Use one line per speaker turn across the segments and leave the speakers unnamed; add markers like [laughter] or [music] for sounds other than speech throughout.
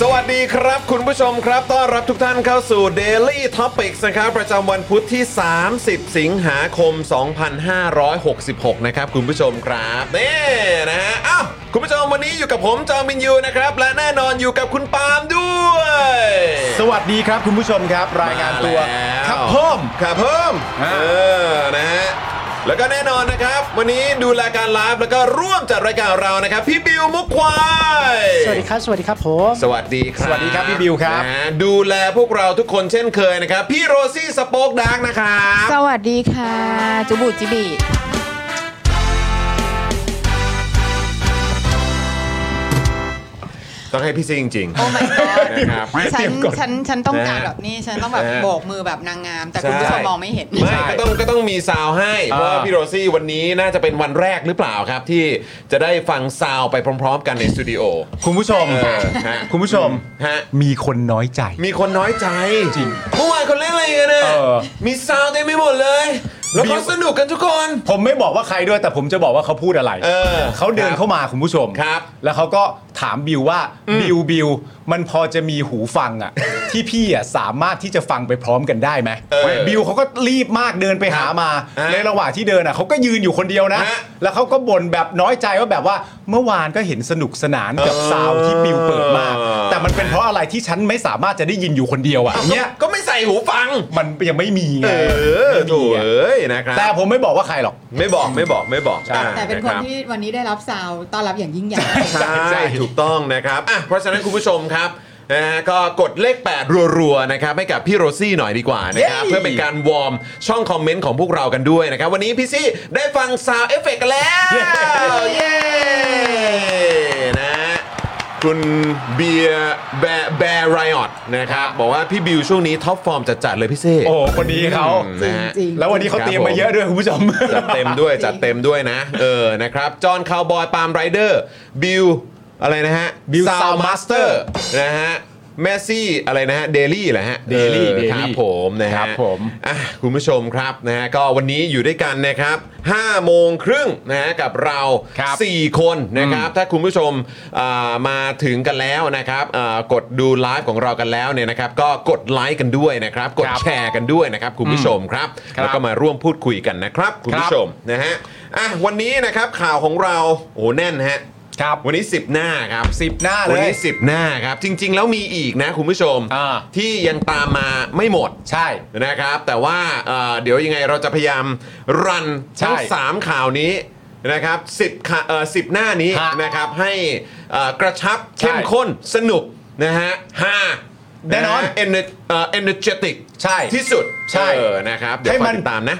สวัสดีครับ คุณผู้ชมครับต้อนรับทุกท่านเข้าสู่ Daily Topics นะครับ ประจำวันพุทธที่ 30 สิงหาคม 2566 นะครับ คุณผู้ชมครับนี่นะฮะอ้าวคุณผู้ชมวันนี้อยู่กับผมจอมินยูนะครับ และแน่นอนอยู่กับคุณปาล์มด้วย
สวัสดีครับคุณผู้ชมครับ รายงานตัว
มาแล้ว
ครับเพิ่ม
ครับเพิ่ม
ฮะ
เออนะฮะแล้วก็แน่นอนนะครับ วันนี้ดูรายการไลฟ์แล้วก็ร่วมจัดรายการเรานะครับ พี่บิวมุกควาย
สวัสดีครับ สวัสดีครับผม
สวัสดีครับ
สวัสดีครับพี่บิวครับ
นะฮะดูแลพวกเราทุกคนเช่นเคยนะครับ พี่โรซี่สป็อกดาร์กนะครับ
สวัสดีค่ะ จุบุจิบิ
ต้องให้พี่ซีจริง
โอ้ my god
ๆนะครับ
ฉันฉันฉันต้องการ
นะ
แบบนี้ ฉันต้องแบบ
นะ
โบกมือแบบนางงาม แต่คุณผู้ชมมองไม่เห็น
ไม่ก็ต้องก็ต้องมีซาวให้เพราะว่าพี่โรซี่วันนี้น่าจะเป็นวันแรกหรือเปล่าครับ ที่จะได้ฟังซาวไปพร้อม ๆ กันในสตูดิโอ
คุณผู้ชม
เออฮะ
คุณผู้ชม
ฮะ
มีคนน้อยใจ
มีคนน้อยใจจริงเมื่อวานเขาเล่นอะไรกันน่ะ
เออ
มีซาวเต็มไปหมดเลย แล้วเขาสนุกกันทุกคน
ผมไม่บอกว่าใครด้วยแต่ผมจะบอกว่าเขาพูดอะไร
เออ
เขาเดินเข้ามาคุณผู้ชม
ครับ
แล้วเขาก็ถามบิวว่าบิวบิวมันพอจะมีหูฟังอะ [laughs] ที่พี่อะสามารถที่จะฟังไปพร้อมกันได้ไหม
เออ
บิวเขาก็รีบมากเดินไปหามา
ฮะ
ในระหว่างที่เดินอะเขาก็ยืนอยู่คนเดียวนะ
ฮะ
แล้วเขาก็บ่นแบบน้อยใจว่าแบบว่าเมื่อวานก็เห็นสนุกสนานกับซาวที่บิวเปิดมา
เออ
แต่มันเป็นเพราะอะไรที่ฉันไม่สามารถจะได้ยินอยู่คนเดียวอะเนี่ย
ก็ไม่ใส่หูฟัง
มันยังไม่มีไง
เออ
ไม่
โถู
มี
ก
อะ
เอ้ยนะครับ
แต่ผมไม่บอกว่าใครหรอก
ไม่บอกไม่บอกไม่บอก
ใช่
อ่า
แต่เป็นคน
รับ
ที่วันนี้ได้รับซาวด์ต้อนรับอย่างยิ่งใหญ่
ใช่
ใช่
ถูกต้องนะครับอ่ะเพราะฉะนั้นคุณผู้ชมครับนะฮะก็กดเลข 8 รัวๆนะครับให้กับพี่โรซี่หน่อยดีกว่านะครับเพื่อเป็นการวอร์มช่องคอมเมนต์ของพวกเรากันด้วยนะครับ วันนี้พี่ซี่ได้ฟังซาวเอฟเฟกกันแล้ว เย้นะฮะ คุณเบียร์แบร์แบร์ไรออตนะครับ บอกว่าพี่บิวช่วงนี้ท็อปฟอร์มจัดๆเลยพี่เซ่
โอ้โหคนนี้เขา
อืมนะฮะ
จริง
แล้ววันนี้เขา
ครับ
เตรียมมาเยอะด้วยคุณผู้ชม
จัดเต็มด้วยจัดเต็มด้วยนะ เออนะครับ จอห์นคาวบอยปาล์มไรเดอร์บิวอะไรนะฮะ
Bill
ซาว
Sound
มาสเตอ
Master
ร์นะฮะแมสซี่อะไรนะฮะเดลี่แหละฮะ
Daily
เออ
Daily
ครับผมนะฮะ
ครับผม
อ่ะคุณผู้ชมครับนะฮะก็วันนี้อยู่ด้วยกันนะครับ5โมงครึ่งนะฮะกับเรา
ครับ
4 คนนะครับ ถ้าคุณผู้ชมอ่ามาถึงกันแล้วนะครับอ่ากดดูไลฟ์ของเรากันแล้วเนี่ยนะครับ ก็กดไลค์กันด้วยนะครับ กด
ครับ
แชร์กันด้วยนะครับ คุณผู้ชมครับ
ครับ
แล้วก็มาร่วมพูดคุยกันนะครับ คุณ
ครั
ผู้
บ
ชมนะฮะอ่ะวันนี้นะครับข่าวของเราโอ้โหแน่นฮะ
ครับ
วันนี้ 10 หน้าครับ
10หน้าเลย
วันนี้ 10 หน้าครับ จริง ๆ แล้วมีอีกนะคุณผู้ชม
อ่า
ที่ยังตามมาไม่หมด
ใช่
นะครับแต่ว่าเอ่อเดี๋ยวยังไงเราจะพยายามรันทั้ง
ใช่
สามข่าวนี้นะครับสิบข่าเอ่อสิบหน้านี้
ฮะ
นะครับให้เอ่อกระชับ
ใช่
เข้มข้นสนุกนะฮะฮา
แน่นอน
เอเนเอ่อเอเนเจติก
ใช่
ที่สุด
ใช่
เออนะครับเดี๋ยว
ให้
คอ
มั
ย
น
ติดตามนะ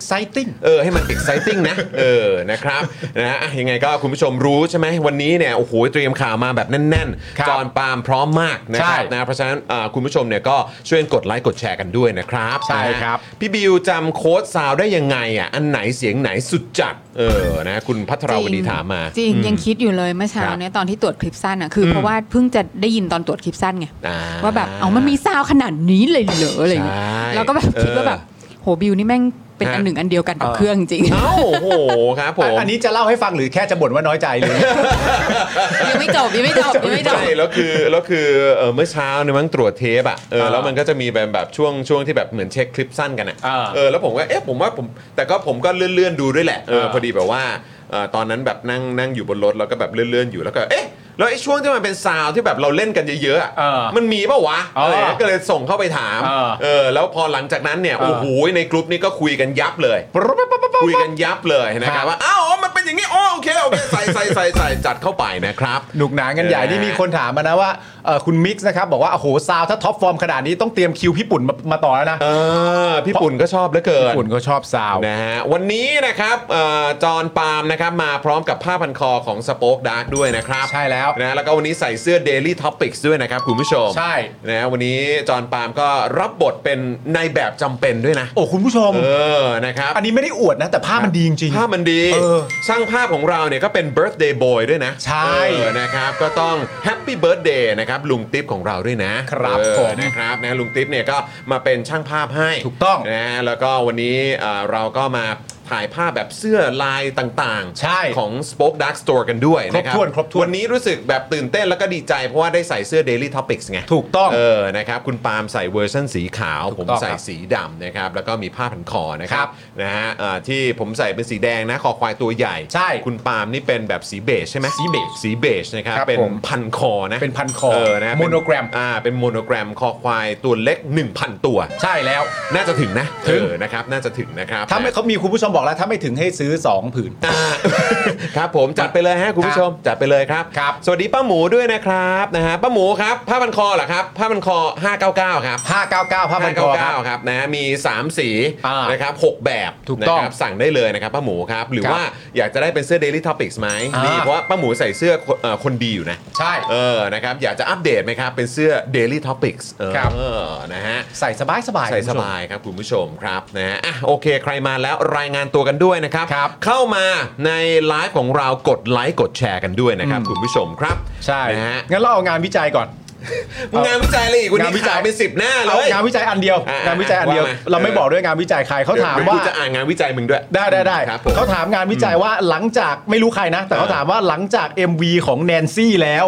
exciting
เออให้มัน exciting นะ เออนะครับนะฮะอ่ะยังไงก็คุณผู้ชมรู้ใช่ไหมวันนี้เนี่ยโอ้โหเตรียมข่าวมาแบบแน่น
ครั
ๆ
บ
จอห์นปาล์มพร้อมมากนะครั
ใช่
บนะเพราะฉะนั้นอ่าคุณผู้ชมเนี่ยก็ช่วยกดไลค์กดแชร์กันด้วยนะครับ
ใช่
นะฮะ
ครับ
พี่บิวจำโค้ดซาวได้ยังไงอ่ะอันไหนเสียงไหนสุดจัดเออนะคุณพัทรวดีถามมา
จริงยังคิดอยู่เลยเมื่อเช้า
ครับ
เนี่ยตอนที่ตรวจคลิปสั้นอ่ะคือเพราะว่าเพิ่งจะได้ยินตอนตรวจคลิปสั้นไง
อ่า
ว่าแบบเอามันมีซาวขนาดนี้เลยเหรออะไรอย่างเงี้ย
ใช่
แล้วก็แบบคิดว่า
เออ
แบบโหบิวนี่แม่งเป็น
ฮะ
อันหนึ่งอันเดียวกันกับเครื่องจริง
เอ้าโอ้โหครับผม
อันนี้จะเล่าให้ฟังหรือแค่จะบ่นว่าน้อยใจ [laughs] เลย
ยังไม่จบยังไม่
[laughs]
จบยังไม่จบ
ใช่
[laughs]
แล้วคือแล้วคือเอ่อเมื่อเช้าเนี่ยมั้งตรวจเทปอ่ะเออ
อ่า
แล้วมันก็จะมีแบบแบบช่วงช่วงที่แบบเหมือนเช็คคลิปสั้นกันอ่ะ
อ่า
เออแล้วผมก็เอ๊ะผมว่าผมแต่ก็ผมก็เลื่อนเลื่อนๆดูด้วยแหละเออ
อ่า
พอดีแบบว่าเอ่อตอนนั้นแบบนั่งนั่งอยู่บนรถแล้วก็แบบเลื่อนเลื่อนๆอยู่แล้วก็เอ๊ะแล้วไอ้ช่วงที่มันเป็นซาวด์ที่แบบเราเล่นกันเยอะๆอะ
อ่ามั
มันมีเปล่าวะ
อ๋อ
อะไรเงี้ยก็เลยส่งเข้าไปถาม
อ่า
เออแล้วพอหลังจากนั้นเนี่ย
อ่า
โอ้โหในกลุ่มนี้ก็คุยกันยับเลย คุยกันยับเลยนะครับว่าอ้าวอ๋อมันเป็นอย่างนี้อ๋อโอเคโอเคใส่ใส่ใส่ใส่จัดเข้าไปนะครับ
หนุกหนากันใหญ่
เออ
นี่มีคนถามมานะว่าเอ่อคุณมิกซ์นะครับ บอกว่าโอ้โหซาวถ้าท็อปฟอร์มขนาดนี้ต้องเตรียมคิวพี่ปุ่นมามาต่อแล้วนะ
เออพี่ปุ่นก็ชอบเหลือเกิน
พี่ปุ่นก็ชอบซาว
นะฮะวันนี้นะครับเอ่อจอห์นปาล์มนะครับมาพร้อมกับผ้าพันคอของสป็อคดาร์กด้วยนะครับ
ใช่แล้ว
นะแล้วก็วันนี้ใส่เสื้อ Daily Topics ด้วยนะครับคุณผู้ชม
ใช่
นะฮะวันนี้จอห์นปาล์มก็รับบทเป็นในายแบบจำเป็นด้วยนะ
โอ้คุณผู้ชม
เออนะครับ
อันนี้ไม่ได้อวดนะ แต่ภาพมันดีจริง
ภาพมันดี
เออ
ช่างภาพของเราเนี่ยก็เป็น Birthday Boy ด้วยนะ
ใช่
เออนะครับก็ต้อง Happy Birthday นะครับลุงติ๊บของเราด้วยนะครับ เออ
ผม
นะครับนะลุงติ๊บเนี่ยก็มาเป็นช่างภาพให้
ถูกต้อง
นะฮะแล้วก็วันนี้เอ่อเราก็มาถ่ายภาพแบบเสื้อลายต่าง
ใช่
ของ Spoke Dark Store กันด้วย
ครบ
นะครับ
ถ้วนครบถ้วน
วันนี้รู้สึกแบบตื่นเต้นแล้วก็ดีใจเพราะว่าได้ใส่เสื้อ Daily Topics ไง
ถูกต้อง
เออนะครับคุณปาล์มใส่เวอร์ชันสีขาว
ถู
ผม
กต้อง
ใส่
ครับ
สีดำนะครับแล้วก็มีผ้าพันคอนะครั
ครับ บ
นะฮะเอ่อที่ผมใส่เป็นสีแดงนะคอควายตัวใหญ่
ใช่
คุณปาล์มนี่เป็นแบบสีเบจใช่ไหม
สีเบจ
สีเบจนะครับ
ครับ
เป็น
ผม
พันคอนะ
เป็นพันคอ
เออนะเป็
monogram
อ่าเป็นโมโนแกรมคอควายตัวเล็ก 1,000 ตัว
ใช่แล้ว
น่าจะถึงนะ
ถึง
เออนะครับ น่าจะถึงนะครับ
ถ้าไม่
นะ
เขามีคุณผู้ชมบอกแล้ว ถ้าไม่ถึงให้ซื้อ 2 ผืน
อ่า ครับผมจัดไปเลยฮะคุณผู้ชม จัดไปเลยครับ
ครับ
สวัสดีป้าหมูด้วยนะครับนะฮะป้าหมูครับผ้าพันคอเหรอครับผ้าพันคอ 599 ครับ
599ภาพมันคอครับ
599 ครับนะฮะมี 3 สี
อ่า
นะครับ 6 แบบ
ถูกต้อง
นะครับสั่งได้เลยนะครับป้าหมูครับ หรือ
ครับ
ว่าอยากจะได้เป็นเสื้อ Daily Topics ไหม
อ่านี่
นี่เพราะว่าป้าหมูใส่เสื้อคนเอ่อคนดีอยู่นะ
ใช่
เออนะครับอยากจะอัปเดตไหมครับเป็นเสื้อ Daily Topics เออ
ครับ
นะฮะ
ใส่สบายสบาย
ใส่สบายครับคุณผู้ชมครับนะฮะอ่ะโอเค ใครมาแล้วรายงานตัวกันด้วยนะครับ
ครับ
เข้ามาในไลฟ์ของเรากดไลค์กดแชร์กันด้วยนะครับ
อืม
คุณผู้ชมครับ
ใช่
นะฮะ
งั้นเราเอางานวิจัยก่อน เอา
งานวิจัยเลยอีกวันนี้
งานวิจั
ขาย ยเป็นสิบหน้าเล
เอา
ย
งานวิจัยอันเดียว
อ่ะ
งานวิจัยอันเดียว
ว่ามา
เราไม่
เออ
บอกด้วยงานวิจัยใครเขาถาม
เดี๋ย
ว่า
กูจะอ่านงานวิจัยมึงด้วย
ได้ได้ได้
ครับผม
เขาถามงานวิจัยว่าหลังจากไม่รู้ใครนะ แต่เขาถามว่าหลังจาก MV ของแนนซี่แล้ว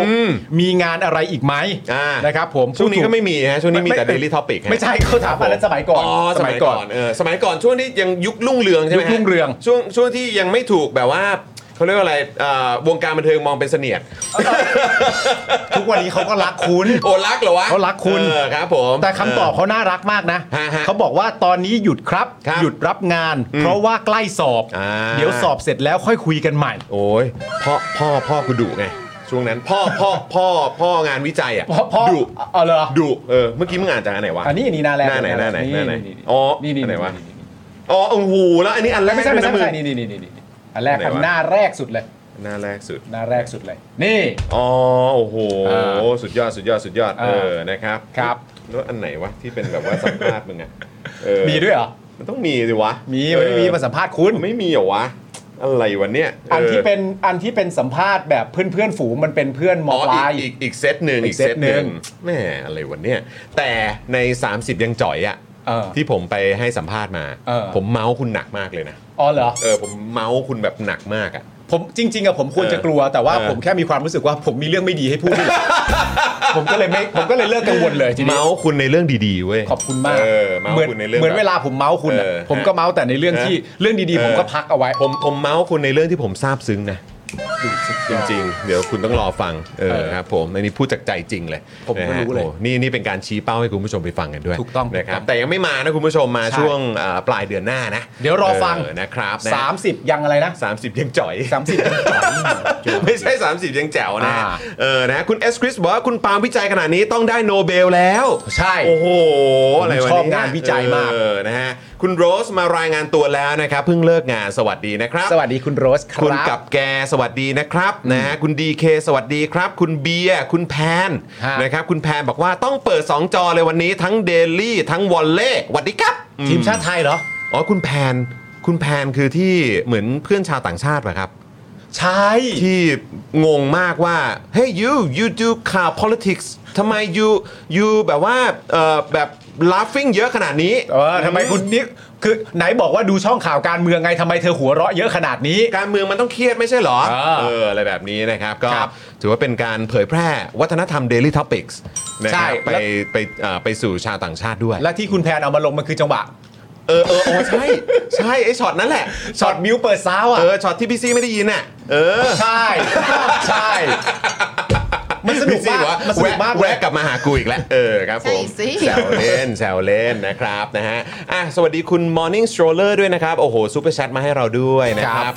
มีงานอะไรอีกไหม
อ่า
นะครับผม
ช่วงนี้ก็ไม่มีฮะช่วงนี้มีแต่
ไ
Daily Topic ฮะ
ไม่ใช่เขาถามอันนั้นสมัยก่อน
อ๋อสมัยก่อนเออสมัยก่อนช่วงที่ยังยุครุ่งเรืองใช่ไหม
ยุครุ่งเรือง
ช่วงช่วงที่ยังไม่ถูกแบบว่าเขาเรียกว่าอะไรเอ่อวงการบันเทิงมองเป็นเสนียด
ทุกวันนี้เขาก็รักคุณ
โอรักเหรอวะ
เขารักคุณ
เออครับผม
แต่คำตอบเขาน่ารักมากนะ
ฮะฮะ
เขาบอกว่าตอนนี้หยุดครับ
ครับ
หยุดรับงาน เพราะว่าใกล้สอบ
อ่า
เดี๋ยวสอบเสร็จแล้วค่อยคุยกันใหม่
โอ้ยพ่อพ่อพ่อกูดุไง ช่วงนั้นพ่อพ่อพ่อพ่องานวิจัยอ่ะ
เพราะเพราะ
ดุ
อ๋อเหรอ
ดุเออเมื่อกี้มึงอ่านจากอันไหนวะ
อันนี้อันนี้หน้าแรก
หน้าไหนหน้าไหนหน้าไหนอ๋
อ๋
อ
อ
อั
นี่นี่
นไหนวะ
นี่
อ๋อโอ้โหแล้วอันนี้อันแรก
ไม่ใช่ไม่
ด้
ใช่ไม่
วย
ใช่
นะ
นี่นี่นี่นี่อันแรก
ไหน
ครับ
วะ
หน้าแรกสุดเลย
หน้าแรกสุด
หน้าแรกสุดเลย นี่
อ๋อโอ้โห
อ่า
สุดยอดสุดยอดสุดยอดเอ
อ่า
อนะครับ
ครับ
แล้วอันไหนวะที่เป็นแบบว่าสัมภาษณ์มึงอ่ะเออ
มีด้วยเหรอ
มันต้องมีสิวะ
มีมันไม่มี
เออ
มาสัมภาษณ์คุณ
ไม่มีเหรอวะอะไรวะเนี่ย
อันที่
น
เป็นอันที่เป็นสัมภาษณ์แบบเพื่อนเพื่อนๆฝูงมันเป็นเพื่อนมอปลาย
อีกอีกเซตหนึ่ง
อีกเซตหนึ่ง
แหม่อะไรวันเนี้ยแต่ใน 30 ยังจ่อยอะ
เออ
ที่ผมไปให้สัมภาษณ์มา
เออ
ผมเมาส์คุณหนักมากเลยนะ
อ๋อเหรอ
เออผมเมาส์คุณแบบหนักมากอะ
ผมจริงๆอะผมควรจะกลัวแต่ว่า
เออ
ผมแค่มีความรู้สึกว่าผมมีเรื่องไม่ดีให้พูด
[laughs]
ด้วย ผมก็เลยไม่ผมก็เลยเลิกกังวลเลยทีนี้
เมาส์คุณในเรื่องดีๆเว้ย
ขอบคุณมาก
เออเมาส์
มือน
คุณในเรื่อง
เหมือน
แบบ
เวลาผมเมาส์คุณอะ
เออ
ผมก็เมาส์แต่ในเรื่อง
เออ
ที่เรื่องดี
เออ
ๆ ผมก็พักเอาไว้
ผมผมเมาส์คุณในเรื่องที่ผมซาบซึ้งนะจริงๆ เดี๋ยวคุณต้องรอฟังเออ
เออ
ครับผมอันนี้พูดจากใจจริงเลย
ผมก็
นะฮะ
รู้เลย
โอ้นี่นี่เป็นการชี้เป้าให้คุณผู้ชมไปฟังกันด้วย
ถูกต้อง
นะครับ
ถูกต้อง
แต่ยังไม่มานะคุณผู้ชมมา
ใช่
ช่วงอ่าปลายเดือนหน้านะ
เดี๋ยวรอฟัง
เนะครับนะ
สามสิบยังอะไรนะ
30 ยังจ่อย
สามสิบ
[laughs] ไม่ใช่ 30 ยังแจ๋วนะ
อ่า
เออนะคุณเอสคริสบอกว่าคุณปาล์มวิจัยขนาดนี้ต้องได้โนเบลแล้ว
ใช่
โอ้โห อะไรวะ
ผมชอบ
เย
งานวิจัยมาก
เออนะฮะ คุณโรสมารายงานตัวแล้วนะครับเพิ่งเลิกงานสวัสดีนะครับ
สวัสดีคุณโรสครับ
คุณกับแกสวัสดีนะครับนะฮะคุณดีเคสวัสดีครับ คุณเบียร์คุณแพน
ฮะ
นะครับคุณแพนบอกว่าต้องเปิด 2 จอเลยวันนี้ทั้งเดลี่ทั้งวอลเล่สวัสดีครับอื
ทีมชาติไทยเหรอ
อ๋อคุณแพนคุณแพนคือที่เหมือนเพื่อนชาวต่างชาติป่ะครับ
ใช่
ที่งงมากว่า hey you you do car politics ทำไม you you แบบว่าเอ่อแบบ laughing เยอะขนาดนี้
เออทำไมคุณนี่คือไหนบอกว่าดูช่องข่าวการเมืองไงทำไมเธอหัวเราะเยอะขนาดนี้
การเมืองมันต้องเครียดไม่ใช่เหรอ
เออ
เออ อะไรแบบนี้นะครับ ก็
ครับ
ถือว่าเป็นการเผยแพร่วัฒนธรรม daily topics นะ
ใช่
ครับไป
แล้ว
ไปเอ่อไปสู่ชาวต่างชาติด้วย
และที่คุณแพนเอามาลงมันคือจังหวะ
เออเออโอ้ใช่ ใช่ ไอช็อตนั้นแหละ
ช็อตมิวเปิดซ้าวอ่ะ
เออช็อตที่พี่ซีไม่ได้ยินน่ะเออ
ใช่ใช่ มันสนุก
พี่ซี่
มา
บอ
ก
ว่
มันสนุกมากเลย
แวะแวะกลับมาหากูอีกแล้วเออครับผม
ใช่สิ
แซวเล่นแซวเล่นนะครับนะฮะอ่ะสวัสดีคุณ Morning Stroller ด้วยนะครับ โอ้โหซูเปอร์แชทมาให้เราด้วยนะค
ค
รั
รับ บ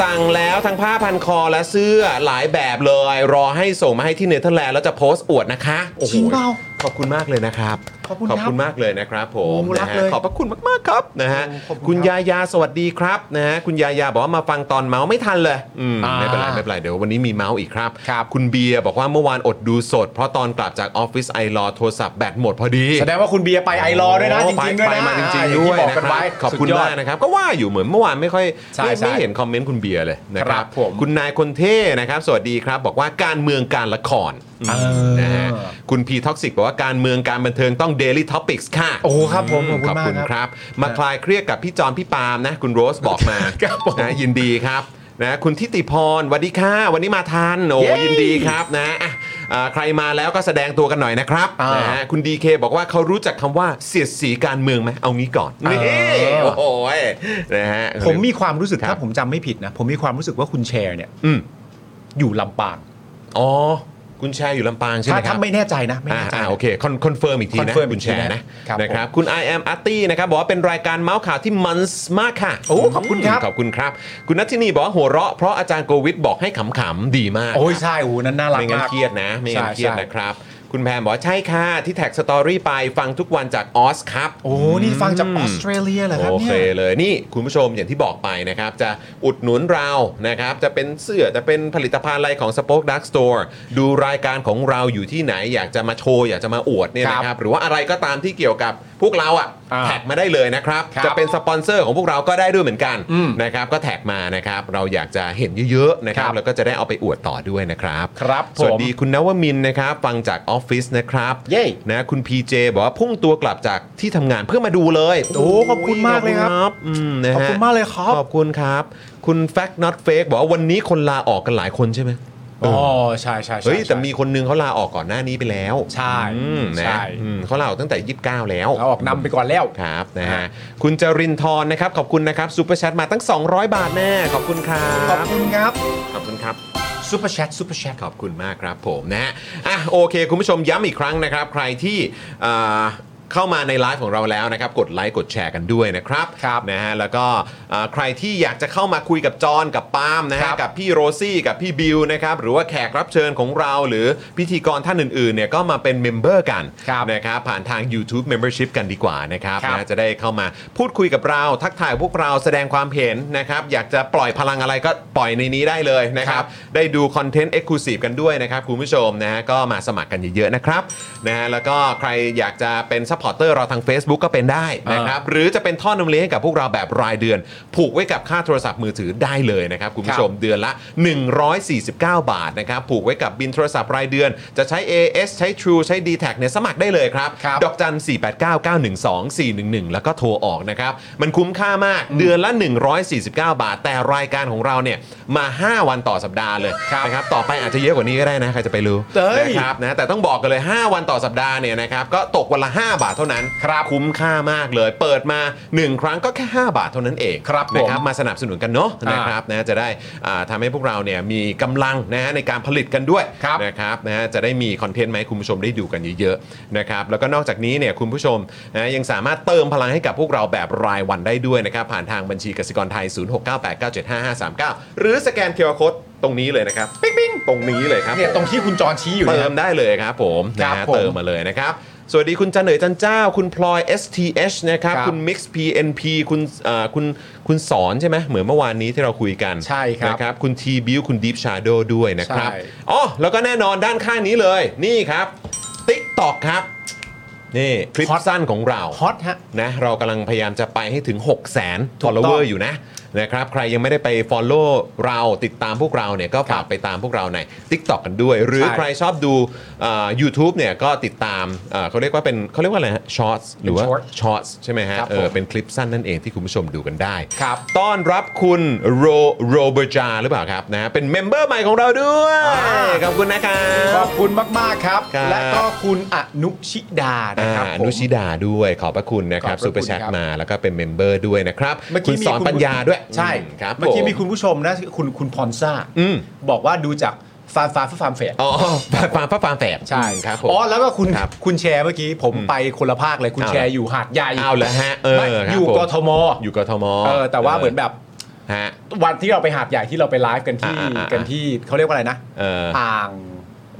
สั่งแล้วทั้งผ้าพันคอและเสื้อหลายแบบเลย รอให้ส่งมาให้ที่เนเธอร์แลนด์แล้วจะโพสต์อวดนะคะโอ้โห
จริงเปล่า
ขอบคุณมากเลยนะครับ
ขอบคุณ
ข
ครั
อบบ คุณมากเลยนะครับผม
โอ้รั
นะ
ก
ฮะ
เลย
ขอบพระคุณมากๆครับนะฮะ
โอ้ขอบคุณครับ
คุณยายาสวัสดีครับนะฮะคุณยายาบอกว่ามาฟังตอนเมาส์ไม่ทันเลยอืม
อ่า
ไม่เป็นไรไม่เป็นไรเดี๋ยววันนี้มีเมาส์อีกครับ
ครับ
คุณเบียร์บอกว่าเมื่อวานอดดูสด เพราะตอนกลับจากออฟฟิศไอรอโทรศัพท์แบตหมดพอดี
แสดงว่าคุณเบียร์ไปไอรอว์ด้วยนะ จ
โอ้
ริงๆ
ไป
ด้วยนะ
ไปมาจริง
อ่า
ๆด้วย
ที่บอก
นะค
กั
รั
น
บ
ไว้
ขอบคุณ
สุดยด
มากนะครับ ก็ว่าอยู่เหมือนเมื่อวานไม่ค่อย
ใช่
ไม่
ใช่
ไม่เห็นคอมเมนต์คุณเบียร์เลยนะค
ครั
รับบ
ผม
คุณนายคนเท่นะครับ สวัสดีครับ บอกว่าการเมืองการละคร
เออ
นะฮะคุณพีท็อกซิกบอกว่าการเมืองการบันเทิงต้อง Daily Topics ค่ะ
โอ้ครับผมขอบ
ข
คุ
อบ
ณมาก
คุณ
ค
ครับ รับ มาคลายเครียดกับพี่จอนพี่ปาล์มนะ คุณโรสบอกมา
ครับผม
นะยินดีครับนะคุณทิติพรสวัสดีค่ะวันนี้มาทันโอ้
เย้
ยินดีครับนะอ่ะอ่าใครมาแล้วก็แสดงตัวกันหน่อยนะครับ
อ่าน
นะฮะคุณดีเคบอกว่าเขารู้จักคำว่าเสียดสีการเมืองไหมเอางี้ก่อน
อ่า
นี่โอ้โหยนะฮะ
ผมมีความรู้สึก
ครับ
ถ้าผมจำไม่ผิดนะ ผมมีความรู้สึกว่าคุณแชร์เนี่ย
อืม
อยู่ลำปาง
อ๋อคุณแชร์อยู่ลำปางใช่ไหม
ถ้า
ครั
ถ้า
บ
ไม่แน่ใจนะไม่
อ่า
แน่ใจ
อ่าโอเคคอนคอนเฟิร์มอีกทีนะ
confirm
คุณแชร์
อีกที
นะ
นะครับ
นะครับ คุณ I am Arty นะครับบอกว่าเป็นรายการเมาส์ข่าวที่มันส์มากค่ะ
โอ้ขอบคุณครับ
ขอบคุณครับ คุณนัททินีบอกว่าหัวเราะเพราะอาจารย์โกวิทบอกให้ขำๆดีมาก
โอ้ยใช่โอ้โหนั่นน่ารัก
ไม่งั้น
มาก
เครียดนะไม่งั้น
ใช่
เครียด
ใช่
นะครับ คุณแพมบอกว่าใช่ค่ะ ที่แท็กสตอรี่ไปฟังทุกวันจากออสครับ
โอ้นี่ฟังจากออสเตรเลียเหรอครับ
โอ
เนี่
เค
ย
เลยนี่คุณผู้ชมอย่างที่บอกไปนะครับ จะอุดหนุนเรานะครับ จะเป็นเสื้อจะเป็นผลิตภัณฑ์อะไรของ Spoke Dark Store ดูรายการของเราอยู่ที่ไหน อยากจะมาโชว์ อยากจะมาอวดเนี่ย
ครับ
นะครับ หรือว่าอะไรก็ตามที่เกี่ยวกับพวกเราอะ
อ่า
แท็กมาได้เลยนะครับ
ครับ
จะเป็นสปอนเซอร์ของพวกเราก็ได้ด้วยเหมือนกัน
อืม
นะครับ ก็แท็กมานะครับ เราอยากจะเห็นเยอะๆนะครับ
ครับ
แล้วก็จะได้เอาไปอวดต่อด้วยนะครับ
ครับผม
สวัสดีคุณนวมินทร์นะครับฟังจากออฟฟิศนะครับ
เย้
นะคุณ PJ บอกว่าพุ่งตัวกลับจากที่ทำงานเพื่อมาดูเลย
โอ้ขอบคุณมากเลยครับ
ขอณอืมนะฮะ
ขอบคุณมากเลยครับ
ขอบคุณครับ คุณ Fact Not Fake บอกว่าวันนี้คนลาออกกันหลายคนใช่ไหม
อ๋อใช่ใช่ใช่
เฮ้ย แต่
ใช่
มีคนนึงเขาลาออกก่อนหน้านี้ไปแล้ว
ใช่
อืมนะ
ใช่
อืมเขาลาออกตั้งแต่ 29 แล้ว
เราออกนำไปก่อนแล้ว
ครับนะฮะคุณจรินทร์นะครับ ขอบคุณนะครับซูเปอร์แชทมาตั้ง 200 บาทแน่ขอบคุณครั
ขอบบ คุณครับ
ขอบคุณครับ
ซูเปอร์แชทซูเปอร์แชท
ขอบคุณมากครับผมนะฮะอ่ะโอเค คุณผู้ชมย้ำอีกครั้งนะครับ ใครที่เอ่อเข้ามาในไลฟ์ของเราแล้วนะครับ กดไลค์กดแชร์กันด้วยนะครับ
ครับ
นะฮะแล้วก็เอ่อใครที่อยากจะเข้ามาคุยกับจอนกับปาล์มนะฮะ
ครับ
กับพี่โรซี่กับพี่บิวนะครับหรือว่าแขกรับเชิญของเรา หรือพิธีกรท่านอื่นๆเนี่ยก็มาเป็นเมมเบอร์กัน
ครับ
นะครับผ่านทาง YouTube Membership กันดีกว่านะครับ
ครับ
นะจะได้เข้ามาพูดคุยกับเรา ทักทายพวกเราแสดงความเห็นนะครับอยากจะปล่อยพลังอะไรก็ปล่อยในนี้ได้เลยนะครับ ได้ดูคอนเทนต์ Exclusive กันด้วยนะครับ คุณผู้ชมนะฮะก็มาสมัครกันเยอะๆนะครับนะฮะแล้วก็ใครอยากจะเป็นซัพพอร์เตอร์เราทาง Facebook ก็เป็นได้นะครับ หรือจะเป็นท่อนำเลี้ยงให้กับพวกเราแบบรายเดือน ผูกไว้กับค่าโทรศัพท์มือถือได้เลยนะครับ คุณผู้ชมเดือนละ 149 บาทนะครับ ผูกไว้กับบินโทรศัพท์รายเดือน จะใช้ AS ใช้ True ใช้ d t แทเนี่ยสมัครได้เลยครับ
ครับ
ดอกจัน 489 912 411 แล้วก็โทรออกนะครับ มันคุ้มค่ามากเดือนละ 149 บาท แต่รายการของเราเนี่ยมา 5 วันต่อสัปดาห์เลยนะครับต่อไปอาจจะเยอะกว่านี้ก็ได้นะ ใครจะไปรู้
เอ้ย
นะครับนะแต่ต้องบอกกันเลย 5 วันต่อสัปดาห์เนี่ยนะครับก็ตกวันละ 5 บาทเท่านั้นครับคุ้มค่ามากเลย เปิดมา 1 ครั้งก็แค่ 5 บาทเท่านั้นเอง
ครับผม
นะครับมาสนับสนุนกันเนาะ
อ่าน
นะครับนะจะได้อ่าทำาให้พวกเราเนี่ยมีกำลังนะฮะในการผลิตกันด้วย
ครับ
นะ นะครับนะฮะจะได้มีคอนเทนต์มาให้คุณผู้ชมได้ดูกันเยอะๆนะครับแล้วก็นอกจากนี้เนี่ยคุณผู้ชมนะยังสามารถเติมพลังให้กับพวกเราแบบรายวันได้ด้วยนะครับ ผ่านทางบัญชีกสิกรไทย 0698975539 หรือสแกนเคอร์โคดตรงนี้เลยนะครับปิ๊งๆตรงนี้เลยครับ
เนี่ยตรงที่คุณจอนชี้อยู่
เติ
เนี่ย
มได้เลยครับผม
ค
นะ
รับ
ฮะ
ผม
เติมมาเลยนะครับ สวัสดีคุณจันเหนยจันเจ้า คุณพลอย STH นะครับ
ครับ
คุณ Mix PNP คุณเอ่อคุณคุณสอนใช่ไหมเหมือนเมื่อวานนี้ที่เราคุยกัน
ใช่ครับ
นะครับคุณ T b u i l คุณ Deep Shadow ด้วยนะครับ
ใช่
อ๋อแล้วก็แน่นอนด้านข้างนี้เลยนี่ครับ TikTok ครับนี่คลิปสั้นของเรา
ฮอตฮะ
นะเรากำลังพยายามจะไปให้ถึง 6 0 0 0 0 follower
ต้อง
อยู่นะนะครับใครยังไม่ได้ไป follow เราติดตามพวกเราเนี่ยก็ฝากไปตามพวกเราใน TikTok กันด้วย หรือ
ใช่
ใครชอบดูเอ่อ YouTube เนี่ยก็ติดตามเอ่อเขาเรียกว่าเป็นเขาเรียกว่าอะไรฮะ shorts หรือว่า
short
shorts ใช่ไหมฮะ
ครับผม
เออเป็นคลิปสั้นนั่นเองที่คุณผู้ชมดูกันได้
ครับ
ต้อนรับคุณโรโรเบอร์จาหรือเปล่าครับนะฮะเป็นเมมเบอร์ใหม่ของเราด้วยขอบคุณนะครั
ขอบ บคุณมาก ๆ ครับ
ครับ
และก็คุณอนุชิดานะ
อ่า
ครับ
อ
ผม
นุชิดาด้วยขอบพระคุณนะครับ
ขอบพระคุณ
ซูเปอร์แชท
ครับ
มาแล้วก็เป็นเมมเบอร์ด้วยนะครับ คุณสอนปัญญาด้วย
ใช่
อืมครับ
เมื่อกี้
ผ
มีคุณผู้ชมนะคุณคุณพรซ่า
อืม
บอกว่าดูจากฟาร์มฟาร์มฟาร์มเฟด
อ๋ [laughs] อฟาร์มฟาร์มฟาร์มแฝดครับผม
อ๋อแล้วก็คุณ
ครับ
คุณแชร์เมื่อกี้ผมไปคนละภาคเลยคุณ
เอา
แชร์อยู่หาดใหญ่
เอาเหรอฮะเออ
ไม่
ครับ
ยู่
ผม
กทม
อยู่กทม
เออแต่ว่าเหมือนแบบ
ฮะ
วันที่เราไปหาดใหญ่ที่เราไปไลฟ์กันที่
อ่าอ่าอ่า
กันที่เขาเรียกว่าอะไรนะ
เอออ่
อ่าง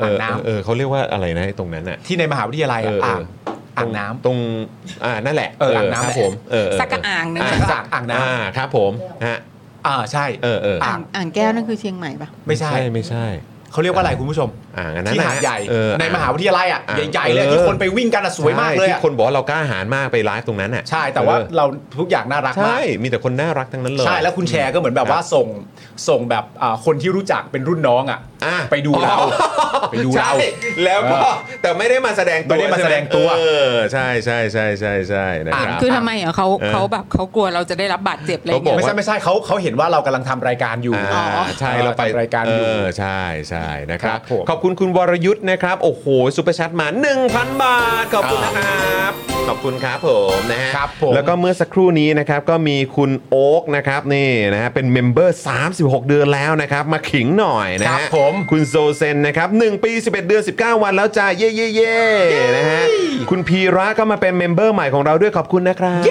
เอ
อ่าง
อ
น้
เออเออเขาเรียกว่าอะไรนะไอ้ตรงนั้นน่ะ
ำที่ในมหาวิทยาลัย
เอ
อะ
อเออตร
อ่างอ่างน้ำ
ตรงอ่านั่นแหละ
เอออ่างน้ำ
ครับ
แหละ
ผมเออเออ
สักกะอ่างหนึง
อ่า
อะ
สักอ่างน้ำอ่าครับผมฮะ
อ่าใช่
เออเออ
อ่า
อ่างอ่างแก้วนั่นคือเชียงใหม่ปะ
ไม่ใช่
ไม่ใช่
เขาเรียกว่าอะไรคุณผู้ชม
อ่างอันนั้น
ที่
น่ะ
หาดใหญ่
เออ
ในมหาวิทยาลัยอ่ะ
อ่า
ใหญ่ๆเลย
เออ
ที่คนไปวิ่งกันอ่ะสวยมากเลย
ใช่
อ่ะ
ที่คนบอกว่าเรากล้าหาญมากไปไลฟ์ตรงนั้นน่ะ
ใช่แต่ว่า
เออ
เราทุกอย่างน่ารักมา
ใช่
ก
มีแต่คนน่ารักทั้งนั้นเลย
ใช่แล้วคุณแชร์ก็เหมือนแบบว่าส่งส่งแบบอ่าคนที่รู้จักเป็นรุ่นน้องอ่ะ
อ่ะ
ไปดูเรา
อ๋อ
ไปดูเรา
ใช่แล้วก็
เออ
แต่ไม่ได้มาแสดงตัว
ไม่ได้มาแสดงตัว
เออใช่ใช่ใช่ใช่ใช่นะค
อ่า
รับ
คือทำไมอ่ะเขา
เออ
เขาแบบเขากลัวเราจะได้รับบาดเจ็บอะไร
เขาบ
เงี้
อก
ย
ไม่ใช่ไม่ใช่เขาเขาเห็นว่าเรากำลังทำรายการอยู่
อ่าใช่เราไป
ทำรายการอยู่
เใช่ใช่นะครับ
ครับผม
ขอบคุณคุณวรยุทธ์นะครับ โอ้โหซุปเปอร์แชทมา 1,000 บาท ขอบคุณนะครับ ขอบคุณครับผมนะฮะ
ครับผม
แล้วก็เมื่อสักครู่นี้นะครับก็มีคุณโอ๊กนะครับนี่นะฮะเป็นเมมเบอร์ 36 เดือนแล้วนะครับ มาขิงหน่อยนะฮะ
ครับผม
คุณโซเซนนะครับ1ปี 11 เดือน 19 วันแล้วจ้าเย่เย่เย่นะฮะคุณพีระก็มาเป็นเมมเบอร์ใหม่ของเราด้วยขอบคุณนะครับ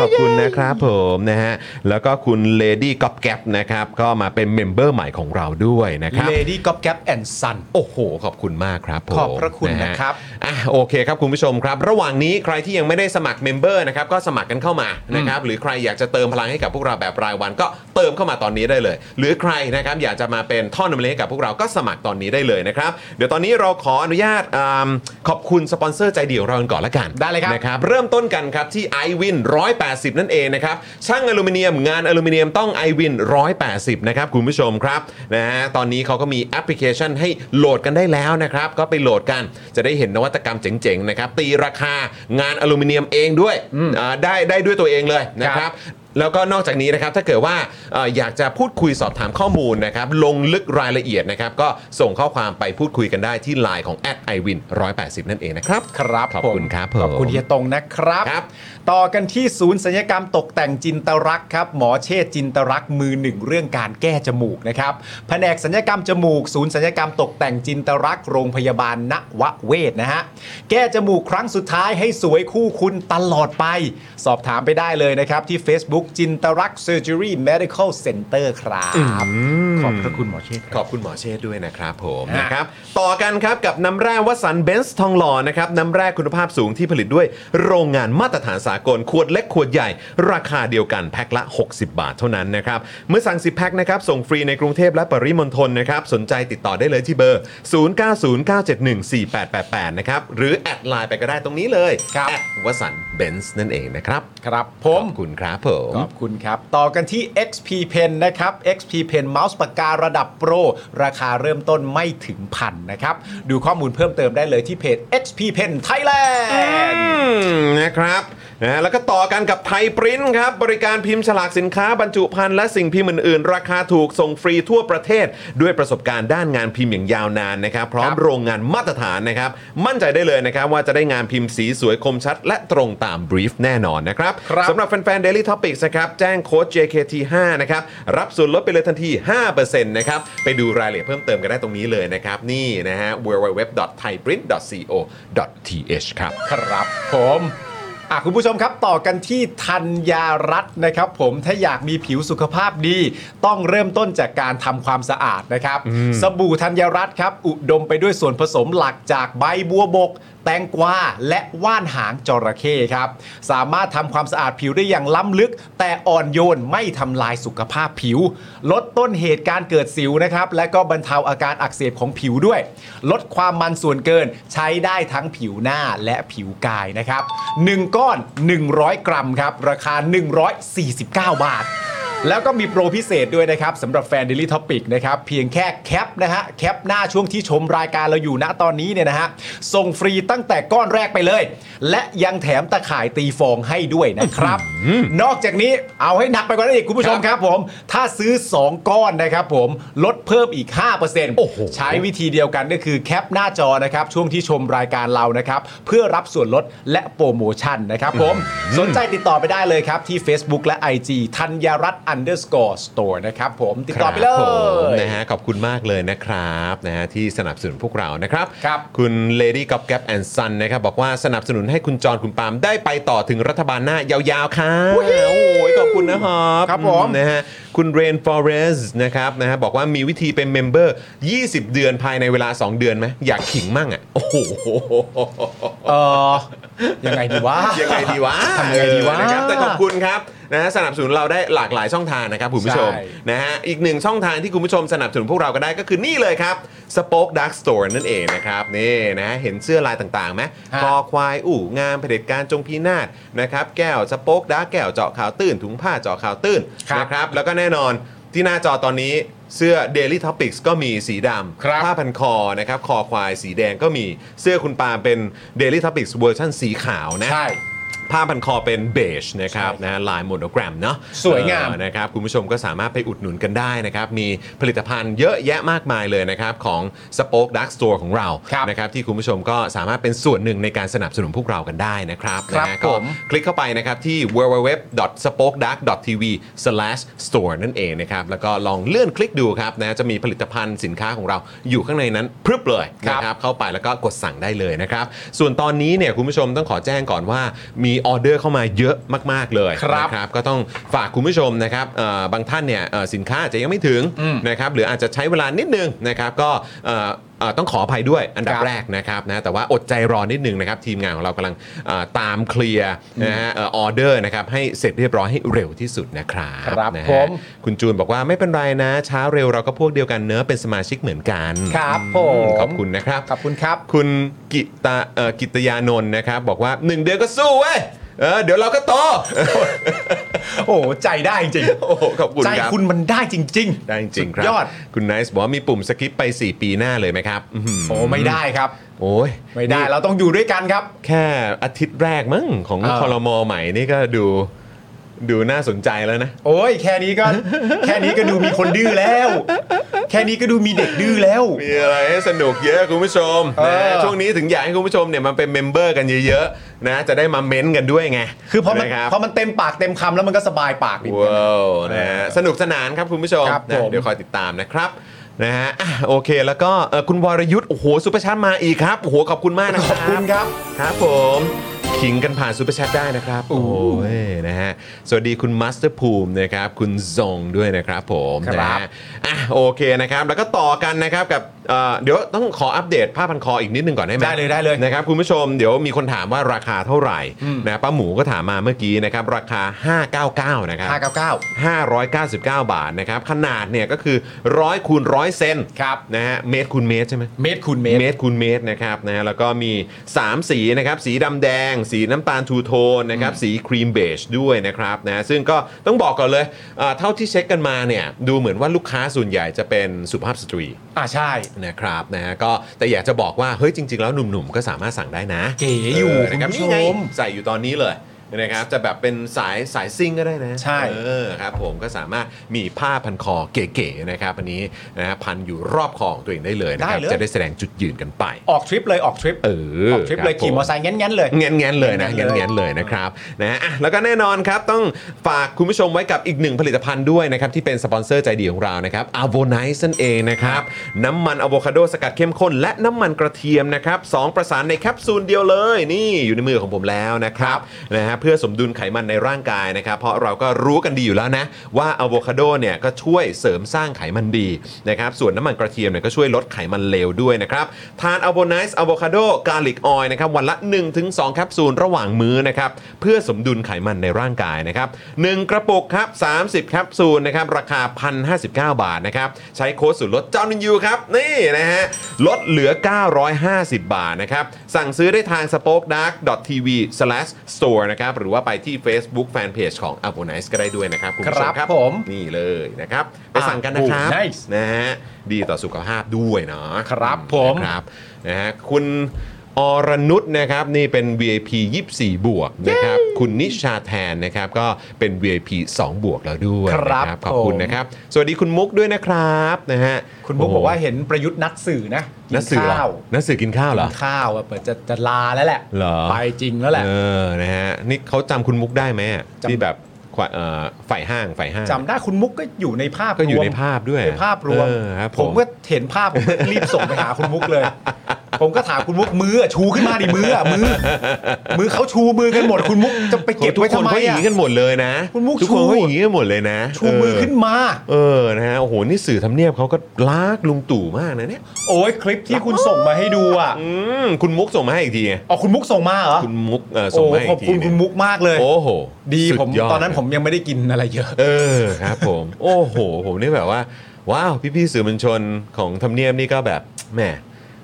ขอบคุณนะครับผมนะฮะแล้วก็คุณเลดี้ก๊อปแก๊ปนะครับก็มาเป็นเมมเบอร์ใหม่ของเราด้วยนะครับ
เลดี้ก๊อปแก๊ปแอนด์ซัน
โอ้โห ขอบคุณมากครับผม
ขอบพระคุณ
ฮ
นะครับ
อ่ะโอเคครับคุณผู้ชมครับ ระหว่างนี้ใครที่ยังไม่ได้สมัครเมมเบอร์นะครับ ก็สมัครกันเข้ามานะครับ หรือใครอยากจะเติมพลังให้กับพวกเราแบบรายวัน ก็เติมเข้ามาตอนนี้ได้เลย หรือใครนะครับอยากจะมาเป็นท่อนำเลี้ยงให้กับพวกเราก็สมัครตอนนี้ได้เลยนะครับ เดี๋ยวตอนนี้เราขออนุญาตอ่าขอบคุณสปอนเซอร์ใจเดียวเรากันก่อนละกัน
ได้เลยครับ
นะครับ เริ่มต้นกันครับที่ i w วิน180 นั่นเองนะครับ ช่างอลูมิเนียมงานอลูมิเนียมต้อง i w วิน180 นะครับ คุณผู้ชมครับนะฮะตอนนี้เขาก็มีแอปพลิเคชันให้โหลดกันได้แล้วนะครับ ก็ไปโหลดกันจะได้เห็นนวัตกรรมเจ๋งๆนะครับ ตีราคางานอลูมิเนียมเองด้วยอ่าได้ได้ด้วยตัวเองเลยนะครับ แล้วก็นอกจากนี้นะครับถ้าเกิดว่าเอ่ออยากจะพูดคุยสอบถามข้อมูลนะครับลงลึกรายละเอียดนะครับก็ส่งข้อความไปพูดคุยกันได้ที่ Line ของ i w วิน180 นั่นเองนะครับ
ครับ
ขอบ
ผม
คุณครับผม
ขอบคุณเฮียตรงนะครับ
ครับ
ต่อกันที่ศูนย์ศัลยกรรมตกแต่งจินตรักษ์ครับ หมอเชษจินตรักษ์มือหนึ่งเรื่องการแก้จมูกนะครับแผนกศัลยกรรมจมูก ศูนย์ศัลยกรรมตกแต่งจินตรักษ์โรงพยาบาลนวเวศนะฮะแก้จมูกครั้งสุดท้ายให้สวยคู่คุณตลอดไป สอบถามไปได้เลยนะครับ ที่ Facebook จินตรักษ์ Surgery Medical Center ครับ ขอบพระคุณหมอเชษค
ข
รั
อ
บ
บคุณหมอเชษฐ์ด้วยนะครับผม
ฮะ
นะครับต่อกันครับกับน้ำแร่วัสันเบนซ์ทองหล่อนะครับน้ำแร่คุณภาพสูงที่ผลิตด้วยโรงงานมาตรฐานสากลขวดเล็กขวดใหญ่ ราคาเดียวกันแพ็คละ 60 บาทเท่านั้นนะครับเมื่อสั่ง 10 แพ็คนะครับส่งฟรีในกรุงเทพและปริมณฑลนะครับสนใจติดต่อได้เลยที่เบอร์ 0909714888 นะครับหรือแอดไลน์ไปก็ได้ตรงนี้เลย
ครับ
แอดวัสันเบนซ์นั่นเองนะครับ
ครับผ
ข
ม
อบคุณครับผม
ขอบคุณครับ ต่อกันที่ XP Pen นะครับ XP Pen เมาส์ปากการะดับโปร ราคาเริ่มต้นไม่ถึงพันนะครับ ดูข้อมูลเพิ่มเติมได้เลยที่เพจ XP Pen Thailand
อืมนะครับนะแล้วก็ต่อกันกับไทยปริ้นท์ครับ บริการพิมพ์ฉลากสินค้าบรรจุภัณฑ์และสิ่งพิมพ์อื่นๆ ราคาถูกส่งฟรีทั่วประเทศ ด้วยประสบการณ์ด้านงานพิมพ์อย่างยาวนานนะครับ พร้อม
ครับ
โรงงานมาตรฐานนะครับ มั่นใจได้เลยนะครับ ว่าจะได้งานพิมพ์สีสวยคมชัด และตรงตามบรีฟแน่นอนนะครับ
ครับ
สำหรับแฟนๆ Daily Topics นะครับแจ้งโค้ด JKT5 นะครับรับส่วนลดไปเลยทันที 5%นะครับไปดูรายละเอียดเพิ่มเติมกันได้ตรงนี้เลยนะครับนี่นะฮะ www.thaiprint.co.th ครับ
ครับผม อ่ะคุณผู้ชมครับต่อกันที่ธัญญารัตน์นะครับผมถ้าอยากมีผิวสุขภาพดี ต้องเริ่มต้นจากการทำความสะอาดนะครับ สบู่ธัญญารัตน์ครับ อุดมไปด้วยส่วนผสมหลักจากใบบัวบก แตงกวาและว่านหางจระเข้ครับ สามารถทำความสะอาดผิวได้อย่างล้ำลึก แต่อ่อนโยนไม่ทำลายสุขภาพผิว ลดต้นเหตุการเกิดสิวนะครับ และก็บรรเทาอาการอักเสบของผิวด้วย ลดความมันส่วนเกินใช้ได้ทั้งผิวหน้าและผิวกายนะครับ 1 ก้อน 100 กรัมครับ ราคา 149 บาท แล้วก็มีโปรพิเศษด้วยนะครับสำหรับแฟน Daily Topic นะครับ เพียงแค่แคปนะฮะ แคปหน้าช่วงที่ชมรายการเราอยู่ณตอนนี้เนี่ยนะฮะ ส่งฟรีตั้งแต่ก้อนแรกไปเลย และยังแถมตะข่ายตีฟองให้ด้วยนะครับ นอกจากนี้เอาให้หนักไปกว่านั้นอีกคุณผู้ชมครับผม ถ้าซื้อ 2 ก้อนนะครับผมลดเพิ่มอีก 5%
โอ้โห
ใช้วิธีเดียวกันก็คือแคปหน้าจอนะครับ ช่วงที่ชมรายการเรานะครับ เพื่อรับส่วนลดและโปรโมชั่นนะครับผม สนใจติดต่อไปได้เลยครับ ที่ Facebook และ IG ธัญรัตน์ underscore store นะครับผมติดต่อไปเล
ครับผม
ย
นะฮะขอบคุณมากเลยนะครับนะฮะที่สนับสนุนพวกเรานะครับ
ครับ
คุณเลดี้กับแก p แอนด์ซันนะครับบอกว่าสนับสนุนให้คุณจรคุณปาล์มได้ไปต่อถึงรัฐบาลหน้ายาวๆค่ะโอ้ยขอบคุณนะครับ
ครับผม
นะฮะคุณเรนฟอเรสนะครับนะฮะบอกว่ามีวิธีเป็นเมมเบอร์ 20 เดือนภายในเวลา 2 เดือนไหมอยากขิงมั่งอ่ะโอ้โห
เออยังไงดีวะ
ยังไงดีวะ
ทำยังไงดีวะ
เออนะครับแต่ขอบคุณครับนะฮะสนับสนุนเราได้หลากหลายช่องทางนะครับคุณผู้ชม
ใช่
นะฮะอีกหนึ่งช่องทางที่คุณผู้ชมสนับสนุนพวกเราก็ได้ก็คือนี่เลยครับ Spoke Dark Store นั่นเองนะครับนี่นะเห็นเสื้อลายต่างๆไหม
ฮะ
คอควายอู่งามเผด็จการจงพินาศนะครับแก้วสป็อกดาร์กแก้วเจาะข่าวตื้นถุงผ้าเจาะข่าวตื้น
ครับ
นะครับแล้วก็แน่นอนที่หน้าจอตอนนี้เสื้อ Daily Topics ก็มีสีดำ
ครับ
ผ้าพันคอนะครับคอควายสีแดงก็มีเสื้อคุณปาล์มเป็น Daily Topics เวอร์ชันสีขาวนะ
ใช่
ผ้าพันคอเป็นเบจนะครับ
ใช่
นะฮะลายโมโนแกรมเนาะ
สวยงาม
เออ นะครับคุณผู้ชมก็สามารถไปอุดหนุนกันได้นะครับ มีผลิตภัณฑ์เยอะแยะมากมายเลยนะครับ ของ Spoke Dark Store ของเรา
ครับ
นะครับที่คุณผู้ชมก็สามารถเป็นส่วนหนึ่งในการสนับสนุนพวกเรากันได้นะครับ
ครับ
นะฮะ
ผ
ก็
ม
คลิกเข้าไปนะครับที่ www.spokedark.tv/store นั่นเองนะครับ แล้วก็ลองเลื่อนคลิกดูครับนะจะมีผลิตภัณฑ์สินค้าของเราอยู่ข้างในนั้นพรึบเลย
ครั
นะ
บ
ครับ เข้าไปแล้วก็กดสั่งได้เลยนะครับ ส่วนตอนนี้เนี่ยคุณผู้ชมต้องขอแจ้งก่อนว่ามีออเดอร์เข้ามาเยอะมาก ๆเลย
ครับ
นะ นะครับก็ต้องฝากคุณผู้ชมนะครับเอ่อบางท่านเนี่ยเอ่อสินค้าอาจจะยังไม่ถึงนะครับหรืออาจจะใช้เวลานิดนึงนะครับก็เอ่อเอ่อต้องขออภัยด้วยอันดับ
ครับ
แรกนะครับนะแต่ว่าอดใจรอนิดนึงนะครับทีมงานของเรากำลังเอ่อตามเคลียร์นะฮะเออออเดอร์นะครับให้เสร็จเรียบร้อยให้เร็วที่สุดนะครับ
ครับ
นะ
ผ
ฮะ
ม
คุณจูนบอกว่าไม่เป็นไรนะ ช้าเร็วเราก็พวกเดียวกันเนอะเป็นสมาชิกเหมือนกัน
ครับผ
อื
ม
มขอบคุณนะครับ
ขอบคุณครับ
คุณกิตาเอ่อกิตยานนท์นะครับบอกว่าหนึ่งเดือนก็สู้เว้ยเออเดี๋ยวเราก็โต
โอ้โหใจได้จริง
โอ้โหขอบคุณ
ใจ
ครับ
คุณมันได้จริง
ได้จริงๆค
สุ
รับ
ยอด
คุณไนซ์บอกว่ามีปุ่มสคิปไป 4 ปีหน้าเลยไหมครับอื้อหือ
โอ้ไม่ได้ครับ
โอ้ย
ไม่ได้
นี่
เราต้องอยู่ด้วยกันครับ
แค่อาทิตย์แรกมั้งของ
เออ
คอรมอใหม่นี่ก็ดูดูน่าสนใจแล้วนะ
โอ้ยแค่นี้ก็
[laughs]
แค่นี้ก็ดูมีคนดื้อแล้ว แค่นี้ก็ดูมีเด็กดื้อแล้ว
มีอะไรให้สนุกเยอะคุณผู้ชม
เออ
นะช่วงนี้ถึงอยากให้คุณผู้ชมเนี่ยมันเป็นเมมเบอร์กันเยอะๆนะจะได้มาเม้นต์กันด้วยไง
คือพอมัน
นะครับ
พอมันเต็มปากเต็มคำแล้วมันก็สบายปากดี
ว้าวนะฮะสนุกสนานครับคุณผู้ชม
ครับ
นะ
ผม
เดี๋ยวคอยติดตามนะครับนะฮะอ่ะโอเคแล้วก็เอ่อคุณวรยุทธ์โอ้โหซูเปอร์แชทมาอีกครับโอ้โหขอบคุณมากนะครับ
ขอบคุณครับ
ครับผมขิงกันผ่านซูเปอร์แชทได้นะครับ โอ้ยนะฮะสวัสดีคุณมัสเตอร์ภูมินะครับคุณซงด้วยนะครับผม
ครับ
นะฮะอ่ะโอเคนะครับ แล้วก็ต่อกันนะครับกับเอ่อเดี๋ยวต้องขออัปเดตผ้าพันคออีกนิดนึงก่อนได้ไหม
ได้เลยได้เลย
นะครับคุณผู้ชมเดี๋ยวมีคนถามว่าราคาเท่าไหร่นะป้าหมูก็ถามมาเมื่อกี้นะครับราคา 599 นะครับ
ห้าเก้าเก้า
599 บาทนะครับขนาดเนี่ยก็คือ 100คูณ100 เซน
ครับ
นะฮะเมตรคูณเมตรใช่ไหม
เมตรคูณเม
เม
ตร
ตรคูณเมตรนะครับนะฮะแล้วก็มี 3 สีนะครับสีดำแดง สีน้ำตาลทูโทนนะครับสีครีมเบจด้วยนะครับนะฮะซึ่งก็ต้องบอกก่อนเลยเอ่อเท่าที่เช็คกันมาเนี่ยดูเหมือนว่าลูกค้าส่วนใหญ่จะเป็นสุภาพสตรี
อ่าใช่
นะครับนะฮะก็แต่อยากจะบอกว่า เฮ้ยจริง ๆ แล้วหนุ่มๆ ก็สามารถสั่งได้นะ
เก๋อยู่
เนะครับ
คุณผู้ชม
นี่ไงใส่อยู่ตอนนี้เลย นะครับจะแบบเป็นสายสายซิ่งก็ได้นะ
ใช่
เออครับผมก็สามารถมีผ้าพันคอเก๋ๆนะครับอันนี้นะฮะพันอยู่รอบคอของตัวเองได้เลยนะครับ
ได้เลย
จะได้แสดงจุดยืนกันไป
ออกทริปเลยออกทริป
เออ
ออกทริปเลย
ครับ
ขี่มอเต
ผ
อร์ไซค์เงั้นๆเลย
แง้นๆเลยนะ
แง้นๆเลย
แง้นๆเลยนะครับนะอ่ะแล้วก็แน่นอนครับต้องฝากคุณผู้ชมไว้กับอีกหนึ่งผลิตภัณฑ์ด้วยนะครับ ที่เป็นสปอนเซอร์ใจดีของเรานะครับอ v o n i c e นั่นเองนะครับ น้ำมันอะโวคาโดสกัดเข้มข้น และน้ำมันกระเทียมนะครับสองประสานในแคปซูลเดียวเลย นี่อยู่ในมือของผมแล้วนะครับนะฮะเพื่อสมดุลไขมันในร่างกายนะครับ เพราะเราก็รู้กันดีอยู่แล้วนะ ว่าอะโวคาโดเนี่ยก็ช่วยเสริมสร้างไขมันดีนะครับส่วนน้ำมันกระเทียมเนี่ยก็ช่วยลดไขมันเลวด้วยนะครับ ทานอ v o n i c e อะโวคาโดกาลิกออยนะครับวันละ 1-2 แคปซูลระหว่างมื้อนะครับเพื่อสมดุลไขมันในร่างกายนะครับ1กระปุกครับ 30 แคปซูลนะครับราคา 1,059 บาทนะครับใช้โค้ดส่วนลดเจ้าหนึงยูครับ นี่นะฮะลดเหลือ 950 บาทนะครับสั่งซื้อได้ทาง spokedark.tv/store นะครับหรือว่าไปที่ Facebook Fanpage ของ a v o n i c e ก็ได้ด้วยนะครับคุณผู้ชม
ค
ค
รั
รั
บบ ผม
นี่เลยนะครับไปสั่งกันนะครับ
อ่าโอ้ nice
นะฮะดีต่อสุขภาพด้วยเนาะ
ครับผม
นะครับนะฮะคุณอรนุชนะครับนี่เป็น VIP 24 บวกนะครับคุณนิชาแทนนะครับก็เป็น VIP 2 บวกแล้วด้วย
ครับ
นะขอบคุณ
ผม
นะครับ สวัสดีคุณมุกด้วยนะครับนะฮะ
คุณบุ๊ก
โโห
บอกว่าเห็นประยุทธ์นัดสื่อนะกิ
นักสื่อเหรอ
ข้าว
นักสื่อกินข้าวเหรอ
กินข้าวอะเปิดจะจะลาแล้วแหละ
เหรอ
ไปจริงแล้วแหละ
เออนะฮะนี่เขาจำคุณมุกได้ไหมอะ
จำ
ที่แบบขวาเอ่อฝ่ายห้างฝ่ายห้าง
จำได้คุณมุกก็อยู่ในภาพ
ก็อยู่
รวม
ในภาพด้วย
ในภาพรวม
เออครับผม
ผมก็เห็นภาพผมก็รีบส่งไปหาคุณมุกเลย ผมก็ถามคุณมุกมืออะชูขึ้นมาดิมืออะมือ มือเขาชูมือกันหมด คุณมุกจะไปเก็บ
ทุก
ไว้
คน
ทำไม
เขาอย่า
อะ
งนี้กันหมดเลยนะ
คุณมุก
ทุกคน
ชู
เขาอย่างนี้กันหมดเลยนะ
ชูมือ
เ
ขึ้นมา
เออ นะฮะ โอ้โห นี่สื่อทำเนียบเขาก็ลากลุงตู่มากนะเนี่ย
โอ้ยคลิปที่คุณส่งมาให้ดูอ่ะ
อืม คุณมุกส่งมาให้อีกทีไง
อ๋อคุณมุกส่งมาเหรอ
คุณมุกเออส่ง
โอ้
มาให้
ข
อี
อบ
กที
คุณ
เนี่
คุ
ย
ณมุกมากเลย
โอ้โห
ดี
สุ
ผม
ยด
ตอนนั้นผมยังไม่ได้กินอะไรเยอะ
เออ ครับผม [laughs] โอ้โห ผมนี่แบบว่า ว้าว พี่ๆสื่อมวลชนของทำเนียบนี่ก็แบบแหม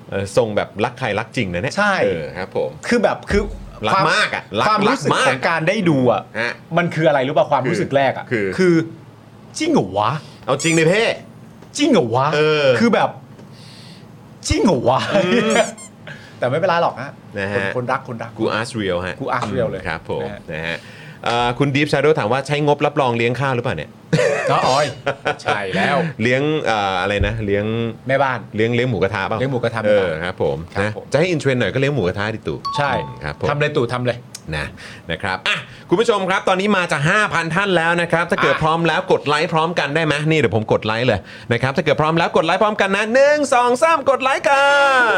เออส่งแบบรักใครรักจริงนะเนี่ย
ใช่
เออครับผม
คือแบบคือ
รัก
คว
มากอะรัก
ความรู้สึก
รักมาก
ของการได้ดูอ่ะ
ฮะ
มันคืออะไรรู้ป่ะความรู้สึกแรกอ่ะ
คือ
คือจริงเหรอวะ
เอาจริงเลยเพ่
จริงเหรอวะ
เออ
คือแบบจริงเหรอวะ [laughs] แต่ไม่เป็นไรหรอกฮะ
นะฮะ
คนคนรักคนรัก
กูอาร์ตเรียลฮะ
กู ask real เลย
ครับผม
นะฮะ
นะฮะเอ่อคุณดีฟชาโดถามว่าใช้งบรับรองเลี้ยงข้าวหรือเปล่าเนี่ย
น้าออยใช่แล้ว
เลี้ยงเอ่ออะไรนะ เลี้ยง
แม่บ้าน
เลี้ยงเลี้ยงหมูกระทะป่ะ
เลี้ยงหมูกระทะ
เออครับผม
ครั
นะ
บผม
จะให้อินเทรนด์หน่อยก็เลี้ยงหมูกระทะดิตู่
ใช่
อืมครับผม
ทำเลยตู่ทำเลย
นะนะครับอ่ะคุณผู้ชมครับตอนนี้มาจะ5,000 ท่านแล้วนะครับ ถ้าเกิด
อ่ะ
พร้อมแล้วกดไลค์พร้อมกันได้ไหมนี่เดี๋ยวผมกดไลค์เลยนะครับถ้าเกิดพร้อมแล้วกดไลค์พร้อมกันนะ1 2 3 กดไลค์กั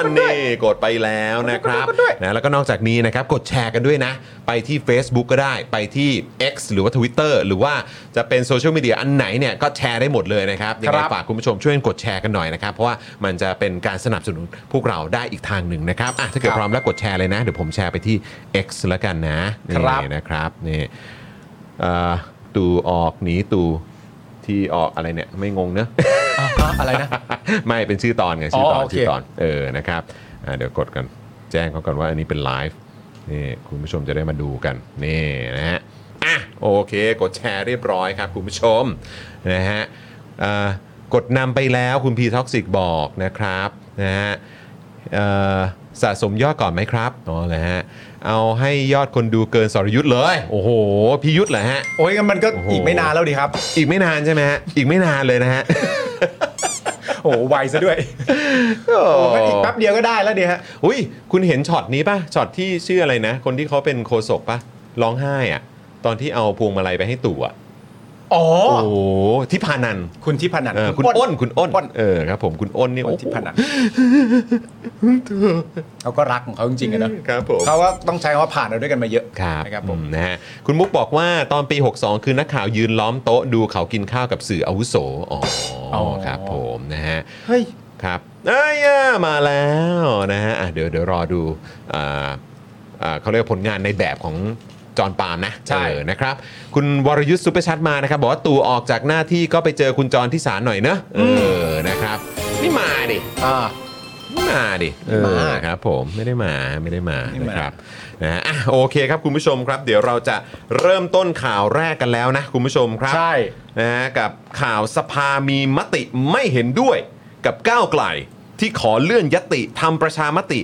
นนี่กดไปแล้วนะครับนะแล้วก็นอกจากนี้นะครับกดแชร์กันด้วยนะ ไปที่ Facebook ก็ได้ไปที่ X หรือว่า Twitter หรือว่าจะเป็นโซเชียลมีเดียอันไหนเนี่ยก็แชร์ได้หมดเลยนะครับยัง
ค
ไง
รับ
ฝาก คุณผู้ชมช่วยกดแชร์กันหน่อยนะครับ เพราะว่ามันจะเป็นการสนับสนุนพวกเราได้อีกทางหนึ่งนะครับอ่ะถ้าเกิดพร้อมแล้วกดแชร์เลยนะ เดี๋ยวผมแชร์ไปที่ X แล้วกันนะครับ นี่นะครับนี่เอ่อตูออกหนีตูที่ออกอะไรเนี่ยไม่งงเนอะ
อะไรนะ
[laughs] ไม่เป็นชื่อตอนไงชื่อตอ
อ๋
น
อโอเค
ชื่อตอนเออนะครับอ่ะเดี๋ยวกดกันแจ้งเขาก่อนว่าอันนี้เป็นไลฟ์นี่คุณผู้ชมจะได้มาดูกันนี่นะฮะอ่ะโอเค กดแชร์เรียบร้อยครับคุณผู้ชมนะฮะเอ่อกดนำไปแล้วคุณพีท็อกซิกบอกนะครับนะฮะเอ่อสะสมยอดก่อนไหมครับอ๋อเลยฮะเอาให้ยอดคนดูเกินสรยุทธ์เลย โอ้โหพี่ยุทธ์เหรอฮะ
โอ้ยงั้นมันก็
โอ้โห
อีกไม่นานแล้วดีครับ
อีกไม่นานใช่ไหมฮะอีกไม่นานเลยนะฮะ
โอ้โหไวซะด้วยโอ้ก็อีกแป๊บเดียวก็ได้แล้วดีฮะ
อุ้ยคุณเห็นช็อตนี้ป่ะช็อตที่ชื่ออะไรนะ คนที่เขาเป็นโคศกป่ะร้องไห้อะตอนที่เอาพวงมาลัยไปให้ตู่อะ
อ๋อ
โอ้โหที่พานัน
คุณที่พนัน
เออคุณอ้นคุณอ้นเออครับผมคุณอ้นนี่
คน
โอ้โห
ที่พนันเขาก็รักของเขาจริงๆอะนะครับ
ผม
เขาก็ต้องใช้คำว่าผ่านเราด้วยกันมาเยอะ
ครับ
นะครับผม
อืมนะฮะคุณมุกบอกว่าตอนปี 62 คือนักข่าวยืนล้อมโต๊ะดูเขากินข้าวกับสื่ออาวุโสอ๋ออ
อ
ครับผมนะฮะ
เฮ้ย
ครับเอ้ยอ่ะมาแล้วนะฮะอ่ะเดี๋ยวเดี๋ยวรอดูอ่าอ่าเขาเรียกว่าผลงานในแบบของจอห์นปาล์มนะ
ใช่
เออนะครับ คุณวรยุทธ์ซุปเปอร์ชัดมานะครับ บอกว่าตู่ออกจากหน้าที่ก็ไปเจอคุณจอห์นที่ศาลหน่อยเนอะเออนะครับ นี่มาดิ
อ่า
ไม่มาดิเออ
ไม่มา
ครับผมไม่ได้มาไม่ได้มา
ไม่มา
นะครับนะฮะอ่ะโอเคครับคุณผู้ชมครับ เดี๋ยวเราจะเริ่มต้นข่าวแรกกันแล้วนะคุณผู้ชมครับ
ใช่
นะฮะกับข่าวสภามีมติไม่เห็นด้วยกับก้าวไกล ที่ขอเลื่อนยติทำประชามติ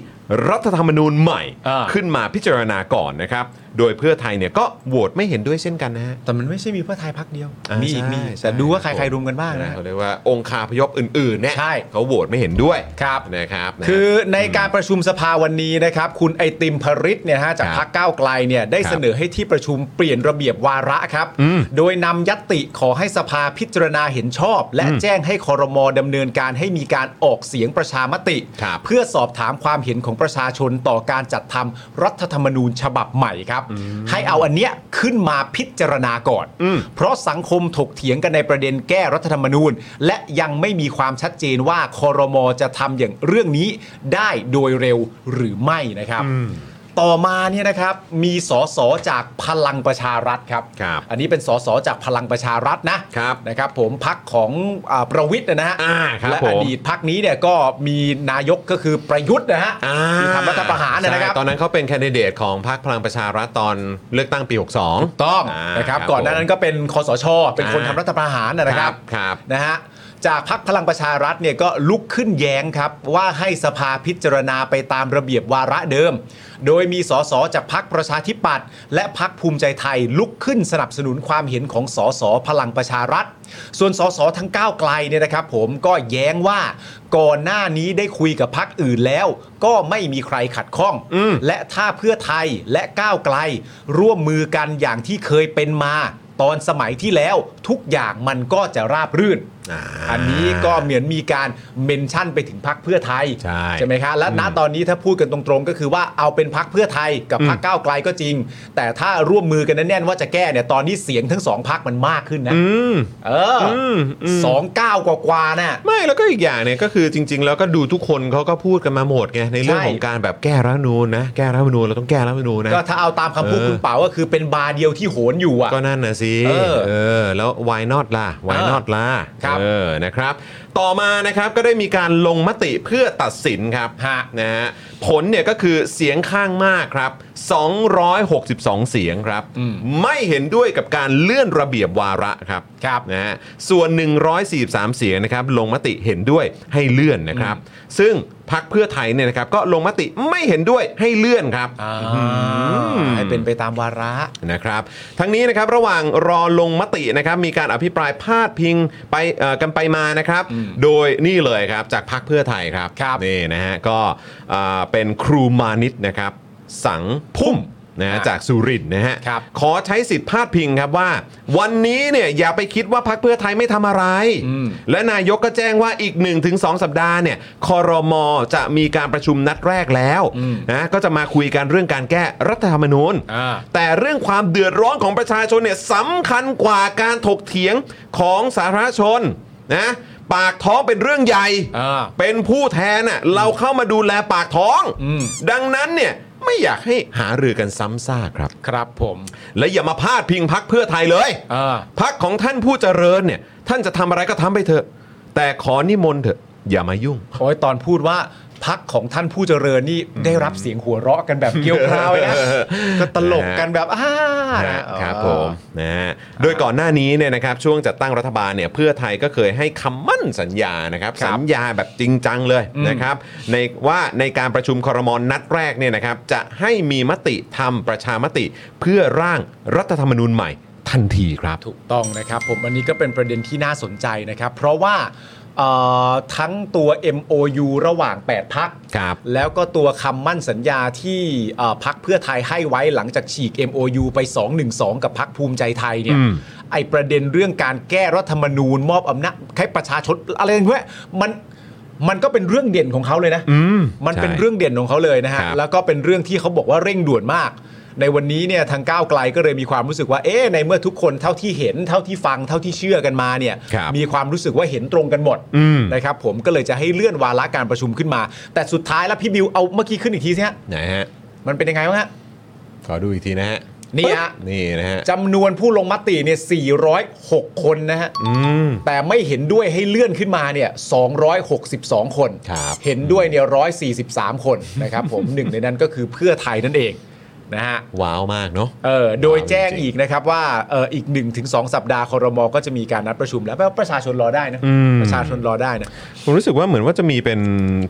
รัฐธรรมนูญใหม่
อ่า
ขึ้นมาพิจารณาก่อนนะครับ โดยเพื่อไทยเนี่ยก็โหวตไม่เห็นด้วยเช่นกันนะฮะ
แต่มันไม่ใช่มีเพื่อไทยพักเดียว
อ่ามี
มี
ใช่
อีกมีอีก
ใช่
แต่ดูว่าใคร
ครับ
ใครรวมกันบ้างนะ
เขาเรียกว่าองค์คาพยพอื่นๆเนี่ย
ใช่
เขาโหวตไม่เห็นด้วย
ครับ
นะครับนะ
คือในการประชุมสภาวันนี้นะครับ คุณไอติมพริตเนี่ยนะฮะจาก
ครับ
พรรคก้าวไกลเนี่ยได้
ครับ
เสนอให้ที่ประชุมเปลี่ยนระเบียบวาระครับ
อืม
โดยนำยัตติขอให้สภาพิจารณาเห็นชอบ และแจ้งให้คอรมอดำเนินการให้มีการออกเสียงประชามติ
ครับ
เพื่อสอบถามความเห็นของประชาชนต่อการจัดทำรัฐธรรมนูญฉบับใหม่ครับ ให้เอาอันเนี้ยขึ้นมาพิจารณาก่อน
อืม
เพราะสังคมถกเถียงกันในประเด็นแก้รัฐธรรมนูญ และยังไม่มีความชัดเจนว่าคอรมอจะทำอย่างเรื่องนี้ได้โดยเร็วหรือไม่นะครับ ต่อมาเนี่ยนะครับมีสสจากพลังประชารัฐครับ
ครับ
อันนี้เป็นสสจากพลังประชารัฐนะครับ นะครับ ผมพักของอาประวิทย์นะฮะ
อ่าครับ
และ
ผม
อดีตพักนี้เนี่ยก็มีนายกก็คือประยุทธ์นะฮะ
อ่า
ที่ทำรัฐประหารนะนะครับ
ใช่ตอนนั้นเขาเป็นแคนดิเดตของพรรคพลังประชารัฐตอนเลือกตั้งปี 62
ถูกต้อง
อ่า
นะครับ
ครับ
ก่อนหน้านั้นก็เป็นคอสช เป็นคน
อ่า
ทำรัฐประหารนะนะครับ
ครับ
นะฮะจากพักพลังประชารัฐเนี่ยก็ลุกขึ้นแย้งครับ ว่าให้สภาพิจารณาไปตามระเบียบวาระเดิม โดยมีสสจากพักประชาธิปัตย์และพักภูมิใจไทยลุกขึ้นสนับสนุนความเห็นของสสพลังประชารัฐ ส่วนสสทั้งก้าวไกลเนี่ยนะครับผมก็แย้งว่าก่อนหน้านี้ได้คุยกับพักอื่นแล้ว ก็ไม่มีใครขัดข้อง
อืม
และถ้าเพื่อไทยและก้าวไกล ร่วมมือกันอย่างที่เคยเป็นมา ตอนสมัยที่แล้วทุกอย่างมันก็จะราบรื่น
อ่า
อันนี้ก็เหมือนมีการเมนชั่นไปถึงพักเพื่อไทย
ใช่
ไหมคะและณตอนนี้ถ้าพูดกันตรงๆ ก็คือว่าเอาเป็นพักเพื่อไทยกับพักก้าวไกลก็จริง แต่ถ้าร่วมมือกันแน่นๆว่าจะแก้เนี่ยตอนนี้เสียงทั้งสองพักมันมากขึ้นนะเอออ
มอืม
สองเก้ากว่าๆน่ะ
ไม่แล้วก็อีกอย่างเนี่ยก็คือจริง ๆ แล้วก็ดูทุกคนเขาก็พูดกันมาหมดไงในเรื่อง
ใช่
ของการแบบแก้รัฐธรรมนูญนะแก้รัฐธรรมนูญเราต้องแก้รัฐธรรมนูญนะ
ก็ถ้าเอาตามคำพูด
เออ
คุณเป๋าก็คือเป็นบาร์เดียวที่โหนอยู่อ่ะ
ก็นั่นนะสิ
เออ
อแล้ว why not ล่ะ why
เออ
not ล่ะ
ครับ
เออนะครับ ต่อมานะครับก็ได้มีการลงมติเพื่อตัดสินครับ
ฮะ
นะฮะผลเนี่ยก็คือเสียงข้างมากครับ 262 เสียงครับ ไม่เห็นด้วยกับการเลื่อนระเบียบวาระครับ
ครับ
นะฮะส่วน 143 เสียงนะครับลงมติเห็นด้วยให้เลื่อนนะครับ ซึ่งพักเพื่อไทยเนี่ยนะครับก็ลงมติไม่เห็นด้วยให้เลื่อนครับ
อ่าให้เป็นไปตามวาระ
นะครับทั้งนี้นะครับระหว่างรอลงมตินะครับมีการอภิปรายพาดพิงไปเอ่อกันไปมานะครับ โดยนี่เลยครับจากพักเพื่อไทยครับ
ครับ
นี่นะฮะก็อ่าเป็นครูมานิตนะครับสังพุ่มนะฮะ
อ่ะ
จากสุรินทร์นะฮะ
ครับ
ขอใช้สิทธิ์พาดพิงครับว่า วันนี้เนี่ยอย่าไปคิดว่าพักเพื่อไทยไม่ทำอะไร
อืม
และนายกก็แจ้งว่าอีก 1-2 สัปดาห์เนี่ยคอรมอจะมีการประชุมนัดแรกแล้ว
อืม
นะก็จะมาคุยกันเรื่องการแก้รัฐธรรมนูญ
อ่า
แต่เรื่องความเดือดร้อนของประชาชนเนี่ยสำคัญกว่าการถกเถียงของสาธารณชนนะปากท้องเป็นเรื่องใหญ่
อ่า
เป็นผู้แทนน่ะเราเข้ามาดูแลปากท้อง
อืม
ดังนั้นเนี่ยไม่อยากให้หารือกันซ้ำซากครับ
ครับผม
และอย่ามาพาดพิงพักเพื่อไทยเลย
อ่า
พักของท่านผู้เจริญเนี่ยท่านจะทำอะไรก็ทำไปเถอะ แต่ขอนิมนต์เถอะอย่ามายุ่ง
โอ้ยตอนพูดว่าพักของท่านผู้เจริญนี่ได้รับเสียงหัวเราะกันแบบเกรี้ยวกร้าวเลยนะ
[laughs]
ก็ตลกกันแบบอ้านะ
ครับผมนะฮะโดยก่อนหน้านี้เนี่ยนะครับช่วงจัดตั้งรัฐบาลเนี่ยเพื่อไทยก็เคยให้คำมั่นสัญญานะครับ
ครับ
สัญญาแบบจริงจังเลย
อืม
นะครับในว่าในการประชุมครมอนนัดแรกเนี่ยนะครับจะให้มีมติทำประชามติเพื่อร่างรัฐธรรมนูญใหม่ทันทีครับ
ถูกต้องนะครับผมอันนี้ก็เป็นประเด็นที่น่าสนใจนะครับ เพราะว่าเอ่อทั้งตัว MOU ระหว่าง 8 พัก
ครับ
แล้วก็ตัวคำมั่นสัญญาที่เอ่อพักเพื่อไทยให้ไว้หลังจากฉีก MOU ไป 212 กับพักภูมิใจไทยเนี่ย
อืม
ไอประเด็นเรื่องการแก้รัฐธรรมนูญมอบอำนาจให้ประชาชนอะไรอย่างเงี้ยมันมันก็เป็นเรื่องเด่นของเขาเลยนะ
อืม
มันเป็นเรื่องเด่นของเขาเลยนะฮะ
ครับ
แล้วก็เป็นเรื่องที่เขาบอกว่าเร่งด่วนมาก ในวันนี้เนี่ยทางก้าวไกลก็เลยมีความรู้สึกว่า เอ๊ะในเมื่อทุกคนเท่าที่เห็น เท่าที่ฟัง เท่าที่เชื่อกันมาเนี่ย
ครับ
มีความรู้สึกว่าเห็นตรงกันหมด
อืม
นะครับผมก็เลยจะให้เลื่อนวาระการประชุมขึ้นมา แต่สุดท้ายแล้วพี่บิวเอาเมื่อกี้ขึ้นอีกทีสิฮะ
ไหนฮะ
มันเป็นยังไงบ้างฮะ
ขอดูอีกทีนะฮะ
นี่ฮะ
ปึ๊บนี่นะฮะ
จำนวนผู้ลงมติเนี่ย 406 คนนะฮะ
อืม
แต่ไม่เห็นด้วยให้เลื่อนขึ้นมาเนี่ย 262 คน
ครับ
เห็นด้วยเนี่ย 143 คนนะครับผม [laughs] หนึ่งในนั้นก็คือเพื่อไทยนั่นเองนะฮะ
ว้าวมากเนาะ
เออ โดยแจ้ง
จริงๆ
อีกนะครับว่าเอออีก 1-2 สัปดาห์คอรมอก็จะมีการนัดประชุมแล้วแปลว่าประชาชนรอได้นะ ประชาชนรอได้นะ
ผมรู้สึกว่าเหมือนว่าจะมีเป็น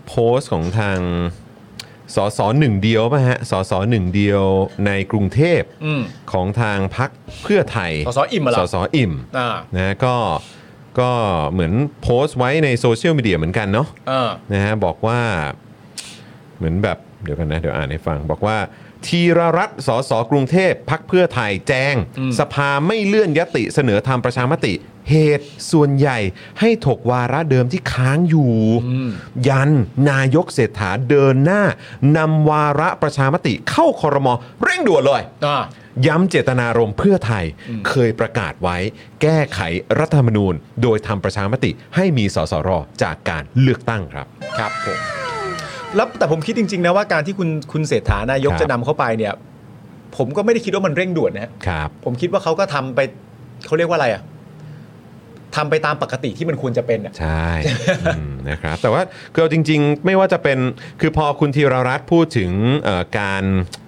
โพสต์ของทาง สอสอหนึ่งเดียวป่ะฮะสอสอหนึ่งเดียวในกรุงเทพ
อืม
ของทางพักเพื่อไทย
สสอิ่มเหรอ
สสอิ่ม
อ่า
นะก็ก็เหมือนโพสต์ไว้ในโซเชียลมีเดียเหมือนกันเนาะ
อ่า
นะฮะบอกว่าเหมือนแบบเดี๋ยวกันนะ เดี๋ยวอ่านให้ฟัง บอกว่า ทีรรัตน์สสกรุงเทพพักเพื่อไทยแจ้ง
อืม
สภาไม่เลื่อนยติเสนอทำประชามติ เหตุส่วนใหญ่ให้ถกวาระเดิมที่ค้างอยู่ ยันนายกเศรษฐาเดินหน้านำวาระประชามติเข้าคอรมอเร่งด่วนเลย
อ่า
ย้ำเจตนารมณ์เพื่อไทยเคยประกาศไว้ แก้ไขรัฐธรรมนูญ โดยทำประชามติให้มีสสรจากการเลือกตั้งครับ
ครับผมแล้วแต่ผมคิดจริง ๆ นะว่าการที่คุณคุณเศรษฐานายก
ครับ
จะนำเข้าไปเนี่ย ผมก็ไม่ได้คิดว่ามันเร่งด่วนนะฮะ
ครับ
ผมคิดว่าเขาก็ทำไปเขาเรียกว่าอะไรอะทำไปตามปกติที่มันควรจะเป็นอะ
ใช่อืมนะครับแต่ว่าคือเอาจริง ๆ ไม่ว่าจะเป็นคือพอคุณธีรรัตน์พูดถึงเอ่อการ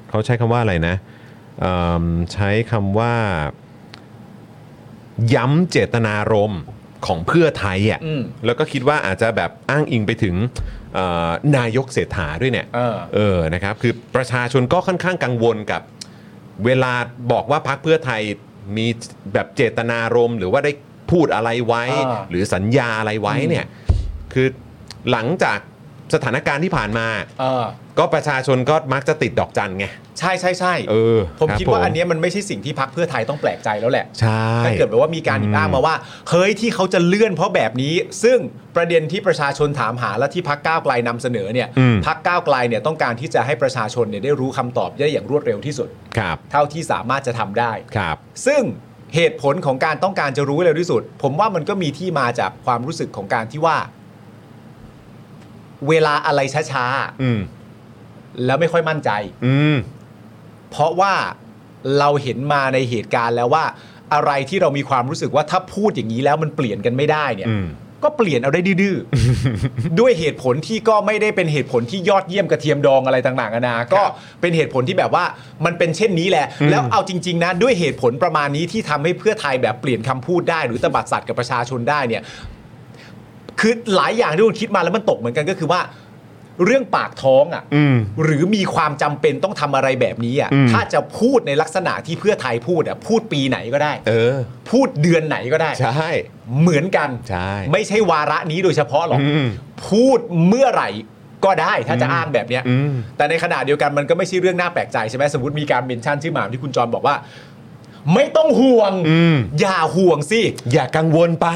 เขาใช้คำว่าอะไรนะเอิ่มใช้คำว่า ย้ำเจตนารมณ์ของเพื่อไทยอ่ะ
อืม
แล้วก็คิดว่าอาจจะแบบอ้างอิงไปถึงเอ่อนายกเศรษฐาด้วยเนี่ย
เออ
เออนะครับคือประชาชนก็ค่อนข้างกังวลกับ เวลาบอกว่าพักเพื่อไทยมีแบบเจตนารมณ์หรือว่าได้พูดอะไรไว้
อ่า
หรือสัญญาอะไรไว้เนี่ยคือหลังจากสถานการณ์ที่ผ่านมา
เออ
ก็ประชาชนก็มักจะติดดอกจันไง
ใช่ใช่ใช่
เออ
ผม
รับ
คิดว่าอันเนี้ยมันไม่ใช่สิ่งที่พักเพื่อไทยต้องแปลกใจแล้วแหละ
ใช่
ถ้าเกิดแบบว่ามีการ
อืม
อ้างมาว่า เฮ้ยที่เขาจะเลื่อนเพราะแบบนี้ ซึ่งประเด็นที่ประชาชนถามหาและที่พักก้าวไกลนำเสนอเนี่ย
อืม
พักก้าวไกลเนี่ยต้องการที่จะให้ประชาชนเนี่ยได้รู้คำตอบได้อย่างรวดเร็วที่สุด
ครับ
เท่าที่สามารถจะทำได้
ครับ
ซึ่งเหตุผลของการต้องการจะรู้ให้เร็วที่สุด ผมว่ามันก็มีที่มาจากความรู้สึกของการที่ว่า เวลาอะไรช้า
อืม
ๆแล้วไม่ค่อยมั่นใจ
อืม
เพราะว่าเราเห็นมาในเหตุการณ์แล้วว่า อะไรที่เรามีความรู้สึกว่าถ้าพูดอย่างนี้แล้วมันเปลี่ยนกันไม่ได้เนี่ย
อืม
ก็เปลี่ยนเอาได้ดื้อ
[laughs]
ๆ ด้วยเหตุผลที่ก็ไม่ได้เป็นเหตุผลที่ยอดเยี่ยมกระเทียมดองอะไรต่างๆนานา ก็เป็นเหตุผลที่แบบว่ามันเป็นเช่นนี้แหละ แล้วเอาจริง ๆ นะ ด้วยเหตุผลประมาณนี้ที่ทำให้เพื่อไทยแบบเปลี่ยนคำพูดได้ หรือตบัดสัตว์กับประชาชนได้เนี่ย คือหลายอย่างที่คุณคิดมาแล้วมันตกเหมือนกันก็คือว่า เรื่องปากท้องอ่ะ
อืม
หรือมีความจำเป็นต้องทำอะไรแบบนี้อ่ะ
อืม
ถ้าจะพูดในลักษณะที่เพื่อไทยพูดอ่ะพูดปีไหนก็ได้
เออ
พูดเดือนไหนก็ได้
ใช่
เหมือนกัน
ใช่
ไม่ใช่วาระนี้โดยเฉพาะหรอก
อืม
พูดเมื่อไหร่ก็ได้ถ้าจะอ้างแบบเนี้ย
อืม
แต่ในขณะเดียวกันมันก็ไม่ใช่เรื่องน่าแปลกใจใช่ไหมสมมติมีการเมนชั่นชื่อหมามที่คุณจรบอกว่า ไม่ต้องห่วง
อืม
อย่าห่วงสิ
อย่ากังวลไป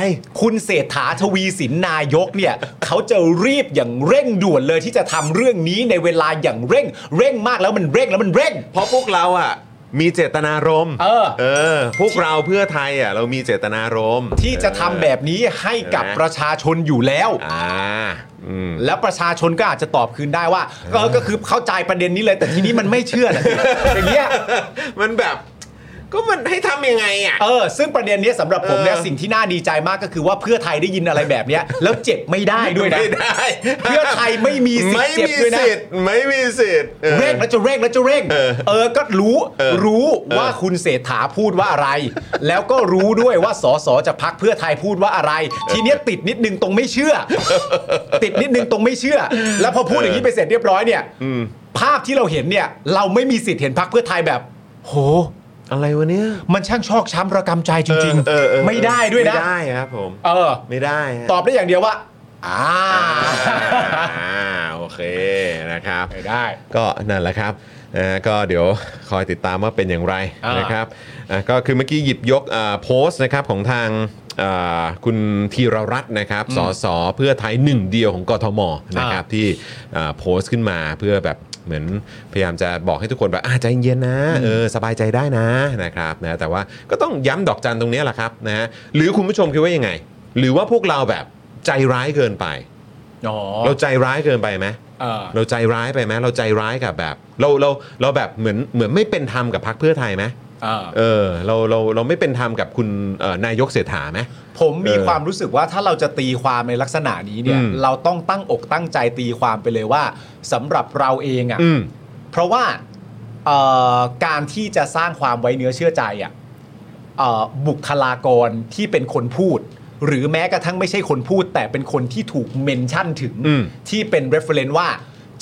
คุณเศรษฐาทวีสินนายกเนี่ย เขาจะรีบอย่างเร่งด่วนเลยที่จะทำเรื่องนี้ในเวลาอย่างเร่ง เร่งมากแล้วมันเร่งแล้วมันเร่ง
เพราะพวกเราอ่ะมีเจตนารมณ์
เออ
เออ พวกเราเพื่อไทยอ่ะเรามีเจตนารมณ์
ที่จะทำแบบนี้ให้กับประชาชนอยู่แล้ว
อ่าอืม
แล้วประชาชนก็อาจจะตอบคืนได้ว่าเออก็คือเข้าใจประเด็นนี้เลยแต่ทีนี้มันไม่เชื่อนะ อย่างเงี้ย
มันแบบ ก็มันให้ทำยังไงอ่ะ
เออซึ่งประเด็นเนี้ยสำหรับผมเนี่ย
เออ
สิ่งที่น่าดีใจมากก็คือว่าเพื่อไทยได้ยินอะไรแบบเนี้ยแล้วเจ็บไม่ได้ด้วยนะ
ไม่ได้
เพื่อไทยไม่มีสิท
ไม่
ธิ์
มี
เจ็บด้วยนะ
สิทธิ์ไม่มีสิทธิ์ออ
เร่งแล้วจะเร่งแล้วจะเร่ง
เออ
เออก็รู้
เออ
รู้
เออ
ว่าคุณเศรษฐาพูดว่าอะไร แล้วก็รู้ด้วยว่าสสจากพักเพื่อไทยพูดว่าอะไร ทีเนี้ยติดนิดนึงตรงไม่เชื่อ ติดนิดนึงตรงไม่เชื่อ แล้วพอพูดอย่างนี้ไปเสร็จเรียบร้อยเนี่ย
อืม
ภาพที่เราเห็นเนี่ย เราไม่มีสิทธิ์เห็นพักเพื่อไทยแบบ โห
อะไรวะเนี่ย
มันช่างชอกช้ำระกำใจจริง
เออเออเออ
ไม่ได้ด้วยนะ
ไม่ได้ครับผม
เออ
ไม่ได้ฮะ
ตอบได้อย่างเดียวว่า
[laughs]
อ่า
อ่าโอเคนะครับ
ไม่ได้
ก็นั่นแหละครับอ่าก็เดี๋ยวคอยติดตามว่าเป็นอย่างไร
อ่าน
นะครับอ่าก็คือเมื่อกี้หยิบยกอ่าโพสต์นะครับของทางอ่าคุณธีรรัตน์นะครับสสเพื่อไทยหนึ่งเดียวของกทมนะครับที่อ่าโพสต์ขึ้นมาเพื่อแบบเหมือนพยายามจะบอกให้ทุกคนแบบอ่าใจเย็นนะเออสบายใจได้นะนะครับนะแต่ว่าก็ต้องย้ำดอกจันตรงเนี้ยแหละครับนะฮะหรือคุณผู้ชมคิดว่ายังไง หรือว่าพวกเราแบบใจร้ายเกินไป
๋อ
เราใจร้ายเกินไปไหม
เออ
เราใจร้ายไปไหมเราใจร้ายกับแบบ เราเราเราแบบเหมือนเหมือนไม่เป็นธรรมกับพรรคเพื่อไทยไหม
เออ
เออเราเราเราไม่เป็นธรรมกับคุณเอ่อนายกเศรษฐาไหม
ผมมี
เออ
ความรู้สึกว่าถ้าเราจะตีความในลักษณะนี้เนี่ย
อืม
เราต้องตั้งอกตั้งใจตีความไปเลยว่าสำหรับเราเองอ่ะ
อืม
เพราะว่าเอ่อการที่จะสร้างความไว้เนื้อเชื่อใจอ่ะเอ่อบุคลากรที่เป็นคนพูด หรือแม้กระทั่งไม่ใช่คนพูด แต่เป็นคนที่ถูกเมนชั่นถึง
อืม
ที่เป็น reference ว่า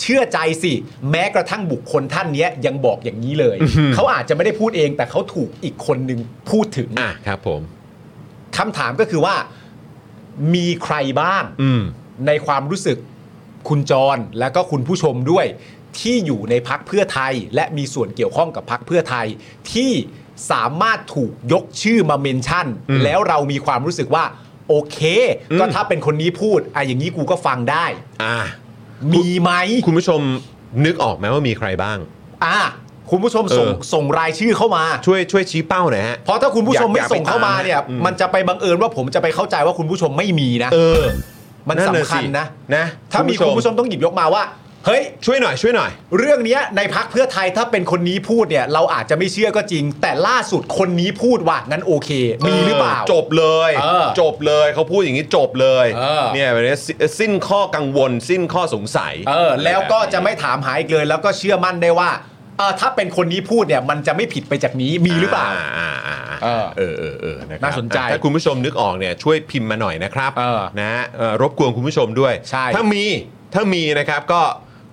เชื่อใจสิ แม้กระทั่งบุคคลท่านเนี้ยยังบอกอย่างนี้เลย เขาอาจจะไม่ได้พูดเองแต่เขาถูกอีกคนนึงพูดถึง
อ่ะครับผม
คำถามก็คือว่ามีใครบ้าง
อืม
ในความรู้สึกคุณจรและก็คุณผู้ชมด้วย ที่อยู่ในพักเพื่อไทย และมีส่วนเกี่ยวข้องกับพักเพื่อไทย ที่สามารถถูกยกชื่อมาเมนชั่น
อืม
แล้วเรามีความรู้สึกว่า โอเค
อืม
ก็ถ้าเป็นคนนี้พูดอะอย่างนี้กูก็ฟังได้
อ่ะ
มีไหม
คุณผู้ชมนึกออกไหมว่ามีใครบ้าง
อ่ะคุณผู้ชมส่ง
เออ
ส่งรายชื่อเข้ามา
ช่วยช่วยชี้เป้าหน่อยฮะ
เพราะถ้าคุณผู้ชม
อยาก
ไม่ส่งเข้ามา
อยากไปตามนะ
เนี่ย
อืม
มันจะไปบังเอิญว่าผมจะไปเข้าใจว่าคุณผู้ชมไม่มีนะ
เออ
มันสำคัญนะ
นะ
ถ้ามีคุณผู้ชมต้องหยิบยกมาว่า เฮ้ย
ช่วยหน่อยช่วยหน่อย
เรื่องเนี้ยในพักเพื่อไทยถ้าเป็นคนนี้พูดเนี่ย เราอาจจะไม่เชื่อก็จริง แต่ล่าสุดคนนี้พูดว่างั้นโอเค มีหรือเปล่า
จบเลย
เออ
จบเลยเขาพูดอย่างนี้จบเลย
เออ
ยแบบนี้สิสิ้นข้อกังวล สิ้นข้อสงสัย
เออ แล้วก็จะไม่ถามหาอีกเลย แล้วก็เชื่อมั่นได้ว่าเออถ้าเป็นคนนี้พูดเนี่ย มันจะไม่ผิดไปจากนี้มีหรือเปล่า
อ่อ่า
เออ
เออเออเออนะครับ
น่าสนใจ
ถ้าคุณผู้ชมนึกออกเนี่ยช่วยพิมพ์มาหน่อยนะครับ
เออ
นะฮะเอ่อรบกวนคุณผู้ชมด้วย
ใช่
ถ้ามีถ้ามีนะครับก็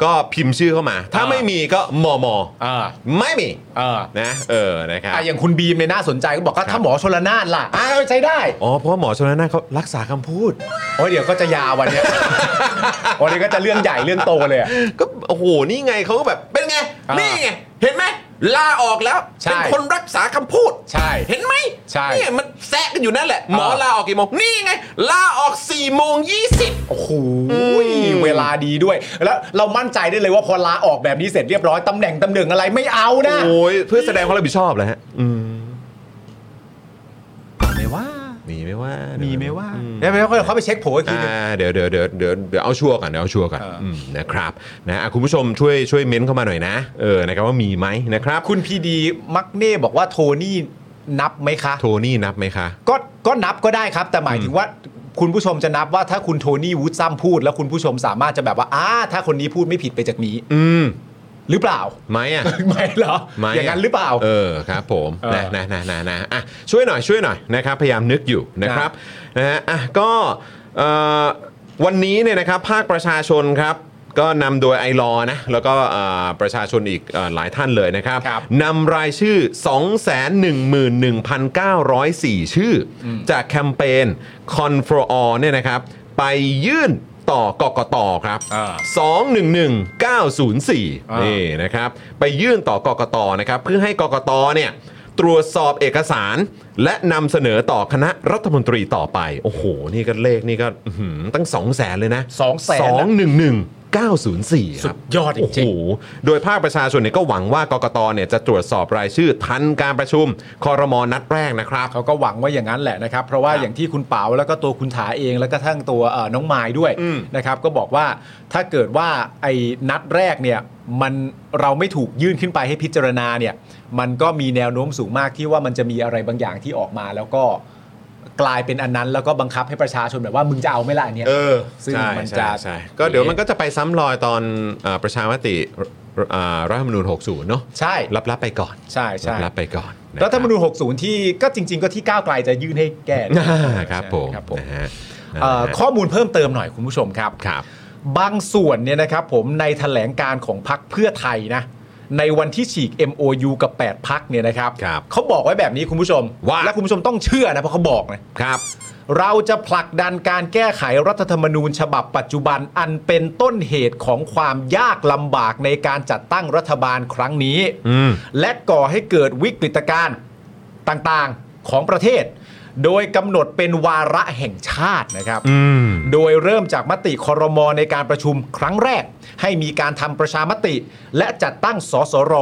ก็พิมพ์ชื่อเข้ามา ถ้า
เออ
ไม่มีก็มอมอ
เออ
ไม่มี
เออ
นะเออนะครับ
อ่ะอย่างคุณบีมเนี่ยน่าสนใจก็บอกว่า
ครั
ถ้า
บ
หมอชลนานล่ะอ่าใช้ได้
อ๋อเพราะว่าหมอชนน่านเขารักษาคำ
[laughs]
พูด
โอ้ยเดี๋ยวก็จะยาววันเนี้ [laughs] ย วันนี้ก็จะเรื่องใหญ่เรื่องโตเลยอะ
ก็โอ้โหนี่ไงเขาก็แบบเป็นไง
อ่านี่
นี่ไง เห็นไหมลาออกแล้ว
ใช่
เป็นคนรักษาคำพูด
ใช่
เห็นไหม
ใช่
เนี่ยมันแซะกันอยู่นั่นแหละ หมอ
เออ
ลาออกกี่โมง นี่ไง ลาออก4ี่โมงยี่สิบ
โอ้โหเวลาดีด้วย แล้วเรามั่นใจได้เลยว่าพอลาออกแบบนี้เสร็จเรียบร้อยตำแหน่งตำแหน่งอะไรไม่เอานะ
โอ้ยเพื่อแสดงความรับผิดชอบเลยฮะอืม
ไม่ว่า
มีไหม่ว่า
มี
มี
ไม่ว่าแล้วเขาไปเช็คโผล่อีกทีหนึง
อ่าเดี๋ยวเดี๋ยวเดี๋ยวเดี๋ยวเดี๋ยวเอาชัวร์ก่อนเดี๋ยวเอาชัวร์ก่อน
เอออื
มนะครับนะอ่ะคุณผู้ชมช่วยช่วยเม้นต์เข้ามาหน่อยนะเออนะครับว่ามีไหมนะครับ
คุณพีดีมักเน่บอกว่าโทนี่นับไหมคะ
โทนี่นับไหมคะ
ก็ก็นับก็ได้ครับ แต่หมายถึงว่าคุณผู้ชมจะนับว่าถ้าคุณโทนี่วูดซัมพูด แล้วคุณผู้ชมสามารถจะแบบว่าอ้าถ้าคนนี้พูดไม่ผิดไปจากนี้
อืม
หรือเปล่า
ไหมอ่ะ
ไม่เหรอ
ไหมะ
อย่างนั้นหรือเปล่า
เออครับผม
เออ
นะนะนะนะนะอ่ะช่วยหน่อยช่วยหน่อยนะครับพยายามนึกอยู่นะครับนะฮะอ่ะก็เอ่อวันนี้เนี่ยนะครับภาคประชาชนครับก็นำโดยไอรอว์นะแล้วก็เอ่อประชาชนอีกเอ่อหลายท่านเลยนะครับ
ครับ
นำรายชื่อ 211,904 ชื่ออจากแคมเปญ c o n for All เนี่ยนะครับไปยื่นต่อกกตครับ
อ่า
211904
อ่านี่
นี่นะครับไปยื่นต่อกกตนะครับเพื่อให้กกตเนี่ยตรวจสอบเอกสาร และนำเสนอต่อคณะรัฐมนตรีต่อไป โอ้โห นี่ก็เลขนี่ก็อื้อหือตั้ง 2 0 0แสนเลยนะ
สองแสน
2
นะ
1 1 904ค
สุ
รับ
ดยอดจริงๆ
โโหโดยภาคประชาชนเนี่ยก็หวังว่ากกตเนี่ยจะตรวจสอบรายชื่อทันการประชุมคอรมอนัดแรกนะครับ
เขาก็หวังว่าอย่างนั้นแหละนะครับ เพราะว่า
ครับ
อย่างที่คุณเปาแล้วก็ตัวคุณถาเองแล้วก็ทั้งตัวเอ่อน้องไม้ด้วย
อืม
นะครับก็บอกว่าถ้าเกิดว่าไอ้นัดแรกเนี่ยมันเราไม่ถูกยื่นขึ้นไปให้พิจารณาเนี่ยมันก็มีแนวโน้มสูงมากที่ว่ามันจะมีอะไรบางอย่างที่ออกมา แล้วก็กลายเป็นอันนั้น แล้วก็บังคับให้ประชาชนแบบว่ามึงจะเอาไหม่ละอันเนี่ย
เออ
ซึ่ง
ใช่
มัน
ใช่
จะ
ใช่ก็เดี๋ยวมันก็จะไปซ้ำรอยตอนเอ่อประชามติเอ่อรัฐธรรมนูญ60 เนาะ
ใช่
รับรับไปก่อน
ใช่ใช่
รับรับไปก่อนนะ
รัฐธรรมนูญ60 ที่ก็จริง ๆ ก็ที่ก้าวไกลจะยื่นให้แก้ด้วย
อ่าครับผม
ครับผม
นะฮะ
เอ่อข้อมูลเพิ่มเติมหน่อยคุณผู้ชมครับ
ครับ
บางส่วนเนี่ยนะครับผมในแถลงการของพักเพื่อไทยนะ ในวันที่ฉีก MOU กับ 8 พักเนี่ยนะครับ
ครับ
เขาบอกไว้แบบนี้คุณผู้ชม
ว่า
และคุณผู้ชมต้องเชื่อนะเพราะเขาบอกนะครับ เราจะผลักดันการแก้ไขรัฐธรรมนูญฉบับปัจจุบันอันเป็นต้นเหตุของความยากลำบากในการจัดตั้งรัฐบาลครั้งนี้
อืม
และก่อให้เกิดวิกฤตการณ์ต่างๆของประเทศ โดยกำหนดเป็นวาระแห่งชาตินะครับ
อืม
โดยเริ่มจากมติคอรมอในการประชุมครั้งแรก ให้มีการทำประชามติ และจัดตั้งสสร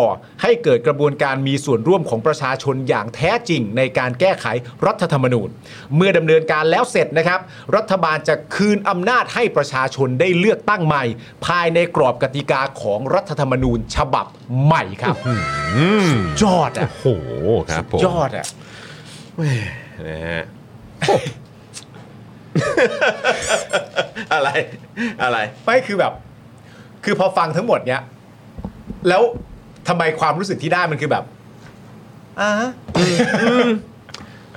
ให้เกิดกระบวนการมีส่วนร่วมของประชาชนอย่างแท้จริงในการแก้ไขรัฐธรรมนูญ เมื่อดำเนินการแล้วเสร็จนะครับ รัฐบาลจะคืนอำนาจให้ประชาชนได้เลือกตั้งใหม่ ภายในกรอบกติกาของรัฐธรรมนูญฉบับใหม่ครับ
อืม
ยอดอ่ะ
โหครับผม
ยอดอ่ะ
นะฮะโอ้ [laughs] อะไร อะไร
ไม่คือแบบ คือพอฟังทั้งหมดเนี้ย แล้วทำไมความรู้สึกที่ได้มันคือแบบอ่า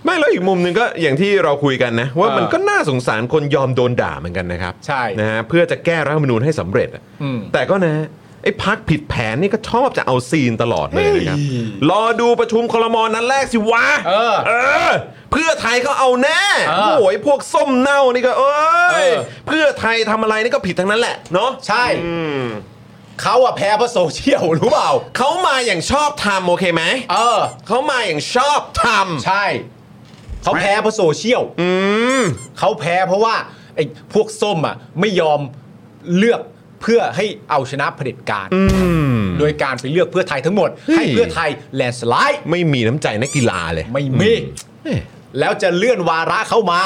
ไม่แล้วอีกมุมหนึ่งก็อย่างที่เราคุยกันนะ ว่า
เออ
มันก็น่าสงสารคนยอมโดนด่าเหมือนกันนะครับ
ใช่
นะฮะเพื่อจะแก้รัฐธรรมนูญให้สำเร็จอะ
อืม
แต่ก็นะไอ้พักผิดแผนนี่ก็ชอบจะเอาซีนตลอดเลยนะครับ
เฮ้ย
รอดูประชุมคลมอนั้นแรกสิวะ
เออ
อเพื่อไทยก็เอาแน่
เออ
โอ้ยพวกส้มเน่านี่ก็เอ้
เอย อ
เพื่อไทยทำอะไรนี่ก็ผิดทั้งนั้นแหละเนาะ
ใช่
อืม
เขาอะแพ้เพราะโซเชียลรู้เปล่า
เขามาอย่างชอบทำโอเคไหม
เออ
เขามาอย่างชอบทำ
ใช่ เขาแพ้เพราะโซเชียลเขาแพ้เพราะว่าไอ้พวกส้มอ่ะไม่ยอมเลือกเพื่อให้เอาชนะเผด็จการโดยการไปเลือกเพื่อไทยทั้งหมด
เฮ้ย
ให้เพื่อไทยแลนสไลด์
ไม่มีน้ำใจนักกีฬาเลย
ไม่มี
เอ้ย
แล้วจะเลื่อนวาระเข้ามา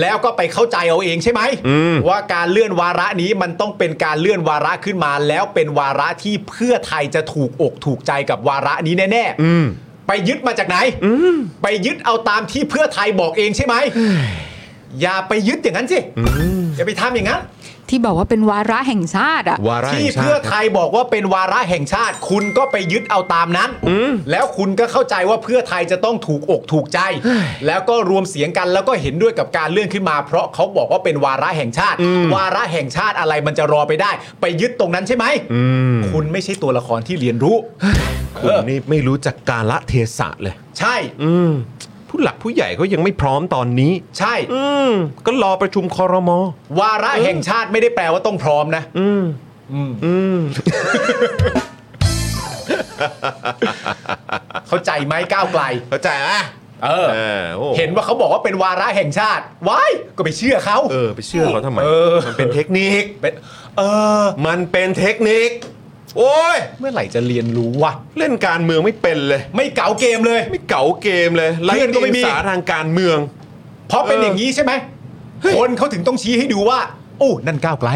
แล้วก็ไปเข้าใจเอาเองใช่ไหมว่าการเลื่อนวาระนี้มันต้องเป็นการเลื่อนวาระขึ้นมา แล้วเป็นวาระที่เพื่อไทยจะถูกอกถูกใจกับวาระนี้แน่ๆ ไปยึดมาจากไหน ไปยึดเอาตามที่เพื่อไทยบอกเองใช่ไหม อย่าไปยึดอย่างนั้นสิ อย่าไปทำอย่างนั้น
ที่บอกว่าเป็นวาระแห่งชาติอ่ะ
วาระ
ที่
แห่งชา
เพื่อ
ติ
ไทยบอกว่าเป็นวาระแห่งชาติ คุณก็ไปยึดเอาตามนั้น แล้วคุณก็เข้าใจว่าเพื่อไทยจะต้องถูกอกถูกใจ แล้วก็รวมเสียงกันแล้วก็เห็นด้วยกับการเลื่อนขึ้นมา เพราะเขาบอกว่าเป็นวาระแห่งชาติ วาระแห่งชาติอะไรมันจะรอไปได้ ไปยึดตรงนั้นใช่ไหมคุณไม่ใช่ตัวละครที่เรียนรู้
คุ
เอ
ณ
อ
นี่ไม่รู้จักกาละเทศะเลย
ใช่
ผู้หลักผู้ใหญ่ก็ยังไม่พร้อมตอนนี้
ใช่
อืมก็รอประชุมคอรมอ
วาระแห่งชาติไม่ได้แปลว่าต้องพร้อมนะ อืม อืม เข้าใจไหมก้าวไกล
เข้าใจไหม
เออ
เออโอ้
เห็นว่าเขาบอกว่าเป็นวาระแห่งชาติ ว้าย ก็ไปเชื่อเขา
เออ ไปเชื่อเขาทำไม
เออ
มันเป็นเทคนิค
เป็น เออ
มันเป็นเทคนิค โอ้ย
เมื่อไหร่จะเรียนรู้วะ
เล่นการเมืองไม่เป็นเลย
ไม่เก๋าเกมเลย
ไม่เก๋าเกมเลย
เพื่อนก็ไม่มี
สาทางการเมือง
เพราะเป็นอย่างนี้ใช่ไหม คนเขาถึงต้องชี้ให้ดูว่า โอ้ นั่นก้าว
[laughs]
ไกล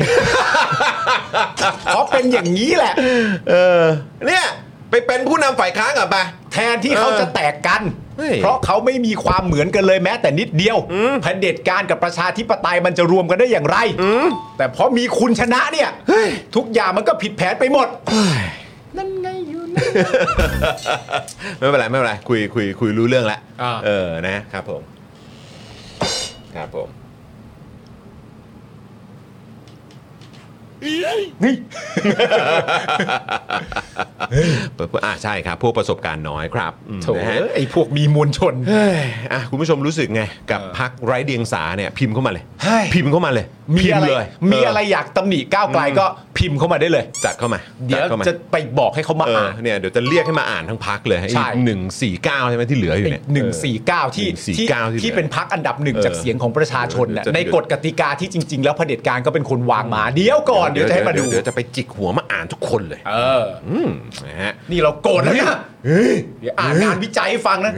เพราะเป็นอย่างนี้แหละ
เออ เนี่ย ไปเป็นผู้นำฝ่ายค้านกับไป
แทนที่เขาจะแตกกัน
เฮ้ย
เพราะเขาไม่มีความเหมือนกันเลยแม้แต่นิดเดียวเผด็จการกับประชาธิปไตยมันจะรวมกันได้อย่างไร แต่เพราะมีคุณชนะเนี่ย ทุกอย่างมันก็ผิดแผนไปหมด นั่นไงอยู่นั่
ไม่
น
เป็นไรไม่เป็นไรคุยคุยคุยรู้เรื่องแล้ว
อ่า
เออนะครับผม ครับผม
นี่
เปิ [laughs] ดเพื่ออ่าใช่ครับ พวกประสบการณ์น้อยครับอืม
โถ
นะฮะ
ไอ้พวกมีมวลชน
เฮ้ยอ่ะคุณผู้ชมรู้สึกไง กับ
เออ
พักไร้เดียงสาเนี่ย พิมพ์เข้ามาเลย
เฮ้ย
พิมพ์เข้ามาเลย
มี
พิพ์
อะไร
เลย
มีอะไรอยากตำหนิก้าวไกลก็พิมพ์เข้ามาได้เลย
จัดเข้ามา
เดี๋ยว
ดเข้ามา
จะไปบอกให้เขามา
เออ
อ่าน
เนี่ยเดี๋ยวจะเรียกให้มาอ่านทั้งพักเลย
ใช่
หนึ่งสี่เก้าใช่ไหมที่เหลืออยู่เนี่ย
หนึ่งสี่เก้าที่
149
ที่
ที่
ที่เป็นพักอันดับหนึ่ง
เออ
จากเสียงของประชาชนน่ะ
เดี๋ยวจะ
ในกฎกติกาที่จริง ๆ แล้วเผด็จการก็เป็นคนวางมา เดี๋ยวก่อนเดี๋ยวจะให้มาดู
เดี๋ยวจะไปจิกหัวมาอ่านทุกคนเลย
เออ
อืมนะฮะ
นี่เราโกรธแล้วนะเดี๋ยวอ่านงานวิจัยให้ฟังนะ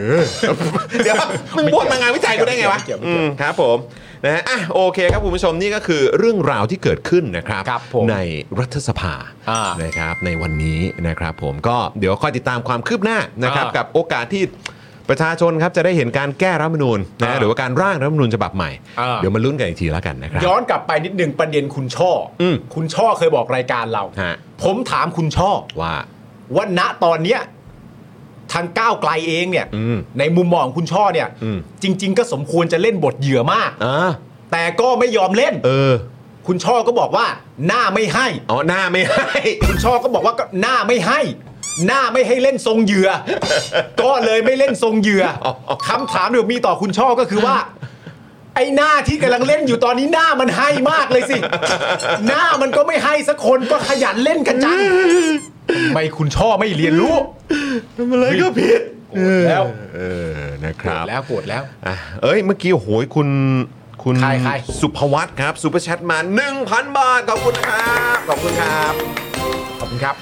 เดี๋ยวมึงบ่นมางานวิจัยกูได้ไงวะ
ไม่เกี่ยวไม่
อื
เกี่ยว
มครับผมนะฮะอ่ะโอเคครับคุณผู้ชมนี่ก็คือเรื่องราวที่เกิดขึ้นนะครับ
ครับผม
ในรัฐสภา
อ่า
นะครับ ในวันนี้นะครับ ผมก็เดี๋ยวคอยติดตามความคืบหน้านะครับ
อ่ากั
กับโอกาสที่ประชาชนครับจะได้เห็นการแก้รัฐธรรมนูญนะ
อ่า
หรือว่าการร่างรัฐธรรมนูญฉบับใหม่
อ่า
เดี๋ยวมาลุ้นกันอีกทีแล้วกันนะครับ
ย้อนกลับไปนิดหนึ่งประเด็นคุณช่ออ
ม
คุณช่อเคยบอกรายการเรา
ฮะ
ผมถามคุณช่อ
ว่า
ว่าณตอนเนี้ยทางก้าวไกลเองเนี่ย
อืม
ในมุมมองของคุณช่อเนี่ย
อืม
จริง ๆ ก็สมควรจะเล่นบทเหยื่อมาก
อ่า
แต่ก็ไม่ยอมเล่น
เออ
คุณช่อก็บอกว่า หน้าไม่ให้
อ๋อหน้าไม่ให้
คุณช่อก็บอกว่าก็หน้าไม่ให้ หน้าไม่ให้เล่นทรง
[laughs]
เหยื่อ ก็เลยไม่เล่นทรงเหยื่อคำถามเดี๋ยวมีต่อคุณช่อก็คือว่า [laughs] ไอ้หน้าที่กำลังเล่นอยู่ตอนนี้หน้ามันให้มาก
[laughs]
เลยสิ หน้ามันก็ไม่ให้สักคนก็ขยันเล่นกันจั
[laughs]
งทำไม่คุณช่อไม่เรียนรู้
ทำอะไรก็ผิด
โกรธแล้ว
เออนะค
โกร
รั
ธ
บ
แล้วโกรธแล้ว
อ่ะเอ้ย เมื่อกี้โอ้โหยคุณคุณ
ใครใคร
สุภวัตครับซูเปอร์แชทมา 1,000 บาท ขอบคุณครับ ขอบคุณครับ
ขอบคุณครับ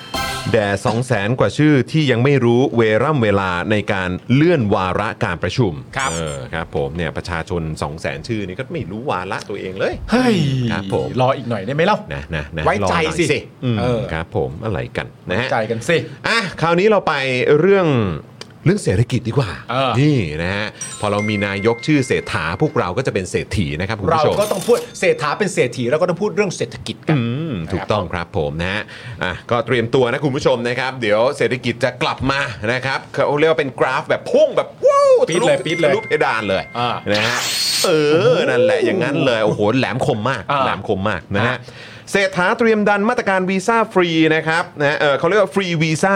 แด่2 0 0แสนกว่าชื่อที่ยังไม่รู้เวร่ำเวลาในการเลื่อนวาระการประชุม
ครับ
เออครับผมเนี่ยประชาชน 2 0 0แสนชื่อนี่ก็ไม่รู้วาระตัวเองเลย
เฮ้ย
ครับผม
รออีกหน่อยได้ไหมเล่า
นะนะนะ
ไว้
รอห
ใจ
น่อย
สิ
อืม
เออ
ครับผมอะไรกันนะฮะ
ใจกันสิ
อ่ะคราวนี้เราไปเรื่อง เรื่องเศรษฐกิจดีกว่า
เออ
นี่นะฮะพอเรามีนายกชื่อเศรษฐาพวกเราก็จะเป็นเศรษฐีนะครับคุณ
เรา
ผู้ชม
ก็ต้องพูดเศรษฐาเป็นเศรษฐีเราก็ต้องพูดเรื่องเศรษฐกิจกัน
อืมถูกต้องครับผมนะฮะอ่ะก็เตรียมตัวนะคุณผู้ชมนะครับ เดี๋ยวเศรษฐกิจจะกลับมานะครับเขาเรียกว่าเป็นกราฟแบบพุ่งแบบว้าว
ปี๊ดเลยปี๊ดเลย
ทะเพดานเลย
อ่า
นะฮะเออนั่นแหละอย่างนั้นเลยโอ้โหแหลมคมมาก
อ่า
แหลมคมมากนะฮะเศรษฐาเตรียมดันมาตรการวีซ่าฟรีนะครับนะเออเขาเรียกว่าฟรีวีซ่า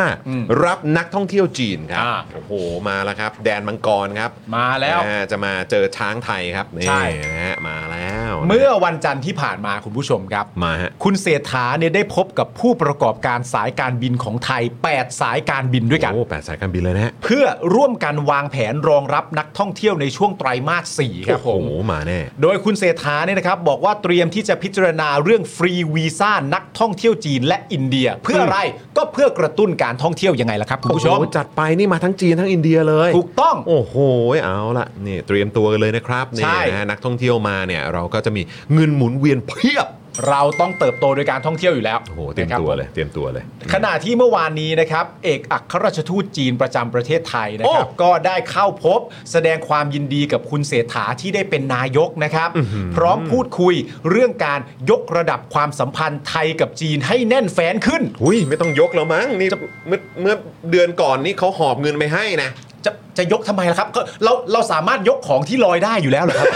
รับนักท่องเที่ยวจีนครับ
อ่า
โอ้โหมาแล้วครับ แดนมังกรครับ
มาแล้ว
นะฮะจะมาเจอช้างไทยครับนี่
ใช่
นะฮะมาแล้ว
เมื่อวันจันทร์ที่ผ่านมาคุณผู้ชมครับ
มาฮะ
คุณเศรษฐาเนี่ยได้พบกับผู้ประกอบการสายการบินของไทย 8 สายการบินด้วยกัน
โอ้แปดสายการบินเลยนะฮะ
เพื่อร่วมกันวางแผนรองรับนักท่องเที่ยวในช่วงไตรมาส4ครับผ
โอ้
ม
โห มาแน่
โดยคุณเศรษฐาเนี่ยนะครับบอกว่าเตรียมที่จะพิจารณาเรื่องฟรีวีซ่านักท่องเที่ยวจีนและอินเดีย เพื่ออะไรก็เพื่อกระตุ้นการท่องเที่ยวยังไงล่ะครับคุณผู้ชม
โอ้โหจัดไปนี่มาทั้งจีนทั้งอินเดียเลย
ถูกต้อง
โอ้โห เอาละนี่เตรียมตัวกันเลยนะครับ
ใช่
นี่นะฮะนักท่องเที่ยวมาเนี่ย เราก็จะมีเงินหมุนเวียนเพียบ
เราต้องเติบโตโดยการท่องเที่ยวอยู่แล้ว
โอ้โห เตรียม
นะครับ
ตัวเลย เตรียมตัวเลย
ขณะที่เมื่อวานนี้นะครับ เอกอัครราชทูตจีนประจำประเทศไทยนะครับ
โอ้
ก็ได้เข้าพบแสดงความยินดีกับคุณเศรษฐาที่ได้เป็นนายกนะครับ พร้อมพูดคุยเรื่องการยกระดับความสัมพันธ์ไทยกับจีนให้แน่นแฟนขึ้น
หุยไม่ต้องยกแล้วมั้ง นี่เมื่อเมื่อเดือนก่อนนี่เขาหอบเงินไปให้นะ
จะจะยกทำไมล่ะครับก็เราเราสามารถยกของที่ลอยได้อยู่แล้
[laughs]
วเหรอครับ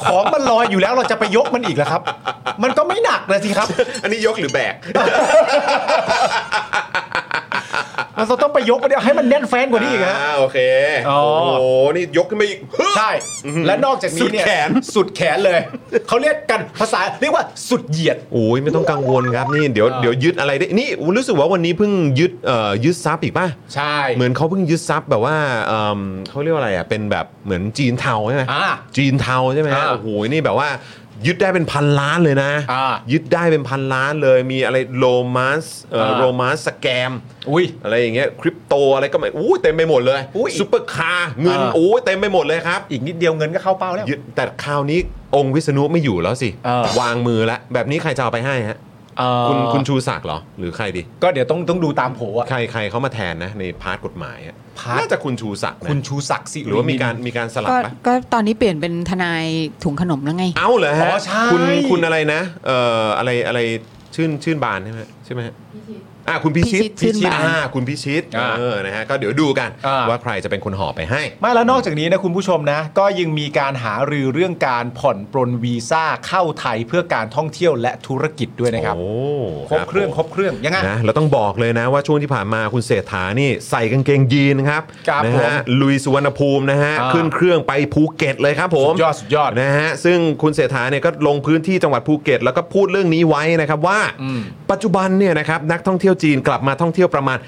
ของมันลอยอยู่แล้วเราจะไปยกมันอีกเหรอครับ มันก็ไม่หนักเลยสิครับ
อันนี้ยกหรือแบก
เราต้องไปยกมันเดียวให้มันแน่นแฟนกว่านี้อีกฮะ
อ่าโอเค
อ๋อ
โอ้โห นี่ยกขึ้นไปอีก
ใช่ และนอกจากนี้เนี่ย
สุดแขน
สุดแขนเลย เขาเรียกกันภาษาเรียกว่าสุดเหยียด
โอ้ยไม่ต้องกังวลครับนี่เดี๋ยวเดี๋ยวยึดอะไรได้นี่รู้สึกว่าวันนี้เพิ่งยึดเอ่อยึดทรัพย์อีกป่ะ
ใช่
เหมือนเขาเพิ่งยึดทรัพย์แบบว่าเอิ่มเขาเรียกว่าอะไรอ่ะ เป็นแบบเหมือนจีนเทาใช่ไหม
อ่า
จีนเทาใช่ไหมฮะ
อ่า
โอ้โหนี่แบบว่ายึดได้เป็นพันล้านเลยนะ
อ่า
ยึดได้เป็นพันล้านเลยมีอะไรโรมาสเอ่ออา โรมาสสแกม
อุ้ย
อะไรอย่างเงี้ยคริปโตอะไรก็ไม่อู้เต็มไปหมดเลย
อุ๊ย
ซุปเปอร์คาร์เงิน
อ่า
โอ้ยเต็มไปหมดเลยครับ
อีกนิดเดียวเงินก็เข้าเป้าแล้ว
ยึดแต่คราวนี้องค์วิษณุไม่อยู่แล้วสิ
เออ
วางมือแล้วแบบนี้ใครจะเอาไปให้ฮะ
เอ่อ
คุณคุณชูศักดิ์เหรอ หรือใครดี
ก็เดี๋ยวต้องต้องดูตามโผอะ
ใครใครเขามาแทนนะ ในพาร์ทกฎหมายอะ
พาร์ท
น่าจะคุณชูศักดิ์นะ
คุณชูศักดิ์สิ
หรือว่ามีการมีการสลับ
ก็
ปะ
ก็ตอนนี้เปลี่ยนเป็นทนายถุงขนมแล้วไง
เอ้าเหรอ
อ๋
ฮะ
อใช่
คุณคุณอะไรนะเอ่ออะไรอะไรชื่นชื่นบานใช่ไหมใช่ไหมฮะอ่ะคุณพิชิต
พิชิตชื่นบาน
อ่าคุณพิชิต
อ่า
เออนะฮะก็เดี๋ยวดูกัน
อ่า
ว่าใครจะเป็นคนห่อไปให้
ไม่แล้วนอกจากนี้นะคุณผู้ชมนะ ก็ยังมีการหารือเรื่องการผ่อนปรนวีซ่าเข้าไทยเพื่อการท่องเที่ยวและธุรกิจด้วยนะครับ
โอ้
ครบเครื่อง
ผม
ครบเครื่องยังไง
นะเราต้องบอกเลยนะว่าช่วงที่ผ่านมาคุณเศรษฐานี่ใส่กางเกงยีนครับ
ครับ
นะ
ผม
ฮะลุยสุวรรณภูมินะฮะ
อ่า
ขึ้นเครื่องไปภูเก็ตเลยครับผม
สุดยอดสุดยอด
นะฮะซึ่งคุณเศรษฐาเนี่ยก็ลงพื้นที่จังหวัดภูเก็ต แล้วก็พูดเรื่องนี้ไว้นะครับว่า
อืม
ปัจจุบันเนี่ยนะครับนักท่องเที่ยวจีนกลับมาท่องเที่ยวประมาณ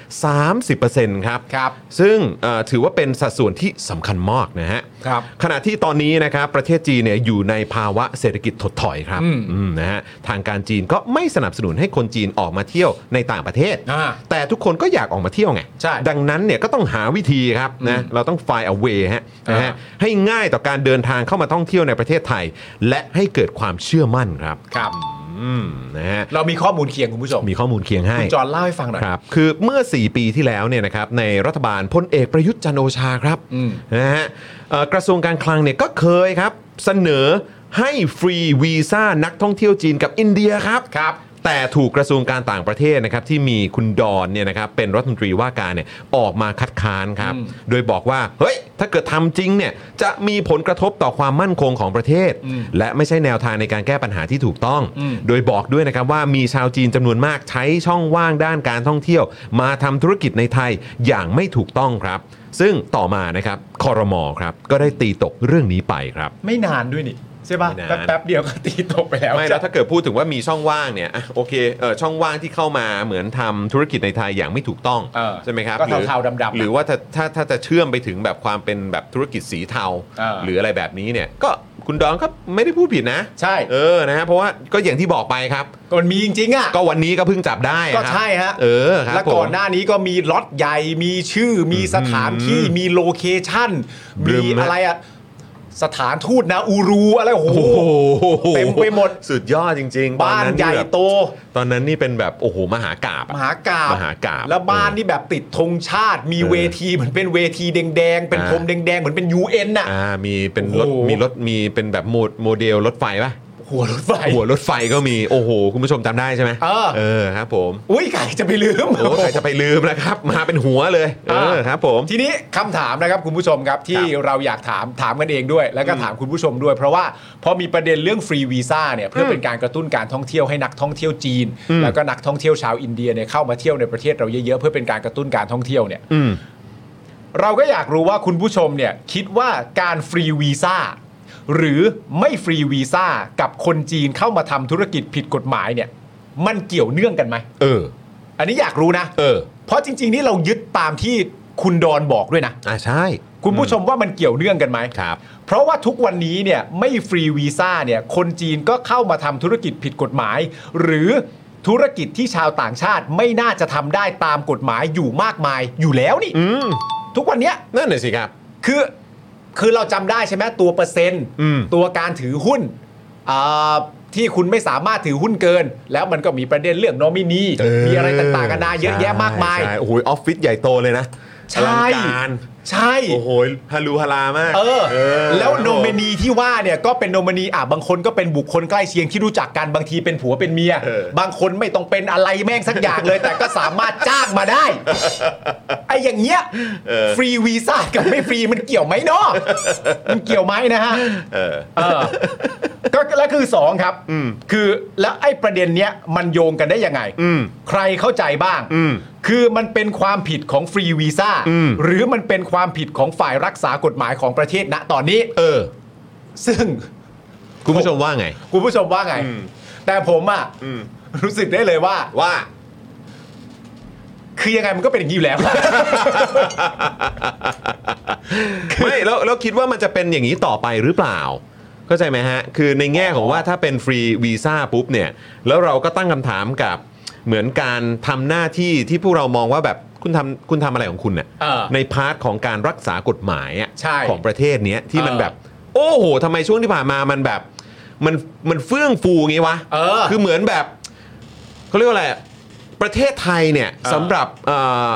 30%ครับ
ครับ
ซึ่งเอ่อถือว่าเป็นสัดส่วนที่สำคัญมากนะฮะ
ครับ
ขณะที่ตอนนี้นะครับประเทศจีนเนี่ยอยู่ในภาวะเศรษฐกิจถดถอยครับ
อืม
อืมนะฮะทางการจีนก็ไม่สนับสนุนให้คนจีนออกมาเที่ยวในต่างประเทศ
อ่า
แต่ทุกคนก็อยากออกมาเที่ยวไง
ใช่
ดังนั้นเนี่ยก็ต้องหาวิธีครับนะเราต้อง find a way ฮะนะฮะ
อ่า
ให้ง่ายต่อการเดินทางเข้ามาท่องเที่ยวในประเทศไทย และให้เกิดความเชื่อมั่นครับ
ครับ
อืมนะฮะ
เรามีข้อมูลเคียงคุณผู้ชม
มีข้อมูลเคียงให้
คุณจอห์นเล่าให้ฟังหน่อย
ครับคือเมื่อ 4 ปีที่แล้วเนี่ยนะครับในรัฐบาลพลเอกประยุทธ์จันทร์โอชาครับ
อืม
นะฮะเอ่อกระทรวงการคลังเนี่ยก็เคยครับ เสนอให้ฟรีวีซ่านักท่องเที่ยวจีนกับอินเดียครับ
ครับ
แต่ถูกกระทรวงการต่างประเทศนะครับที่มีคุณดอนเนี่ยนะครับเป็นรัฐมนตรีว่าการเนี่ยออกมาคัดค้านครับ
อืม
โดยบอกว่าเฮ้ยถ้าเกิดทำจริงเนี่ยจะมีผลกระทบต่อความมั่นคงของประเทศ และไม่ใช่แนวทางในการแก้ปัญหาที่ถูกต้อง โดยบอกด้วยนะครับว่ามีชาวจีนจำนวนมากใช้ช่องว่างด้านการท่องเที่ยว มาทำธุรกิจในไทยอย่างไม่ถูกต้องครับ ซึ่งต่อมานะครับคอรมอครับก็ได้ตีตกเรื่องนี้ไปครับ
ไม่นานด้วยนี่ ใช่ป่ะ
ไม่นาน
แป๊บแป๊บเดียว [laughs] ก็ตีตกไปแล้ว
ไม่แล้วถ้าเกิดพูดถึงว่ามีช่องว่างเนี่ยอ่ะโอเคเออช่องว่างที่เข้ามาเหมือนทำธุรกิจในไทยอย่างไม่ถูกต้อง
เออ
ใช่ไหมครับ
ก็
หรือ
เทาๆดำๆ
หรือว่าถ้าถ้าถ้าจะเชื่อมไปถึงแบบความเป็นแบบธุรกิจสีเทา
เออ
หรืออะไรแบบนี้เนี่ย ก็คุณดองก็ไม่ได้พูดผิดนะ
ใช่
เออนะฮะเพราะว่าก็อย่างที่บอกไปครับ
ก็มันมีจริงๆอ่ะ
ก็วันนี้ก็เพิ่งจับได้
ก็
ครับ
ใช่ฮะ
เออครับ
และก่อน
ผม
หน้านี้ก็มีล็อตใหญ่ มีชื่อ มีสถานที่ มีโลเคชั่น
บลึ
มี
มฮะ
อะไรอะ สถานทูตนาอูรูอะไรโอ้โห
โอ้โห
เต็มไปหมด
สุดยอดจริงๆตอ
บ้านใหญ่
แบบ
โต
ตอนนั้นนี่เป็นแบบโอ้โหมหากาบ
มหากาบ
มหากาพย์
แล้วบ้านนี่แบบติดธงชาติ มี
เออ
เวทีเหมือนเป็นเวทีแดงๆ เป็น
อ่า
พรมแดงๆ เหมือนเป็น UN น่ะ
อ่ามีเป็นรถ
โอ้โห
มีรถมีเป็นแบบโมดโมเดลรถไฟป่ะ
หัวรถไฟ
หัวรถไฟก็มีโอ้โห คุณผู้ชมจำได้ใช่ไหม
เออ
เออครับผม
อุ้ยใครจะไปลืม
โอ้ใครจะไปลืมนะครับ มาเป็นหัวเลยเออครับผม
ทีนี้คำถามนะครับคุณผู้ชมครับที่เราอยากถามถามกันเองด้วย แล้วก็ถามคุณผู้ชมด้วย เพราะว่าพอมีประเด็นเรื่องฟรีวีซ่าเนี่ยเพื่อเป็นการกระตุ้นการท่องเที่ยวให้นักท่องเที่ยวจีน แล้วก็นักท่องเที่ยวชาวอินเดียเนี่ยเข้ามาเที่ยวในประเทศเราเยอะๆเพื่อเป็นการกระตุ้นการท่องเที่ยวเนี่ย
อืม
เราก็อยากรู้ว่าคุณผู้ชมเนี่ยคิดว่าการฟรีวีซ่าหรือไม่ฟรีวีซ่ากับคนจีนเข้ามาทำธุรกิจผิดกฎหมายเนี่ยมันเกี่ยวเนื่องกันไหม
เออ
อันนี้อยากรู้นะ
เออ
เพราะจริง ๆ นี่เรายึดตามที่คุณดอนบอกด้วยนะ
อ่าใช่
คุณผู้ชมว่ามันเกี่ยวเนื่องกันไหม
ครับ
เพราะว่าทุกวันนี้เนี่ยไม่ฟรีวีซ่าเนี่ยคนจีนก็เข้ามาทำธุรกิจผิดกฎหมาย หรือธุรกิจที่ชาวต่างชาติไม่น่าจะทำได้ตามกฎหมายอยู่มากมายอยู่แล้วนี่
อืม
ทุกวันเนี้ย
นั่นน่ะสิครับ
คือคือเราจำได้ใช่ไหมตัวเปอร์เซ็นต์
อืม
ตัวการถือหุ้นอ่าที่คุณไม่สามารถถือหุ้นเกิน แล้วมันก็มีประเด็นเรื่องโนมินีมีอะไรต่างๆกันานาเยอะแยะมากมาย
ใช่ใช่โอ้โหออฟฟิศใหญ่โตเลยนะ
ใช่
อลังการ
ใช่
โอ้โหฮารูฮารามาก
เออ
ค
แล้
รับ
ว
ผม
โนเมนีที่ว่าเนี่ยก็เป็นโนเมนีอ่ะบางคนก็เป็นบุคคลใกล้เคียงที่รู้จักกันบางทีเป็นผัวเป็นเมีย
เออ
บางคนไม่ต้องเป็นอะไรแม่งสักอย่าง
[laughs]
เลย แต่ก็สามารถจ้างมาได้ไอ้อย่างเงี้ยฟรีวีซ่ากับไม่ฟรีมันเกี่ยวไหมเนาะมันเกี่ยวไหมนะฮะ
เออ
เออก็แล้วคือสองครับคือแล้วไอ้ประเด็นเนี้ยมันโยงกันได้ยังไง
อืม
ใครเข้าใจบ้าง
อืม
คือมันเป็นความผิดของฟรีวีซ่า
อืม
หรือมันเป็นความผิดของฝ่ายรักษากฎหมายของประเทศณตอนนี้
เออ
ซึ่ง
คุณผู้ชมว่าไง
คุณผู้ชมว่าไง
อืม
แต่ผมอ่ะ
อืม
รู้สึกได้เลยว่า
ว่า
คือยังไงมันก็เป็นอย่างนี้อยู่แล้ว
ไม่แล้วแล้วคิดว่ามันจะเป็นอย่างนี้ต่อไปหรือเปล่า เข้าใจไหมฮะ คือในแง่ของว่าถ้าเป็นฟรีวีซ่าปุ๊บเนี่ย แล้วเราก็ตั้งคำถามกับเหมือนการทำหน้าที่ที่พวกเรามองว่าแบบคุณทำคุณทำอะไรของคุณเนี่ย
เออ
ในพาร์ทของการรักษากฎหมายอะ
ใช่
ของประเทศเนี้ยที่มัน
เออ
แบบ โอ้โหทำไมช่วงที่ผ่านมามันแบบมันมันเฟื่องฟูงี้วะ
เออ
คือเหมือนแบบเขาเรียกว่าอะไรอะประเทศไทยเนี่ย
เออ
สำหรับเอ่อ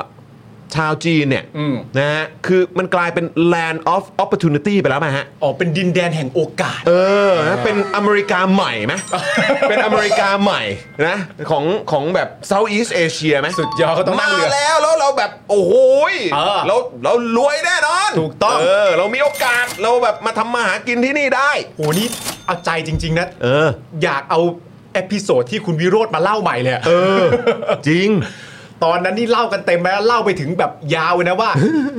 ชาวจีนเนี่ย
อืม
นะฮะคือมันกลายเป็น land of opportunity ไปแล้วไหมฮะ
[laughs] ออกเป็นดินแดนแห่งโอกาส
เออนะเป็นอเมริกาใหม่
[laughs]
ไหม เป็นอเมริกาใหม่นะของของแบบ Southeast Asia ไหม
สุดยอดเขาต้อง
มา
นั่
ง
เรือ
แล้วแล้วเราแบบ โอ้โหย
เออ
เราเรารวยแน่นอน
ถูกต้อง
เออ เรามีโอกาสเราแบบมาทำมาหากินที่นี่ได้
โหนี่เอาใจจริง ๆ นะ
เออ
อยากเอาเอพิโซดที่คุณวิโรธมาเล่าใหม่เลยอะ
เออ จริง
ตอนนั้นนี่เล่ากันเต็มไปแล้วเล่าไปถึงแบบยาวเลยนะว่า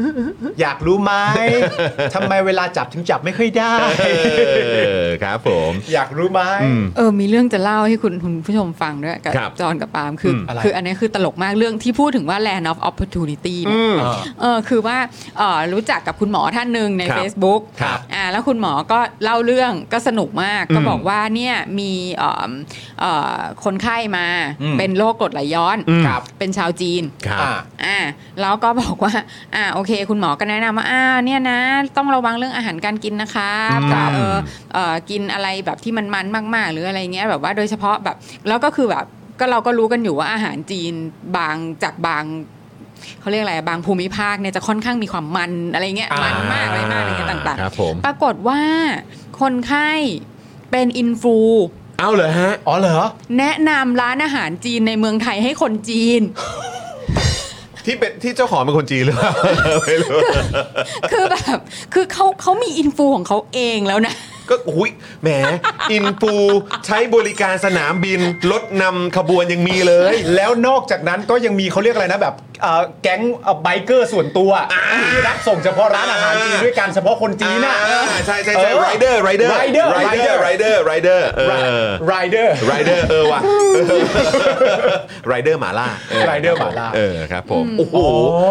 [laughs] อยากรู้
[laughs]
ไหมทำไมเวลาจับถึงจับไม่ค่อยได้
เออ ครับผม
อยากรู้ไหม
เออมีเรื่องจะเล่าให้คุณคุณผู้ชมฟังด้วยกับ
ครับ
จอนกับปาล์มคืออ
มอะไร
คืออันนี้คือตลกมากเรื่องที่พูดถึงว่า land of opportunity เนี่ย
เออ
เออคือว่าเอ่อรู้จักกับคุณหมอท่านหนึ่งใน
ครับ
Facebook
ครับ
อ่าแล้วคุณหมอก็เล่าเรื่องก็สนุกมากก็บอกว่าเนี่ยมีเอ่อเอ่อคนไข้มา
อืม
เป็นโรคกรดไหลย้อน
ครับ
เป็นชาวจีน
ครับ
อ่ะ
อ่าแล้วก็บอกว่าอ่าโอเค คุณหมอก็แนะนำว่าอ่าเนี่ยนะ ต้องระวังเรื่องอาหารการกินนะครับ
ครับ
เออเออกินอะไรแบบที่มันมันมากๆ หรืออะไรเงี้ยแบบว่าโดยเฉพาะแบบแล้วก็คือแบบก็เราก็รู้กันอยู่ว่าอาหารจีนบางจากบางเขาเรียกอะไรบางภูมิภาคเนี่ยจะค่อนข้างมีความมันอะไรเงี้ย
อ่ามั
มันมากอะไรมากอะไรเงี้ยต่าง
ครับผม
ๆ ปรากฏว่าคนไข้เป็นอินฟลู
เอาเหรอฮะ
อ๋อเหรอ
แนะนำร้านอาหารจีนในเมืองไทยให้คนจีน
ที่เป็นที่เจ้าของเป็นคนจีนหรือเปล่า [laughs] ไม่รู้
[laughs] คือแบบคือเขาเขามีอินฟูของเขาเองแล้วนะ
ก็อุ้ยแหม อินฟูใช้บริการสนามบิน รถนำขบวนยังมีเลย
แล้วนอกจากนั้นก็ยังมีเขาเรียกอะไรนะแบบเอ่อแก๊งไบเกอร์ส่วนตัวที่รับส่งเฉพาะร้านอาหารจีนด้วยกันเฉพาะคนจีนน่ะ
อ่าใช่ใช่ใช่ไรเดอร์ไรเดอร์
Rider
ไรเดอ
Rider
ร์ไรเดอร์ไรเดอร์เออ
ไรเดอร์
ไรเดอร์เออ
[laughs]
ว่ะไรเดอร์หมาล่า
Rider หมาล่า
เออครับผมโอ้โห
อ๋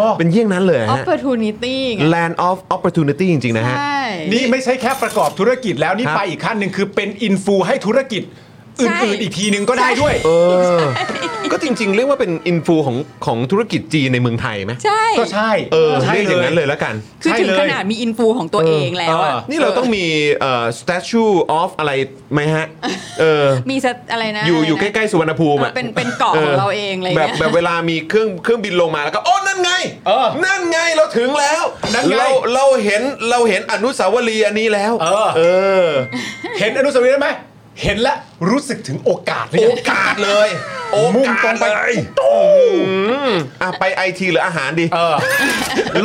อ
เป็นเยี่ยงนั้นเลยฮะ
[laughs] opportunity ไง
land of opportunity จริง ๆ นะฮะ
ใช่
นี่ไม่ใช่แค่ประกอบธุรกิจแล้วนี่
ครับ
ไปอีกขั้นหนึ่งคือเป็นอินฟูให้ธุรกิจ อ
ใช่
ื่นๆอีกทีนึงก็ได้ด้วย
เออ ก็จริง ๆ เรียกว่าเป็นอินฟูของของธุรกิจจีนในเมืองไทยไหม
ใช่
ก็ใช่
เออ
ใช่
เรียกอย่างนั้นเลยแล้วกัน
คือ
ใช่
ถึง
เลย
ขนาดมีอินฟูของตัวเองแล้วอะ
เออ
นี่เราต้องมีเอ่อ statue of อะไรไหมฮะ เอ
[laughs]
อ
มีสะอะไรนะ
อยู่อยู่
ะ
ใก
ไรนะ
ล้ๆสุวรรณภูมิอะ
เป็นเป็นเกาะของเราเองอะไร
แบบ
เงี้ย
แบบเวลามีเครื่องเครื่องบินลงมาแล้วก็โอ้นั่นไง
เออ
นั่นไงเราถึงแล้ว
นั่นไง
เราเราเห็นเราเห็นอนุสาวรีย์อันนี้แล้ว
เออ
เออ
เห็นอนุสาวรีย์ได้ไหม เห็นแล้วรู้สึกถึงโอกาสเลย
โอกาสเลยโอ
มุ่ง
กาส
ตรงไป
เลยอืมอ่ะไปไอทีหรืออาหารดี
เออ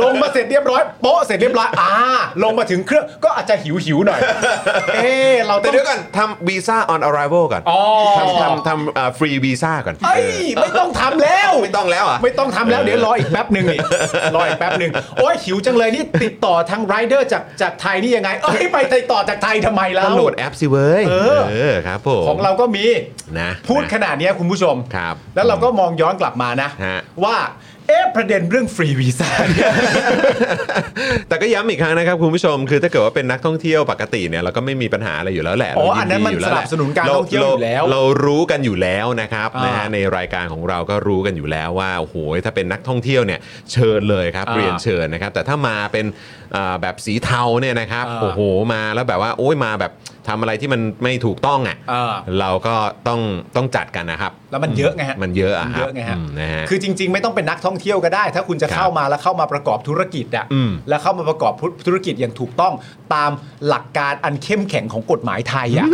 ลงมาเสร็จเรียบร้อยโป๊ะเสร็จเรียบร้อยอ่าลงมาถึงเครื่องก็อาจจะหิวหิวๆ
[laughs]
หน่อย เอ๊ะเราต้
แต่
อง
เดี๋ยวก่อนทำวีซ่าออน a r r i v a l ก่อน
อ๋อ
ทำทำทำฟรีวีซ่า free visa ก่อน
เอ้ยไม่ต้องทำแล้ว
ไม่ต้องแล้วอ่ะ
ไม่ต้องทำแล้วเดี๋ยวรออีกแป๊บหนึ่ง
[laughs]
นี่ รออีกแป๊บหนึ่งโอ้ยหิวจังเลยนี่ติดต่อทางไรเดอร์จากจากไทยนี่ยังไง เอ้ยไปติดต่อจากไทยทำไมแล้ว
ต้องโหลดแอปสิเว้ย
เออ
อครับผม
ของเราก็มี
นะ
พูด
นะ
ขนาดเนี้ยคุณผู้ชม
ครับ
แล้วเราก็มองย้อนกลับมานะ
ฮะ
ว่า เอ๊ะประเด็นเรื่องฟรีวีซ่า
[laughs]
เนี่ย
แต่ก็ย้ำอีกครั้งนะครับคุณผู้ชมคือถ้าเกิดว่าเป็นนักท่องเที่ยวปกติเนี่ยเราก็ไม่มีปัญหาอะไรอยู่แล้วแหละ
อ๋อ
เรายิ
อันนั้นมัน
ดียู่แวแหละ
สนับสนุนการท่องเที่ยวอยู่แล้ว
เราเรารู้กันอยู่แล้วนะครับ
อ่าน
นะฮะในรายการของเราก็รู้กันอยู่แล้วว่าโอ้โหถ้าเป็นนักท่องเที่ยวเนี่ยเชิญเลยครับ
อ่า
เรียนเชิญนะครับ แต่ถ้ามาเป็นอ่าแบบสีเทาเนี่ยนะครับ
อ่า
โอ้โหมาแล้วแบบว่าโอ้ยมาแบบทำอะไรที่มันไม่ถูกต้องอ่ะ
อ่า
เราก็ต้องต้องจัดกันนะครับ
แล้วมันเยอะไงฮะ
มันเยอะอะ
มัน
ค
เย
รับ
อะไงฮะ
อืมนะฮะ
คือจริง ๆ ไม่ต้องเป็นนักท่องเที่ยวก็ได้ ถ้าคุณจะเข้ามาแล้วเข้ามาประกอบธุรกิจอะ
อืม
แล้วเข้ามาประกอบธุรกิจอย่างถูกต้องตามหลักการอันเข้มแข็งของกฎหมายไทย
[laughs]
อะ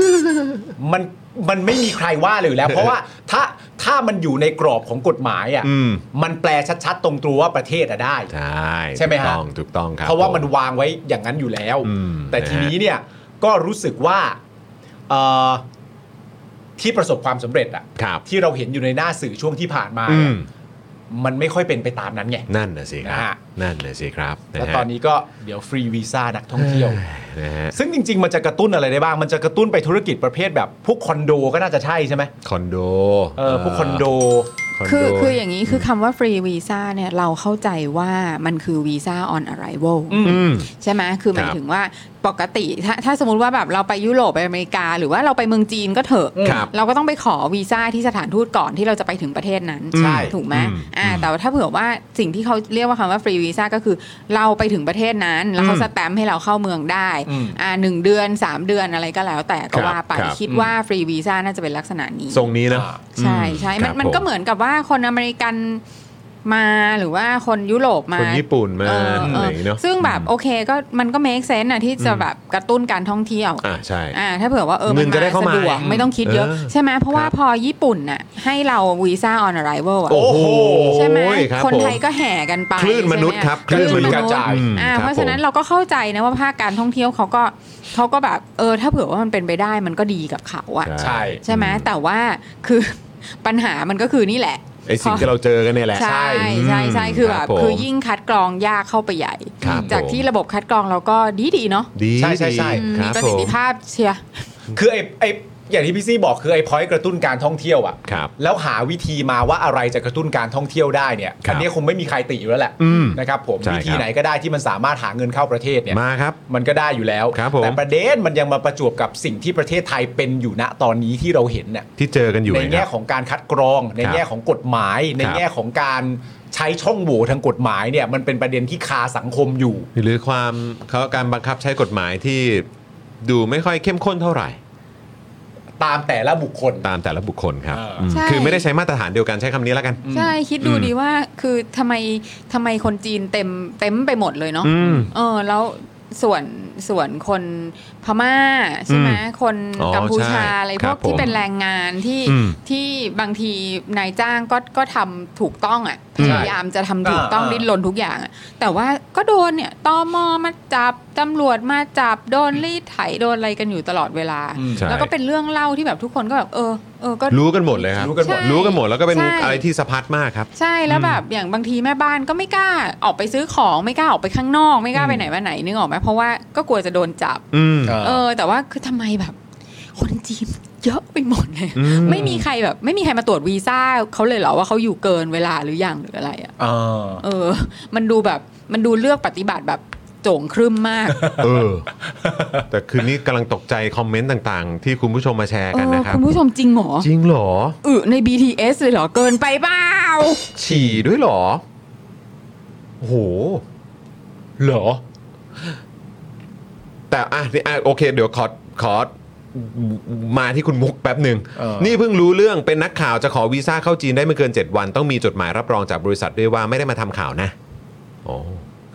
มันมันไม่มีใครว่าเลยอยู่แล้ว เพราะว่าถ้าถ้ามันอยู่ในกรอบของกฎหมายอะ
อืม
มันแปลชัดๆ ตรงตัวว่าประเทศอะได้
ใช่
ใช่ไหม
ถู
ฮะ
กต้องถูกต้องครับ
เพราะว่ามัน
ผ
วางไว้อย่างนั้นอยู่แล้ว
อืม
แต่ที
นะฮะ
นี้เนี่ยก็รู้สึกว่าเอ่อที่ประสบความสำเร็จอะ
ครับ
ที่เราเห็นอยู่ในหน้าสื่อช่วงที่ผ่านมา
อื
เนี่ย
ม
มันไม่ค่อยเป็นไปตามนั้นไง
นั่นน่ะสิครั
นะ
บ
ฮะ
นั่นน่ะสิครับะฮะ
แล้วตอนนี้ก็เดี๋ยวฟรีวีซ่านักท่องเที่ยว
[laughs] นะฮะ
ซึ่งจริง ๆ มันจะกระตุ้นอะไรได้บ้าง มันจะกระตุ้นไปธุรกิจประเภทแบบ พวกคอนโดก็น่าจะใช่ใช่ไหม
คอนโด
เออพวกคอนโด
คอนโด
คือคืออย่างนี้คือคำว่าฟรีวีซ่าเนี่ยเราเข้าใจว่ามันคือวีซ่าออน arrival
อืม
อืม
ใช่ไหมคือหมายถึงว่าปกติถ้าถ้าสมมติว่าแบบเราไปยุโรปไปอเมริกา หรือว่าเราไปเมืองจีนก็เถอะ
ครับ
เราก็ต้องไปขอวีซ่าที่สถานทูตก่อนที่เราจะไปถึงประเทศนั้น
ใช่
ถูกไหม
อืม
อ่าแต่ว่าถ้าเผื่อว่าสิ่งที่เขาเรียกว่าคำว่าฟรีวีซ่าก็คือเราไปถึงประเทศนั้น แล้วเขา
อืม
สแตมป์ให้เราเข้าเมืองได้
อืม
อ่าหนึ่งเดือน 3 เดือนอะไรก็แล้ว แต่ก็ว่าไป
ครับครับ
คิดว่าฟรีวีซ่าน่าจะเป็นลักษณะนี้
ทรงนี้นะ
อ่า
ใช่ใช่ มันมันก็เหมือนกับว่าคนอเมริกันมาหรือว่าคนยุโรป
ค
มา
นญี่ปุ่นมา
เอออ
อะไรอย่างงี้เนาะ
ซึ่งแบบโอเคก็มันก็ make sense อะที่จะแบบกระตุ้นการท่องเที่ยว
อ่าใช่
อ่าถ้าเผื่อว่าเออ
เงินจะได้เข้ามา
สะดวก
อืม
ไม่ต้องคิดเยอะ
เออ
ใช่ไหมเพราะว่า
ครับ
พอญี่ปุ่นน่ะให้เราวีซ่า on arrival อะ
โอ้โห
ใช่ไหม
รับ
คนไทย
ผม
ก็แห่กันไป
คลื่นมนุษย์
ใช่ไห
ครับ
คลื่นมนุษ
คลื่นมนุษย์กระ
ย์
จาย
อ่า
อืม
เพราะฉะนั้น
ครับผม
เราก็เข้าใจนะว่าภาคการท่องเที่ยวเขาก็เขาก็แบบเออถ้าเผื่อว่ามันเป็นไปได้มันก็ดีกับเขาอะ
ใช่
ใช่ไหม
อืม
แต่ว่าคือ [laughs] ปัญหามันก็คือนี่แหละ
ไอสิ่งที่เราเจอกันเนี่ยแหละ
ใช่ใช่ใช่คือแบบ
ผม
คือยิ่งคัดกรองยากเข้าไปใหญ่
ครับ
จาก
ผม
ที่ระบบคัดกรองเราก็ดีดีๆเนาะ
ดี
ใช่ใช่ใช่
ดี
อืม
ค
มี
รับ
ประ
ผ
สิทธิ
ม
ภาพเชียร์
คือไอ้ไอ้อย่างที่พี่ซี่บอกคือไอ้พอยต์กระตุ้นการท่องเที่ยวอะ
ครับ
แล้วหาวิธีมาว่าอะไรจะกระตุ้นการท่องเที่ยวได้เนี่ย
ครับ
อันนี้คงไม่มีใครติอยู่แล้วแหละ
อืม
นะครับผม
ใช่ครับ
วิธีไหนก็ได้ที่มันสามารถหาเงินเข้าประเทศเนี่ย
มาครับ
มันก็ได้อยู่แล้ว
ครับผม
แต่ประเด็นมันยังมาประจวบกับสิ่งที่ประเทศไทยเป็นอยู่ณตอนนี้ที่เราเห็นน่ะ
ที่เจอกันอยู่
ใน
นะค
แง่
รับ
ของการคัดกรอง ใน
ครับ
แง่ของกฎหมาย ใน
ครับ
แง่ของการใช้ช่องโหว่ทางกฎหมายเนี่ยมันเป็นประเด็นที่คาสังคมอยู่
หรือความเขาการบังคับใช้กฎหมายที่ดูไม่ค่อยเข้มข้นเท่าไหร่
ตามแต่ละบุคคล
ตามแต่ละบุคคลครับ
เอออื
มคือไม่ได้ใช้มาตรฐานเดียวกันใช้คำนี้แล้วกัน
ใช่คิดดูดีว่าคือทำไมทำไมคนจีนเต็มเต็มไปหมดเลยเนาะ
อืม
เออแล้วส่วนส่วนคนพม่าใช่ไหม
อืม
คน
อ๋อ
กัมพู
ใช่
ชาอะไร
ค
พ
รั
ว
บ
ก
ผ
ที่
ม
เป็นแรงงานที่
อืม
ที่บางทีนายจ้างก็ก็ทำถูกต้องอ่ะพยายามจะทำ ถูกต้อง
อ่า
ดิ้นรนทุกอย่างอะแต่ว่าก็โดนเนี่ยตอมอมาจับ ตำรวจมาจับ โดนรีดไถโดนอะไรกันอยู่ตลอดเวลา
อืม
ใช่
แล้วก็เป็นเรื่องเล่าที่แบบทุกคนก็แบบเออเออก็
รู้กันหมดเลยครับ
รู้กันหมด
ใช่
รู้กันหมดแล้วก็เป็น
ใช่
อะไรที่สะพัดมากครับ
ใช่แล้วแบบอย่างบางทีแม่บ้านก็ไม่กล้าออกไปซื้อของไม่กล้าออกไปข้างนอกไม่กล้าไปไหนมาไหนนึกออกไหมเพราะว่าก็กลัวจะโดนจับ
อืม
เออ
เออ แต่ว่าคือทำไมแบบ คนจีนเยอะไปหมดเลย
อืม
ไม่มีใครแบบ ไม่มีใครมาตรวจวีซ่าเขาเลยเหรอว่าเขาอยู่เกินเวลาหรือยังหรืออะไรอะ
อ่า
เออ มันดูแบบ มันดูเลือกปฏิบัติแบบ โจ่งครึ้มมาก
เออ แต่คืนนี้กำลังตกใจคอมเมนต์ต่างๆ ที่คุณผู้ชมมาแชร์
เอ
กัน
อ
นะครับ
คุณผู้ชมจริงเหรอ
จริงเหรอ
อึใน BTS เลยเหรอเกินไปเปล่า
ฉี่ด้วยเหรอโอ้โห
เหรอ
แต่อ่ะนี่อ่ะโอเค เดี๋ยวขอขอมาที่คุณมุกแป๊บหนึ่ง
เออ
นี่เพิ่งรู้เรื่องเป็นนักข่าวจะขอวีซ่าเข้าจีนได้ไม่เกิน 7 วัน ต้องมีจดหมายรับรองจากบริษัทด้วยว่าไม่ได้มาทำข่าวนะอ๋อ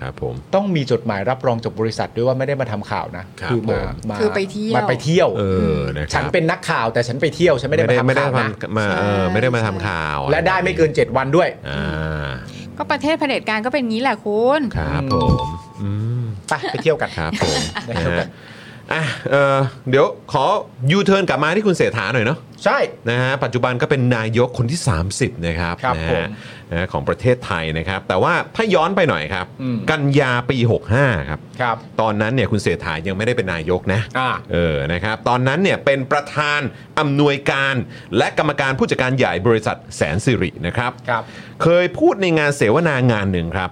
ครับผม
ต้องมีจดหมายรับรองจากบริษัทด้วยว่าไม่ได้มาทำข่าวนะครับ มา
ผม
มา
คือไปเที่ยว
มาไปเที่ยว
เออนะครั
ฉัน
บ
เป็นนักข่าวแต่ฉันไปเที่ยวฉันไม่ได้มาทำข่าวนะ
ทำมาเออไม่ได้มาทำข่าว
และได้ไม่เกิน 7 วันด้วย
อ่า
ก็ประเทศเผด็จการก็เป็นงี้แหละคุณ
ครับผมอืม
ไปไปเที่ยวกัน
ครับผม
ได้
[laughs] นะครับ ฮะอ่ะเอ่อเดี๋ยวขอยูเทิร์นกลับมาที่คุณเสถาหน่อยเนาะ
ใช่
นะฮะปัจจุบันก็เป็นนายกคนที่ 30 นะครับ
ครับ
นะ
ผ
ฮะ
ม
นะฮะของประเทศไทยนะครับ แต่ว่าถ้าย้อนไปหน่อยครับ
อืม
กันยาปี 65 ครับ
ครับ
ตอนนั้นเนี่ยคุณเสถายังไม่ได้เป็นนายกนะ
อ่า
เออนะครับตอนนั้นเนี่ยเป็นประธานอำนวยการ และกรรมการผู้จัดการใหญ่บริษัทแสนสิรินะครับ
ครับ
เคยพูดในงานเสวนางานหนึ่งครับ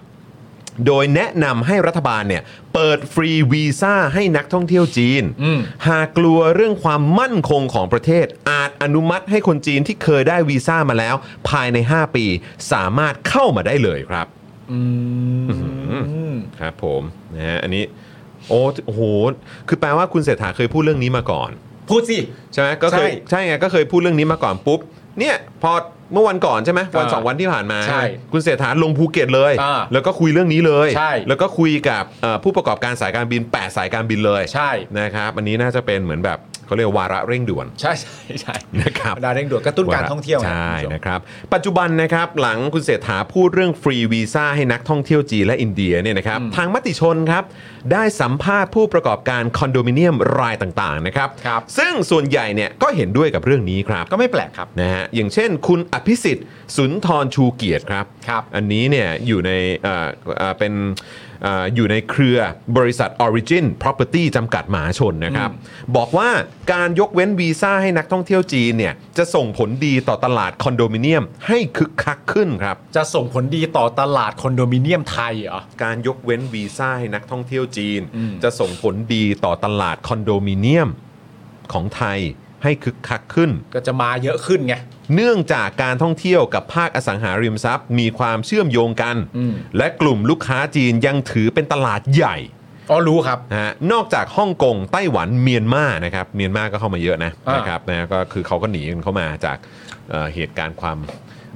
โดยแนะนำให้รัฐบาลเนี่ยเปิดฟรีวีซ่าให้นักท่องเที่ยวจีน
อืม
หากกลัวเรื่องความมั่นคงของประเทศ อาจอนุมัติให้คนจีนที่เคยได้วีซ่ามาแล้ว ภายใน 5 ปี สามารถเข้ามาได้เลยครับ
อืม
ครับผมนะฮะอันนี้โอ้โอ้โห คือแปลว่าคุณเศรษฐาเคยพูดเรื่องนี้มาก่อน
พูดสิ
ใช่ไหมก็เคย
ใช่
ใช่ไงก็เคยพูดเรื่องนี้มาก่อนปุ๊บเนี่ยพอเมื่อวันก่อนใช่ไหมวัน
อ่า
สองวันที่ผ่านมา
ใช่
คุณเศรษฐาลงภูเก็ตเลย
อ่า
แล้วก็คุยเรื่องนี้เลย
ใช่
แล้วก็คุยกับเอ่อผู้ประกอบการสายการบิน 8 สายการบินเลย
ใช่
นะครับอันนี้น่าจะเป็นเหมือนแบบเขาเรียกวาระเร่งด่วน
ใช่ใช่ใช่
นะครับ
ดาเร่งด่วนกระตุ้นการท่องเที่ยวนะ
ใช่
คุณผู้ชม
นะครับ ปัจจุบันนะครับหลังคุณเศรษฐาพูดเรื่องฟรีวีซ่าให้นักท่องเที่ยวจีนและอินเดียเนี่ยนะครับ
อืม
ทางมติชนครับได้สัมภาษณ์ผู้ประกอบการคอนโดมิเนียมรายต่างๆนะครับ
ครับ
ซึ่งส่วนใหญ่เนี่ยก็เห็นด้วยกับเรื่องนี้ครับ
ก็ไม่แปลกครับ
นะฮะอย่างเช่นคุณอภิสิทธิ์สุนทรชูเกียรติครับ
ครับ
อันนี้เนี่ยอยู่ในเอ่อเอ่อเป็นเอ่ออยู่ในเครือบริษัท Origin Property จำกัดมหาชนนะครับ บอกว่าการยกเว้นวีซ่าให้นักท่องเที่ยวจีนเนี่ยจะส่งผลดีต่อตลาดคอนโดมิเนียมให้คึกคักขึ้นครับ
จะส่งผลดีต่อตลาดคอนโดมิเนียมไทยเหรอ
การยกเว้นวีซ่าให้นักท่องเที่ยวจีน
อืม
จะส่งผลดีต่อตลาดคอนโดมิเนียมของไทยให้คึกคักขึ้น
ก็จะมาเยอะขึ้นไง
เนื่องจากการท่องเที่ยวกับภาคอสังหาริมทรัพย์ มีความเชื่อมโยงกัน
อืม
และกลุ่มลูกค้าจีนยังถือเป็นตลาดใหญ่
อ๋อรู้ครับ
นะฮะนอกจากฮ่องกงไต้หวันเมียนมานะครับเมียนมาก็เข้ามาเยอะนะ
อ่าน
นะครับนะก็คือเขาก็หนีกันเข้ามาจากเอ่อเหตุการณ์ความ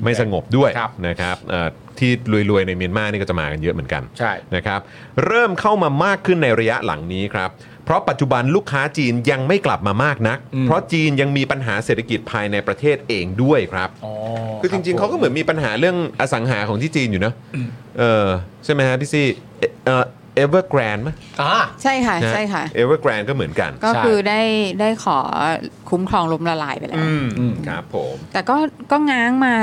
ไม่สงบด้วย
ครับ
นะครับเอ่อที่รวยๆในเมียนมานี่ก็จะมากันเยอะเหมือนกัน
ใช่
นะครับเริ่มเข้ามามากขึ้นในระยะหลังนี้ครับ เพราะปัจจุบันลูกค้าจีนยังไม่กลับมามากนัก
อืม
เพราะจีนยังมีปัญหาเศรษฐกิจภายในประเทศเองด้วยครับ
อ๋อ
คือจริงๆ เขาก็เหมือนมีปัญหาเรื่องอสังหาของที่จีนอยู่เนอะเออใช่ไหมฮะพี่ซี่เอเอ่อเอเวอร์แกรนด์มั้ย
อ่า
ใช่ค่ะ ใช่ค่ะ
เอเวอร์แกรนด์ก็เหมือนกัน
ก็
ใช่
คือได้ได้ขอคุ้มครองล้มละลายไปแล้ว
อืม
อืม
ครับผม
แต่ก็ก็ง้างมา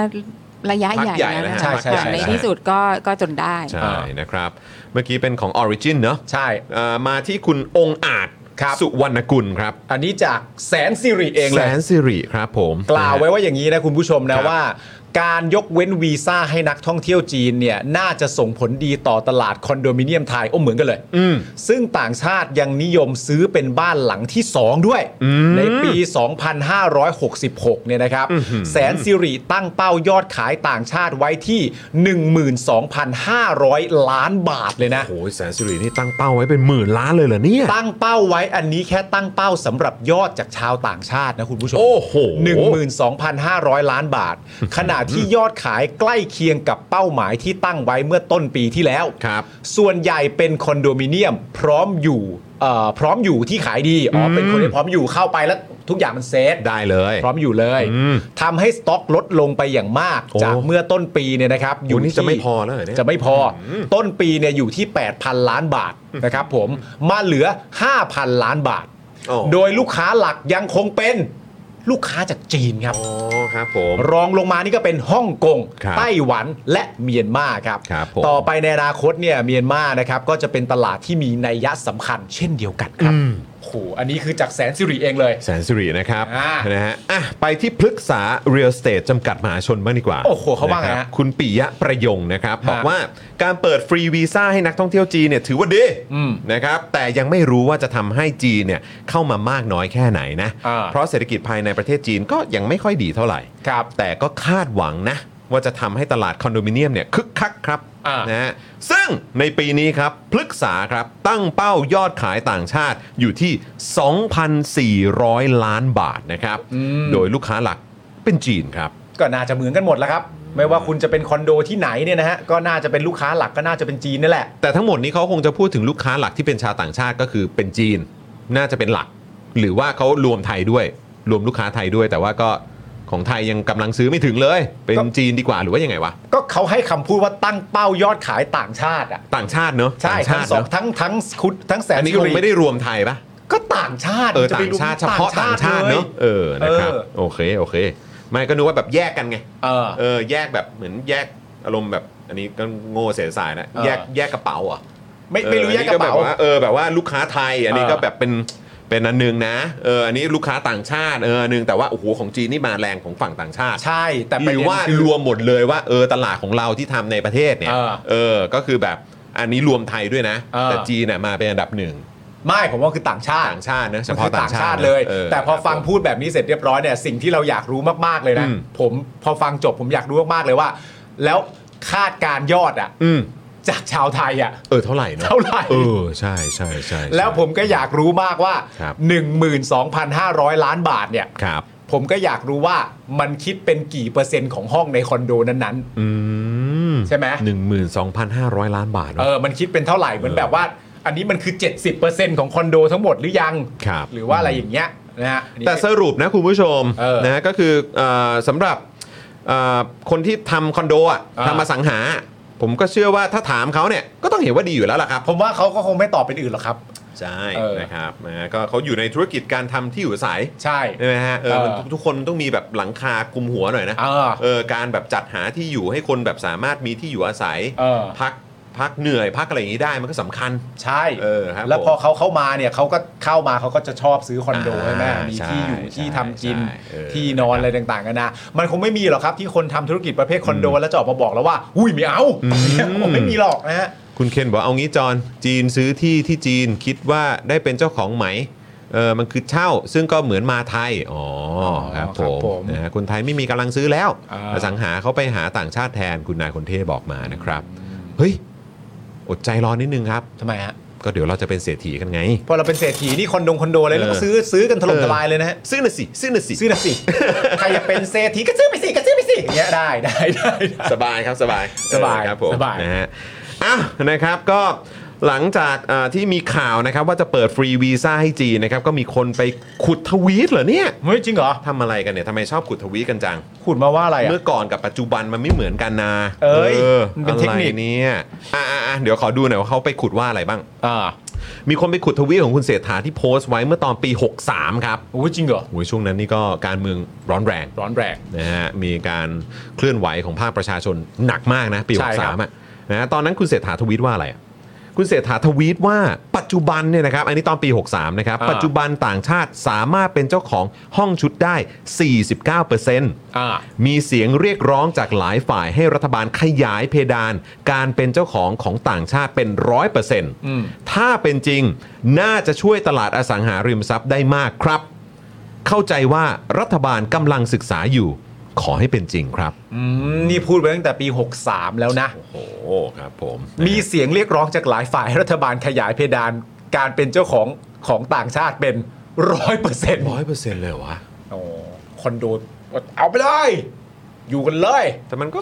ระยะ
พัก
ใหญ่
ใหญ่
แล้ว
นะฮะ
นะ
ใช่
คะ
ใช่
แต่
ใช่
ในที่สุดก็ก็จนได้
ใช่นะครับ เมื่อกี้เป็นของ Origin เนอะ
ใช่
เอ่อมาที่คุณองค์อาจ
ครับ
สุวรรณกุลครับ
อันนี้จากแสนสิริเอง
แส
เลย
นสิริครับผม
กล่าวไว้ว่าอย่างนี้นะคุณผู้ชม
ค
นะ
รับ
ว่า การยกเว้นวีซ่าให้นักท่องเที่ยวจีนเนี่ยน่าจะส่งผลดีต่อตลาดคอนโดมิเนียมไทยโอ้เหมือนกันเลย
อืม
ซึ่งต่างชาติยังนิยมซื้อเป็นบ้านหลังที่ 2 ด้วย
ม
ในปี 2566 เนี่ยนะครับ แสนสิริตั้งเป้ายอดขายต่างชาติไว้ที่ 12,500 ล้านบาทเลยนะ
โอ้โหแสนสิรินี่ตั้งเป้าไว้เป็นหมื่นล้านเลยเหรอเนี่ย
ตั้งเป้าไว้อันนี้แค่ตั้งเป้าสำหรับยอดจากชาวต่างชาตินะคุณผู้ชม
โอ้โห
12,500 ล้านบาท ขณะที่ยอดขายใกล้เคียงกับเป้าหมายที่ตั้งไว้เมื่อต้นปีที่แล้ว
ครับ
ส่วนใหญ่เป็นคอนโดมิเนียมพร้อมอยู่เอ่อพร้อมอยู่ที่ขายดี อ๋ออเป็นคนที่พร้อมอยู่เข้าไปแล้วทุกอย่างมันเซต
ได้เลย
พร้อมอยู่เลย
อืม
ทำให้สต็อกลดลงไปอย่างมาก
โอ้
จากเมื่อต้นปีเนี่ยนะครับ
อยู่นี่
ที่
จะไม่พอแล้วเหรอเนี่ย
จะไม่พออต้นปีเนี่ยอยู่ที่ 8,000 ล้านบาทนะครับผมมาเหลือ 5,000 ล้านบาท
โอ้
โดยลูกค้าหลักยังคงเป็นลูกค้าจากจีนครับ
อ๋อครับผม
รองลงมานี่ก็เป็นฮ่องกง
ครับ
ไต้หวันและเมียนมาครับ
ครับผม
ต่อไปในอนาคตเนี่ยเมียนมานะครับก็จะเป็นตลาดที่มีนัยยะสำคัญเช่นเดียวกันครับโห หอันนี้คือจากแสนสิริเองเลย
แสนสิรินะครับ
อ่า
นะฮะอ่ะไปที่พฤกษา Real Estate จำกัดมหาชนบ้างดีกว่า
โอ้โหเขาว่าไงฮะ
นะครับคุณปิยะประยงนะครับ
ฮะ
บอกว่าการเปิดฟรีวีซ่าให้นักท่องเที่ยวจีนเนี่ยถือว่าดี
อืม
นะครับแต่ยังไม่รู้ว่าจะทำให้จีนเนี่ยเข้ามามากน้อยแค่ไหนนะ
อ่า
เพราะเศรษฐกิจภายในประเทศจีนก็ยังไม่ค่อยดีเท่าไหร่
ครับ
แต่ก็คาดหวังนะ ว่าจะทำให้ตลาดคอนโดมิเนียมเนี่ยคึกคักครับ
อ่าน
นะฮะซึ่งในปีนี้ครับพฤกษาครับตั้งเป้ายอดขายต่างชาติอยู่ที่ 2,400 ล้านบาทนะครับ โดยลูกค้าหลักเป็นจีนครับ
ก็น่าจะเหมือนกันหมดแล้วครับ ไม่ว่าคุณจะเป็นคอนโดที่ไหนเนี่ยนะฮะก็น่าจะเป็นลูกค้าหลักก็น่าจะเป็นจีนนี่แหละ
แต่ทั้งหมดนี้เขาคงจะพูดถึงลูกค้าหลักที่เป็นชาวต่างชาติก็คือเป็นจีน น่าจะเป็นหลัก หรือว่าเขารวมไทยด้วย รวมลูกค้าไทยด้วย แต่ว่าก็ของไทยยังกำลังซื้อไม่ถึงเลย เป็น
ก็
จีนดีกว่าหรือว่ายังไงวะ
ก็เขาให้คำพูดว่าตั้งเป้ายอดขายต่างชาติอ่ะ
ต่างชาติเนอะ
ใช่
ต่าง
ทั้
ชาง ติ
ส
เน
อง
อะ
ทั้งทั้งคุณทั้งแส
อั
น
นนี้
สิ
คง
ริ
ไม่ได้รวมไทยปะ
ก็ต่างชาติ
เออ
จะไป
ต่าง
รู้
ชาติเฉพาะต่างชาติเนอะ
ลย
เออนะครับ
เออ
โอเคโอเค ไม่ก็นึกว่าแบบแยกกันไง
เออ
เออแยกแบบเหมือนแยกอารมณ์แบบอันนี้ก็โง่เสียสายนะ
เออ
แยกแยกกระเป๋าเหรอ่ะ
ไม่ไม่รู้แยกกระเป๋า
เออแบบว่าลูกค้าไทยอันนี้
เออ
ก็แบบเป็นเป็นอันหนึงนะเอออันนี้ลูกค้าต่างชาติเอออันหนึงแต่ว่าโอ้โหของจีนนี่มาแรงของฝั่งต่างชาติ
ใช่แต่
ห
ประ
รื
เด็
อนว่า
คือ
รวมหมดเลยว่าเออตลาดของเราที่ทำในประเทศเนี่ย
เออ
เออก็คือแบบอันนี้รวมไทยด้วยนะ
เออ
แต่จีนน่ะมาเป็นอันดับหนึ่ง
ไม่ผมว่าคือต่างชาติ
ต่างชาตินะเฉ
มัน
พาะ
คือ
ต่า
ต่าง ง
ชา
ชา
ติ
ติเลย
ออ
แต่พอ
ครับ
ฟัง
ผม
พูดแบบนี้เสร็จเรียบร้อยเนี่ยสิ่งที่เราอยากรู้มากๆเลยนะ
อืม
ผมพอฟังจบผมอยากรู้มากๆเลยว่า แล้วคาดการณ์ยอดอ่ะ
อืม
จากชาวไทยอ่ะ
เออเท่าไหร่เนอะ
เท่าไหร่
เออใช่ใช่ใช่ใช่
แล้วผมก็อยากรู้มากว่า
ครับ
12,500 ล้านบาทเนี่ย
ครับ
ผมก็อยากรู้ว่ามันคิดเป็นกี่เปอร์เซ็นต์ของห้องในคอนโดนั้น
อืม
ใช่ไหม
หนึ่งหมื่นสองพันห้าร้อยล้านบาท
ๆ
วะ
เออมันคิดเป็นเท่าไหร่เหมือนแบบว่า อันนี้มันคือ 70%ของคอนโดทั้งหมดหรือยัง
ครับ
หรือว่าอะไรอย่างเงี้ยนะฮะอันนี้
แต่สรุปนะคุณผู้ชม
เออ
นะก็คือเอ่อสำหรับเอ่อคนที่ทำคอนโดอะ
อ่า
ทำมาสังหา ผมก็เชื่อว่าถ้าถามเขาเนี่ยก็ต้องเห็นว่าดีอยู่แล้วล่ะครับ
ผมว่าเขาก็คงไม่ตอบเป็นอื่นหรอกครับ
ใช่
เออ
นะครับนะก็เขาอยู่ในธุรกิจการทำที่อยู่อาศัย
ใช่
ใช่ไหมฮะเออมัน
เออ
ทุกคนต้องมีแบบหลังคาคลุมหัวหน่อยนะ
เออ
เออการแบบจัดหาที่อยู่ให้คนแบบสามารถมีที่อยู่อาศัย
เออ
พักพักเหนื่อยพักอะไรอย่างนี้ได้มันก็สำคัญ
ใช่
เออครับ
แล้วพอ
ผม
เขาเข้ามาเนี่ยเขาก็เข้ามาเขาก็จะชอบซื้อคอนโดใช่ไหม
อ่ามี
มีที่อยู่
ใช่
ที่ทำกิน
ใช่เออ
ที่นอนอะไรต่างๆกันนะมันคงไม่มีหรอกครับที่คนทำธุรกิจประเภทคอนโด แล้วจะออกมาบอกแล้วว่า อุ้ยไม่เอา [laughs] คงไม่มีหรอกนะฮะ
คุณเคนบอกเอางี้จอนจีนซื้อที่ที่จีนคิดว่าได้เป็นเจ้าของไหมเออมันคือเช่า ซึ่งก็เหมือนมาไทย อ๋ออ
อ
ครับ
ค
ผ
รับ
ม
ผม
นะฮะคนไทยไม่มีกำลังซื้อแล้ว
อ่า
อสังหาเขาไปหาต่างชาติแทนคุณนายคนเท่บอกมานะครับ เฮ้ย อดใจรอนิดนึงครับ
ทำไมฮะ
ก็เดี๋ยวเราจะเป็นเศรษฐีกันไง
พอเราเป็นเศรษฐีนี่คอนโดงคอนโดอะไรแล้วก็
เออ
ซื้อซื้อกันถล่มทลายเลยนะฮะ
ซึ่งน่ะสิซึ่งน่ะสิ
ซื้อนะสิใครอยากเป็นเศรษฐีก็ซื้อไปสิก็ซื้อไปสิอย่างเงี้ยได้ [laughs] ได้ได้
สบายครับสบาย
สบาย
เออครับผม
สบาย
นะฮะอ้าวนะครับก็หลังจากอ่าที่มีข่าวนะครับ ว่าจะเปิดฟรีวีซ่าให้จีนนะครับก็มีคนไปขุดทวีตเหรอเนี่ย
เฮ้ยจริงเหรอ
ทำอะไรกันเนี่ยทำไมชอบขุดทวีตกันจัง
ขุดมาว่าอะไรอ่ะ
เมื่อก่อนกับปัจจุบันมันไม่เหมือนกันนะ
เอ้ยมัน
เป็
เป็
น
น
เท
เท
ค
คนิ
นิ
ค
คเนี่ยอ่ะอ่ะอ่ะเดี๋ยวขอดูหน่อยว่าเขาไปขุดว่าอะไรบ้าง
อ่า
มีคนไปขุดทวีตของคุณเศรษฐาที่โพสต์ไว้เมื่อตอนปี 63 ครับ
โอ้ยจริงเหรอ
โอ้ยช่วงนั้นนี่ก็การเมืองร้อนแรง
ร้อนแรง
นะฮะมีการเคลื่อนไหวของภาคประชาชนหนักมากนะปี
ใช่ครับ
63อ่ะนะฮะตอนนั้นคุณเศรษฐาทวีตว่าอะไรอ่ะคุณเศรษฐาทวีตว่าปัจจุบันเนี่ยนะครับอันนี้ตอนปี 63 นะครับปัจจุบันต่างชาติสามารถเป็นเจ้าของห้องชุดได้ 49%
อ่า
มีเสียงเรียกร้องจากหลายฝ่ายให้รัฐบาลขยายเพดาน การเป็นเจ้าของของต่างชาติเป็นร้อยเปอร์เซ็นต์
ม
ถ้าเป็นจริงน่าจะช่วยตลาดอสังหาริมทรัพย์ได้มากครับ เข้าใจว่ารัฐบาลกำลังศึกษาอยู่ ขอให้เป็นจริงครับ
อืมนี่พูดไปตั้งแต่ปี 63 แล้วนะ
โอ้ครับผม
มีเสียงเรียกร้องจากหลายฝ่ายให้รัฐบาลขยายเพดานการเป็นเจ้าของของต่างชาติเป็นร้อยเปอร์เซ็นต์
ร้อยเปอร์เซ็นต์เลยวะ
โอ้คอนโดเอาไปเลย อยู่กันเลย
แต่มันก็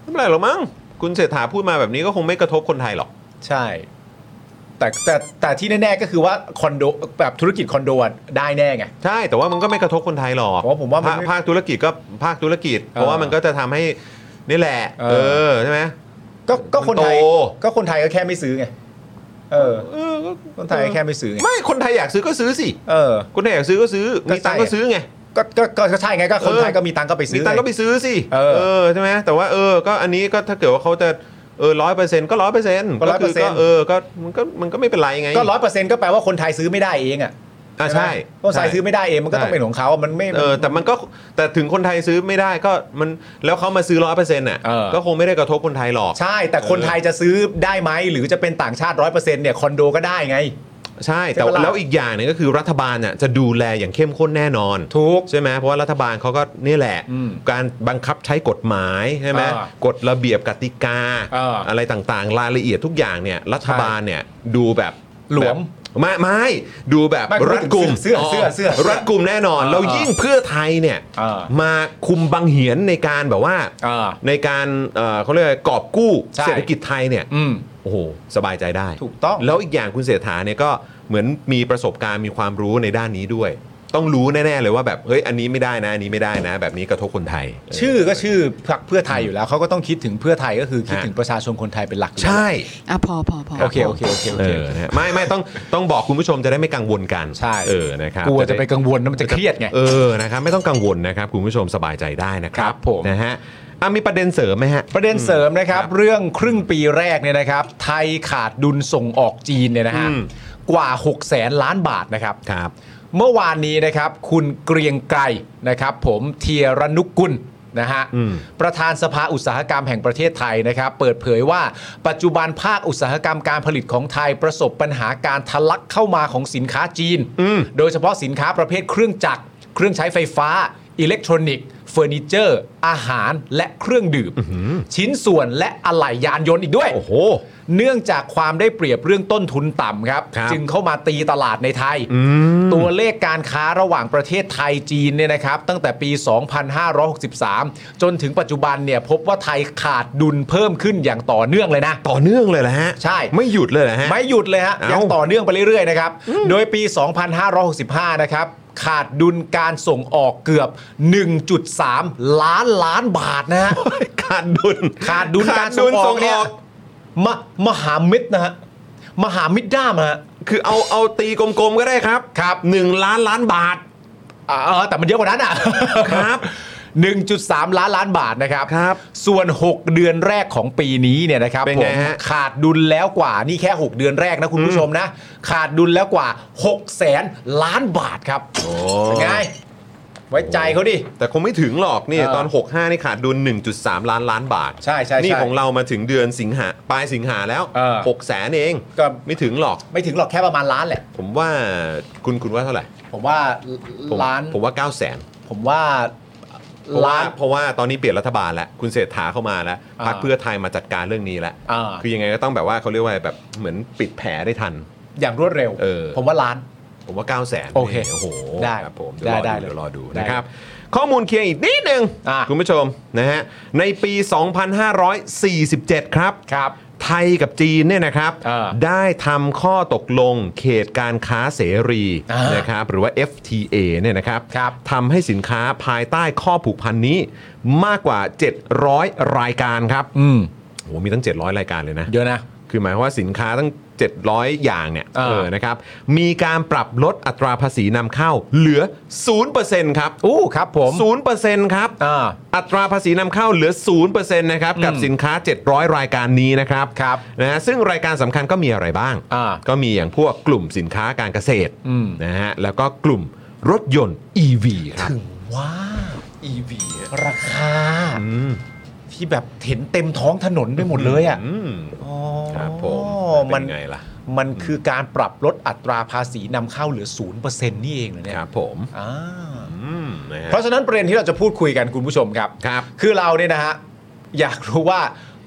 ไม่เป็นไรหรอกมั้งคุณเศรษฐาพูดมาแบบนี้ก็คงไม่กระทบคนไทยหรอก
ใช่ แต่แต่แต่ที่แน่ๆก็คือว่าคอนโดแบบธุรกิจคอนโดอะได้แน่ไง
ใช่แต่ว่ามันก็ไม่กระทบคนไทยหรอก
เพราะผมว่ามัน
ภาค
ไม่
ภาคธุรกิจก็ภาคธุรกิจ เพราะว่ามันก็จะทำให้นี่แหละ
เออ
เออใช่ไหม
ก็ก็คนไทย
โต
ก็คนไทยก็แค่ไม่ซื้อไงเออ
เออก็
คนไทยก็แค่ไม่ซื้อไง
ไม่คนไทยอยากซื้อก็ซื้อสิ
เออ
คนไทยอยากซื้อก็ซื้อ
ก็
มีตังค์
ใช่
ก็ซื้อไง
ก็ก็ก็ก็ใช่ไงก็คนไทยก็มีตังค์ก็ไป
มี
ซื้อ
ตังค์
ไง
ก็ไปซื้อสิ
เออ
ใช่ไหมแต่ว่าเออก็อันนี้ก็ถ้าเกิดว่าเขาจะ เออร้อยเปอร์เซ็นต์ก็ร้อยเปอร์เซ็นต์
ก็100%
เออก็มันก็มันก็ไม่เป็นไรไง
ก็ร้อยเปอร์เซ็นต์ก็แปลว่าคนไทยซื้อไม่ได้เองอ่ะ
อ่ะใช่
คนไทยซื้อไม่ได้เองมันก็ต้องเป็นของเขามันไม่
เออแต่มันก็แต่ถึงคนไทยซื้อไม่ได้ก็มันแล้วเขามาซื้อร้อยเปอร์เซ็นต์อ่ะ
เออ
ก็คงไม่ได้กระทบคนไทยหรอก
ใช่แต่คนไทยจะซื้อได้ไหมหรือจะเป็นต่างชาติร้อยเปอร์เซ็นต์เนี่ยคอนโดก็ได้ไง
ใช่แต่
ใช่ปะล่ะ
แล้วอีกอย่างหนึงก็คือรัฐบาลน่ะจะดูแลอย่างเข้มข้นแน่นอน
ถูก
ใช่ไหมเพราะว่ารัฐบาลเขาก็นี่แหละ
อืม
การบังคับใช้กฎหมายใช่ไหม
อ่าก
ฎระเบียบกติกา
อ่า
อะไรต่างๆ รายละเอียดทุกอย่างเนี่ยรัฐบาลเนี่ยดูแบบ
หลวม
แบบไม่ไม่ดูแบบ
ไม่พูดถึง
รัดกุม
เสื้อเสื้อเสื้อเสื้อ
รัดกุมแน่นอน
อ่า
แล้วยิ่งเพื่อไทยเนี่ย
อ่า
มาคุมบังเหียนในการแบบว่า
อ่า
ในการเอ่อเขาเรียกอะไรกอบกู้
ใช่
เศรษฐกิจไทยเนี่ย
อืม
โอ้โห สบายใจได้
ถูกต้อง
แล้วอีกอย่างคุณเสถาเนี่ยก็เหมือนมีประสบการณ์มีความรู้ในด้านนี้ด้วย ต้องรู้แน่ ๆ เลยว่าแบบ เฮ้ย อันนี้ไม่ได้นะ อันนี้ไม่ได้นะ แบบนี้กระทบคนไทย
ชื่อก็ชื่อพรรคเพื่อไทยอยู่แล้วเขาก็ต้องคิดถึงเพื่อไทยก็คือคิด
ฮะ
ถึงประชาชนคนไทยเป็นหลักอยู่
ใช่
อ่ะพอพอพอ
โอเคโอเคโอเคโอ
เอ
เค
อนะฮะไม่ไม่ต้องต้องบอกคุณผู้ชมจะได้ไม่กังวลกัน
ใช่
เออ นะครับ
กลัวจะไป
ด้
กังวลนะมันจะเครียดไง
เออ นะครับ ไม่ต้องกังวลนะครับ คุณผู้ชมสบายใจได้นะครับ
ครับผม
นะฮะอ่ะมีประเด็นเสริมไหมฮะ
ประเด็นเสริมนะครับ
ครับ
เรื่องครึ่งปีแรกเนี่ยนะครับ ไทยขาดดุลส่งออกจีนเนี่ยนะฮะ
อืม
กว่า 6 0 0แสนล้านบาทนะครับ
ครับ
เมื่อวานนี้นะครับ คุณเกรียงไกรนะครับ ผมเทียรนุกุลนะฮะ
อืม
ประธานสภาอุตสาหกรรมแห่งประเทศไทยนะครับ เปิดเผยว่าปัจจุบันภาคอุตสาหกรรมการผลิตของไทยประสบปัญหาการทะลักเข้ามาของสินค้าจีน โดยเฉพาะสินค้าประเภทเครื่องจักร เครื่องใช้ไฟฟ้า อิเล็กทรอนิกส์เฟอร์นิเจอร์ อาหารและเครื่องดื่ม ชิ้นส่วนและอะไหล่ยานยนต์อีกด้วย
โอ้โห
เนื่องจากความได้เปรียบเรื่องต้นทุนต่ำครับ
ครับ
จึงเข้ามาตีตลาดในไทย ตัวเลขการค้าระหว่างประเทศไทยจีนเนี่ยนะครับ ตั้งแต่ปี 2563 จนถึงปัจจุบันเนี่ยพบว่าไทยขาดดุลเพิ่มขึ้นอย่างต่อเนื่องเลยนะ
ต่อเนื่องเลยเหรอฮะ
ใช่
ไม่หยุดเลยเหรอฮะ
ไม่หยุดเลยฮะ
เอ้ายั
ยังต่อเนื่องไปเรื่อยๆนะครับ โดยปี 2565 นะครับ ขาดดุลการส่งออกเกือบ 1.3 ล้านล้านบาทนะฮะ
ขาดดุล
ขาดดุลการส่งออกเนี่ยมะมหามิตรนะฮะมหามิตรด้ามฮะ
คือเอาเอาตีกลมๆก็ได้ครับ
ครับ
หนึ่งล้านล้านบาท
เออแต่มันเยอะกว่านั้นอ่ะ
ครับ
1.3 ล้านล้านบาทนะครับ
ครับ
ส่วน 6 เดือนแรกของปีนี้เนี่ยนะครับ
เป็น
ผ
ไง
ม
ฮะ
ขาดดุลแล้วกว่านี่แค่ 6 เดือนแรกนะคุณผู้ชมนะ ขาดดุลแล้วกว่า6แสนล้านบาทครับเป็นไงไว้ใจเขาดิ
แต่คงไม่ถึงหรอกนี่
เออ
ตอน 65 นี่ขาดดุล 1.3 ล้านล้านบาท
ใช่ใช่ใช่
นี่ของเรามาถึงเดือนสิงหาปลายสิงหาแล้ว
เออ
6 แสนเอง
ก็
ไม่ถึงหรอก
ไม่ถึงหรอกแค่ประมาณล้านแหละ
ผมว่าคุณคุณว่าเท่าไหร่
ผมว่า
ผม
ล้าน
ผมว่า 9 0 0 0 0น
ผมว่า
เพราะว่า
ล้าน
เพราะว่าตอนนี้เปลี่ยนรัฐบาลแล้ว คุณเศรษฐาเข้ามาแล้ว
อ่า
พรรคเพื่อไทยมาจัดการเรื่องนี้แล้ว
อ่า
คือยังไงก็ต้องแบบว่าเขาเรียกว่าแบบเหมือนปิดแผลได้ทัน
อย่างรวดเร็ว
เออ
ผมว่าล้าน
ผมว่า 9 0 0 0 0น
โอเค
โอ้โห
ได้
ครับผม
ได้
เยวรอ
ได้
เดี๋ยวรอดู
ได้
นะครับ ข้อมูลเคลียร์อีกนิดนึง
อ่ะ
คุณผู้ชมนะฮะ ในปี 2547 ครับ
ครับ
ไทยกับจีนเนี่ยนะครับ
อ่า
ได้ทำข้อตกลงเขตการค้าเสรี
อ่าน
นะครับหรือว่า FTA เนี่ยนะครับ
ครับ
ทำให้สินค้าภายใต้ข้อผูกพันนี้มากกว่า 700 รายการครับ
อืม
โอ้โหมีตั้ง 700 รายการเลยนะ
เยอะนะ
คือหมายความว่าสินค้าตั้ง 700 อย่างเนี่ย
อ่า
เออนะครับ มีการปรับลดอัตราภาษีนำเข้าเหลือ 0%ครับ
อู้ครับผม
0%ครับ
อ่า
อัตราภาษีนำเข้าเหลือ 0%นะครับ กับสินค้า 700 รายการนี้นะครับ
ครับ
นะฮะซึ่งรายการสำคัญก็มีอะไรบ้าง
อ่า
ก็มีอย่างพวกกลุ่มสินค้าการเกษตร
อืม
นะฮะแล้วก็กลุ่มรถยนต์ EV ครับ
ว้า EV ราคา ที่แบบเห็นเต็มท้องถนนไปหมดเลยอ่ะ
อืม
อ๋อ
ครับผม
มัน
เป็นไงล่ะ
มันคือการปรับลดอัตราภาษีนำเข้าเหลือ 0%นี่เองเหรอเนี่ย
ครับผม
อ่า
อืมนะฮะ
เพราะฉะนั้นประเด็นที่เราจะพูดคุยกันคุณผู้ชมครับ
ครับ
คือเราเนี่ยนะฮะอยากรู้ว่า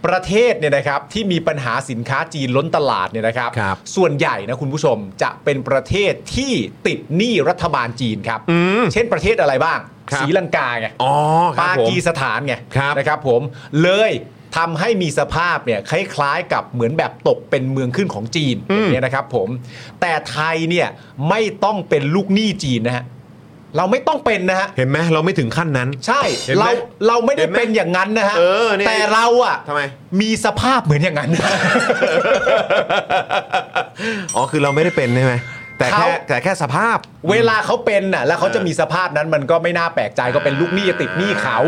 ประเทศเนี่ยนะครับที่มีปัญหาสินค้าจีนล้นตลาดเนี่ยนะครับ
ครับ
ส่วนใหญ่นะคุณผู้ชมจะเป็นประเทศที่ติดหนี้รัฐบาลจีนครับ
อืม
[laughs] เช่นประเทศอะไรบ้าง
ครับ
ศรีลังกาไง
อ๋อค
ปา
รับผม
กีสถานไง
ครับ
นะครับผมเลยทำให้มีสภาพเนี่ยคล้ายๆกับเหมือนแบบตกเป็นเมืองขึ้นของจีน
อื
อ
ม
ย่างเงี้ยนะครับผมแต่ไทยเนี่ยไม่ต้องเป็นลูกหนี้จีนนะฮะเราไม่ต้องเป็นนะฮะ
เห็นไหมเราไม่ถึงขั้นนั้น
ใช่
เห็นไหม
เราเราไม่ได้
เห็นไหม
เป็นอย่างนั้นนะฮะ
เออเนี่ย
แต่เราอะ
ทำไม [laughs]
มีสภาพเหมือนอย่างนั้น
อ๋อคือเราไม่ได้เป็นใช่ไหม แต่
เขา
แค่แต่แค่สภาพ
เวลาเขาเป็นน่ะแล้วเขาจะมีสภาพนั้นมันก็ไม่น่าแปลกใจก็เป็นลูกหนี้ติดหนี้เขา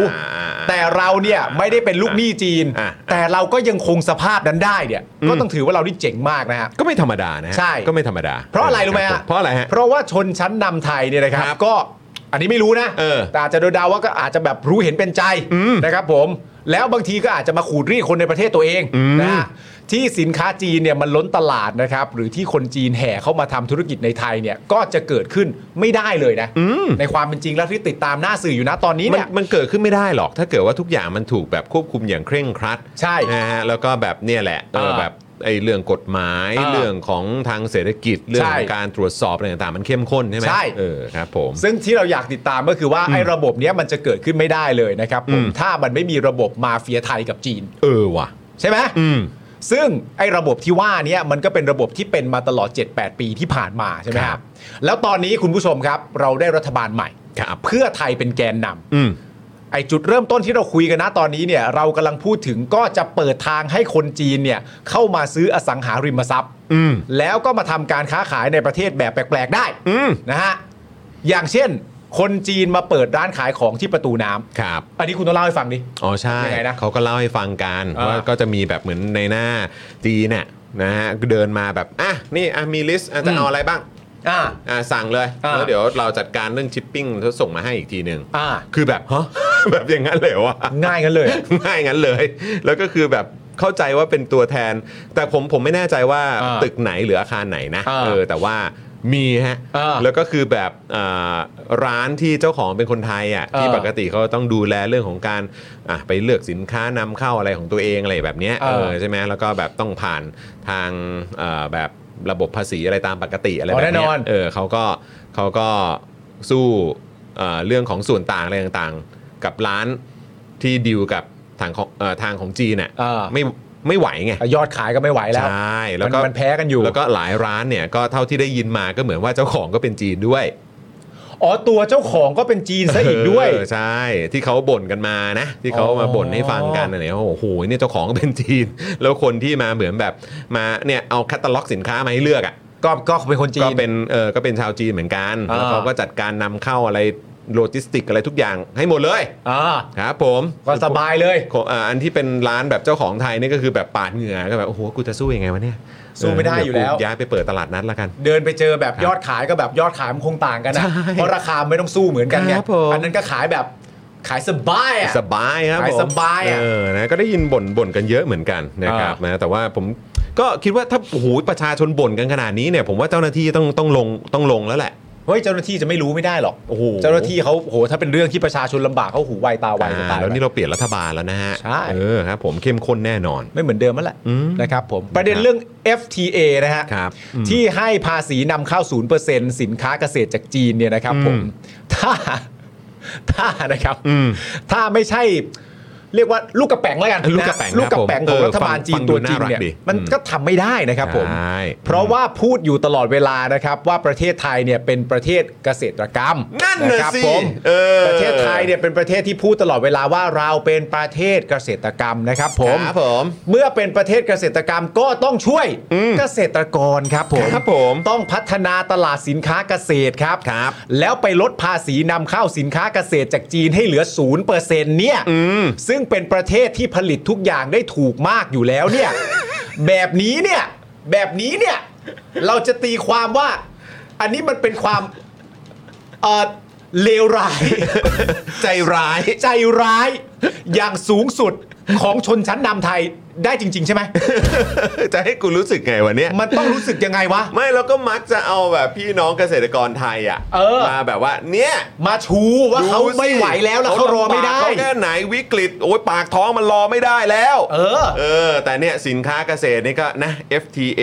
แต่เราเนี่ยไม่ได้เป็นลูกหนี้จีน
อ่ะ
แต่เราก็ยังคงสภาพนั้นได้เนี่ยก็ต้องถือว่าเราที่เจ๋งมากนะฮะ
ก็ไม่ธรรมดานะฮะ
ใช่
ก็ไม่ธรรมดา
เพราะอะไรรู้ไหม
ค
ฮะ
บเพราะอะไรฮะ
เพราะว่าชนชั้นนำไทยเนี่ยนะครับ
ครับ
ก็อันนี้ไม่รู้นะ
เออ
แต่อาจจะโดยเดาว่าก็อาจจะแบบรู้เห็นเป็นใจ
อืม
นะครับผม แล้วบางทีก็อาจจะมาขูดรีดคนในประเทศตัวเอง
อืม
นะฮะที่สินค้าจีนเนี่ยมันล้นตลาดนะครับ หรือที่คนจีนแห่เข้ามาทำธุรกิจในไทยเนี่ยก็จะเกิดขึ้นไม่ได้เลยนะ
อืม
ในความเป็นจริงแล้วที่ติดตามหน้าสื่ออยู่นะตอนนี้
มัน
เนี่ย
มันเกิดขึ้นไม่ได้หรอก ถ้าเกิดว่าทุกอย่างมันถูกแบบควบคุมอย่างเคร่งครัด
ใช่
นะฮะแล้วก็แบบเนี่ยแหละเออ
เออ
แบบไอ้เรื่องกฎหมาย
เออ
เรื่องของทางเศรษฐกิจเรื่องของ
ใช่
การตรวจสอบอะไรต่างๆมันเข้มข้นใช่ไหม
ใช่
เออครับผม
ซึ่งที่เราอยากติดตามก็คือว่าไอ้ระบบเนี้ยมันจะเกิดขึ้นไม่ได้เลยนะครับผ
อื
ม
ม
ถ้ามันไม่มีระบบมาเฟียไทยกับจีน
เออว่ะ
ใช่ไหม
อืม
ซึ่งไอ้ระบบที่ว่าเนี้มันก็เป็นระบบที่เป็นมาตลอด 7-8 ปีที่ผ่านมาใช่ไหมค
ครั
รับ บ แล้วตอนนี้คุณผู้ชมครับ เราได้รัฐบาลใหม่
ครับ
เพื่อไทยเป็นแกนนำ
อืม
ไอ้จุดเริ่มต้นที่เราคุยกันนะตอนนี้เนี่ยเรากำลังพูดถึงก็จะเปิดทางให้คนจีนเนี่ยเข้ามาซื้ออสังหาริมทรัพย์
อืม
แล้วก็มาทำการค้าขายในประเทศแบบแปลก ๆ ได้
อืม
นะฮะอย่างเช่น คนจีนมาเปิดร้านขายของที่ประตูน้ำ
ครับ
อันนี้คุณต้องเล่าให้ฟังดิ
อ๋อใช่
ยังไงนะ
เขาก็เล่าให้ฟังกัน
อ่า
ว่าก็จะมีแบบเหมือนในหน้าจีนน่ะนะฮะเดินมาแบบอ่ะนี่อ่ะมีลิสต์อ่ะจะ
อืม
เอาอะไรบ้าง
อ่า
อ่ะสั่งเลย
อ่า
แล้วเดี๋ยวเราจัดการเรื่องชิปปิ้งแล้วส่งมาให้อีกทีหนึ่ง
อ่า
คือแบบฮะ [laughs] แบบอย่างนั้นเลยเหรอวะ
ง่ายกันเลย
[laughs] ง่ายงั้นเลย แล้วก็คือแบบเข้าใจว่าเป็นตัวแทน แต่ผมผมไม่แน่ใจว่า
อ่า
ตึกไหนหรืออาคารไหนนะ
อ่า
เออแต่ว่ามีฮะ
อ่า
แล้วก็คือแบบอ่าร้านที่เจ้าของเป็นคนไทยอ่ะ
อ่า
ที่ปกติเขาต้องดูแลเรื่องของการอ่ะไปเลือกสินค้านำเข้าอะไรของตัวเองอะไรแบบเนี้ย
อ่า
เออใช่ไหมแล้วก็แบบต้องผ่านทางเอ่อแบบระบบภาษีอะไรตามปกติอะไร
อ๋
แบ
อบแน่
เนี้
นอย น
เออเขาก็เขาก็สู้เอ่อเรื่องของส่วนต่างอะไรต่างๆ กับร้าน ที่ดีลกับทางของเอ่อทางของจีนเนี่ย
อ่า
ไม่ไม่ไหวไง
ยอดขายก็ไม่ไหว
ใช
แล้ว
่แล้วก็
มันมันแพ้กันอยู่
แล้วก็หลายร้านเนี่ยก็เท่าที่ได้ยินมาก็เหมือนว่าเจ้าของก็เป็นจีนด้วย
อ๋อตัวเจ้าของก็เป็นจีนซะอีกด้วย
เออใช่ที่เขาบ่นกันมานะ ที่เขามาบ่นให้ฟังกันอะไรเนี่ยโอ้โหเนี่ยเจ้าของก็เป็นจีน แล้วคนที่มาเหมือนแบบมาเนี่ยเอาแคตตาล็อกสินค้ามาให้เลือกอ่ะ
ก็ก็เป็นคนจี
ก็
น
เป็นเออก็เป็นชาวจีนเหมือนกัน
อ่า
แล้วเขาก็จัดการนำเข้าอะไรโลจิสติกอะไรทุกอย่างให้หมดเลย
อ่า
ครับผม
ก็สบายเลย
ของอ่าอันที่เป็นร้านแบบเจ้าของไทยนี่ก็คือแบบปาดเหงื่อก็แบบโอ้โหกูจะสู้ยังไงวะเนี่ย
สู้ไม่ได้
เเกู
อยู่แล้ว
ย้ายไปเปิดตลาดนัดละกัน
เดินไปเจอแบบยอดขายก็แบบยอดขายมันคงต่างกันนะ
ใช่
เพราะราคาไม่ต้องสู้เหมือนกันไง
ครับผม
อันนั้นก็ขายแบบขายสบายอ่ะ
สบายครับ
ขาย
ผม
สบายอะ
เออนะก็ได้ยินบ่นบ่นกันเยอะเหมือนกันนะครับนะแต่ว่าผมก็คิดว่าถ้าโอ้โหประชาชนบ่นกันขนาดนี้เนี่ยผมว่าเจ้าหน้าที่ต้องต้องลงต้องลงแล้วแหละ
เฮ้ยเจ้าหน้าที่จะไม่รู้ไม่ได้หรอก
โอ้โห
เจ้าหน้าที่เขาโหถ้าเป็นเรื่องที่ประชาชนลำบากเขาหูไวตาไวจะตา
อ่าย แล้วนี่เราเปลี่ยนรัฐบาลแล้วนะฮะ
ใช่
เออครับผมเข้มข้นแน่นอน
ไม่เหมือนเดิมแล้วแหละ
อืม
นะครับผมประเด็นเรื่อง FTA นะฮะ
ครับอืม
ที่ให้ภาษีนำเข้า 0%สินค้าเกษตรจากจีนเนี่ยนะครับผม
อืม
ถ้าถ้านะครับ
อืม
ถ้าไม่ใช่เรียกว่าลูกกระแป๋งแล้วกัน
ลูกกระแป๋ง
นลูกกระแป๋ง
ครับ
ข
ผม
อ
เออ
งรัฐบาล
ฟัง
จี
ฟั
น
ง
ตัว
ดู
จีน
น่ารัก
เนี่ย
ดี
มัน
อืม
ก็ทำไม่ได้นะครับผม
ใช่
เพราะว่าพูดอยู่ตลอดเวลานะครับ ว่าประเทศไทยเนี่ยเป็นประเทศเกษตรกรรม
นั่นน่ะ
ครับ
สิ
ผม
เออ
ประเทศไทยเนี่ยเป็นประเทศที่พูดตลอดเวลาว่าเราเป็นประเทศเกษตรกรรมนะครับผม
ครับผม
เมื่อเป็นประเทศเกษตรกรรมก็ต้องช่วย
อืม
เกษตรกรครับผม
ครับผม
ต้องพัฒนาตลาดสินค้าเกษตรครับ
ครับ
แล้วไปลดภาษีนำเข้าสินค้าเกษตรจากจีนให้เหลือ 0%เนี่ย ซึ่งเป็นประเทศที่ผลิตทุกอย่างได้ถูกมากอยู่แล้วเนี่ย แบบนี้เนี่ย แบบนี้เนี่ย เราจะตีความว่า อันนี้มันเป็นความเอ่อเลวร้าย
ใจร้าย [laughs]
ใจร้ายอย่างสูงสุดของชนชั้นนำไทยได้จริง ๆ ใช่ไหม
จะให้กูรู้สึกไงวันเนี้ย
มันต้องรู้สึกยังไงวะ
ไม่เราก็มักจะเอาแบบพี่น้องเกษตรกรไทยอ่ะ
เออ
มาแบบว่าเนี่ย
มาชูว่าเขา
ดูสิ
ไม่ไหวแล้วแล้วเขารอไม่ได้
เขาลำบากเขาแค่ไหนวิกฤตโอ้ยปากท้องมันรอไม่ได้แล้ว
เออ
เออ แต่เนี่ยสินค้าเกษตรนี่ก็นะ FTA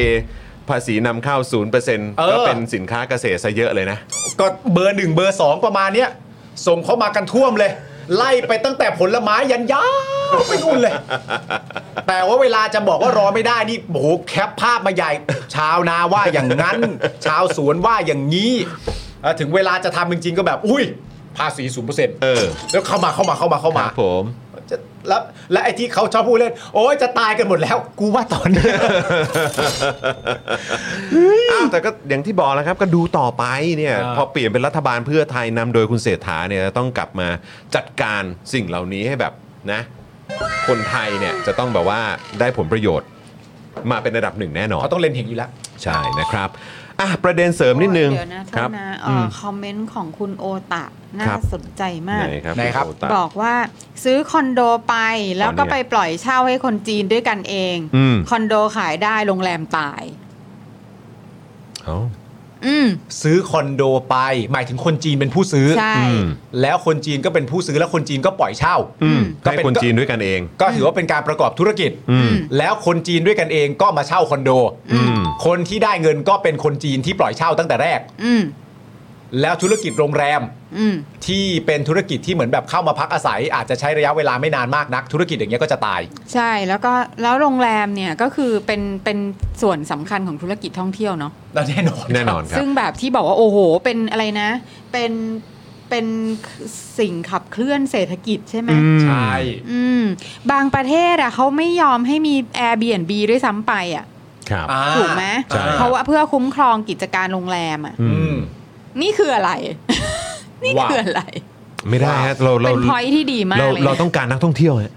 ภาษีนำเข้า 0%
เออ
ก็เป็นสินค้าเกษตรซะเยอะเลยนะ
ก็เบอร์หนึ่งเบอร์สองประมาณเนี้ยส่งเข้ามากันท่วมเลย ไล่ไปตั้งแต่ผลไม้ยันยาวไปนู่นเลย [laughs] แต่ว่าเวลาจะบอกว่ารอไม่ได้นี่โอ้โหแคปภาพมาใหญ่ ชาวนาว่าอย่างนั้น [laughs] ชาวสวนว่าอย่างนี้เอ่อถึงเวลาจะทำจริงๆก็แบบ อุ้ยภาษีศูนย์เปอร์เซ็นต์
เออ
แล้วเข้ามาเข้ามาเข้ามาเข้า
ค
มา
รับผม
จะแล้วและไอ้ที่เขาชอบพูดเล่น โอ้ยจะตายกันหมดแล้ว กูว่าตอนนี้ [laughs]
อ้าวแต่ก็อย่างที่บอกแล้วครับก็ดูต่อไปเนี่ย
อ่า
พอเปลี่ยนเป็นรัฐบาลเพื่อไทยนำโดยคุณเศรษฐาเนี่ยต้องกลับมาจัดการสิ่งเหล่านี้ให้แบบนะ คนไทยเนี่ยจะต้องแบบว่าได้ผลประโยชน์มาเป็นระดับหนึ่งแน่นอน
เขาต้องเล่นเห็นอยู่แล้ว
ใช่นะครับอ่ะประเด็นเสริมนิดนึง
เดี๋ยวนะโท
ครั
ษนะเอ่
อื
ออ
ม
คอมเมนต์ของคุณโอตะ น่า
ครับ
สนใจมาก
ไหนครับ
ไหนครับ
ณโตะ
บอกว่าซื้อคอนโดไปแล้วก็
อ๋อนี่ไง
ไปปล่อยเช่าให้คนจีนด้วยกันเอง
อืม
คอนโดขายได้โรงแรมตาย
เอ้า
อืม
ซื้อคอนโดไป หมายถึงคนจีนเป็นผู้ซื้อ
ใช่
อืม
แล้วคนจีนก็เป็นผู้ซื้อแล้วคนจีนก็ปล่อยเช่า
อืม
ก็
ให้
เป็น
คนจีนด้วยกันเอง
ก็ถือว่าเป็นการประกอบธุรกิจ
อืม
แล้วคนจีนด้วยกันเองก็มาเช่าคอนโด
อืม
คนที่ได้เงินก็เป็นคนจีนที่ปล่อยเช่าตั้งแต่แรก
อืม
แล้วธุรกิจโรงแรม
อืม
ที่เป็นธุรกิจที่เหมือนแบบเข้ามาพักอาศัย อาจจะใช้ระยะเวลาไม่นานมากนัก ธุรกิจอย่างเงี้ยก็จะตาย
ใช่แล้วก็แล้วโรงแรมเนี่ยก็คือเป็นเป็นส่วนสำคัญของธุรกิจท่องเที่ยวเนาะ
แล้วแน่นอน
แน่นอนครับ
ซึ่งแบบที่บอกว่าโอ้โห เป็นอะไรนะ เป็นเป็นสิ่งขับเคลื่อนเศรษฐกิจใช่ไหม
อืม
ใช่
อืมบางประเทศอ่ะเขาไม่ยอมให้มี Airbnb ด้วยซ้ำไปอ่ะ
ครับ
อ่า
ถูกไหม
ใช่
เพราะว่าเพื่อคุ้มครองกิจการโรงแรมอ่ะ
อื
อื
ม
ม
นี่คืออะไร [laughs] นี่
ว้าว
คืออะไร
ไม่ได้ฮะเราเรา
เป็นพอยที่ดีมาก
เรา
เลย
เราต้องการนักท่องเที่ยว
[laughs]
ฮะ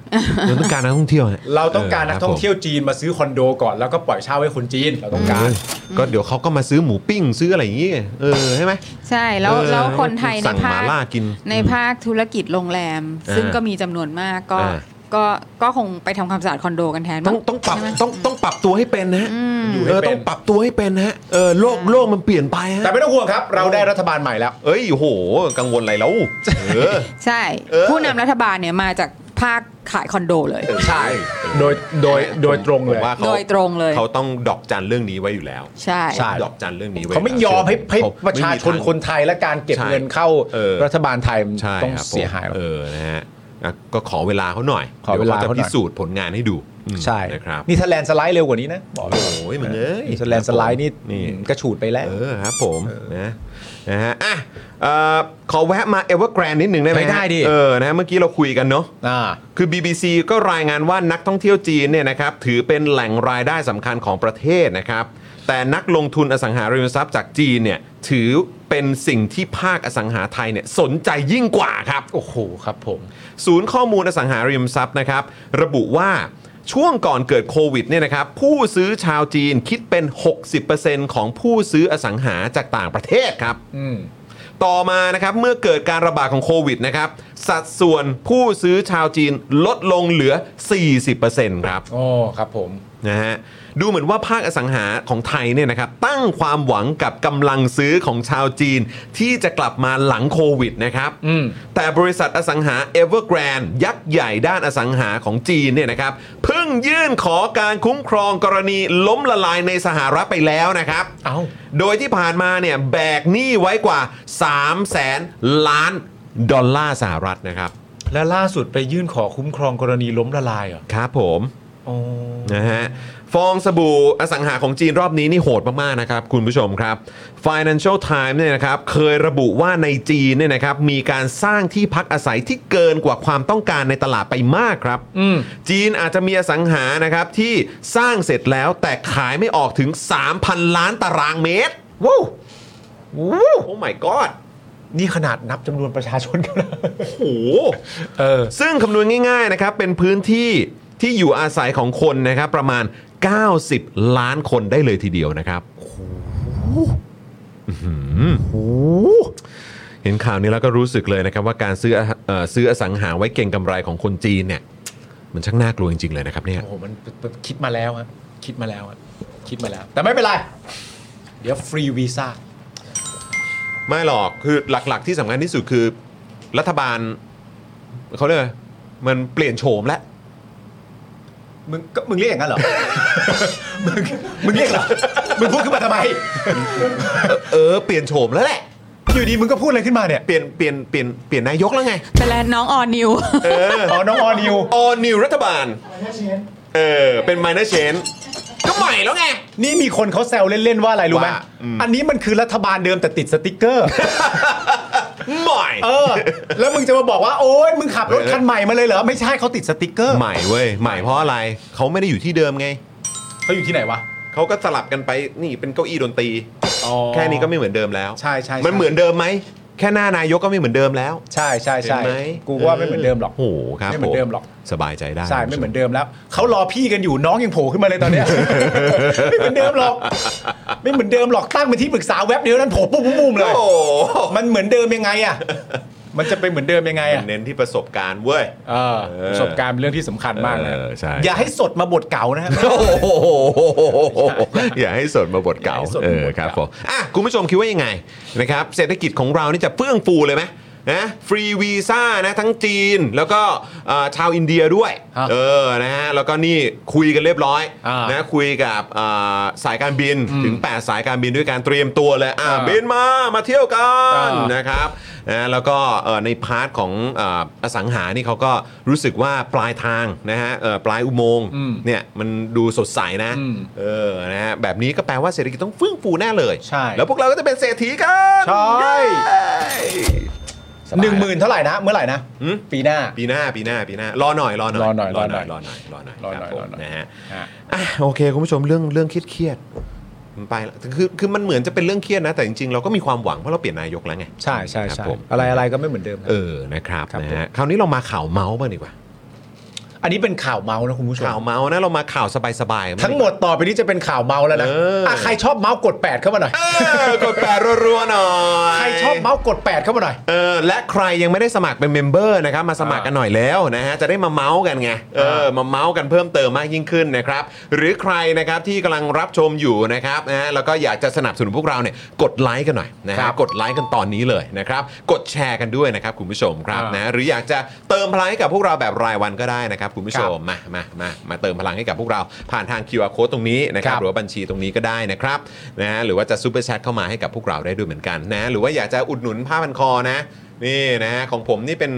เราต้องการนักท่องเที่ยวฮะ
เราต้องการนักท่องเที่ยวจีนมาซื้อคอนโดก่อนแล้วก็ปล่อยเช่าให้คนจีนเราต้องการ
ก็เดี๋ยวเขาก็มาซื้อหมูปิ้งซื้ออะไรอย่างงี้ไงเออใช่ไหม
ใช่แล้ว
เออ
แล้วคนไทยใน
สั่งห
ภา
มา
ค
ล่ากิน
ในภาคธุรกิจโรงแรม
อ่า
ซึ่งก็มีจำนวนมากก็
อ่า
ก็ก็คงไปทำความสะอาดคอนโดกันแทน
ต้อง
มั้
ต้องปรับ
ใช่ไหม
ต้องต้องปรับตัวให้เป็นนะฮะ
อยู่ให้
เออ
เป็น
ต้องปรับตัวให้เป็นนะฮะเออโลกโลกมันเปลี่ยนไปฮะ
แต่ไม่ต้องห่วงครับ เราได้รัฐบาลใหม่แล้ว
เอ้ยโหกังวลอะไรแล้วเออ
ใช่
เออ
ผู้นำรัฐบาลเนี่ยมาจากภาคขายคอนโดเลย
ใช่ โดยโดยโดยตรงเลย
ผมว่าขา
โดยตรงเลย
เขาต้องดอกจันเรื่องนี้ไว้อยู่แล้ว
ใช่
ใช่
ดอกจันเรื่องนี้ไว้
เขาไม่ยอมให้ให้
เขไม่มี
ประชาชน
ทง
คนไทยและการเก็บ
ใช่
เงินเข้า
เออ
รัฐบาลไทยมัน
ใช่
ต้อง
ครับผม
เสียหายหรอก
เออนะฮะอ่ะก็ขอเวลาเขาหน่อย
ขอเวลา
ดี๋ย
เขา
จะ
หน่อย
พิสูจน์ผลงานให้ดูอืม
ใช่
นะครับ
นี่ถ้าแลนด์สไลด์เร็วกว่านี้นะบอกเลย
โอ้ยมึงเอ้ย
นี่ถ้าแลนด์สไลด์นี่
นี่
กระฉูดไปแล้ว
เออครับผมนะนะฮะอ่ะเอ่อขอแวะมาเอเวอร์แกรนนิดหนึ่งได้ไหม
ไม่ได้ดิ
เออนะฮะเมื่อกี้เราคุยกันเนาะ
อ่า
คือ BBC ก็รายงานว่านักท่องเที่ยวจีนเนี่ยนะครับถือเป็นแหล่งรายได้สำคัญของประเทศนะครับ แต่นักลงทุนอสังหาริมทรัพย์จากจีนเนี่ยถือเป็นสิ่งที่ภาคอสังหาไทยเนี่ยสนใจยิ่งกว่าครับ
โอ้โหครับผม
ศูนย์ข้อมูลอสังหาริมทรัพย์นะครับระบุว่าช่วงก่อนเกิดโควิดเนี่ยนะครับผู้ซื้อชาวจีนคิดเป็น 60%ของผู้ซื้ออสังหาจากต่างประเทศครับ
อืม
ต่อมานะครับเมื่อเกิดการระบาดของโควิดนะครับสัดส่วนผู้ซื้อชาวจีนลดลงเหลือ 40%ครับ
โอ้ครับผม
นะฮะดูเหมือนว่าภาคอสังหาของไทยเนี่ยนะครับตั้งความหวังกับกำลังซื้อของชาวจีน ที่จะกลับมาหลังโควิดนะครับ
อืม
แต่บริษัทอสังหา e v e r g r a n d ยักษ์ใหญ่ด้านอสังหาของจีนเนี่ยนะครับเพิ่งยื่นขอการคุ้มครองกรณีล้มละลายในสหรัฐไปแล้วนะครับ
เอ้า
โดยที่ผ่านมาเนี่ยแบกหนี้ไว้กว่า 3 0 0แสนล้านดอลลาร์สหรัฐนะครับ
แล้วล่าสุดไปยื่นขอคุ้มครองกรณีล้มละลายเหรอ
ครับผม
โอ้
นะฮะฟองสบู่อสังหาของจีนรอบนี้นี่โหดมากๆนะครับคุณผู้ชมครับ Financial Times เนี่ยนะครับเคยระบุว่าในจีนเนี่ยนะครับมีการสร้างที่พักอาศัยที่เกินกว่าความต้องการในตลาดไปมากครับ
อืม
จีนอาจจะมีอสังหานะครับที่สร้างเสร็จแล้วแต่ขายไม่ออกถึง 3,000 ล้านตารางเมตรว้าวว้าวโอ้ my god
นี่ขนาดนับจำนวนประชาชนกันแล้ว
โอ้โห
เออ
ซึ่งคำนวณง่ายๆนะครับเป็นพื้นที่ที่อยู่อาศัยของคนนะครับประมาณ 90 ล้านคนได้เลยทีเดียวนะครับอื้อหือเห็นข่าวนี้แล้วก็รู้สึกเลยนะครับว่าการซื้อเอ่อซื้ออสังหาไว้เก่งกำไรของคนจีนเนี่ยมันช่างน่ากลัวจริงๆเลยนะครับเนี่ย
โอ้โห มันคิดมาแล้วฮะคิดมาแล้วฮะคิดมาแล้ว แต่ไม่เป็นไร เดี๋ยวฟรีวีซ่า
ไม่หรอกคือหลักๆที่สำคัญที่สุดคือรัฐบาลเขาเรียกอะไรมันเปลี่ยนโฉมแล้ว
มึงก็มึงเรียกอย่างนั้นเหรอ [laughs] มึงมึงเรียกเหรอ มึงพูดขึ้นมาทำไม
เออเปลี่ยนโฉมแล้วแหละ
อยู่ดีมึงก็พูดอะไรขึ้นมาเนี่ย
เปลี่ยนเปลี่ยนเปลี่ยนเปลี่ยนนายกแล้วไง
เป็นแล้วน้องออนิว
อ๋อ น้องออนิว
all new รัฐบาล เออ เป็น minor change ก็ใหม่แล้วไง
นี่มีคนเขาแซวเล่น ๆ ว่าอะไรรู้ไหม
ว่าอืม
อันนี้มันคือรัฐบาลเดิมแต่ติดสติกเกอร์
ใหม่
เออ แล้วมึงจะมาบอกว่าโอ๊ยมึงขับรถคันใหม่มาเลยเหรอไม่ใช่เขาติดสติกเกอร์
ใหม่เว้ยใหม่เพราะอะไรเขาไม่ได้อยู่ที่เดิมไง
เขาอยู่ที่ไหนวะ
เขาก็สลับกันไปนี่เป็นเก้าอี้ดนตรี
อ๋อ
แค่นี้ก็ไม่เหมือนเดิมแล้ว
ใช่ใช่ใช่
มันเหมือนเดิมไหม แค่หน้านายกก็ไม่เหมือนเดิมแล้ว
ใช่ใช่ใช่
เห็นไหม
กูว่าไม่เหมือนเดิมหรอก
โอ้โหครับ
ไม่เหมือนเดิมหรอก
สบายใจได้
ใช่ไม่เหมือนเดิมแล้วเขารอพี่กันอยู่น้องยังโผล่ขึ้นมาเลย
[laughs]
ตอนเนี้ย ไม่เหมือนเดิมหรอก ไม่เหมือนเดิมหรอกตั้งเป็นที่ปรึกษาเว็บเดียวนั้นโผล่ปุ๊บปุ๊บปุ๊บเลย
โอ้โห
มันเหมือนเดิมยังไงอ่ะ มันจะไปเหมือนเดิมยังไงอ่ะ
เน้นที่ประสบการณ์เว้ย
เออประสบการณ์เป็นเรื่องที่สำคัญมากนะ
เออใช่
อย่าให้สดมาบทเก่านะฮะ
โอ้โหอย่าให้สนมาบทเก่า
อย่าให้สน
เอ
มาบท
อ
เก่า
ครับผมอ่ะคุณผู้ชมคิดว่ายังไงนะครับเศรษฐกิจของเรานี่จะเฟื่องฟูเลยไหมนะฟรีวีซ่านะทั้งจีนแล้วก็เอ่อชาวอินเดียด้วย
ครับ
เออนะฮะแล้วก็นี่คุยกันเรียบร้อย
อ่าน
นะคุยกับเอ่อสายการบินถึง 8 สายการบินด้วยการเตรียมตัวเลยอ่ะ
อ่า
บินมามาเที่ยวกัน
อ่าน
นะครับนะแล้วก็เอ่อในพาร์ทของเอ่ออสังหานี่เขาก็รู้สึกว่าปลายทางนะฮะเอ่อปลายอุโมงค์
อืม
เนี่ยมันดูสดใสนะ
อืม
เออนะฮะแบบนี้ก็แปลว่าเศรษฐกิจต้องเฟื่องฟูแน่เลย
ใช่
แล้วพวกเราก็จะเป็นเศรษฐีกัน
ใช่
สบายละ
หนึ่งหมื่นเท่าไหร่นะ เมื่อไหร่นะ
หืม
ปีหน้า
ปีหน้าปีหน้าปีหน้ารอหน่อยรอหน่อย
รอหน่อย
รอหน่อยร
ร
อ
อ
ห
หน่
น่อ
อย ย
รอหน่อยค
รอ
รับผม
หน่อยรอหน่อย
นะฮะอ่ะโอเคคุณผู้ชมเรื่องเรื่องเครียดๆมันไปละคือคือมันเหมือนจะเป็นเรื่องเครียดนะ แต่จริงๆเราก็มีความหวังเพราะเราเปลี่ยนนายกแล้วไง
ใช่ใช่
ครับ
ใช่
ผม
อะไรอะไรก็ไม่เหมือนเดิมครับ
เออนะครับ
ครับ
นะฮะคราวนี้เรามาข่าวเมาส์บ้างดีกว่า
อันนี้เป็นข่าวเมาส์นะคุณผู้ชม
ข่าวเมาส์นะเรามาข่าวสบายๆบ้าดีกว่า
ทั้งหมดต่อไปนี้จะเป็นข่าวเมาส์แล้วนะ
เอออ่
ะใครชอบเมาส์กด 8 เข้ามาหน่อย
เออกดแปดรัวๆหน่อย
ใครชอบเมาส์กด 8 เข้ามาหน่อย
เออและใครยังไม่ได้สมัครเป็นเมมเบอร์นะครับมาสมัครกันหน่อยแล้วนะฮะจะได้มาเมาส์กันไงเออมาเมาส์กันเพิ่มเติมมากยิ่งขึ้นนะครับหรือใครนะครับที่กำลังรับชมอยู่นะครับนะฮะแล้วก็อยากจะสนับสนุนพวกเราเนี่ยกดไลค์กันหน่อยนะฮะกดไลค์กันตอนนี้เลยนะครับกดแชร์กันด้วยนะครับคุณผู้ชมครับ
อ่าน
นะหรืออยากจะเติมพลังให้กับพวกเราแบบรายวันก็ได้นะครับคุณผู้ชมมามามามาเติมพลังให้กับพวกเราผ่านทาง QR code ตรงนี้นะครับ หรือว่าบัญชีตรงนี้ก็ได้นะครับนะฮะหรือว่าจะซูเปอร์แชทเข้ามาให้กับพวกเราได้ด้วยเหมือนกันนะหรือว่าอยากจะอุดหนุนผ้าพันคอนะ นี่นะฮะของผมนี่เป็น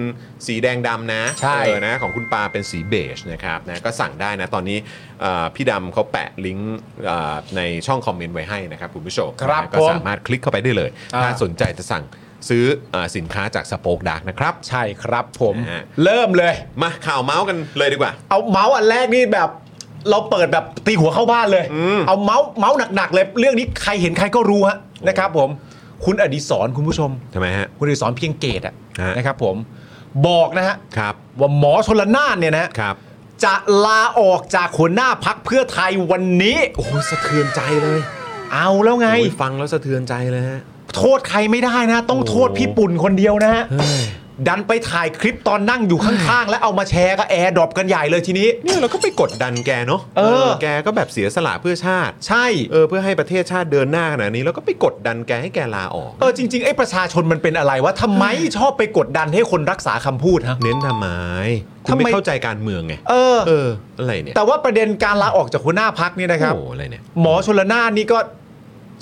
สีแดงดำนะ
ใช่
เออนะของคุณปาเป็นสีเบจนะครับนะก็สั่งได้นะ ตอนนี้เอ่อพี่ดำเขาแปะลิงก์เอ่อในช่องคอมเมนต์ไว้ให้นะครับคุณผู้ชม
ครับ
นะก็
ผม
สามารถคลิกเข้าไปได้เลย
อ่า
ถ้าสนใจจะสั่งซื้อเออสินค้าจากสป o อ e ดาร์กนะครับ
ใช่ครับผม
นะฮะ
เริ่มเลย
มาข่าวเมาส์กันเลยดีกว่า
เอาเมาส์อันแรกนี่แบบ เราเปิดแบบตีหัวเข้าบ้านเลย เอาเมาส์เมาส์หนักๆเลย เรื่องนี้ใครเห็นใครก็รู้ฮะนะครับผม คุณอดิศรคุณผู้ชม
ทำไมฮะ
คุณอดิศรเพียงเกตอะ
ฮะ
นะครับผม บอกนะฮะ
ครับ
ว่าหมอชนละนานเนี่ยนะ
ครับ
จะลาออกจากหัวหน้าพักเพื่อไทยวันนี้
โอ้โหสะเทือนใจเลย
เอาแล้วไง
โอ้ยฟังแล้วสะเทือนใจเลยฮะ
โทษใครไม่ได้นะ ต้องโทษ
โอ้
พี่ปุ่นคนเดียวนะฮะ
เฮ้ย
ดันไปถ่ายคลิปตอนนั่งอยู่ข้างๆ แล้วเอามาแชร์ก็แอร์ดรอปกันใหญ่เลยทีนี้
เนี่ยเราก็ไปกดดันแกเนาะ
เออ
แกก็แบบเสียสละเพื่อชาติ
ใช่
เออเพื่อให้ประเทศชาติเดินหน้าขนาดนี้แล้วก็ไปกดดันแกให้แกลาออก
เออจริงๆไอ้ประชาชนมันเป็นอะไรวะทำไมชอบไปกดดันให้คนรักษาคำพูดฮะ
เน้นทำไมคุณ
ทำไม
ไม่เข้าใจการเมืองไง
เออ
เอออะไรเนี่ย
แต่ว่าประเด็นการลาออกจากหัวหน้าพักนี่นะครับ
โอ้โหอะไรเนี่ย
หมอชลนานนี่ก็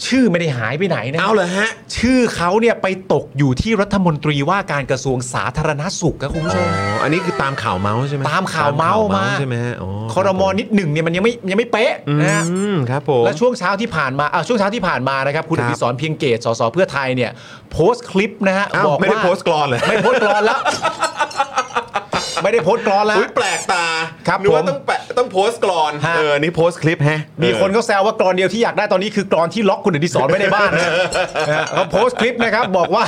ชื่อไม่ได้หายไปไหนนะ
เอาเหรอฮะ
ชื่อเขาเนี่ยไปตกอยู่ที่รัฐมนตรีว่าการกระทรวงสาธารณสุขครับคุณผู้ช
อ๋อ
ม
อันนี้คือตามข่าวเมาส์ใช่ไหม
ตามข่าวเมาส์มา
ใช่ไหมฮะอ๋อ
คอรมอนิดหนึ่งเนี่ยมันยังไม่ยังไม่เป๊ะ
อื
นะฮะ
มครับผม
และช่วงเช้าที่ผ่านมาอ่ะช่วงเช้าที่ผ่านมานะครับ คุณอภิสรเพียงเกต สสเพื่อไทยเนี่ย โพสต์คลิปนะฮะ
เอ้า
บอก
ไม่ได้
ว่า
โพสต์กรอนเลย
ไม่โพสต์กร
[laughs]
อนแล้ว ไม่ได้โพสต์กรอนแล้ว
อุ๊ยแปลกตา
ครับ
นึกว่า
ผม
ต้องแปะต้องโพสต์กรอน
ฮะ
เออนี่โพสต์คลิปฮะ
มีคน
เออ
ก็แซวว่ากรอนเดียวที่อยากได้ตอนนี้คือกรอนที่ล็อกคุณอดิศรไว้ในบ้าน
[laughs]
นะ นะฮะเขาโพสต์คลิปนะครับ บอกว่า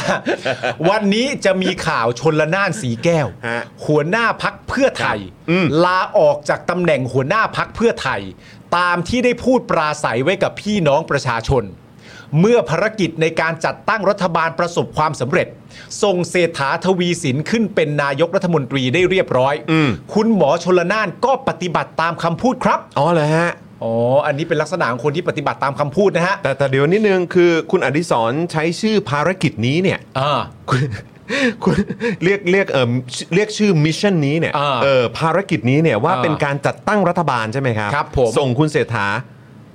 วันนี้จะมีข่าวชนละนานสีแก้ว
ฮะ
หัวหน้าพักเพื่อไทย
อืม
ลาออกจากตำแหน่งหัวหน้าพักเพื่อไทย ตามที่ได้พูดปราศัยไว้กับพี่น้องประชาชน เมื่อภารกิจในการจัดตั้งรัฐบาลประสบความสำเร็จส่งเศรษฐาทวีสินขึ้นเป็นนายกรัฐมนตรีได้เรียบร้อย คุณหมอชนละนานก็ปฏิบัติตามคำพูดครับ
อ๋อเหรอฮะ
อ๋ออันนี้เป็นลักษณะของคนที่ปฏิบัติตามคำพูดนะฮะ
แต่แต่เดี๋ยวนิดนึงคือคุณอดิศรใช้ชื่อภารกิจนี้เนี่ย [laughs]
อ่า
คุณคุณเรียกเรียกเออชื่อเรียกชื่อมิชชั่นนี้เนี่ย
อ่า
เออภารกิจนี้เนี่ยว่า
อ่า
เป็นการจัดตั้งรัฐบาลใช่ไหมครับ
ครับผม
ส่งคุณเศรษฐา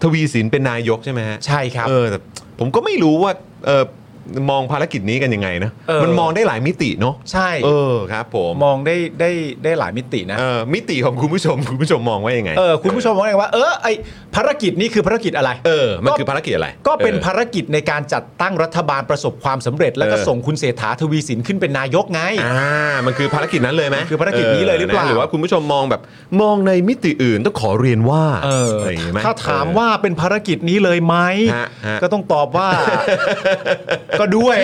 ทวีสินเป็นนายกใช่ไหมฮะ
ใช่ครับ
เออแต่ผมก็ไม่รู้ว่าเออ มองภารกิจนี้กันยังไงนะ
เออ
มันมองได้หลายมิติเนาะ
ใช่
เออครับ ผม
มองได้ได้ได้หลายมิตินะ
เออมิติของคุณผู้ชมคุณผู้ชมมองว่ายังไง
เออคุณผู้ชมมองไงว่าเออไอภารกิจนี้คือภารกิจอะไร
เออมันคือภารกิจอะไร
ก็เป็น
ออ
ภารกิจในการจัดตั้งรัฐบาลประสบความสำเร็จ แล้วก็
เออ
ส่งคุณเศรษฐาทวีสินขึ้นเป็นนายกไง
อ่ามันคือภารกิจนั้นเลยไหม
มันคือภารกิจนี้เลยหรือเปล่า
นะหรือว่าคุณผู้ชมมองแบบมองในมิติอื่นต้องขอเรียนว่า
เออ
ไรย่งงี้ไห
ถ้าถามว่าเป็นภารกิจนี้เลยไหม
ฮะฮะ
ก็ต้องตอบว่า [laughs] ก็ด้วย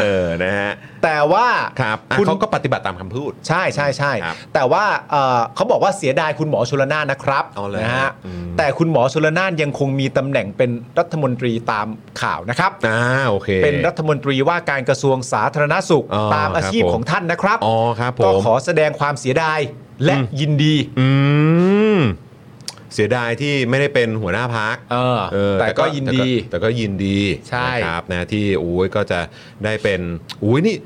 เออนะฮะ
แต่ว่า
ครับอ่ะ
คุณ
เขาก็ปฏิบัติตามคำพูด
ใช่ใช่ใช่
ครับ
แต่ว่าเอ่อเขาบอกว่าเสียดายคุณหมอชลนานนะครับ
เอาเลย
นะฮะ
อืม
แต่คุณหมอชลนานยังคงมีตำแหน่งเป็นรัฐมนตรีตามข่าวนะครับ
อ่าโอเค
เป็นรัฐมนตรีว่าการกระทรวงสาธารณสุข
อ๋อ
ตามอาชีพ
ครับผม
ของท่านนะครับ
อ๋อครับผ
ก็
ม
ขอแสดงความเสียดายและ
อืม
ยินดี
อืมเสียดายที่ไม่ได้เป็นหัวหน้าพัก
เออแต่ก็ยินดี
แต่ก็ยินดี
ใช่
นะครับนะที่โอ้ยก็จะได้เป็นโอ้ยนี่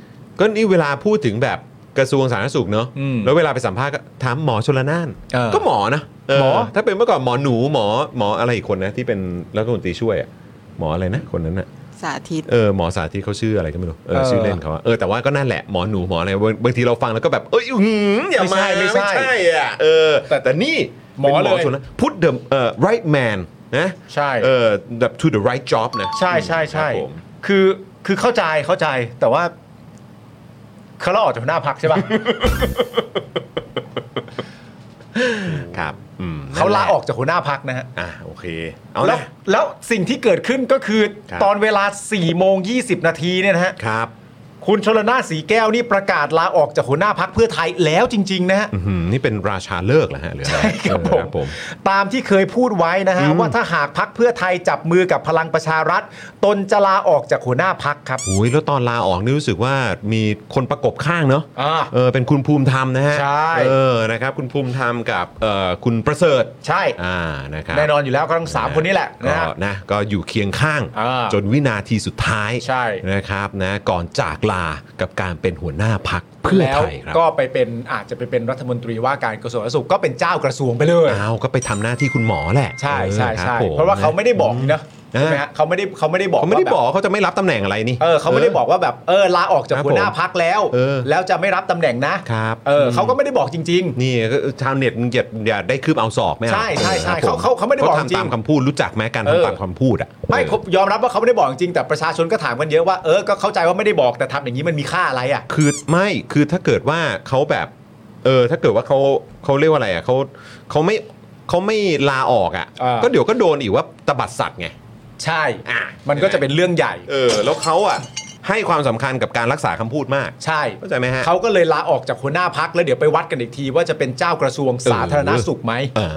ก็นี่เวลาพูดถึงแบบกระทรวงสาธารณสุขเนอะ
อืม
แล้วเวลาไปสัมภาษณ์ก็ถามหมอชลนาน
เออ
ก็หมอนะเห
มอ
ถ้าเป็นเมื่อก่อนหมอหนูหมอหมออะไรอีกคนนะที่เป็นรัฐมนตรีช่วยอะหมออะไรนะคนนั้นอะ
[laughs] สาธิต
เออหมอสาธิตเขาชื่ออะไรก็ไม่รู้เอ
เอ
อ
อ
ชื่อเล่นเขาอะเออแต่ว่าก็นั่นแหละหมอหนูหมออะไรบางบางทีเราฟังแล้วก็แบบเอ้ยอื้อหืออย่ามา
ไม่ใช่ไม่ใช่
อ่ะเออแต่แต่นี่
หมอเลย
ป็นชนนะพุทธเดิมเอ่อ right man นะ
ใช่
เออแบบ to the right job นะ
ใช่ใช่ใช่
ครับผม
คือคือเข้าใจเข้าใจแต่ว่าเขาเราออกจากหัวหน้าพักใช่ป่ะ
ครับอืม
เขาลาออก
นั่นแห
จากหัวหน้าพักนะฮะ
ะอ่ะโอเค เอา
แล้
ละ
วแล้วสิ่งที่เกิดขึ้นก็คือ
ครับ
ตอนเวลา4ี่โมงยีนาทีเนี่ยนะฮะ
ครับ
คุณชลนาสีแก้วนี่ประกาศลาออกจากหัวหน้าพักเพื่อไทยแล้วจริง ๆ นะฮะ
อื้อหือนี่เป็นราชาเลิกเหรอฮะหรืออะไร
ใช่ครับ
เอ
ผ
อ
มตามที่เคยพูดไว้นะฮะว่าถ้าหากพักเพื่อไทยจับมือกับพลังประชารัฐ ตนจะลาออกจากหัวหน้าพักครับ
โอ้ยแล้วตอนลาออกนี่รู้สึกว่ามีคนประกบข้างเนอะ
อ่า
เออเป็นคุณภูมิธรรมนะฮะ
ใช่
เออนะครับคุณภูมิธรรมกับเอ่อคุณประเสริฐ
ใช่
อ่านะครับ
แน่นอนอยู่แล้วก็ต้องสามคนนี้แหละนะ
ก็
ฮะ
นะก็อยู่เคียงข้าง
อ่า
จนวินาทีสุดท้าย
ใช่
นะครับนะก่อนจากลากับการเป็นหัวหน้าพักเพื่อ
แล้ว
ไทยครับ
ก็ไปเป็นอาจจะไปเป็นรัฐมนตรีว่าการกระทรวงสาธารณสุขก็เป็นเจ้ากระทรวงไปเลย
เอาก็ไปทำหน้าที่คุณหมอแหละ
ใช่ใช่
ออคบ
ใช่
ผม
เพราะว่าเขาไม่ได้บอกนี่นะ
อืม
ใช่ไหมฮะเขาไม่ได้เขาไม่ได้บอก
เขาไม่ได้
ว่แบบบอก
เขาจะไม่รับตำแหน่งอะไรนี่
เออเขาไม่ได้บอกว่าแบบเออลาออกจาก
ครับ
หัวหน้าพักแล้ว
เออ
แล้วจะไม่รับตำแหน่งนะครับ เออเขาก็ไม่ได้บอกจริง
นี่ก็ชาวเน็ตมึงอย่าอย่าได้คืบเอาศอกไม่เอา
ใช่ใช่ใช่
ออครับ
เขาเขาเขาไม่ได้บอก
ทำตาม
จริง
คำพูดรู้จักไหมการ
เออ
ทำตามคำพูดอ่ะ
ๆ ไม่ผมยอมรับว่าเขาไม่ได้บอกจริงแต่ประชาชนก็ถามกันเยอะว่าเออก็เข้าใจว่าไม่ได้บอกแต่ทำอย่างนี้มันมีค่าอะไรอ่ะ
คือไม่คือถ้าเกิดว่าเขาแบบเออถ้าเกิดว่าเขาเขาเรียกว่าอะไรอ่ะเขาเขาไม่เขาไม่ลาออกอ่ะ
อ่า
ก็เดี๋ยวก็โดนอีกว่าตบัดสัตว์ไง
ใช่
อ่ะ
มันก็จะเป็นเรื่องใหญ่
เออแล้วเขาอ่ะให้ความสำคัญกับการรักษาคำพูดมาก
ใช่
เข้าใจไหมฮะ
เขาก็เลยลาออกจากหัวหน้าพักแล้วเดี๋ยวไปวัดกันอีกทีว่าจะเป็นเจ้ากระทรวงสาธารณสุขไหม
อ่า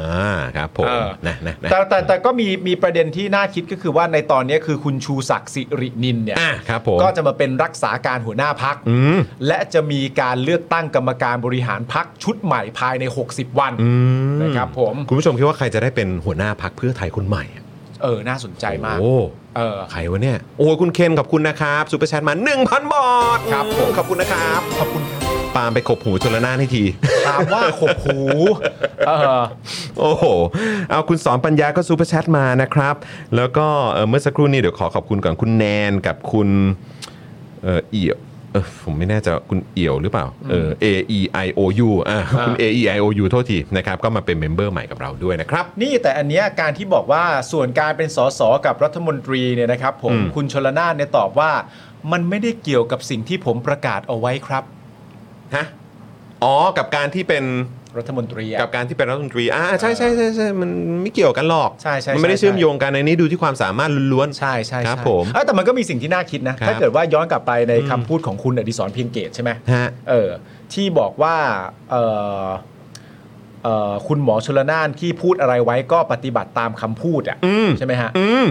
ครับผม
เออ
นะนะนะ
แต่แต่แต่ก็มีมีประเด็นที่น่าคิดก็คือว่าในตอนนี้คือคุณชูศักดิ์สิรินินเนี่ย
อ่ะครับผม
ก็จะมาเป็นรักษาการหัวหน้าพัก
อืม
และจะมีการเลือกตั้งกรรมการบริหารพักชุดใหม่ภายใน 60 วัน
อืม
นะครับผม
คุณผู้ชมคิดว่าใครจะได้เป็นหัวหน้าพักเพื่อไทยคนใหม่อะ
เออ น่าสนใจมาก
โอ้
เออ
ใครวะเนี่ย โอ้ยคุณเคนขอบคุณนะครับซูเปอร์แชทมา 1,000 บาท
ครับผม
ขอบคุณนะครับ
ขอบคุณครับ
ปาล์มไปขบหูชนละนานให้ที
ถามว่าขบหูเออ
โอ้โห เอาคุณสอนปัญญาก็ซูเปอร์แชทมานะครับ แล้วก็เอ่อเมื่อสักครู่นี้เดี๋ยวขอขอบคุณก่อนคุณแนนกับคุณเอ่อเอี่ยวเออผมไม่แน่ใจว่าคุณเอี่ยวหรือเปล่าเออ A E I O U อ่ะคุณ A E I O U โทษทีนะครับก็มาเป็นเมมเบอร์ใหม่กับเราด้วยนะครับ
นี่แต่อันเนี้ยการที่บอกว่าส่วนการเป็นสสกับรัฐมนตรีเนี่ยนะครับผม
อืม
คุณชลนานเนี่ยตอบว่า มันไม่ได้เกี่ยวกับสิ่งที่ผมประกาศเอาไว้ครับ
ฮะอ๋อกับการที่เป็น
รัฐมนตรีอะ
กับการที่เป็นรัฐมนตรีอ่าใช่ใช่ใช่ใช่มันไม่เกี่ยวกันหรอก
ใช่ใช่
มันไม่ได้
ใช่
เชื่อมโยงกันในนี้ดูที่ความสามารถล้วนๆ
ใช่ใช่
ครับ
ใช่
ผม
เอ้ยแต่มันก็มีสิ่งที่น่าคิดนะ
ครับ
ถ้าเกิดว่าย้อนกลับไปใน
อืม
คำพูดของคุณอดิศรเพียงเกตใช่ไหม
ฮะ
เออที่บอกว่าเออเออคุณหมอชลนานที่พูดอะไรไว้ก็ปฏิบัติตามคำพูดอะ
อืม
ใช่ไหมฮะ
อืม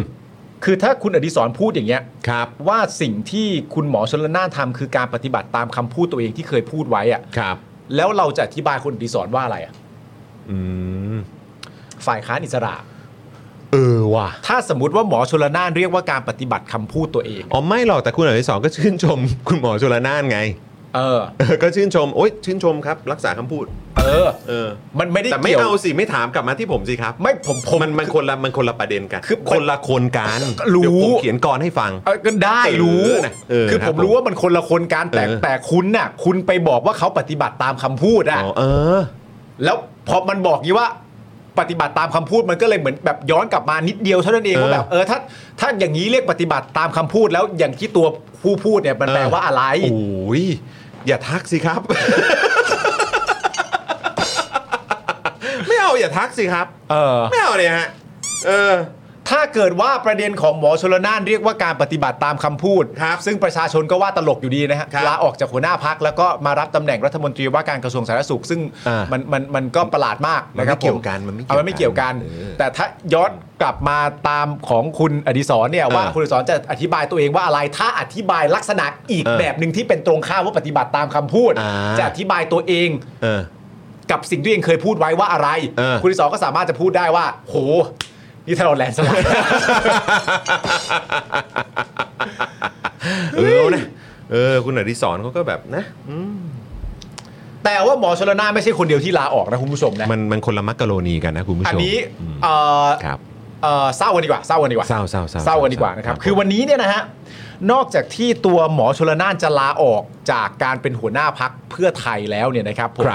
คือถ้าคุณอดิศรพูดอย่างเงี้ย
ครับ
ว่าสิ่งที่คุณหมอชนละนานทำคือการปฏิบัติตามคำพูดตัวเองที่เคยพูดไว้อะ
ครับ
แล้วเราจะอธิบายคนดีสอนว่าอะไรอะ
อืม
ฝ่ายค้านอิสระ
เออว่ะ
ถ้าสมมติว่าหมอชนละนานเรียกว่าการปฏิบัติคำพูดตัวเอง
อ๋อไม่หรอกแต่คุณอนุสรณ์ก็ชื่นชม คุณหมอชลนานไง [laughs]
เออ
เออก็ชื่นชมโอ๊ยชื่นชมครับ รักษาคำพูด
เออ
เออ
มันไม่ได้
แต่ไม่
เกี่ยว
เอาสิไม่ถามกลับมาที่ผมสิครับ
ไม่ผมผม
มันมันคนละมันคนละประเด็นกัน
คือ
คนละคนกัน
รู้
เดี๋ยวผมเขียนกรให้ฟัง
เออก็ได้รู้
เออนะเออ
คือ
ครับ
ผมรู้ว่ามันคนละคนการแต่
เออ
แต่คุณน่ะ คุณไปบอกว่าเขาปฏิบัติตามคำพูดอ่ะ
อ๋อเออ
แล้วพอมันบอกงี้ว่าปฏิบัติตามคำพูดมันก็เลยเหมือนแบบย้อนกลับมานิดเดียวเท่านั้นเอง
เออ
ว่าแบบเออถ้าถ้าอย่างนี้เรียกปฏิบัติตามคำพูดแล้วอย่างที่ตัวผู้พูดเนี่ยมัน
เออ
แปลว่าอะไร
โอ้ยอย่าทักสิครับ [laughs] ไม่เอาอย่าทักสิครับ
เออ
ไม่เอาเนี่ยฮะเออ
ถ้าเกิดว่าประเด็นของหมอชลนานเรียกว่าการปฏิบัติตามคำพูด
ครับ
ซึ่งประชาชนก็ว่าตลกอยู่ดีนะฮะ
ครับ
ลาออกจากหัวหน้าพักแล้วก็มารับตำแหน่งรัฐมนตรีว่าการกระทรวงสาธารณสุข ซึ่ง
อ่ามั
มันมันมันก็ประหลาดมาก
มันไม่
นะครับ
เกี่ยวกันมันไม่เกี่ยว
เอามันไม่เกี่ยวกัน
เออ
แต่ถ้าย้อนกลับมาตามของคุณอดิศรเนี่ยว่า
เออ
คุณอดิศรจะอธิบายตัวเองว่าอะไรถ้าอธิบายลักษณะอีก
เออ
แบบหนึ่งที่เป็นตรงข้ามว่าปฏิบัติตามคำพูด
อ่า
จะอธิบายตัวเอง
เออ
กับสิ่งที่ตัวเองเคยพูดไว้ว่าอะไร
เออ
คุณที่สองก็สามารถจะพูดได้ว่า โห นี่ถ้าเราแลนด์สไลด์
เออนะเออ คุณอดิศรเขาก็แบบนะ
แต่ว่าหมอชลนานไม่ใช่คนเดียวที่ลาออกนะคุณผู้ชมนะ
มันมันคนละมักกะโรนีกันนะคุณผู้ชม
อันนี้
ม
เอ่อ
ครับ
เอ่อเศร้ากันดีกว่าเศร้ากันดีกว่า
เศร้าเศร้าเศร้า
เศร้ากันดีกว่านะครับ
เศร้า
คือวันนี้เนี่ยนะฮะนอกจากที่ตัวหมอชลนานจะลาออกจากการเป็นหัวหน้าพักเพื่อไทยแล้วเนี่ยนะครับผม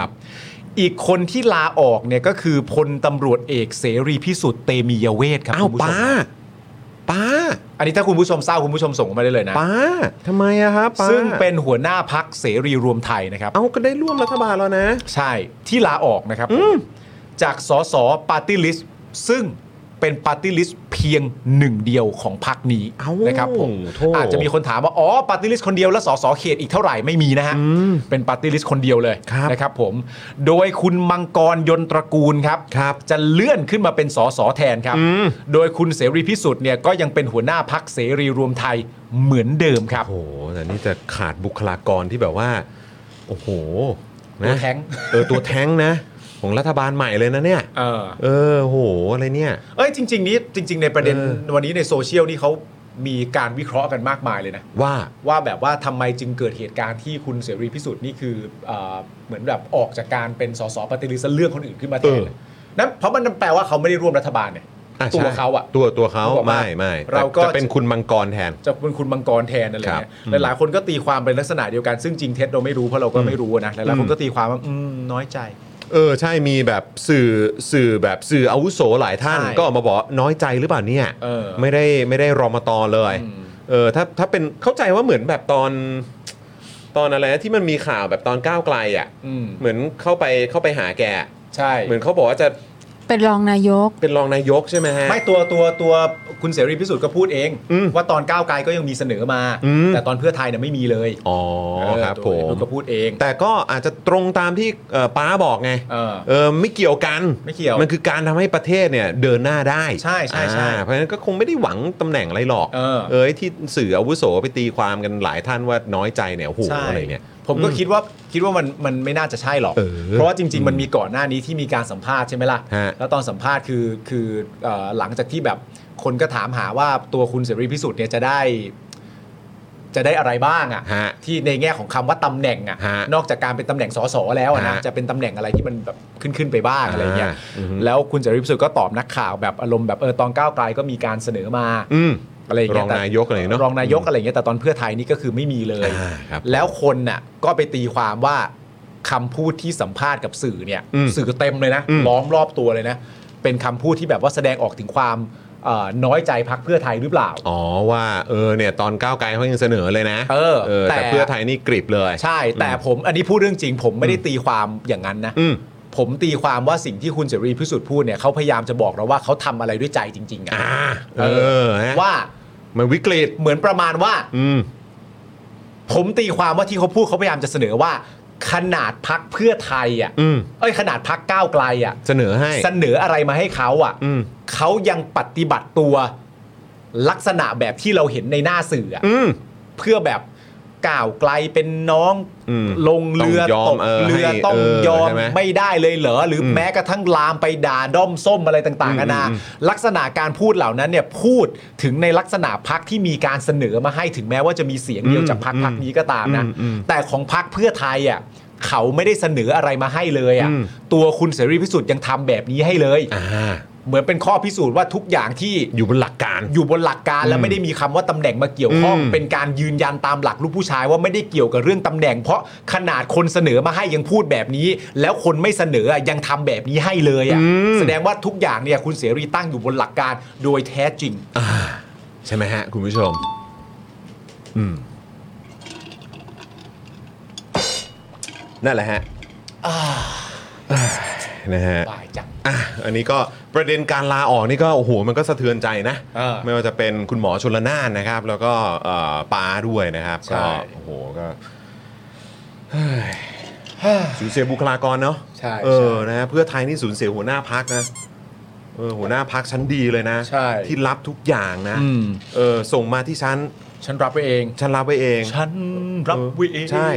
อีกคนที่ลาออกเนี่ยก็คือพลตำรวจเอกเสรีพิสุทธิ์เตมียเวทครับ
อ้าว
คุณผู้ชม
ป้าป้า
อันนี้ถ้าคุณผู้ชมเศร้าคุณผู้ชมส่งมาได้เลยนะ
ป้าทำไมอะครับป้า
ซึ่งเป็นหัวหน้าพักเสรีรวมไทยนะครับ
เอาก็ได้ร่วมรัฐบาลแล้วนะ
ใช่ที่ลาออกนะครับจากสสปาร์ตี้ลิสต์ซึ่งเป็นปาร์ตี้ลิสต์เพียงหนึ่งเดียวของพักนี้
เอ้า
นะครับผม
โถ่
อาจจะมีคนถามว่า อ๋อปาร์ตี้ลิสต์คนเดียวแล้วสสเขตอีกเท่าไหร่ไม่มีนะฮะ เป็นปาร์ตี้ลิสต์คนเดียวเลยนะครับผมโดยคุณมังกรยนตระกูลครับ
ครับ
จะเลื่อนขึ้นมาเป็นสอสอแทนครับ โดยคุณเสรีพิสุทธิ์เนี่ยก็ยังเป็นหัวหน้าพักเสรีรวมไทยเหมือนเดิมครับ
โอ้โหแต่นี่จะขาดบุคลากรที่แบบว่า โอ้โห
ตั
นะ
วแท้ง
เออตัวแท้งนะ ของรัฐบาลใหม่เลยนะเนี่ย
เออ
เออโหอะไรเนี่ย
เอ้ยจริง ๆ นี้จริง ๆ ในประเด็น
เออ
วันนี้ในโซเชียลนี่เขามีการวิเคราะห์กันมากมายเลยนะ
ว่า
ว่าแบบว่าทำไมจึงเกิดเหตุการณ์ที่คุณเสรีพิสุทธิ์นี่คือเออเหมือนแบบออกจากการเป็นสสปฏิริษีเลือกคนอื่นขึ้นมาแท
เอน อ
นั่นเพราะมันแปลว่าเขาไม่ได้ร่วมรัฐบาลเนี่ย
อ่ะ
ตัว
ใช่
เขาอะ
ตัวตัวเขา
เขาบอกว่า
ไม่ไม่แต่
เราก็
จะเป็นคุณมังกรแทน
จะเป็นคุณมังกรแทนอะไร
ครับ
เงี้ยหลายๆคนก็ตีความเป็นลักษณะเดียวกันซึ่งจริงเท็จเราไม่รู้เพราะเราก็ไม่รู้นะหลายๆคนก็ตีความว่าอืมน้อยใจ
เออใช่มีแบบสื่อสื่อแบบสื่ออาวุโสหลายท่าน
ใช่
ก็ออกมาบอกน้อยใจหรือเปล่าเนี่ย
เออ
ไม่ได้ไม่ได้รอมาตอเลย
อืม
เออถ้าถ้าเป็นเข้าใจว่าเหมือนแบบตอน ตอนอะไรนะที่มันมีข่าวแบบตอนก้าวไกลอ่ะ
อืม
เหมือนเข้าไปเข้าไปหาแก
ใช่
เหมือนเขาบอกว่าจะ
เป็นรองนายก
เป็นรองนายกใช่ไหมฮะ
ไม่ตัวตัวตัวคุณเสรีพิสุทธิ์ก็พูดเอง
อืม
ว่าตอนก้าวไกลก็ยังมีเสนอมา
อืม
แต่ตอนเพื่อไทยเนี่ยไม่มีเลย
อ๋อครับผ
เออตัวเอง
ม
ก็พูดเอง
แต่ก็อาจจะตรงตามที่เอ่อป้าบอกไง
เออ
เออไม่เกี่ยวกัน
ไม่เกี่ยว
มันคือการทำให้ประเทศเนี่ยเดินหน้าได้
ใช่ใช่ใช่
อ่าเพราะฉะนั้นก็คงไม่ได้หวังตำแหน่งอะไรหรอก
เออ
ไที่สื่ออาวุโสไปตีความกันหลายท่านว่าน้อยใจเนี่ยโอ้โห
ใช่
อะไรเนี่ย
ผมก็คิดว่าคิดว่ามันมันไม่น่าจะใช่หรอก
เออ
เพราะว่าจริง ๆ มันมีก่อนหน้านี้ที่มีการสัมภาษณ์ใช่ไหมล่ะ
ฮะ
แล้วตอนสัมภาษณ์คือคือเอ่อหลังจากที่แบบคนก็ถามหาว่าตัวคุณเสรีพิสุทธิ์เนี่ยจะได้ จะได้อะไรบ้าง
ฮะ
อะ่ะที่ในแง่ของคำว่าตำแหน่ง
ฮะ
อะ่ะนอกจากการเป็นตำแหน่งสสแล้วอะนะ
ฮะ
จะเป็นตำแหน่งอะไรที่มันแบบขึ้นขึ้นๆไปบ้างอะไรเงี้ย
อ่าอือฮึ
แล้วคุณเสรีพิสุทธิ์ก็ตอบนักข่าวแบบอารมณ์แบบเออตอนก้าวไกลก็มีการเสนอมา
อืม
อะไรย่าง
ร
เงี้
อง
แต่
นายกอะไรอย่างเงี้ยเนอะ
รองนายกอะไรอย่างเงี้ยแต่ตอนเพื่อไทยนี่ก็คือไม่มีเลย
อ่าครับ
แล้วคนน่ะก็ไปตีความว่าคำพูดที่สัมภาษณ์กับสื่อเนี่ย
อืม
สื่อเต็มเลยนะ
อืม
ล้อมรอบตัวเลยนะ เป็นคำพูดที่แบบว่าแสดงออกถึงความเอ่อน้อยใจพักเพื่อไทยหรือเปล่า
อ๋อว่าเออเนี่ยตอนก้าวไกลเขายังเสนอเลยนะ
เออแต่
แต่เพื่อไทยนี่กริบเลย
ใช่ แต่ผมอันนี้พูดเรื่องจริง ผมไม่ได้ตีความอย่างนั้นนะ
อืม
ผมตีความว่าสิ่งที่คุณเสรีพิสุทธิ์พูดเนี่ยเขาพยายามจะบอกเราว่าเขาทำอะไรด้วยใจจริง ๆอะ
อ่าเออฮะ
ว่า
มันวิกฤต
เหมือนประมาณว่า
อืม
ผมตีความว่าที่เขาพูดเขาพยายามจะเสนอว่า ขนาดพักเพื่อไทยอ่ะ
อืม
เอ้ยขนาดพักก้าวไกลอ่ะ
เสนอให้
เสนออะไรมาให้เขาอ่ะ
อืม
เขายังปฏิบัติตัวลักษณะแบบที่เราเห็นในหน้าสื่ออะ
อืม
เพื่อแบบ ก้าวไกลเป็นน้อง
อืม
ลงเรือ
ต้องยอม
ตก
เออ
เรือ
ให้
ต้อง
เออย
อม
ใช่ไหม
ไม่ได้เลยเหรอหรืออ
ม
แม้กระทั่งลามไปด่าด้อมส้มอะไรต่างๆ
อืม
นานา
อืม
ลักษณะการพูดเหล่านั้นเนี่ยพูดถึงในลักษณะพักที่มีการเสนอมาให้ถึงแม้ว่าจะมีเสียงเดียวจากพักพักนี้ก็ตามนะ
อืม
แต่ของพักเพื่อไทยอ่ะเขาไม่ได้เสนออะไรมาให้เลยอ่ะ
อืม
ตัวคุณเสรีพิสุทธิ์ยังทำแบบนี้ให้เลย
อ่า
เหมือนเป็นข้อพิสูจน์ว่าทุกอย่างที่
อยู่บนหลักการ
อยู่บนหลักการและ
อืม
ไม่ได้มีคำว่าตำแหน่งมาเกี่ยวข้อง
อืม
เป็นการยืนยันตามหลักลูกผู้ชายว่าไม่ได้เกี่ยวกับเรื่องตำแหน่ง เพราะขนาดคนเสนอมาให้ยังพูดแบบนี้ แล้วคนไม่เสนออะยังทำแบบนี้ให้เลยอ่ะแสดงว่าทุกอย่างเนี่ยคุณเสรีตั้งอยู่บนหลักการโดยแท้จริง
อ่าใช่ไหมฮะ คุณผู้ชม อืม นั่นแหละฮะอ่านะฮะ
บ่ายจัง
อ่ะอันนี้ก็ประเด็นการลาออกนี่ก็โอ้โหมันก็สะเทือนใจนะ
เออ
ไม่ว่าจะเป็นคุณหมอชนละนานนะครับ แล้วก็เอ่อป้าด้วยนะครับ
ใช่
ก็โอ้โหก็เฮ้ยสูญเสียบุคลากรเนาะ
ใช่
เออนะฮะเพื่อไทยนี่สูญเสียหัวหน้าพักนะเออหัวหน้าพักชั้นดีเลยนะ
ใช่
ที่รับทุกอย่างนะ
อืม
เออส่งมาที่ชั้น
ฉันรับไปเอง
ชั้นรับไว้เอง
ฉันรับไว้เอง
ใช่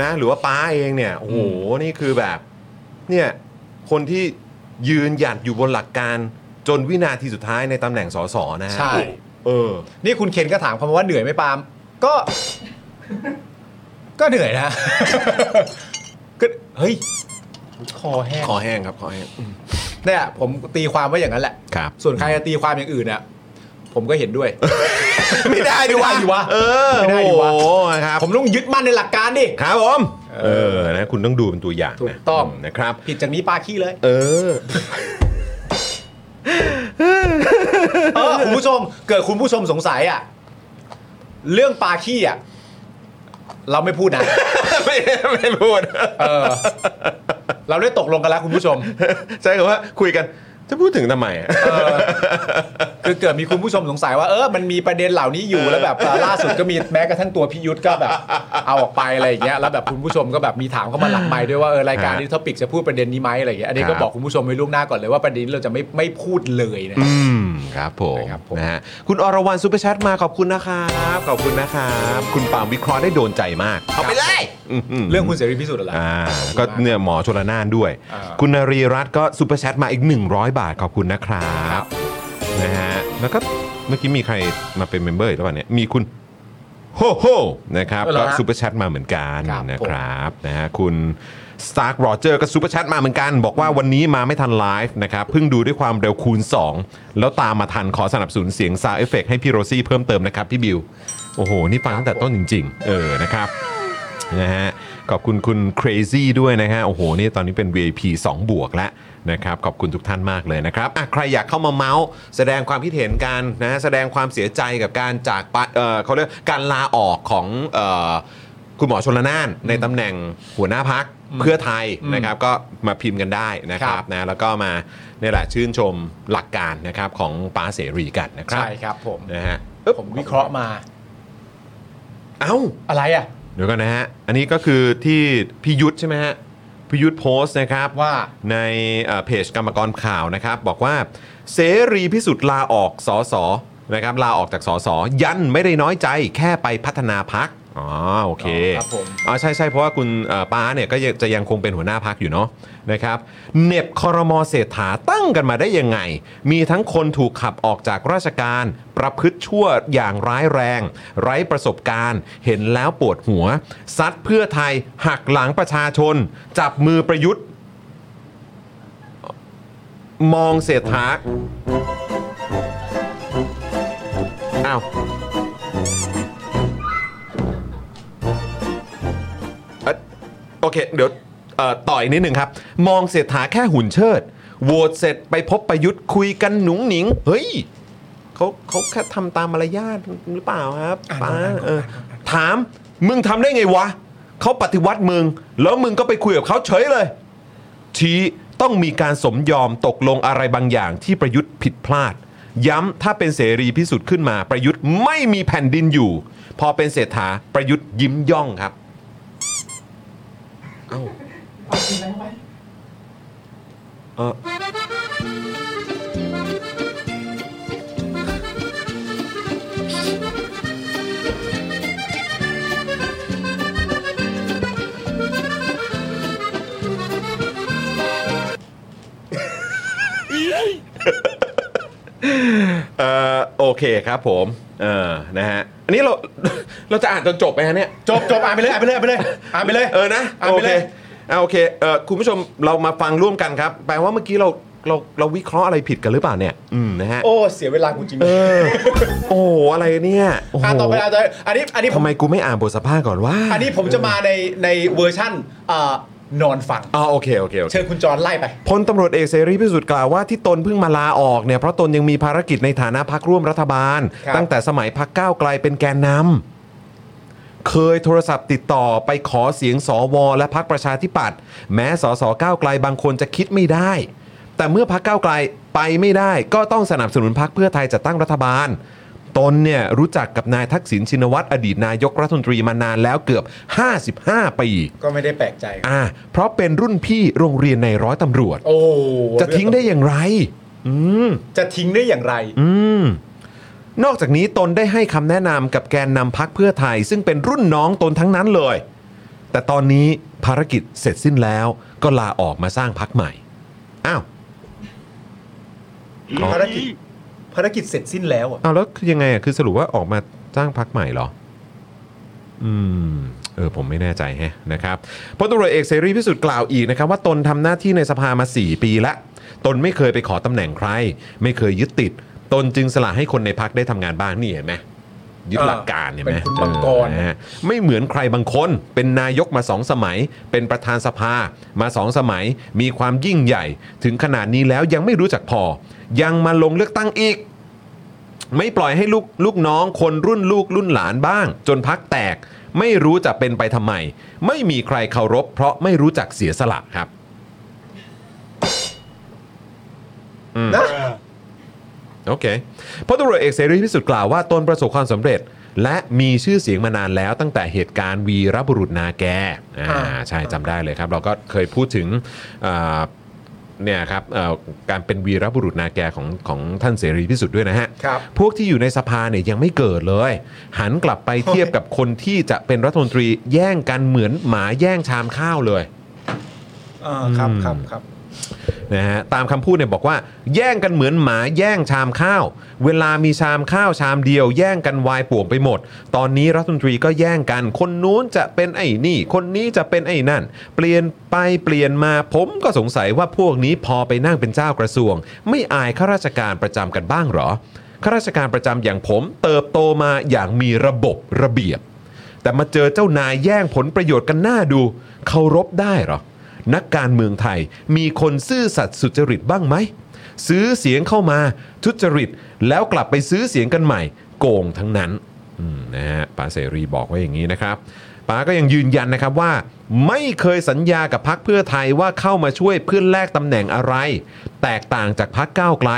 นะ หรือว่าป้าเองเนี่ยโอ้โหนี่คือแบบ เนี่ยคนที่ยืนหยัดอยู่บนหลักการจนวินาทีสุดท้ายในตำแหน่งสสนะฮะ
ใช่
เออ
นี่คุณเคนก็ถามคำว่าเหนื่อยไหมปาล์มก็ [laughs] ก็เหนื่อยนะ [laughs] ก็เฮ้ยคอแห้ง
ขอแห้งครับขอแห้ง
เนี่ยผมตีความไว้อย่างนั้นแหละ
ครับ
ส่วนใครจะตีความอย่างอื่นอ่ะผมก็เห็นด้วย
[laughs]
[laughs]
ไม่ได้ดิวะ
ไม่ได้ดิวะ
เออ
ไม่ได้ดิวะ
โอ้โหครับ
ผมต้องยึดมั่นในหลักการดิ
ครับผมเอ
เออ
อนะคุณต้องดูเป็นตัวอย่างนะ
ถูกต้อง
นะครับ
ผิดจากนี้ปาขี้เลย [laughs]
เออ [laughs]
เออคุณผู้ชม เกิดคุณผู้ชมสงสัยอ่ะเรื่องปาขี้อ่ะเราไม่พูดนะ
ไม่ไม่พูด [laughs]
เออ เราได้ตกลงกันแล้วคุณผู้ชม
ใช่คำว่าคุยกัน จะพูดถึงทำไมอะ
เออคือเกิดมีคุณผู้ชมสงสัยว่าเออมันมีประเด็นเหล่านี้อยู่แล้วแบบเอ่อล่าสุดก็มีแม้กระทั่งตัวพิยุทธก็แบบ เอาออกไปอะไรอย่างเงี้ยแล้วแบบคุณผู้ชมก็แบบมีถามเข้ามาหลังไมค์ด้วยว่าเออรายการ
ฮะ
นี้ท็อปิกจะพูดประเด็นนี้ไหมอะไรอย่างเงี้ยอันนี้
ค
ก็
รับ
บอกคุณผู้ชมไว้ล่วงหน้าก่อนเลยว่าประเด็นนี้เราจะไม่ไม่พูดเลยนะ
อืมครับผม
นะครับผม
นะฮะคุณอรวรรณซูเปอร์แชทมาขอบคุณนะครับขอบคุณนะครับคุณปาล์มวิเคราะห์ได้โดนใจมากเอาไปเลย
เรื่องคุณเสรีพิสุทธิ์อะไร
อ่าก็เนี่ยหมอชลนานด้วย
อ่า
คุณนรีรัตน์ก็ซูเปอร์แชทมาอีก 100 บาทขอบคุณนะครับนะฮะแล้วก็เมื่อกี้มีใครมาเป็นเมมเบอร์อีกหรือเปล่าเนี่ยมีคุณโฮโฮนะครับ
เอาเหร
ก็
อฮะ
ซูเปอร์แชทมาเหมือนกัน
ครับผม
นะครับนะฮะคุณ s t a r k r o g e r ก็ซูเปอร์แชทมาเหมือนกัน บอกว่าวันนี้มาไม่ทันไลฟ์นะครับเพิ่งดูด้วยความเร็วคูณ 2 แล้วตามมาทันขอสนับสนุนเสียงซาวเอฟเฟกให้พี่โรซี่เพิ่มเติมนะครับ พี่บิว โอ้โห นี่ฟังตั้งแต่ต้นจริง ๆ เออนะครับนะฮะขอบคุณคุณ crazy ด้วยนะฮะโอ้โห นี่ตอนนี้เป็น VIP 2 บวกแล้วนะครับ ขอบคุณทุกท่านมากเลยนะครับอ่ะใครอยากเข้ามาเมาส์แสดงความคิดเห็นกันนะแสดงความเสียใจกับการจากไปเออเขาเรียกการลาออกของเออ คุณหมอชนละนานในตำแหน่งหัวหน้าพักเพื่อไทยนะครับก็มาพิมพ์กันได้นะค
ค
รั
รั
บบ นะแล้วก็มาเนี่ยแหละชื่นชมหลักการนะครับของป้าเสรีกันนะครับ
ใช่ครับผม
นะฮะ
ผมวิเคราะห์มา
เอ้า
อะไรอ่ะ
เดี๋ยวกันนะฮะ อันนี้ก็คือที่พิยุทธใช่ไหมฮะพิยุทธโพสต์นะครับ
ว่า
ในเอ่อเพจกรรมกรข่าวนะครับ บอกว่าเสรีพิสุทธิ์ลาออกสอสอนะครับลาออกจากสอสอยันไม่ได้น้อยใจแค่ไปพัฒนาพักอ๋อโอเค
ครับผม
อ๋อใช่ใช่เพราะว่าคุณเอ่อป้าเนี่ยก็ยังจะยังคงเป็นหัวหน้าพักอยู่เนาะนะครับเหน็บคอรมอเศรษฐาตั้งกันมาได้ยังไง มีทั้งคนถูกขับออกจากราชการ ประพฤติชั่วอย่างร้ายแรง ไร้ประสบการณ์ เห็นแล้วปวดหัว ซัดเพื่อไทยหักหลังประชาชน จับมือประยุทธ์ มองเศรษฐาอ้าวเอ่อโอเค เดี๋ยวเอ่อต่อยนิดหนึ่งครับ มองเศรษฐาแค่หุ่นเชิดโหวตเสร็จไปพบประยุทธ์คุยกันหนุงหนิง เฮ้ยเขาเขาแค่ทำตามมารยาทหรือเปล่าครับป้าเออถาม มึงทำได้ไงวะ เขาปฏิวัติมึง แล้วมึงก็ไปคุยกับเขาเฉยเลย ชี้ต้องมีการสมยอมตกลงอะไรบางอย่างที่ประยุทธ์ผิดพลาด ย้ำถ้าเป็นเสรีพิสุทธิ์ขึ้นมาประยุทธ์ไม่มีแผ่นดินอยู่ พอเป็นเศรษฐาประยุทธ์ยิ้มย่องครับ เอ้าเออ เอ่อโอเคครับผมเออนะฮะอันนี้เรา [laughs] เราจะอ่านจนจบไปฮะเนี่ย
จบจบอ่านไปเลยอ่านไปเลยอ่านไปเลยอ่านไปเลย
เออนะ
อ่านไปเลย
โอคอ่าโอเคเออคุณผู้ชมเรามาฟังร่วมกันครับแปลว่าเมื่อกี้เราเราเราวิเคราะห์อะไรผิดกันหรือเปล่าเนี่ยอืมนะฮะ
โอ้เสียเวลากูจริง
เออโอ้โหอะไรเนี่ยโโห
อ่านต่อไปอ่านต่อไปอันนี้อันนี้ผ
ทำ
ม
ไมกูไม่อ่านบทสัมภาษณ์ก่อนว่า
อันนี้ผมจะมาในในเวอร์ชั่นอ่านอนฟัง
อ๋อโอเคโอเคโอเค
เชิญคุณจรไล่ไป
พลตำรวจเอกเสรีพิสุทธิ์กล่าวว่าที่ตนเพิ่งมาลาออกเนี่ยเพราะตนยังมีภารกิจในฐานะพักร่วมรัฐบาล
ครับ
ตั้งแต่สมัยพักก้าวไกลเป็นแกนนำเคยโทรศัพท์ติดต่อไปขอเสียงสวและพักประชาธิปัตย์แม้สสก้าวไกลบางคนจะคิดไม่ได้ แต่เมื่อพักก้าวไกลไปไม่ได้ ก็ต้องสนับสนุนพักเพื่อไทยจัดตั้งรัฐบาล ตนเนี่ยรู้จักกับนายทักษิณชินวัตรอดีตนายกรัฐมนตรีมานานแล้วเกือบ 55 ปี
ก็ไม่ได้แปลกใจ
อ่าเพราะเป็นรุ่นพี่โรงเรียนในร้อยตำรวจ
โอ้
จะทิ้งได้อย่างไร อืม
จะทิ้งได้อย่างไร
อืม นอกจากนี้ตนได้ให้คำแนะนำกับแกนนำพักเพื่อไทย ซึ่งเป็นรุ่นน้องตนทั้งนั้นเลย แต่ตอนนี้ภารกิจเสร็จสิ้นแล้ว ก็ลาออกมาสร้างพักใหม่ อ้าว
ภารกิจภารกิจเสร็จสิ้นแล้วอ่ะ
อ้าวแล้วคือยังไงอ่ะคือสรุปว่าออกมาสร้างพักใหม่เหรอ อืม เออ ผมไม่แน่ใจแฮะนะครับพลตำรวจเอกเสรีพิสุทธิ์กล่าวอีกนะครับ ว่าตนทำหน้าที่ในสภามา 4 ปีละตนไม่เคยไปขอตำแหน่งใคร ไม่เคยยึดติด ตนจึงสละให้คนในพักได้ทำงานบ้างนี่เห็นไหมยึดหลักการเห็นไหม
เป็นคุณมังกร
เออนะฮะไม่เหมือนใครบางคน เป็นนายกมาสองสมัย เป็นประธานสภามาสองสมัย มีความยิ่งใหญ่ ถึงขนาดนี้แล้วยังไม่รู้จักพอ ยังมาลงเลือกตั้งอีก ไม่ปล่อยให้ลูกลูกน้องคนรุ่นลูกรุ่นหลานบ้าง จนพักแตก ไม่รู้จะเป็นไปทำไม ไม่มีใครเคารพ เพราะไม่รู้จักเสียสละครับ
นะ
โอเคพลตำรวจเอกเสรีพิสุทธิ์กล่าวว่าตนประสบความสำเร็จ และมีชื่อเสียงมานานแล้วตั้งแต่เหตุการณ์วีรบุรุษนาแกอ่าใช่จำได้เลยครับ เราก็เคยพูดถึงอ่าเนี่ยครับเอ่อการเป็นวีรบุรุษนาแกของของท่านเสรีพิสุทธิ์ด้วยนะฮะ
ครับ
พวกที่อยู่ในสภาเนี่ยยังไม่เกิดเลย หันกลับไปเทียบกับคนที่จะเป็นรัฐมนตรีแย่งกันเหมือนหมาแย่งชามข้าวเลย
อ่าครับครับครับ
นะฮะตามคำพูดเนี่ยบอกว่า แย่งกันเหมือนหมาแย่งชามข้าว เวลามีชามข้าวชามเดียว แย่งกันวายป่วงไปหมด ตอนนี้รัฐมนตรีก็แย่งกัน คนนู้นจะเป็นไอ้นี่ คนนี้จะเป็นไอ้นั่น เปลี่ยนไปเปลี่ยนมาผมก็สงสัยว่าพวกนี้พอไปนั่งเป็นเจ้ากระทรวง ไม่อายข้าราชการประจำกันบ้างเหรอข้าราชการประจำอย่างผมเติบโตมาอย่างมีระบบระเบียบ แต่มาเจอเจ้านายแย่งผลประโยชน์กันหน้าดูเคารพได้เหรอ นักการเมืองไทยมีคนซื่อสัตย์สุจริตบ้างไหม ซื้อเสียงเข้ามาทุจริต แล้วกลับไปซื้อเสียงกันใหม่ โกงทั้งนั้นอืมนะฮะป้าเสรีบอกไว้อย่างนี้นะครับป้าก็ยังยืนยันนะครับว่า ไม่เคยสัญญากับพักเพื่อไทยว่าเข้ามาช่วยเพื่อแลกตำแหน่งอะไร แตกต่างจากพักก้าวไกล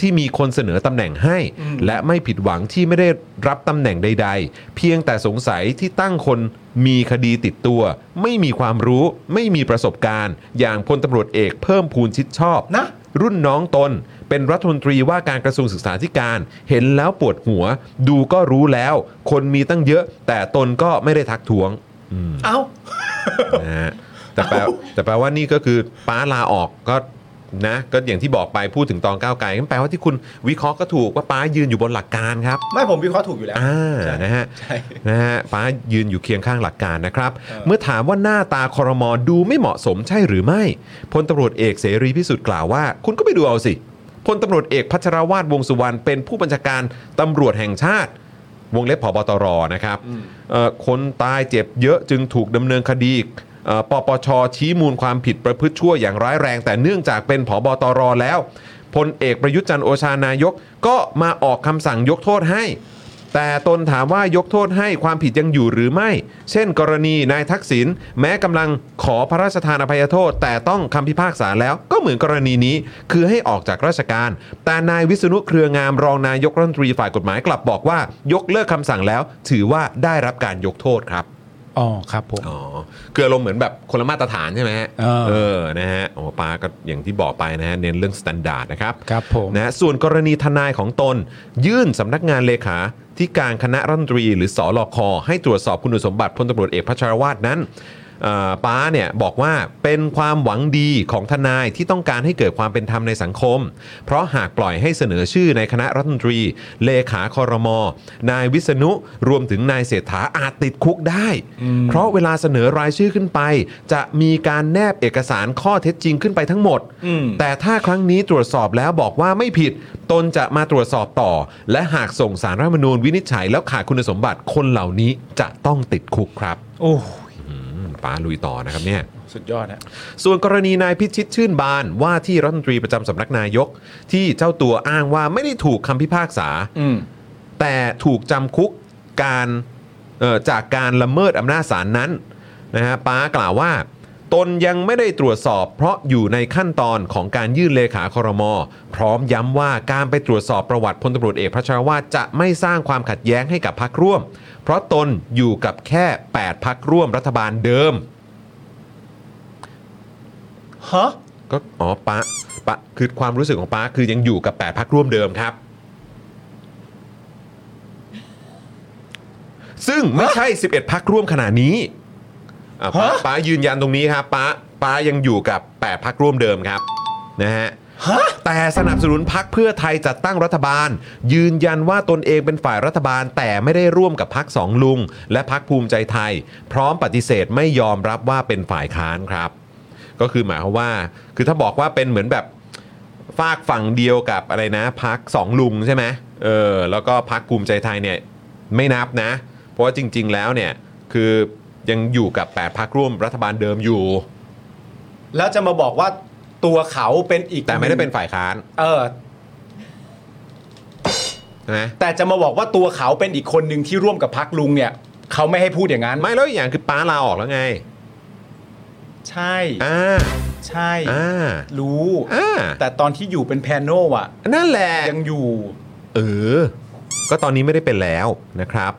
ที่มีคนเสนอตำแหน่งให้ และไม่ผิดหวังที่ไม่ได้รับตำแหน่งใด ๆ เพียงแต่สงสัยที่ตั้งคนมีคดีติดตัว ไม่มีความรู้ ไม่มีประสบการณ์ อย่างพลตำรวจเอกเพิ่มพูนชิดชอบ
นะ
รุ่นน้องตน เป็นรัฐมนตรีว่าการกระทรวงศึกษาธิการ เห็นแล้วปวดหัว ดูก็รู้แล้ว คนมีตั้งเยอะ แต่ตนก็ไม่ได้ทักท้วง
เอ้า
นะฮะแต่แปลแต่แปลว่านี่ก็คือป้าลาออกก็นะ ก็อย่างที่บอกไปพูดถึงตอนก้าวไกลนั่นแปลว่าที่คุณวิเคราะห์ก็ถูกว่าป้ายืนอยู่บนหลักการครับ
ไม่ผมวิเคราะห์ถูกอยู่แล้ว
อ่านะฮะ
ใช่
นะฮะป้ายืนอยู่เคียงข้างหลักการนะครับ
เออ
เมื่อถามว่าหน้าตาคอรมอดูไม่เหมาะสมใช่หรือไม่พลตำรวจเอกเสรีพิสุทธิ์กล่าวว่า คุณก็ไปดูเอาสิพลตำรวจเอกพัชรวาทวงสุวรรณเป็นผู้บัญชาการตำรวจแห่งชาติ วงเล็บผบตรนะครับเอ่อคนตายเจ็บเยอะจึงถูกดำเนินคดีเอ่อปปชชี้มูลความผิดประพฤติชั่วอย่างร้ายแรง แต่เนื่องจากเป็นผบตรแล้วพลเอกประยุทธ์จันทร์โอชานายกก็มาออกคำสั่งยกโทษให้ แต่ตนถามว่ายกโทษให้ความผิดยังอยู่หรือไม่ เช่น กรณีนายทักษิณแม้กำลังขอพระราชทานอภัยโทษ แต่ต้องคำพิพากษาแล้วก็เหมือนกรณีนี้ คือให้ออกจากราชการ แต่นายวิษณุเครืองามรองนายกรัฐมนตรีฝ่ายกฎหมายกลับบอกว่า ยกเลิกคำสั่งแล้ว ถือว่าได้รับการยกโทษครับ
อ๋อครับผม
อ๋อคืออารมณ์เหมือนแบบคนละมาตรฐานใช่ไหมฮะ
เออ
เออนะฮะโอ้ปาก็อย่างที่บอกไปนะฮะเน้นเรื่องมาตรฐานนะครับ
ครับผม
นะฮะส่วนกรณีทนายของตน ยื่นสำนักงานเลขาที่การคณะรัฐมนตรีหรือสอลอคอให้ตรวจสอบคุณสมบัติพลตำรวจเอกพัชรวาทนั้น เอ่อป้าเนี่ยบอกว่าเป็นความหวังดีของทนายที่ต้องการให้เกิดความเป็นธรรมในสังคม เพราะหากปล่อยให้เสนอชื่อในคณะรัฐมนตรี เลขาคอรมนายวิษณุรวมถึงนายเศรษฐาอาจติดคุกได้ เพราะเวลาเสนอรายชื่อขึ้นไป จะมีการแนบเอกสารข้อเท็จจริงขึ้นไปทั้งหมด
อืม
แต่ถ้าครั้งนี้ตรวจสอบแล้วบอกว่าไม่ผิด ตนจะมาตรวจสอบต่อ และหากส่งสารรัฐธรรมนูญวินิจฉัยแล้วขาดคุณสมบัติคนเหล่านี้จะต้องติดคุกครับ
โอ้
อืมป้าลุยต่อนะครับเนี่ย
สุดยอดนะ
ส่วนกรณีนายพิชิตชื่นบานว่าที่รัฐมนตรีประจำสำนักนายก ที่เจ้าตัวอ้างว่าไม่ได้ถูกคำพิพากษา
อืม
แต่ถูกจำคุกการเอ่อจากการละเมิดอำนาจศาลนั้นนะฮะป้ากล่าวว่า ตนยังไม่ได้ตรวจสอบ เพราะอยู่ในขั้นตอนของการยื่นเลขาครม พร้อมย้ำว่าการไปตรวจสอบประวัติพลตำรวจเอกพระชรวาทจะไม่สร้างความขัดแย้งให้กับพักร่วม เพราะตนอยู่กับแค่ 8 พักร่วมรัฐบาลเดิม
ฮะ
ก็อ๋อป้าป้าคือความรู้สึกของป้าคือยังอยู่กับ 8พักร่วมเดิมครับ ซึ่งไม่ใช่ 11พักร่วมขณะนี้อ่ะป้า
ฮะ
ป้ายืนยันตรงนี้ครับป้าป้ายังอยู่กับ 8พักร่วมเดิมครับนะฮะ
ฮะ
แต่สนับสนุนพักเพื่อไทยจัดตั้งรัฐบาล ยืนยันว่าตนเองเป็นฝ่ายรัฐบาล แต่ไม่ได้ร่วมกับพักสองลุง และพักภูมิใจไทย พร้อมปฏิเสธไม่ยอมรับว่าเป็นฝ่ายค้านครับ ก็คือหมายความว่า คือถ้าบอกว่าเป็นเหมือนแบบฝากฝั่งเดียวกับอะไรนะพักสองลุงใช่ไหมเออแล้วก็พักภูมิใจไทยเนี่ยไม่นับนะ เพราะว่าจริง ๆ แล้วเนี่ยคือยังอยู่กับแปดพักร่วมรัฐบาลเดิมอยู่
แล้วจะมาบอกว่าตัวเขาเป็นอีก
แต่ไม่ได้เป็นฝ่ายค้าน
เออ
ใช่ไหม
แต่จะมาบอกว่าตัวเขาเป็นอีกคนหนึ่งที่ร่วมกับพักลุงเนี่ย เขาไม่ให้พูดอย่างนั้น
ไม่แล้วอีกอย่างคือป้าลาออกแล้วไง
ใช่
อ่า
ใช่
อ่า
รู้
อ่า
แต่ตอนที่อยู่เป็นแพนโนอ่ะ
นั่นแหละ
ยังอยู่
เออ ก็ตอนนี้ไม่ได้เป็นแล้วนะครับ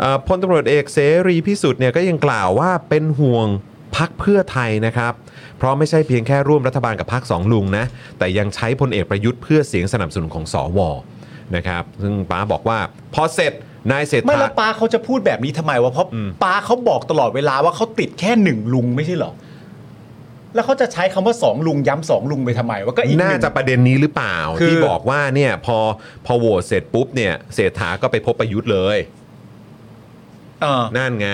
เอ่อพลตำรวจเอกเสรีพิสุทธิ์เนี่ยก็ยังกล่าวว่าเป็นห่วงพักเพื่อไทยนะครับ เพราะไม่ใช่เพียงแค่ร่วมรัฐบาลกับพักสองลุงนะ แต่ยังใช้พลเอกประยุทธ์เพื่อเสียงสนับสนุนของสวนะครับ ซึ่งป้าบอกว่าพอเสร็จนายเศรษ
ไม่แล้
ฐา
วป้าเขาจะพูดแบบนี้ทำไมวะเพราะ
อืม
ป้าเขาบอกตลอดเวลาว่าเขาติดแค่หนึ่งลุงไม่ใช่เหรอ แล้วเขาจะใช้คำว่าสองลุงย้ำสองลุงไปทำไมวะก็อีกห
น่า
นึ่ง
จะประเด็นนี้หรือเปล่า
คือ
ที่บอกว่าเนี่ยพอพอโหวตเสร็จปุ๊บเนี่ยเศรษฐาก็ไปพบประยุทธ์เลย
เออ
นั่นไง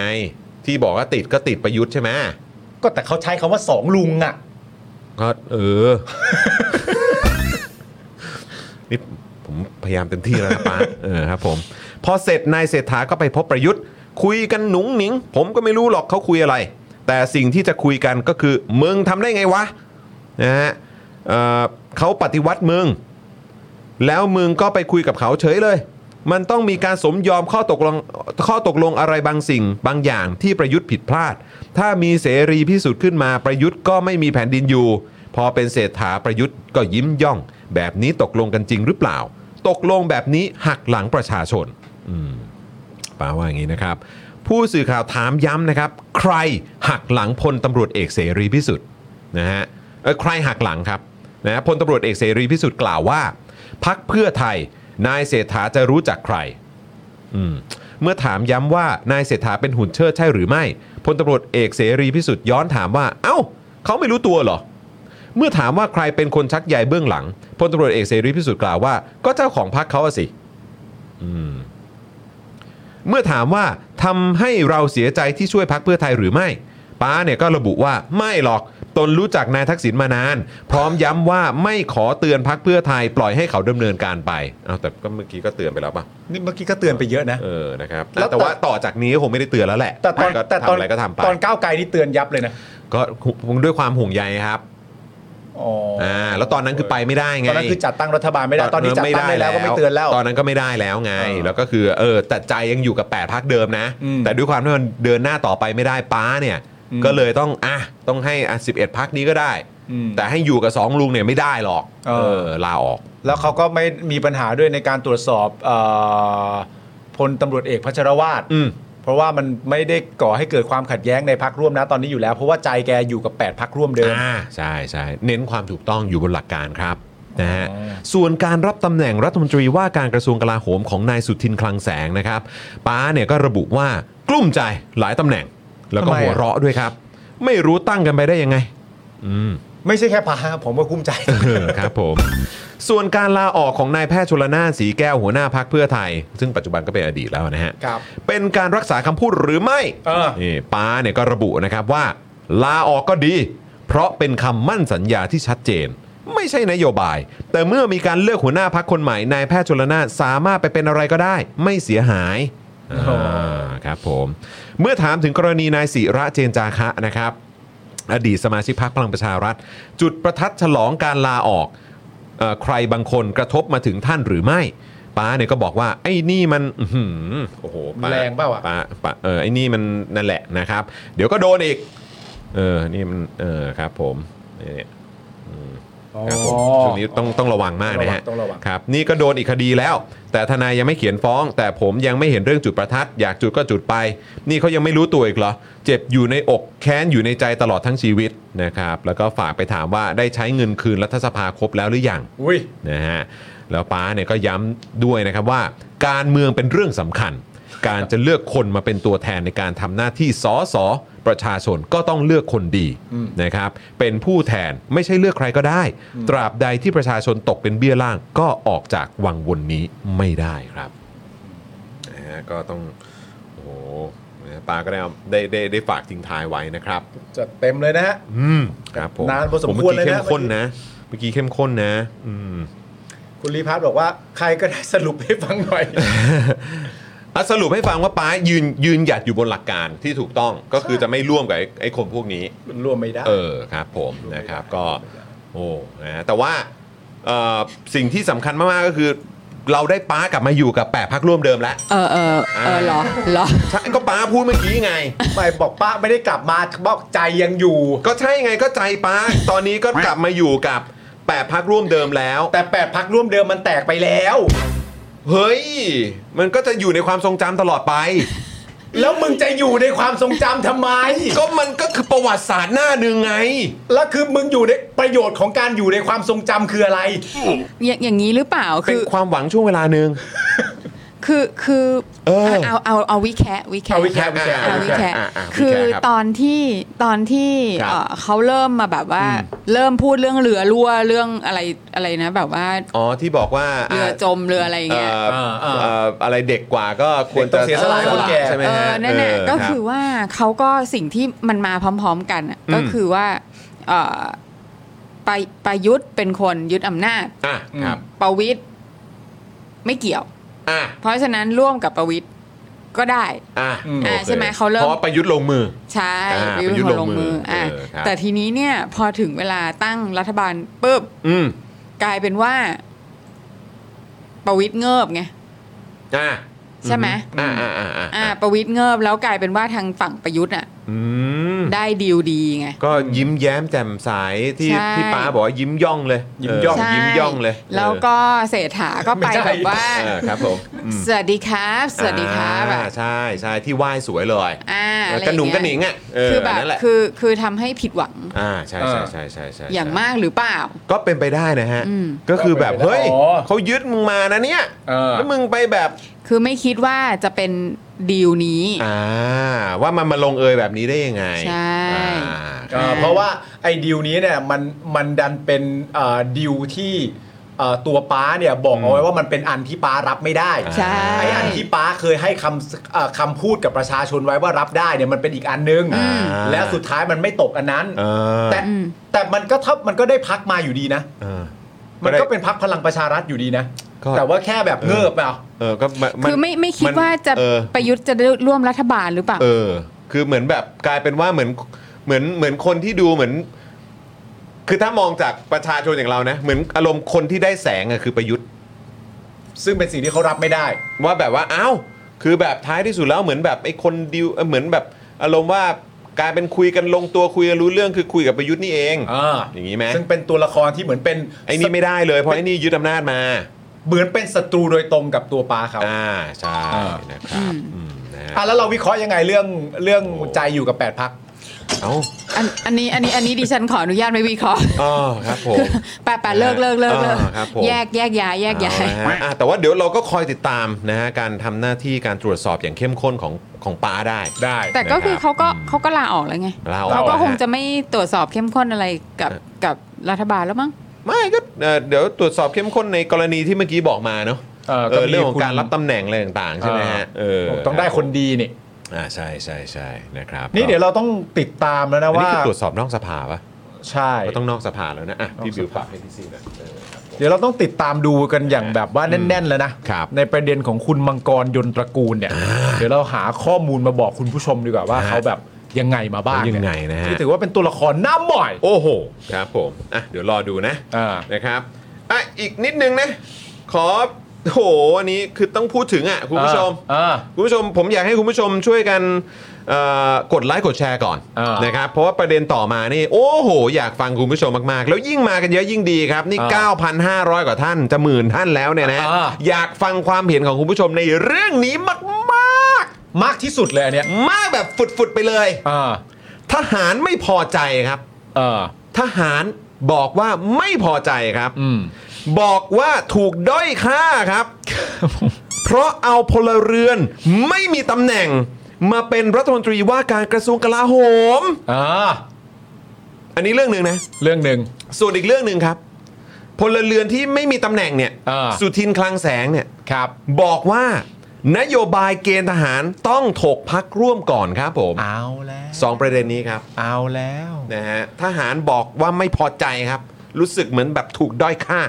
ที่บอกว่าติดก็ติดประยุทธ์ใช่ไหม
ก็แต่เขาใช้คำว่าสองลุงอ่ะ
ก็เออ นี่ผมพยายามเต็มที่แล้วนะป้า เออครับ [laughs] ผมพอเสร็จนายเศรษฐาก็ไปพบประยุทธ์ คุยกันหนุงหนิง ผมก็ไม่รู้หรอกเขาคุยอะไร แต่สิ่งที่จะคุยกันก็คือมึงทำได้ไงวะนะฮะเอ่อเขาปฏิวัติมึง แล้วมึงก็ไปคุยกับเขาเฉยเลย มันต้องมีการสมยอมข้อตกลงข้อตกลงอะไรบางสิ่งบางอย่างที่ประยุทธ์ผิดพลาด ถ้ามีเสรีพิสูจน์ขึ้นมาประยุทธ์ก็ไม่มีแผ่นดินอยู่ พอเป็นเศรษฐาประยุทธ์ก็ยิ้มย่อง แบบนี้ตกลงกันจริงหรือเปล่า ตกลงแบบนี้หักหลังประชาชน อืมป้าว่าอย่างนี้นะครับ ผู้สื่อข่าวถามย้ำนะครับ ใครหักหลังพลตำรวจเอกเสรีพิสุทธิ์นะฮะเอ่อใครหักหลังครับนะฮะพลตำรวจเอกเสรีพิสุทธิ์กล่าวว่า พักเพื่อไทย นายเศรษฐาจะรู้จักใคร อืมเมื่อถามย้ำว่านายเศรษฐาเป็นหุ่นเชิดใช่หรือไม่พลตำรวจเอกเสรีพิสุทธิ์ย้อนถามว่า เอ้า เขาไม่รู้ตัวเหรอ เมื่อถามว่าใครเป็นคนชักใยเบื้องหลังพลตำรวจเอกเสรีพิสุทธิ์กล่าวว่า ก็เจ้าของพักเขาอะสิ อืม เมื่อถามว่าทำให้เราเสียใจที่ช่วยพักเพื่อไทยหรือไม่ ป้าเนี่ยก็ระบุว่าไม่หรอกตนรู้จักนายทักษิณมานาน พร้อมย้ำว่าไม่ขอเตือนพักเพื่อไทย ปล่อยให้เขาดำเนินการไปเอาแต่ก็เมื่อกี้ก็เตือนไปแล้วป่ะ
นี่เมื่อกี้ก็เตือนไปเยอะนะ
เออนะครับ
แล้ว
แต่ว่าต่อจากนี้ก็คงไม่ได้เตือนแล้วแหละ
แต่ตอน
ก็
แต่
ทำอะไรก็ทำไป
ตอนก้าวไกลนี่เตือนยับเลยนะ
ก็ด้วยความห่วงใยครับ
อ๋ออ่
าแล้วตอนนั้นคือไปไม่ได้ไง
ตอนนั้นคือจัดตั้งรัฐบาลไม่ได้ ตอนนี้จัดตั้งได้แล้วก็ไม่เตือนแล้ว
ตอนนั้นก็ไม่ได้แล้วไง
เออ
แล้วก็คือเออแต่ใจยังอยู่กับ 8พักเดิมนะ
อืม
แต่ด้วยความที่มันเดินหน้าต่อไปไม่ได้ป้าเนี่ย
อืม
ก็เลยต้องอ่ะต้องให้อ่ะ11พักนี้ก็ได้
อืม
แต่ให้อยู่กับ 2 ลุงเนี่ยไม่ได้หรอก
เออ
ลาออก
แล้วเขาก็ไม่มีปัญหาด้วยในการตรวจสอบเออพลตำรวจเอกพัชรวาท
อืม
เพราะว่ามันไม่ได้ก่อให้เกิดความขัดแย้งในพักร่วมนะตอนนี้อยู่แล้ว เพราะว่าใจแกอยู่กับ 8พักร่วมเดิม
อ่าใช่ใช่เน้นความถูกต้องอยู่บนหลักการครับนะฮะ
อ๋อ
ส่วนการรับตำแหน่งรัฐมนตรีว่าการกระทรวงกลาโหมของนายสุทินคลังแสงนะครับป้าเนี่ยก็ระบุว่ากลุ้มใจหลายตำแหน่ง แล้วก็หัวเราะด้วยครับ ไม่รู้ตั้งกันไปได้ยังไง อืม
ไม่ใช่แค่พาหะผมว่ากุ้มใจ
เออครับผม ส่วนการลาออกของนายแพทย์ชลนานสีแก้วหัวหน้าพักเพื่อไทย ซึ่งปัจจุบันก็เป็นอดีตแล้วนะฮะ
ครับ
เป็นการรักษาคำพูดหรือไม่
เออ
นี่ป้าเนี่ยก็ระบุนะครับว่า ลาออกก็ดี เพราะเป็นคำมั่นสัญญาที่ชัดเจน ไม่ใช่นโยบาย แต่เมื่อมีการเลือกหัวหน้าพักคนใหม่นายแพทย์ชลนานสามารถไปเป็นอะไรก็ได้ ไม่เสียหายอ่าครับผม เมื่อถามถึงกรณีนายศิระเจนจาคะนะครับ อดีตสมาชิกพรรคพลังประชารัฐ จุดประทัดฉลองการลาออกเออใครบางคนกระทบมาถึงท่านหรือไม่ป้าเนี่ยก็บอกว่าไอ้นี่มันอื้อหือโอ้โหป้
แรงเปล่าอะ
ป้าป้าเออไอ้นี่มันนั่นแหละนะครับ เดี๋ยวก็โดนอีก เออนี่มันเออครับผมเนี่ยอืมครับผมช่วงนี้ต้องต้องระวังมากนะฮะ
ต้องระวัง
ครับนี่ก็โดนอีกคดีแล้ว แต่ทนายยังไม่เขียนฟ้อง แต่ผมยังไม่เห็นเรื่องจุดประทัด อยากจุดก็จุดไป นี่เขายังไม่รู้ตัวอีกเหรอ เจ็บอยู่ในอกแค้นอยู่ในใจตลอดทั้งชีวิตนะครับ แล้วก็ฝากไปถามว่าได้ใช้เงินคืนรัฐสภาครบแล้วหรือยัง
อุ้ย
นะฮะแล้วป้าเนี่ยก็ย้ำด้วยนะครับว่า การเมืองเป็นเรื่องสำคัญ การจะเลือกคนมาเป็นตัวแทนในการทำหน้าที่สอสอประชาชนก็ต้องเลือกคนดี
อืม
นะครับเป็นผู้แทนไม่ใช่เลือกใครก็ได้ ตราบใดที่ประชาชนตกเป็นเบี้ยล่างก็ออกจากวังวนนี้ไม่ได้ครับนะฮะก็ต้องโอ้โหนะป้าก็ได้เอาได้ได้ได้ฝากทิ้งท้ายไว้นะครับ
จัดเต็มเลยนะฮะ
อืมครับผม
นานพอสม
ผ
ควร
เมื่อกี้
เลย
เข้
นะ
มข้นนะเมื่อกี้เข้มข้นนะอืม
คุณรีพัฒน์บอกว่าใครก็ได้สรุปให้ฟังหน่อย
อ่ะสรุปให้ฟังว่าป้ายืนยืนหยัดอยู่บนหลักการที่ถูกต้องก็คือจะไม่ร่วมกับไอ้ไอ้คนพวกนี้
มันร่วมไม่ได้
เออครับผมนะครับก็โอ้นะแต่ว่าเอ่อสิ่งที่สำคัญมาก ๆ ก็คือ เราได้ป้ากลับมาอยู่กับ 8 พักร่วมเดิมแล้ว
เออเออเออเหรอเหรอ
ใช่ก็ป้าพูดเมื่อกี้ไง
ไม่บอกป้าไม่ได้กลับมาบอกใจยังอยู่
ก็ใช่ไงก็ใจป้า ตอนนี้ก็กลับมาอยู่กับ 8 พักร่วมเดิมแล้ว
แต่แปดพักร่วมเดิมมันแตกไปแล้ว
เฮ้ย มันก็จะอยู่ในความทรงจำตลอด
[laughs]
ไป
แล้วมึงจะอยู่ในความทรงจำทำไม
ก็มันก็คือประวัติศาสตร์หน้าหนึ่งไง
แล้วคือมึงอยู่ในประโยชน์ของการอยู่ในความทรงจำคืออะไร
อย่างอย่างนี้หรือเปล่า
เป็
คื
น
อ
ความหวังช่วงเวลาหนึ่ง
คือคือ
เออ
เอาเอาเอาวิแคะวิแคะ
เอาวิแคะวิแคะ
อ่ะวิแคะ
อ่ะอ่ะ
คือ
วิแคะรับ
ตอนที่ตอนที่
ครับ
เอ่อเขาเริ่มมาแบบว่า
อืม
เริ่มพูดเรื่องเรือรั่วเรื่องอะไรอะไรนะ แบบว่า
อ๋อที่บอกว่า
เรือจมเรืออะไรอย่าง
เอ่
เงี้ย
อ
เออเออ
เอ่ออะไรเด็กกว่าก็ควร
เด็ก
จะ
ต้องเสียสละให้คนแก่
ใช่ไหม
เอ
ฮะ
อนั่นแหละ
เ
ก็คือ
รับ
ว่าเขาก็สิ่งที่มันมาพร้อม ๆ กันอะ
อืม
ก็คือว่าเอ่อประประยุทธ์เป็นคนยึดอำนาจ
อ่ะครับ
ประวิตย์ไม่เกี่ยว
อ่ะ
เพราะฉะนั้นร่วมกับประวิตย์ก็ได้
อ่ะ
อืม
โอค
ใช่ไหมเขาเริ่ม
เพราะว่าประยุทธ์ลงมือ
ใช่
อ่า
วิ
ป
ว
ระยุท
เป็น
ธ์ล
คนล
ง
ง
มื
มื
อ
อ
อ่
อ่ะ
เออครับ
แต่ทีนี้เนี่ยพอถึงเวลาตั้งรัฐบาลปุ๊บ
อืม
กลายเป็นว่าประวิตย์เงิบไง
อ่ะ
ใช่ไหม
อ่ะอ่ะอ่ะอ่ะ
อ่า
อ่ะ
ประวิตย์เงิบแล้วกลายเป็นว่าทางฝั่งประยุทธ์อ่ะ
อืม
ได้ดีลดีไง
ก็ยิ้มแย้มแจ่มใสที่
ใช่
ที่ป้าบอกว่ายิ้มย่องเลย
ยิ้มย่อง
ใช่
เยิ้มย่องเลย
แล้วก็เศรษฐาก็ไป
ไม่ใช่
แบบว่า
เออครับผมอืม
สวัสดีครับสวัสดีครับ
อ่า
อ่ะ
ใช่ใช่ที่ไหว้สวยเลย
อ่าอะไร
กระหนุ่งกระหนิง
เงี้ย
อ่ะเออ
คือแบบ
นั่นแหละ
คือคือทำให้ผิดหวัง
อ่าใช่ใช่ใช่ใช่ใช่
อย่างมากหรือเปล่า
ก็เป็นไปได้นะฮะ
อืม
ก็คือแบบ เฮ้ย
อ๋อ
เขายึดมึงมานะเนี่ย
เออ
แล้วมึงไปแบบ
คือไม่คิดว่าจะเป็นดีลนี้
อ่าว่ามันมาลงเอยแบบนี้ได้ยังไง
ใช่
อ่า
เออเพราะว่าไอ้ดีลนี้เนี่ยมันมันดันเป็นเอ่อดีลที่เอ่อตัวป้าเนี่ยบอกเอาไว้ว่ามันเป็นอันที่ป้ารับไม่ได้
ใช่
ไอ้อันที่ป้าเคยให้คำเอ่อคำพูดกับประชาชนไว้ว่ารับได้เนี่ยมันเป็นอีกอันนึง
อ่า
แล้วสุดท้ายมันไม่ตกอันนั้น
เออ
แต่
อืม
แต่มันก็เท่ามันก็ได้พักมาอยู่ดีนะ
เออ
มันก็เป็นพักพลังประชารัฐอยู่ดีนะ
ก็
แต่ว่าแค่แบบเงิบเอา
เออก็มันน
คือไม่ไม่คิด
น
ว่าจะ
เออ
ประยุทธ์จะได้ร่วมรัฐบาลหรือเปล่า
เออ คือเหมือนแบบกลายเป็นว่าเหมือนเหมือนเหมือนคนที่ดูเหมือน คือถ้ามองจากประชาชนอย่างเรานะเหมือนอารมณ์คนที่ได้แสงอะคือประยุทธ์
ซึ่งเป็นสิ่งที่เขารับไม่ได้
ว่าแบบว่าอ้าวคือแบบท้ายที่สุดแล้วเหมือนแบบไอ้คนดิวเอ่อเหมือนแบบอารมณ์ว่ากลายเป็นคุยกันลงตัวคุยกันรู้เรื่องคือคุยกับประยุทธ์นี่เอง
อ่า
อย่างนี้ไหม
ซึ่งเป็นตัวละครที่เหมือนเป็น
ไอ้นี่ไม่ได้เลยเพราะไอ้นี่ยึดอำนาจมา
เหมือนเป็นศัตรูโดยตรงกับตัวปลาเขา
อ่าใช่
อ่า
นะครับ
อืม
อืมนะฮะ
อ่ะแล้วเราวิเคราะห์ยังไงเรื่องเรื่อง
โอ้
ใจอยู่กับแปดพัก
เอ้า
อันอันนี้อันนี้อันนี้ดิฉันขออนุญาตไม่วิเคราะห์
อ๋อครับผม
แปะแปะเลิกเลิกเลิกเลิก
อ่าครับผม
แยกแยกย้ายแยกย้าย
เอาละฮะอ่ะแต่ว่าเดี๋ยวเราก็คอยติดตามนะฮะการทำหน้าที่การตรวจสอบอย่างเข้มข้นของของป้าได้
ได้
แต่ก็คือ
นะครับ
เขาก็เขาก็ลาออกแล้วไง
ลาออก
เขาก็
แล้ว
คง
ฮะ
จะไม่ตรวจสอบเข้มข้นอะไรกับ
เออ
กับรัฐบาลแล้วมั้ง
ไม่ก็เอ่อเดี๋ยวตรวจสอบเข้มข้นในกรณีที่เมื่อกี้บอกมาเนาะ
เออก็
เออ
มี
เรื่องของการ
คุณ
รับตำแหน่งอะไรต่างๆใช่ไหมฮะเออ
ต้องได้คนดีนี่
อ่าใช่ใช่ใช่นะครับ
นี่เดี๋ยวเราต้องติดตามแล้ว
อัน
นะ
นี้
ว่า
คือตรวจสอบนอกสภาปะ
ใช่
ก็ต้องนอกสภาแล้วนะอ่ะพี่
นอกสภา
บิวปรับให้พี่ซีหนะ
เดี๋ยวเราต้องติดตามดูกันอย่างแบบว่าแน่น ๆ แล้วนะ
ครับ
ในประเด็นของคุณมังกรยนตระกูลเนี่ย เดี๋ยวเราหาข้อมูลมาบอกคุณผู้ชมดีกว่าว่า
ฮะ
เขาแบบยังไงมาบ้าง
ยังไงนะฮะ
ที่ถือว่าเป็นตัวละครหน้าใหม่
โอ้โหครับผมอ่ะเดี๋ยวรอดูนะ
อ่า
นะครับอ่ะอีกนิดนึงนะ ขอโอ้โหอันนี้คือต้องพูดถึงอ่ะคุณผู้ชม
อ่าอ่า
คุณผู้ชมผมอยากให้คุณผู้ชมช่วยกันเอ่อกดไลค์กดแชร์ก่อน
อ่าน
นะครับเพราะว่าประเด็นต่อมานี่โอ้โห อยากฟังคุณผู้ชมมากๆ แล้วยิ่งมากันเยอะยิ่งดีครับ นี่ 9,500 กว่าท่านจะหมื่นท่านแล้วเนี่ยนะอยากฟังความเห็นของคุณผู้ชมในเรื่องนี้มาก
มากที่สุดเลยอันเนี้ย
ๆ มากแบบฟุดๆไปเลย
อ่า
ทหารไม่พอใจครับ
อ่า
ทหารบอกว่าไม่พอใจครับ
อืม
บอกว่าถูกด้อยค่าครับ เพราะเอาพลเรือนไม่มีตำแหน่ง มาเป็นรัฐมนตรีว่าการกระทรวงกลาโหม
อ่า
อันนี้เรื่องหนึ่งนะ
เรื่องหนึ่ง
ส่วนอีกเรื่องหนึ่งครับ พลเรือนที่ไม่มีตำแหน่งเนี่ย
อ่า
สุทินคลังแสงเนี่ย
ครับ
บอกว่านโยบายเกณฑ์ทหารต้องถกพักร่วมก่อนครับผม
เอาแล้ว
สองประเด็นนี้ครับ
เอาแล้ว
นะฮะทหารบอกว่าไม่พอใจครับ รู้สึกเหมือนแบบถูกด้อยค่า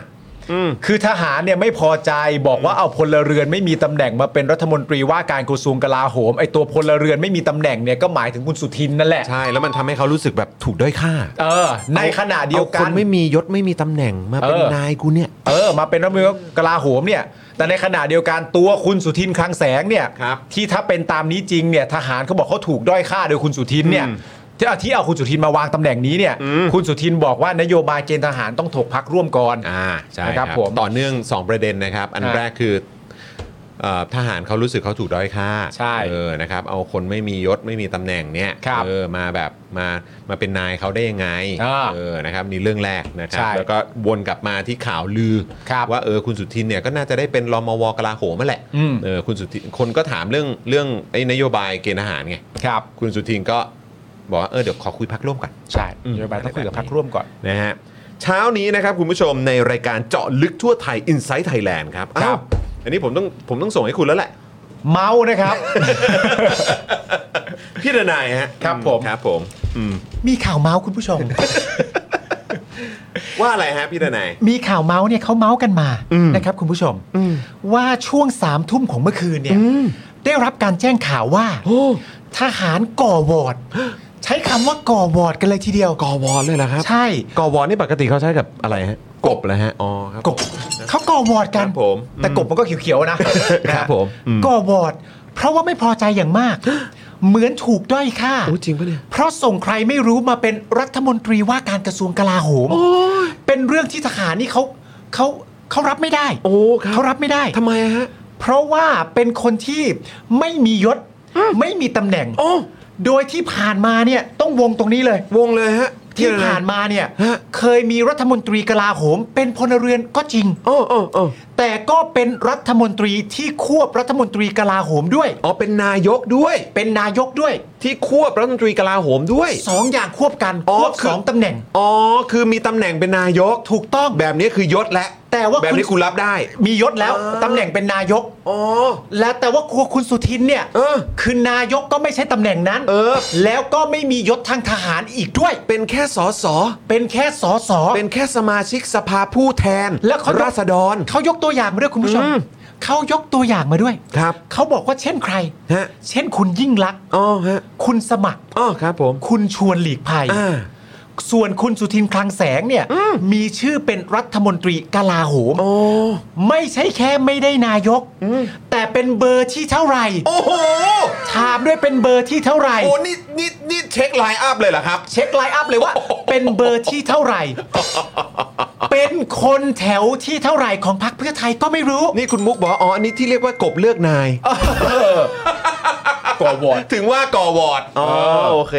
อืม
คือทหารเนี่ยไม่พอใจบอกว่าเอาพลเรือนไม่มีตำแหน่งมาเป็นรัฐมนตรีว่าการกระทรวงกลาโหมไอตัวพลเรือนไม่มีตำแหน่งเนี่ยก็หมายถึงคุณสุทินนั่นแหละ
ใช่แล้วมันทำให้เขารู้สึกแบบถูกด้อยค่า
เออ ในขณะเดียว
อา
กั
คน นไม่มียศไม่มีตำแหน่งมาเป็น
เออ
นายกูเนี่ย
เออมาเป็นรัฐมนตรีกลาโหมเนี่ย แต่ในขณะเดียวกันตัวคุณสุทินคลังแสงเนี่ย
ครับ
ที่ถ้าเป็นตามนี้จริงเนี่ยทหารเขาบอกเขาถูกด้อยค่าโดยคุณสุทินเนี่ยที่เอาที่เอาคุณสุทินมาวางตำแหน่งนี้เนี่ย
อืม
คุณสุทินบอกว่านโยบายเกณฑ์ทหารต้องถกพักร่วมก่อน
อ่าใช่
นะ
ค
ครั
รับบ
ผม
ต่อเนื่อง 2 ประเด็นนะครับ อัน
อ่า
แรกคือเอ่อทหารเขารู้สึกเขาถูกด้อยค่า
ใช่
เออนะครับเอาคนไม่มียศไม่มีตำแหน่งเนี่ย
ครับ
เออมาแบบมามาเป็นนายเขาได้ยังไง
อ่า
เออนะครับนี่เรื่องแรกนะครั
ใช่
บแล้วก็วนกลับมาที่ข่าวลือ
ครับ
ว่าเออคุณสุทินเนี่ยก็น่าจะได้เป็นรมวกลาโหมนั่นแหละ
อืม
เออคุณสุทินคนก็ถามเรื่องเรื่องไอ้นโยบายเกณฑ์ทหารไง
ครับ
คุณสุทินก็บอกว่าเออเดี๋ยวขอคุยพักร่วมก่อน
ใช่
อืม
นโยบายต้องคุยกับพักร่วมก่อน
นะฮะเช้านี้นะครับคุณผู้ชมในรายการเจาะลึกทั่วไทย Inside Thailand ครับ
ค
อ้า
รับ
วอันนี้ผมต้องผมต้องส่งให้คุณแล้วแหละ
เมาส์นะครับ
พี่ดนายฮะ
ครับผม
ครับผมอืม
มีข่าวเมาส์คุณผู้ชม
ว่าอะไรฮะพี่ดนาย
มีข่าวเมาส์เนี่ยเขาเมาส์กันมานะครับคุณผู้ชมว่าช่วงสามทุ่มของเมื่อคืนเนี่ยได้รับการแจ้งข่าวว่าทหารก่อวอร์ด ใช้คำว่าก่อวอร์ดกันเลยทีเดียว
กวอเลยเหรอครับ
ใช่
กวอนี่ปกติเขาใช้กับอะไรฮะกบเลยฮะอ๋อครับ
กบเขาก่อวอร์ด
ค
กั
รั
น
บผม
แต่กบมันก็เขียวๆนะ
นะครับผมอืม
ก่อวอร์ด เพราะว่าไม่พอใจอย่างมาก เหมือนถูกด้อยค่า
โอ้จริงปะเนี่ย
เพราะส่งใครไม่รู้มาเป็นรัฐมนตรีว่าการกระทรวงกลาโหม เป็นเรื่องที่ทหารนี่เขาเขาเขารับไม่ได้
โอ้ครับ
เขารับไม่ได้
ทำไมฮะ
เพราะว่าเป็นคนที่ไม่มียศไม่มีตำแหน่ง
โอ้
โดยที่ผ่านมาเนี่ยต้องวงตรงนี้เลย
วงเลยฮะ
ที่
พี่ดย
ผ่านมาเนี่ย
ฮะ
เคยมีรัฐมนตรีกลาโหม เป็นพลเรือนก็จริง
โอ้โอ้โอ้
แต่ก็เป็นรัฐมนตรีที่ควบรัฐมนตรีกลาโหมด้วย
อ๋อเป็นนายกด้วย
เป็นนายกด้วย
ที่ควบรัฐมนตรีกลาโหมด้วย
สองอย่างควบกัน
อ๋อ
ควบ
คือ
สองตำแหน่ง
อ๋อคือมีตำแหน่งเป็นนายก
ถูกต้อง
แบบนี้คือยศและ
แต่ว่า
แบบนี้
คุณ
คุณรับได้
มียศแล้ว
เออ
ตำแหน่งเป็นนายก
อ๋อ
และแต่ว่าครัวคุณสุทินเนี่ย
เออ
คือนายกก็ไม่ใช่ตำแหน่งนั้น
เออ
แล้วก็ไม่มียศทางทหารอีกด้วย
เป็นแค่สอสอ
เป็นแค่สอสอ
เป็นแค่สมาชิกสภาผู้แทน
แล้วเขา
ราษฎร
เขายกตัวอย่างมาด้วยคุณผู้ชม
อืม
เขายกตัวอย่างมาด้วย
ครับ
เขาบอกว่าเช่นใคร
ฮะ
เช่นคุณยิ่งลักษณ์
อ๋อฮะ
คุณสมัคร
อ๋อครับผม
คุณชวนหลีกภัย
อ่า
ส่วนคุณสุทินคลังแสงเนี่ยมีชื่อเป็นรัฐมนตรีกลาโหม
โอ้
ไม่ใช่แค่ไม่ได้นายก แต่เป็นเบอร์ที่เท่าไหร่
โอ้โห
ถามด้วยเป็นเบอร์ที่เท่าไหร่
โอ้นี่นี่นี่เช็คไลน์อัพเลยเหรอครับ
เช็คไลน์อัพเลยว่า เป็นเบอร์ที่เท่า
[laughs]
ไหร่ เป็นคนแถวที่เท่าไหร่ของพรรคเพื่อไทยก็ไม่รู้
นี่คุณมุกบอกว่าอ๋ออันนี้ที่เรียกว่ากบเลือกนาย
ก่อวอด
ถึงว่าก่อวอร์ดอ๋อโอเค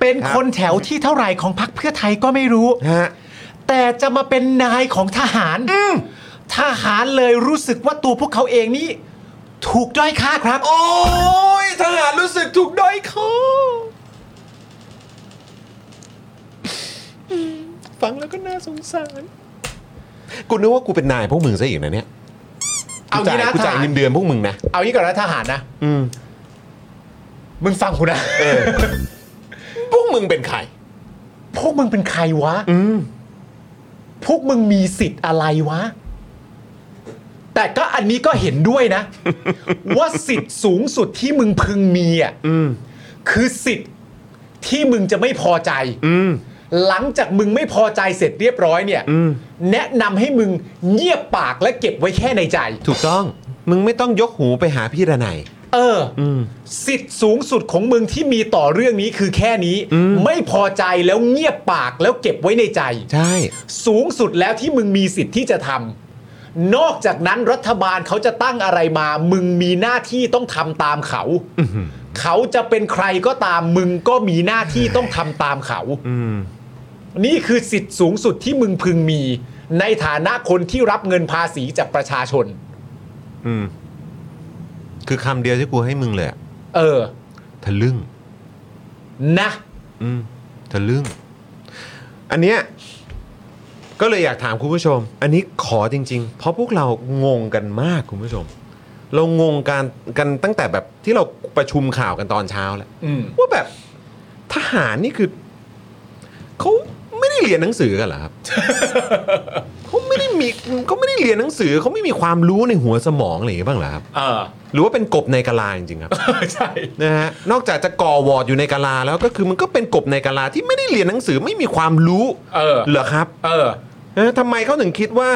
เป็น
ครับ
คนแถวที่เท่าไหร่ของพรรคเพื่อไทยก็ไม่รู้
ฮะ
แต่จะมาเป็นนายของทหาร ทหารเลยรู้สึกว่าตัวพวกเขาเองนี่ถูกด้อยค่าครับ
โอ้ยทหารรู้สึกถูกด้อยค่าฟังแล้วก็น่าสงสาร กูนึกว่ากูเป็นนายพวกมึงซะอีกนะเนี่ย
เอางี้นะ
กูจ่ายกูจ่าย
ทหาร
เงินเดือนพวกมึงนะ
เอางี้ก่อนนะทหารนะ
อืม
มึงฟังกูนะ
เออ พวกมึงเป็นใคร
พวกมึงเป็นใครวะ
อืม
พวกมึงมีสิทธิ์อะไรวะ แต่ก็อันนี้ก็เห็นด้วย
[laughs]
นะ ว่าสิทธิ์สูงสุดที่มึงพึงมีอ่ะ
อืม
คือสิทธิ์ที่มึงจะไม่พอใจ
อืม
หลังจากมึงไม่พอใจเสร็จเรียบร้อยเนี่ย
อืม
แนะนำให้มึงเงียบปากและเก็บไว้แค่ในใจ
ถูกต้อง มึงไม่ต้องยกหูไปหาพี่ระไนย
เอออ
อืม
สิทธิ์สูงสุดของมึงที่มีต่อเรื่องนี้คือแค่นี้
อืม
ไม่พอใจแล้วเงียบปากแล้วเก็บไว้ในใจ
ใช่
สูงสุดแล้วที่มึงมีสิทธิ์ที่จะทำนอกจากนั้นรัฐบาลเขาจะตั้งอะไรมา มึงมีหน้าที่ต้องทำตามเขา เขาจะเป็นใครก็ตามมึงก็มีหน้าที่ต้องทำตามเขา
อืม
นี่คือสิทธิ์สูงสุดที่มึงพึงมี ในฐานะคนที่รับเงินภาษีจากประชาชน
อืม คือคำเดียวที่กูให้มึงเลยอะ
เออ
ทะลึ่ง
นะ
อืมทะลึ่ง อันเนี้ยก็เลยอยากถามคุณผู้ชม อันนี้ขอจริง ๆ เพราะพวกเรางงกันมากคุณผู้ชม เรางงการกันตั้งแต่แบบที่เราประชุมข่าวกันตอนเช้าแล้ว
อืม
ว่าแบบทหารนี่คือเขาไม่ได้เรียนหนังสือกันเหรอครับ [laughs] เขาไม่ได้มีเขาไม่ได้เรียนหนังสือเขาไม่มีความรู้ในหัวสมองอะไรอย่างงี้บ้างเหรอครับ
เออ [laughs]
หรือว่าเป็นกบในกะลาจริงๆครับ
ใช่
นะฮะนอกจากจะก่อวอร์ดอยู่ในกาลาแล้วก็คือมันก็เป็นกบในกาลาที่ไม่ได้เรียนหนังสือไม่มีความรู้
เออ
เหรอครับ
เออ
เออทำไมเขาถึงคิดว่า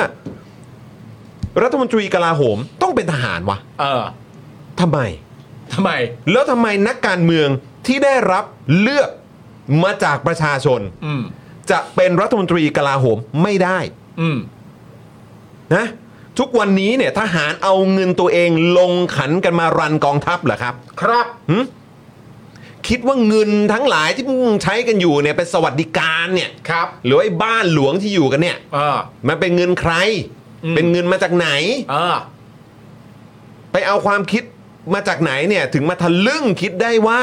รัฐมนตรีกลาโหมต้องเป็นทหารวะ
เออ
ทำไม
ทำไม
แล้วทำไมนักการเมืองที่ได้รับเลือกมาจากประชาชน
อืม
จะเป็นรัฐมนตรีกลาโหมไม่ได้
อืม
นะทุกวันนี้เนี่ยทหารเอาเงินตัวเองลงขันกันมารันกองทัพเหรอครับ
ครับ
หึคิดว่าเงินทั้งหลายที่มึงใช้กันอยู่เนี่ยเป็นสวัสดิการเนี่ย
ครับ
หรือไอ้บ้านหลวงที่อยู่กันเนี่ย
เออ
มันเป็นเงินใคร
อืม
เป็นเงินมาจากไหน
เออ
ไปเอาความคิดมาจากไหนเนี่ย ถึงมาทะลึ่งคิดได้ว่า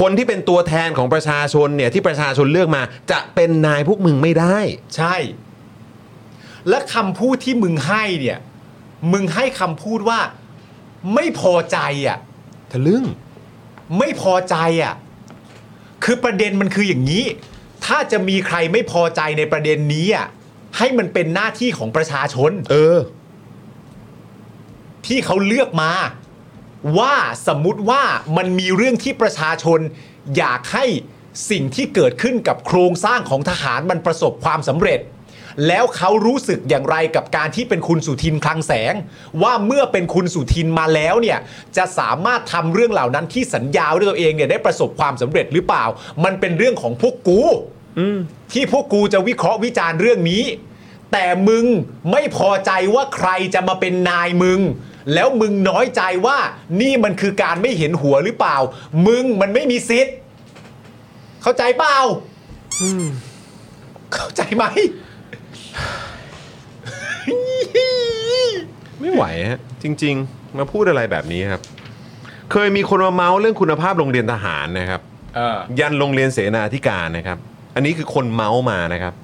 คนที่เป็นตัวแทนของประชาชนเนี่ย ที่ประชาชนเลือกมา จะเป็นนายพวกมึงไม่ได้
ใช่ และคำพูดที่มึงให้เนี่ย มึงให้คำพูดว่า ไม่พอใจอ่ะ
ทะลึ่ง
ไม่พอใจอ่ะ คือประเด็นมันคืออย่างนี้ ถ้าจะมีใครไม่พอใจในประเด็นนี้อ่ะ ให้มันเป็นหน้าที่ของประชาชน
เออ
ที่เขาเลือกมา ว่าสมมุติว่ามันมีเรื่องที่ประชาชน อยากให้สิ่งที่เกิดขึ้นกับโครงสร้างของทหารมันประสบความสำเร็จ แล้วเขารู้สึกอย่างไรกับการที่เป็นคุณสุทินคลังแสง ว่าเมื่อเป็นคุณสุทินมาแล้วเนี่ย จะสามารถทำเรื่องเหล่านั้นที่สัญญาด้วยตัวเองเนี่ยได้ประสบความสำเร็จหรือเปล่า มันเป็นเรื่องของพวกกู ที่พวกกูจะวิเคราะห์วิจารณ์เรื่องนี้ แต่มึงไม่พอใจว่าใครจะมาเป็นนายมึง แล้วมึงน้อยใจว่านี่มันคือการไม่เห็นหัวหรือเปล่า มึงมันไม่มีสิทธิ์ เข้าใจเปล่าเข้าใจไหม
ไม่ไหวฮะจริง ๆ มาพูดอะไรแบบนี้ครับ เคยมีคนมาเมาส์เรื่องคุณภาพโรงเรียนทหารนะครับ
เออ
ยันโรงเรียนเสนาธิการนะครับ อันนี้คือคนเมาส์มานะครับ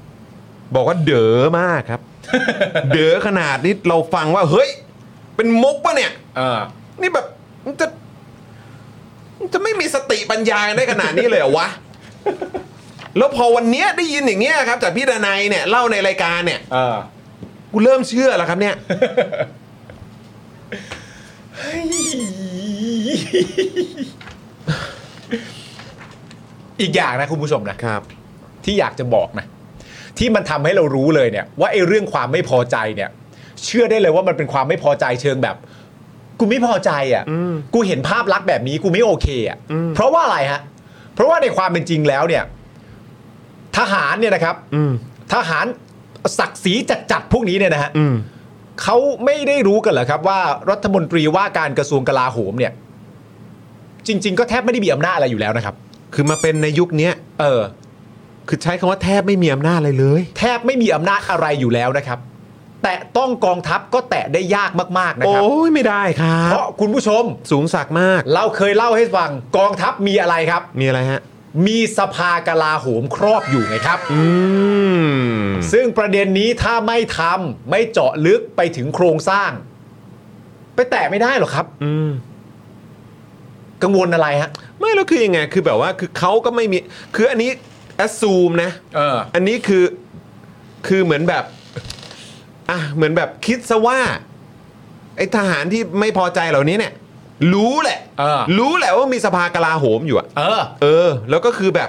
บอกว่าเด๋อมากครับ [laughs] เด๋อขนาดนี้เราฟังว่า เฮ้ย เป็นมุกปะเนี่ย
เออ
นี่แบบมันจะมันจะไม่มีสติปัญญากันได้ขนาดนี้เลยเหรอวะ [laughs] แล้วพอวันเนี้ยได้ยินอย่างเงี้ยครับ จากพี่ดนัยเนี่ยเล่าในรายการเนี่ย
เออ
กูเริ่มเชื่อแล้วครับเนี่ย
อีกอย่างนะคุณผู้ชมนะ
ครับ
ที่อยากจะบอกนะ ที่มันทำให้เรารู้เลยเนี่ย ว่าไอ้เรื่องความไม่พอใจเนี่ย เชื่อได้เลยว่ามันเป็นความไม่พอใจเชิงแบบ กูไม่พอใจอะ่ะกูเห็นภาพลักษณ์แบบนี้กูไม่โอเคอะ่ะเพราะว่าอะไรฮะ เพราะว่าในความเป็นจริงแล้วเนี่ย ทหารเนี่ยนะครับทหารศักดิ์ศรีจัดจัดๆพวกนี้เนี่ยนะฮะเขาไม่ได้รู้กันเหรอครับ ว่ารัฐมนตรีว่าการกระทรวงกลาโหมเนี่ย จริง ๆ ก็แทบไม่ได้มีอำนาจอะไรอยู่แล้วนะครับ
คือมาเป็นในยุคเนี้ย
เออ
คือใช้คำว่าแทบไม่มีอำนาจอะไรเลย
แทบไม่มีอำนาจอะไรอยู่แล้วนะครับ แต่ต้องกองทัพก็แตะได้ยากมากๆนะ
โอ้
ครับ
ยไม่ได้ครั
เพ
บ
ราะคุณผู้ชม
สูงสักดิ์มาก
เราเคยเล่าให้ฟังกองทัพมีอะไรครับ
มีอะไรฮะ
มีสภากลาโหมครอบอยู่ไงครับ
อืม
ซึ่งประเด็นนี้ถ้าไม่ทำไม่เจาะลึกไปถึงโครงสร้าง ไปแตะไม่ได้หรอกครับ
อืม
กังวลอะไรฮะ
ไม่แล้วคือยังไง คือแบบว่าคือเขาก็ไม่มี คืออันนี้แอสซูมนะ
เออ
อันนี้คือคือเหมือนแบบ อ่ะเหมือนแบบคิดซะว่า ไอ้ทหารที่ไม่พอใจเหล่านี้เนี่ย รู้แหละ
เออ
รู้แหละว่ามีสภากลาโหมอยู่อะ
เออ
เออ แล้วก็คือแบบ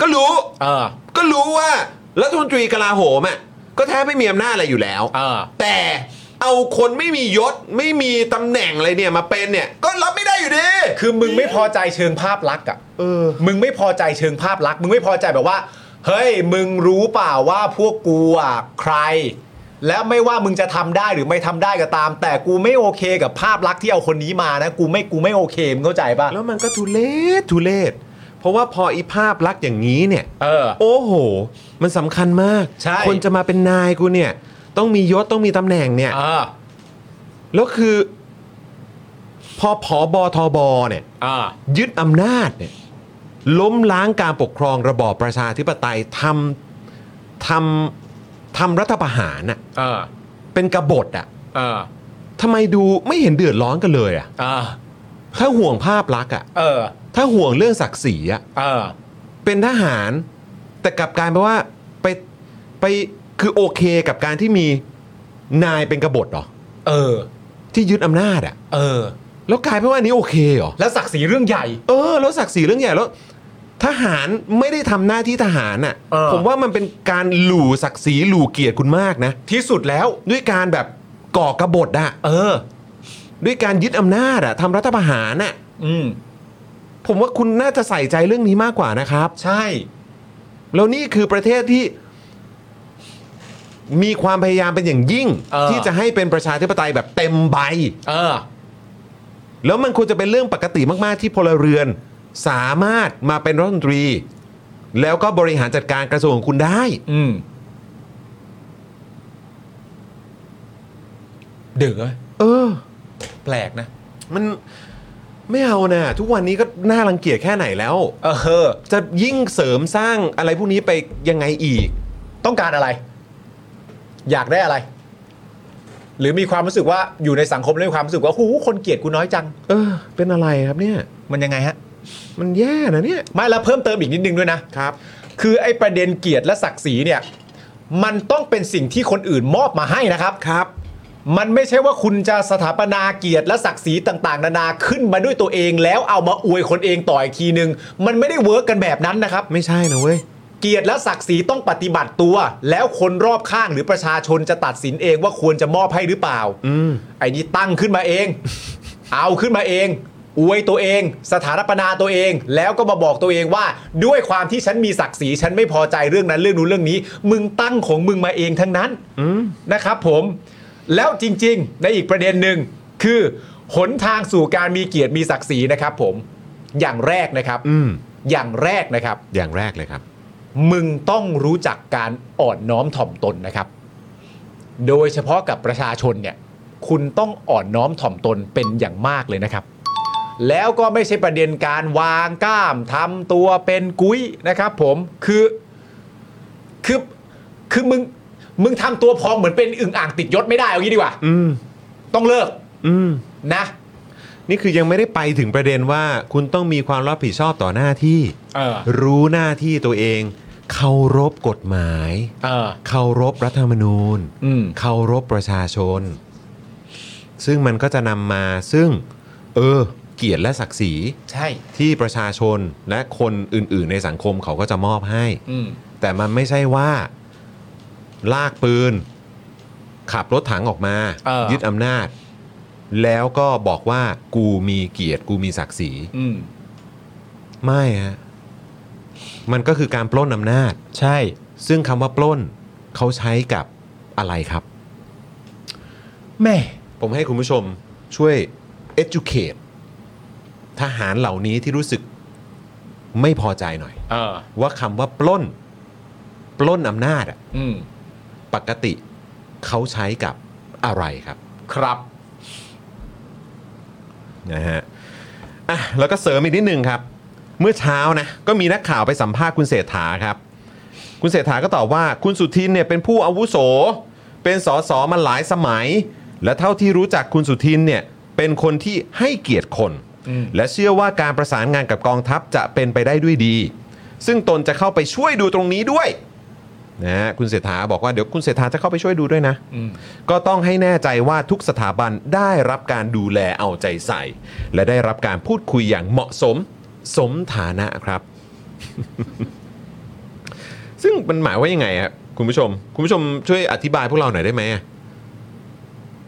ก็รู้
เออ
ก็รู้ว่ารัฐมนตรีกลาโหมอ่ะก็แทบไม่มีอำนาจอะไรอยู่แล้ว
เออ
แต่เอาคนไม่มียศไม่มีตำแหน่งอะไรเนี่ยมาเป็นเนี่ย ก็รับไม่ได้อยู่ดี
คือมึงไม่พอใจเชิงภาพลักษณ์อ่ะ
เออ
มึงไม่พอใจเชิงภาพลักษณ์มึงไม่พอใจแบบว่า เฮ้ย มึงรู้เปล่าว่าพวกกูอ่ะใคร แล้วไม่ว่ามึงจะทำได้หรือไม่ทำได้ก็ตาม แต่กูไม่โอเคกับภาพลักษณ์ที่เอาคนนี้มานะ กูไม่กูไม่โอเคมึงเข้าใจป่ะ
แล้วมันก็ทุเลศทุเลศเพราะว่าพออีภาพลักษณ์อย่างนี้เนี่ย
เออ
โอ้โห มันสำคัญมาก
ใช่
คนจะมาเป็นนายกูเนี่ย ต้องมียศต้องมีตำแหน่งเนี่ย
เออ
แล้วคือ พอผอบอทอบอเนี่ย
เออ
ยึดอำนาจเนี่ยล้มล้างการปกครองระบอบประชาธิปไตยทำทำทำรัฐประหารน่ะ
เออ
เป็นกบฏอ่ะ
เออ
ทำไมดูไม่เห็นเดือดร้อนกันเลยอ่ะ
เออ
ถ้าห่วงภาพลักษณ์อ่ะ
เออ
ถ้าห่วงเรื่องศักดิ์ศรีอ่ะ
เออ
เป็นทหารแต่กลับกลายเป็นว่าไปไปคือโอเคกับการที่มีนายเป็นกบฏเหรอ
เออ
ที่ยึดอำนาจอะ
เออ
แล้วกลายเป็นว่าอันนี้โอเคเหรอ
แล้วศักดิ์ศรีเรื่องใหญ่
เออ แล้วศักดิ์ศรีเรื่องใหญ่แล้ว ทหารไม่ได้ทำหน้าที่ทหารอะ
เออ
ผมว่ามันเป็นการหลู่ศักดิ์ศรีหลู่เกียรติคุณมากนะ
ที่สุดแล้ว
ด้วยการแบบก่อกบฏอะ
เออ
ด้วยการยึดอำนาจอะทำรัฐประหารอะ
อืม
ผมว่าคุณน่าจะใส่ใจเรื่องนี้มากกว่านะครับ
ใช่
แล้วนี่คือประเทศที่มีความพยายามเป็นอย่างยิ่ง
เออ
ที่จะให้เป็นประชาธิปไตยแบบเต็มใบ
เออ
แล้วมันควรจะเป็นเรื่องปกติมากๆที่พลเรือน สามารถมาเป็นรัฐมนตรี แล้วก็บริหารจัดการกระทรวงของคุณได้
อืม เดือ
เออ
แปลกนะ
มันไม่เอานะทุกวันนี้ก็น่ารังเกียจแค่ไหนแล้ว
เออ
จะยิ่งเสริมสร้างอะไรพวกนี้ไปยังไงอีก
ต้องการอะไร อยากได้อะไร หรือมีความรู้สึกว่าอยู่ในสังคมแล้วมีความรู้สึกว่าหูคนเกลียดกูน้อยจัง
เออ เป็นอะไรครับเนี่ย
มันยังไงฮะ
มันแย่นะเนี่ย
ไม่แล้วเพิ่มเติมอีกนิดนึงด้วยนะ
ครับ
คือไอ้ประเด็นเกียรติและศักดิ์ศรีเนี่ย มันต้องเป็นสิ่งที่คนอื่นมอบมาให้นะครับ
ครับ
มันไม่ใช่ว่าคุณจะสถาปนาเกียรติและศักดิ์ศรีต่าง ๆ นานาขึ้นมาด้วยตัวเองแล้วเอามาอวยคนเองต่ออีกทีนึง มันไม่ได้เวิร์กกันแบบนั้นนะครับ
ไม่ใช่นะเว้ย
เกียรติและศักดิ์ศรีต้องปฏิบัติตัว แล้วคนรอบข้างหรือประชาชนจะตัดสินเองว่าควรจะมอบให้หรือเปล่า
อืม
ไอ้นี่ตั้งขึ้นมาเอง เอาขึ้นมาเอง อวยตัวเอง สถานปนาตัวเอง แล้วก็มาบอกตัวเองว่า ด้วยความที่ฉันมีศักดิ์ศรีฉันไม่พอใจเรื่องนั้นเรื่องนู้นเรื่องนี้ มึงตั้งของมึงมาเองทั้งนั้นนะครับผม แล้วจริง ๆ ในอีกประเด็นหนึ่งคือหนทางสู่การมีเกียรติมีศักดิ์ศรีนะครับ ผม อย่างแรกนะครับ
อืม
อย่างแรกนะครับ
อย่างแรกเลยครับ
มึงต้องรู้จักการอ่อนน้อมถ่อมตนนะครับ โดยเฉพาะกับประชาชนเนี่ย คุณต้องอ่อนน้อมถ่อมตนเป็นอย่างมากเลยนะครับ แล้วก็ไม่ใช่ประเด็นการวางกล้ามทำตัวเป็นกุ้ยนะครับ ผมคือ คือคือมึงมึงทำตัวพองเหมือนเป็นอึ่งอ่างติดยศไม่ได้เอางี้ดีกว่า
อืม
ต้องเลิก
อืม
นะ
นี่คือยังไม่ได้ไปถึงประเด็นว่า คุณต้องมีความรับผิดชอบต่อหน้าที่
เออ
รู้หน้าที่ตัวเอง เคารพกฎหมาย
เออ
เคารพรัฐธรรมนูญ
อืม
เคารพประชาชน ซึ่งมันก็จะนำมาซึ่ง เออ เกียรติและศักดิ์ศรี
ใช่
ที่ประชาชนและคนอื่น ๆ ในสังคมเขาก็จะมอบให้
อืม
แต่มันไม่ใช่ว่า ลากปืน ขับรถถังออกมา
เออ
ยึดอำนาจ แล้วก็บอกว่ากูมีเกียรติ กูมีศักดิ์ศรี
อืม
ไม่ฮะ มันก็คือการปล้นอำนาจ
ใช่
ซึ่งคำว่าปล้นเขาใช้กับอะไรครับ
แม่
ผมให้คุณผู้ชมช่วย educate ทหารเหล่านี้ที่รู้สึก ไม่พอใจหน่อย
เออ
ว่าคำว่าปล้น ปล้นอำนาจอะ
อืม
ปกติเขาใช้กับอะไรครับ
ครับ
นะฮะอ่ะแล้วก็เสริมอีกนิดนึงครับ เมื่อเช้านะก็มีนักข่าวไปสัมภาษณ์คุณเศรษฐาครับ คุณเศรษฐาก็ตอบว่าคุณสุทินเนี่ยเป็นผู้อาวุโส เป็นสสมาหลายสมัย และเท่าที่รู้จักคุณสุทินเนี่ยเป็นคนที่ให้เกียรติคน
อืม
และเชื่อว่าการประสานงานกับกองทัพจะเป็นไปได้ด้วยดี ซึ่งตนจะเข้าไปช่วยดูตรงนี้ด้วยนะฮะคุณเศรษฐาบอกว่าเดี๋ยวคุณเศรษฐาจะเข้าไปช่วยดูด้วยนะ
อืม
ก็ต้องให้แน่ใจว่าทุกสถาบันได้รับการดูแลเอาใจใส่ และได้รับการพูดคุยอย่างเหมาะสมสมฐานะครับ [laughs] ซึ่งมันหมายว่ายังไงครับคุณผู้ชม คุณผู้ชมช่วยอธิบายพวกเราหน่อยได้ไหมอะ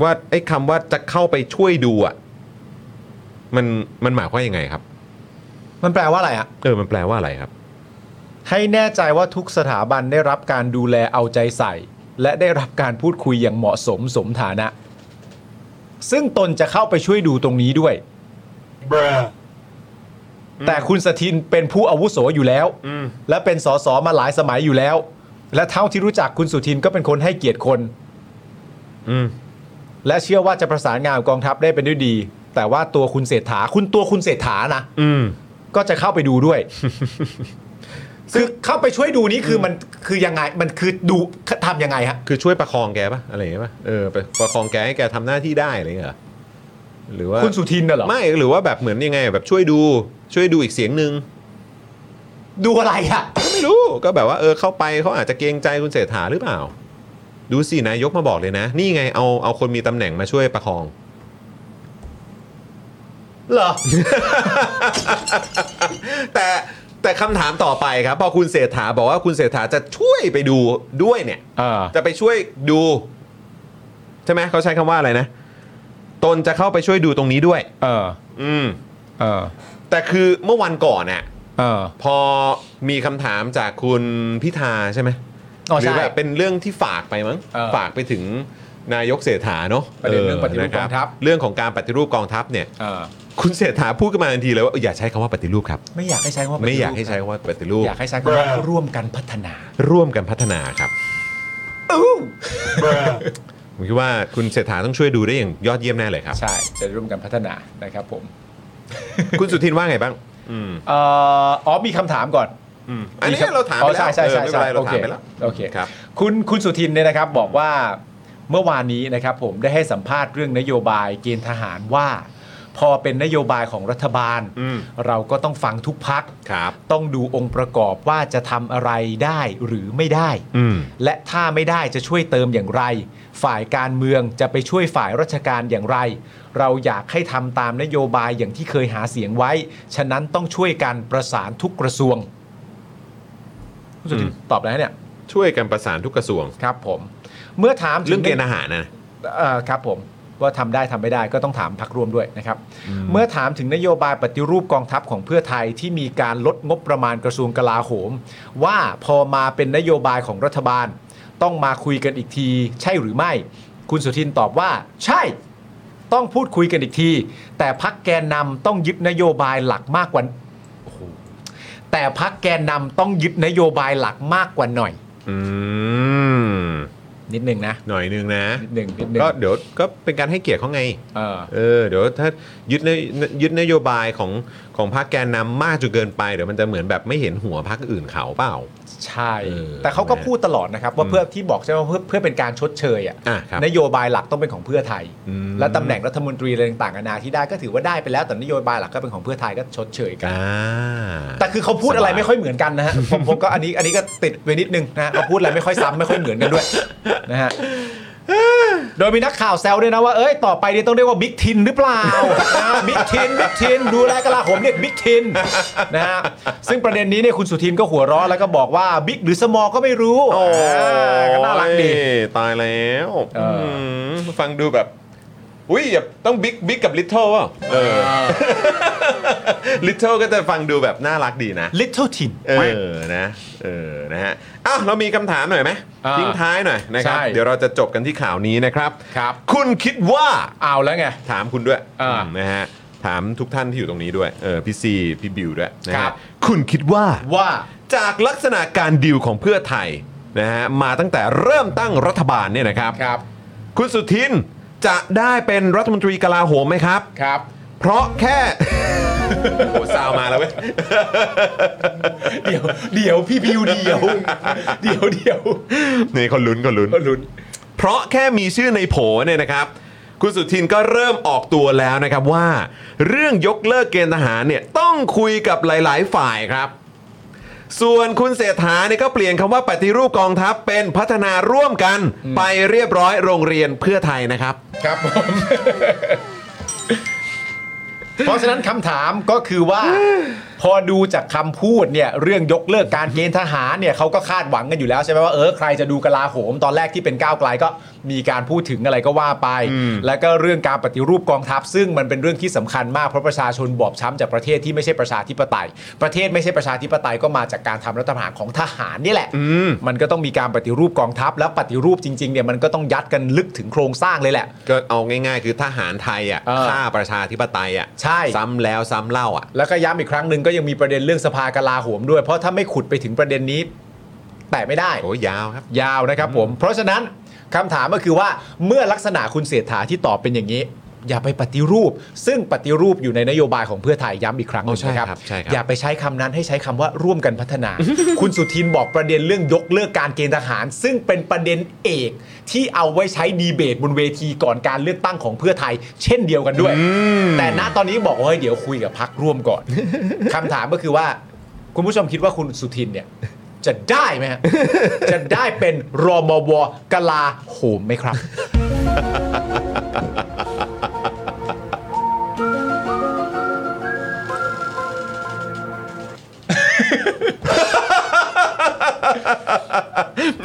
ว่าไอ้คำว่าจะเข้าไปช่วยดูอ่ะมันมันหมายว่ายังไงครับ
มันแปลว่าอะไรอะ
เออมันแปลว่าอะไรครับ
ให้แน่ใจว่าทุกสถาบันได้รับการดูแลเอาใจใส่ และได้รับการพูดคุยอย่างเหมาะสมสมฐานะ ซึ่งตนจะเข้าไปช่วยดูตรงนี้ด้วย แต่คุณสถินเป็นผู้อาวุโสอยู่แล้ว
อืม
และเป็นสสมาหลายสมัยอยู่แล้ว และเท่าที่รู้จักคุณสุทินก็เป็นคนให้เกียรติคน
อืม
และเชื่อว่าจะประสานงานกับกองทัพได้เป็นด้วยดี แต่ว่าตัวคุณเศรษฐาคุณตัวคุณเศรษฐานะ
อืม
ก็จะเข้าไปดู [laughs] ด้วย คือเข้าไปช่วยดูนี้คือมันคือยังไง มันคือดูทำยังไงฮะ
คือช่วยประคองแกปะอะไรอย่างเงี้ยปะเออไปประคองแกให้แกทำหน้าที่ได้อะไรอย่างเงี้ยเหรอหรือว่า
คุณสุทินน่ะเหรอ
ไม่หรือว่าแบบเหมือนยังไงแบบช่วยดูช่วยดูอีกเสียงหนึ่ง
ดูอะไรอ่ะ
ก็ไม่รู้ก็แบบว่าเออเข้าไปเขาอาจจะเกรงใจคุณเศรษฐาหรือเปล่า ดูสินายกมาบอกเลยนะ นี่ไงเอาเอาคนมีตำแหน่งมาช่วยประคอง
เหรอ
[laughs] แต่แต่คำถามต่อไปครับพอคุณเศรษฐาบอกว่าคุณเศรษฐาจะช่วยไปดูด้วยเนี่ย
อ่า
จะไปช่วยดู ใช่ไหมเขาใช้คำว่าอะไรนะ ตนจะเข้าไปช่วยดูตรงนี้ด้วย
เออ
อืม
เออ
แต่คือเมื่อวันก่อนน่ะ
เออ
พอมีคำถามจากคุณพิธาใช่ไหม
อ๋อ
ห
ใช่
รืแบบเป็นเรื่องที่ฝากไปมั้ง
เออ
ฝากไปถึงนายกเศรษฐาเนาะ
ประเด็นเรื่องปฏิรูปกองทัพ
นะคเรื่องของการปฏิรูปกองทัพเนี่ย
เออ
คุณเศรษฐาพูดขึ้นมาทันทีเลยว่าอย่าใช้คำว่าปฏิรูปครับ
ไม่อยากให้ใช้คำว่า
ไม่อยากให้ใช้คำว่าปฏิรูป
อยากให้ใช้คำว่าร่วมกันพัฒนา
ร่วมกันพัฒนาครับผมคิดว่าคุณเศรษฐาต้องช่วยดูได้อย่างยอดเยี่ยมแน่เลยครับ
ใช่ จะร่วมกันพัฒนานะครับผม
คุณสุทินว่าไงบ้าง อืม
เอ่ออ๋อมีคำถามก่อน
อืมอันนี้เราถาม
อ๋
ไป
อ
แล้ว
ใช่ใช่
เออ
ใช่
ไม่เป็นไร
ใช่
เราถามไปแล้ว
โอเค
ครับ
คุณคุณสุทินเนี่ยนะครับบอกว่าเมื่อวานนี้นะครับผมได้ให้สัมภาษณ์เรื่องนโยบายเกณฑ์ทหารว่า พอเป็นนโยบายของรัฐบาล
อืม
เราก็ต้องฟังทุกพัก
ครับ
ต้องดูองค์ประกอบว่าจะทำอะไรได้หรือไม่ได้
อืม
และถ้าไม่ได้จะช่วยเติมอย่างไร ฝ่ายการเมืองจะไปช่วยฝ่ายราชการอย่างไร เราอยากให้ทำตามนโยบายอย่างที่เคยหาเสียงไว้ ฉะนั้นต้องช่วยกันประสานทุกกระทรวงคุณสุทิน
อืม
ตอบแล้วเนี่ย
ช่วยกันประสานทุกกระทรวง
ครับ ผม เมื่อถามถึ
เรื่องเกณฑ์อาหารนะ
เอ่อครับผม ว่าทำได้ทำไม่ได้ก็ต้องถามพักร่วมด้วยนะครับ เมื่อถามถึงนโยบายปฏิรูปกองทัพของเพื่อไทยที่มีการลดงบประมาณกระทรวงกลาโหม ว่าพอมาเป็นนโยบายของรัฐบาล ต้องมาคุยกันอีกที ใช่หรือไม่ คุณสุทินตอบว่า ใช่ ต้องพูดคุยกันอีกที แต่พักแกนนำต้องยึดนโยบายหลักมากกว่าโอ้โหแต่พักแกนนำต้องยึดนโยบายหลักมากกว่าหน่อย
อืม
นิดนึงนะ
หน่อยนึงนะ
นิดนึงนิดนึง
ก็เดี๋ยวก็เป็นการให้เกียรติเขาไง
เออ
เออ เดี๋ยวถ้ายึดนยึดนโยบายของของพรรคแกนนำมากจนเกินไป เดี๋ยวมันจะเหมือนแบบไม่เห็นหัวพรรคอื่นเขาเปล่า
ใช่
เออ
แต่เขาก็พูดตลอดนะครับ ว่า
อืม
เพื่อที่บอกใช่ไหมว่าเพื่อเพื่อเป็นการชดเชยอะ
อ่ะครับ
นโยบายหลักต้องเป็นของเพื่อไทย
อืม
และตำแหน่งรัฐมนตรีอะไรต่างๆนานาที่ได้ก็ถือว่าได้ไปแล้วแต่นโยบายหลักก็เป็นของเพื่อไทยก็ชดเชยกัน
อ่า
แต่คือเขาพูดอะไร
สบาย
ไม่ค่อยเหมือนกันนะฮะ [laughs] ผมผมก็อันนี้อันนี้ก็ติดไว้นิดนึงนะฮะเขาพูดอะไรไม่ค่อยซ้ำไม่ค่อยเหมือนกันด้วยนะ
[laughs]
ฮะโดยมีนักข่าวแซวด้วยนะว่าเอ้ยต่อไปนี่ต้องเรียกว่าบิ๊กทินหรือเปล่านะบิ๊กทินบิ๊กทินดูแลกลาโหมเรียกบิ๊กทินนะฮะซึ่งประเด็นนี้เนี่ยคุณสุทินก็หัวเราะแล้วก็บอกว่าบิ๊กหรือสมอก็ไม่รู้
โอ้
อ่าก็น่ารักดี
ตายแล้ว
เอออื
มฟังดูแบบ อุ้ยอย่าต้องบิ๊กบิ๊กกับลิทเทิลอ่ะเออ [laughs] ลิทเทิลก็จะฟังดูแบบน่ารักดีนะ
ลิ t เ l e ลทิน
เออ นะ เออ นะฮะ อ้าว เรามีคำถามหน่อยไหม
อ่า
ทิ้งท้ายหน่อยนะครับ
ใช่
เดี๋ยวเราจะจบกันที่ข่าวนี้นะครับ
ครับ
คุณคิดว่า
เอาแล้วไง
ถามคุณด้วย
อ่า
อืมนะฮะ ถ ถามทุกท่านที่อยู่ตรงนี้ด้วยเออพี่ซีพี่บิวด้วยนะ
ครั
ฮะ
บ
คุณคิดว่า
ว่า
จากลักษณะการดิวของเพื่อไทยนะฮะมาตั้งแต่เริ่มตั้งรัฐบาลเนี่ยนะครับ
ครับ
คุณสุทินจะได้เป็นรัฐมนตรีกลาโหมไหมครับ
ครับ
เพราะแค่ [laughs] โอ้โหซาวมาแล้วเว้ย
เดี๋ยวเดี๋ยวพี่บิวเดี๋ยวเดี๋ยวเดี๋ยว
นี่คนลุ้นคนลุ้น
ก็ลุ้น
เพราะแค่มีชื่อในโผเนี่ยนะครับ คุณสุทินก็เริ่มออกตัวแล้วนะครับว่า เรื่องยกเลิกเกณฑ์ทหารเนี่ยต้องคุยกับหลาย ๆ ฝ่ายครับ ส่วนคุณเศรษฐาเนี่ยก็เปลี่ยนคำว่าปฏิรูปกองทัพเป็นพัฒนาร่วมกันไปเรียบร้อยโรงเรียนเพื่อไทยนะครับ
ครับผม [laughs] เพราะฉะนั้นคำถามก็คือ [sighs] ว่า พอดูจากคำพูดเนี่ยเรื่องยกเลิกการเกณฑ์ทหารเนี่ยเขาก็คาดหวังกันอยู่แล้วใช่ไหมว่าเออใครจะดูกลาโหม ตอนแรกที่เป็นก้าวไกลก็มีการพูดถึงอะไรก็ว่าไป แล้วก็เรื่องการปฏิรูปกองทัพ ซึ่งมันเป็นเรื่องที่สำคัญมากเพราะประชาชนบอบช้ำจากประเทศที่ไม่ใช่ประชาธิปไตย ประเทศไม่ใช่ประชาธิปไตยก็มาจากการทำรัฐประหารของทหารนี่แหละ
ม
มันก็ต้องมีการปฏิรูปกองทัพ แล้วปฏิรูปจริงๆเนี่ยมันก็ต้องยัดกันลึกถึงโครงสร้างเลยแหละ
ก็เอาง่ายๆ คือทหารไทยอ่ะ
เออ
ฆ่าประชาธิปไตยอ่ะ
ใช่
ซ้ำแล้วซ้ำเล่าอ่ะ
แล้วก็ย้ำอีกครั้งหนึ่งก็ยังมีประเด็นเรื่องสภากลาโหมด้วย เพราะถ้าไม่ขุดไปถึงประเด็นนี้ แต่ไม่ได้
โอ้ยาวครับ
ยาวนะครับผม เพราะฉะนั้นคำถามก็คือว่าเมื่อลักษณะคุณเศรษฐาที่ตอบเป็นอย่างนี้ อย่าไปปฏิรูป ซึ่งปฏิรูปอยู่ในนโยบายของเพื่อไทยย้ำอีกครั้งหนึง
โอ้ใช่
นะค
ครั
รั
บบ ใช่ครับ
อย่าไปใช้คำนั้นให้ใช้คำว่าร่วมกันพัฒนา คุณสุทินบอกประเด็นเรื่องยกเลิกการเกณฑ์ทหาร ซึ่งเป็นประเด็นเอกที่เอาไว้ใช้ดีเบตบนเวทีก่อนการเลือกตั้งของเพื่อไทย เช่นเดียวกันด้วย แต่ณตอนนี้บอกว่าเฮ้ยเดี๋ยวคุยกับพักร่วมก่อน [laughs] คำถามก็คือว่า คุณผู้ชมคิดว่าคุณสุทินเนี่ย จะได้ไหมฮะ จะได้เป็นรมวกลาโหมไหมครับ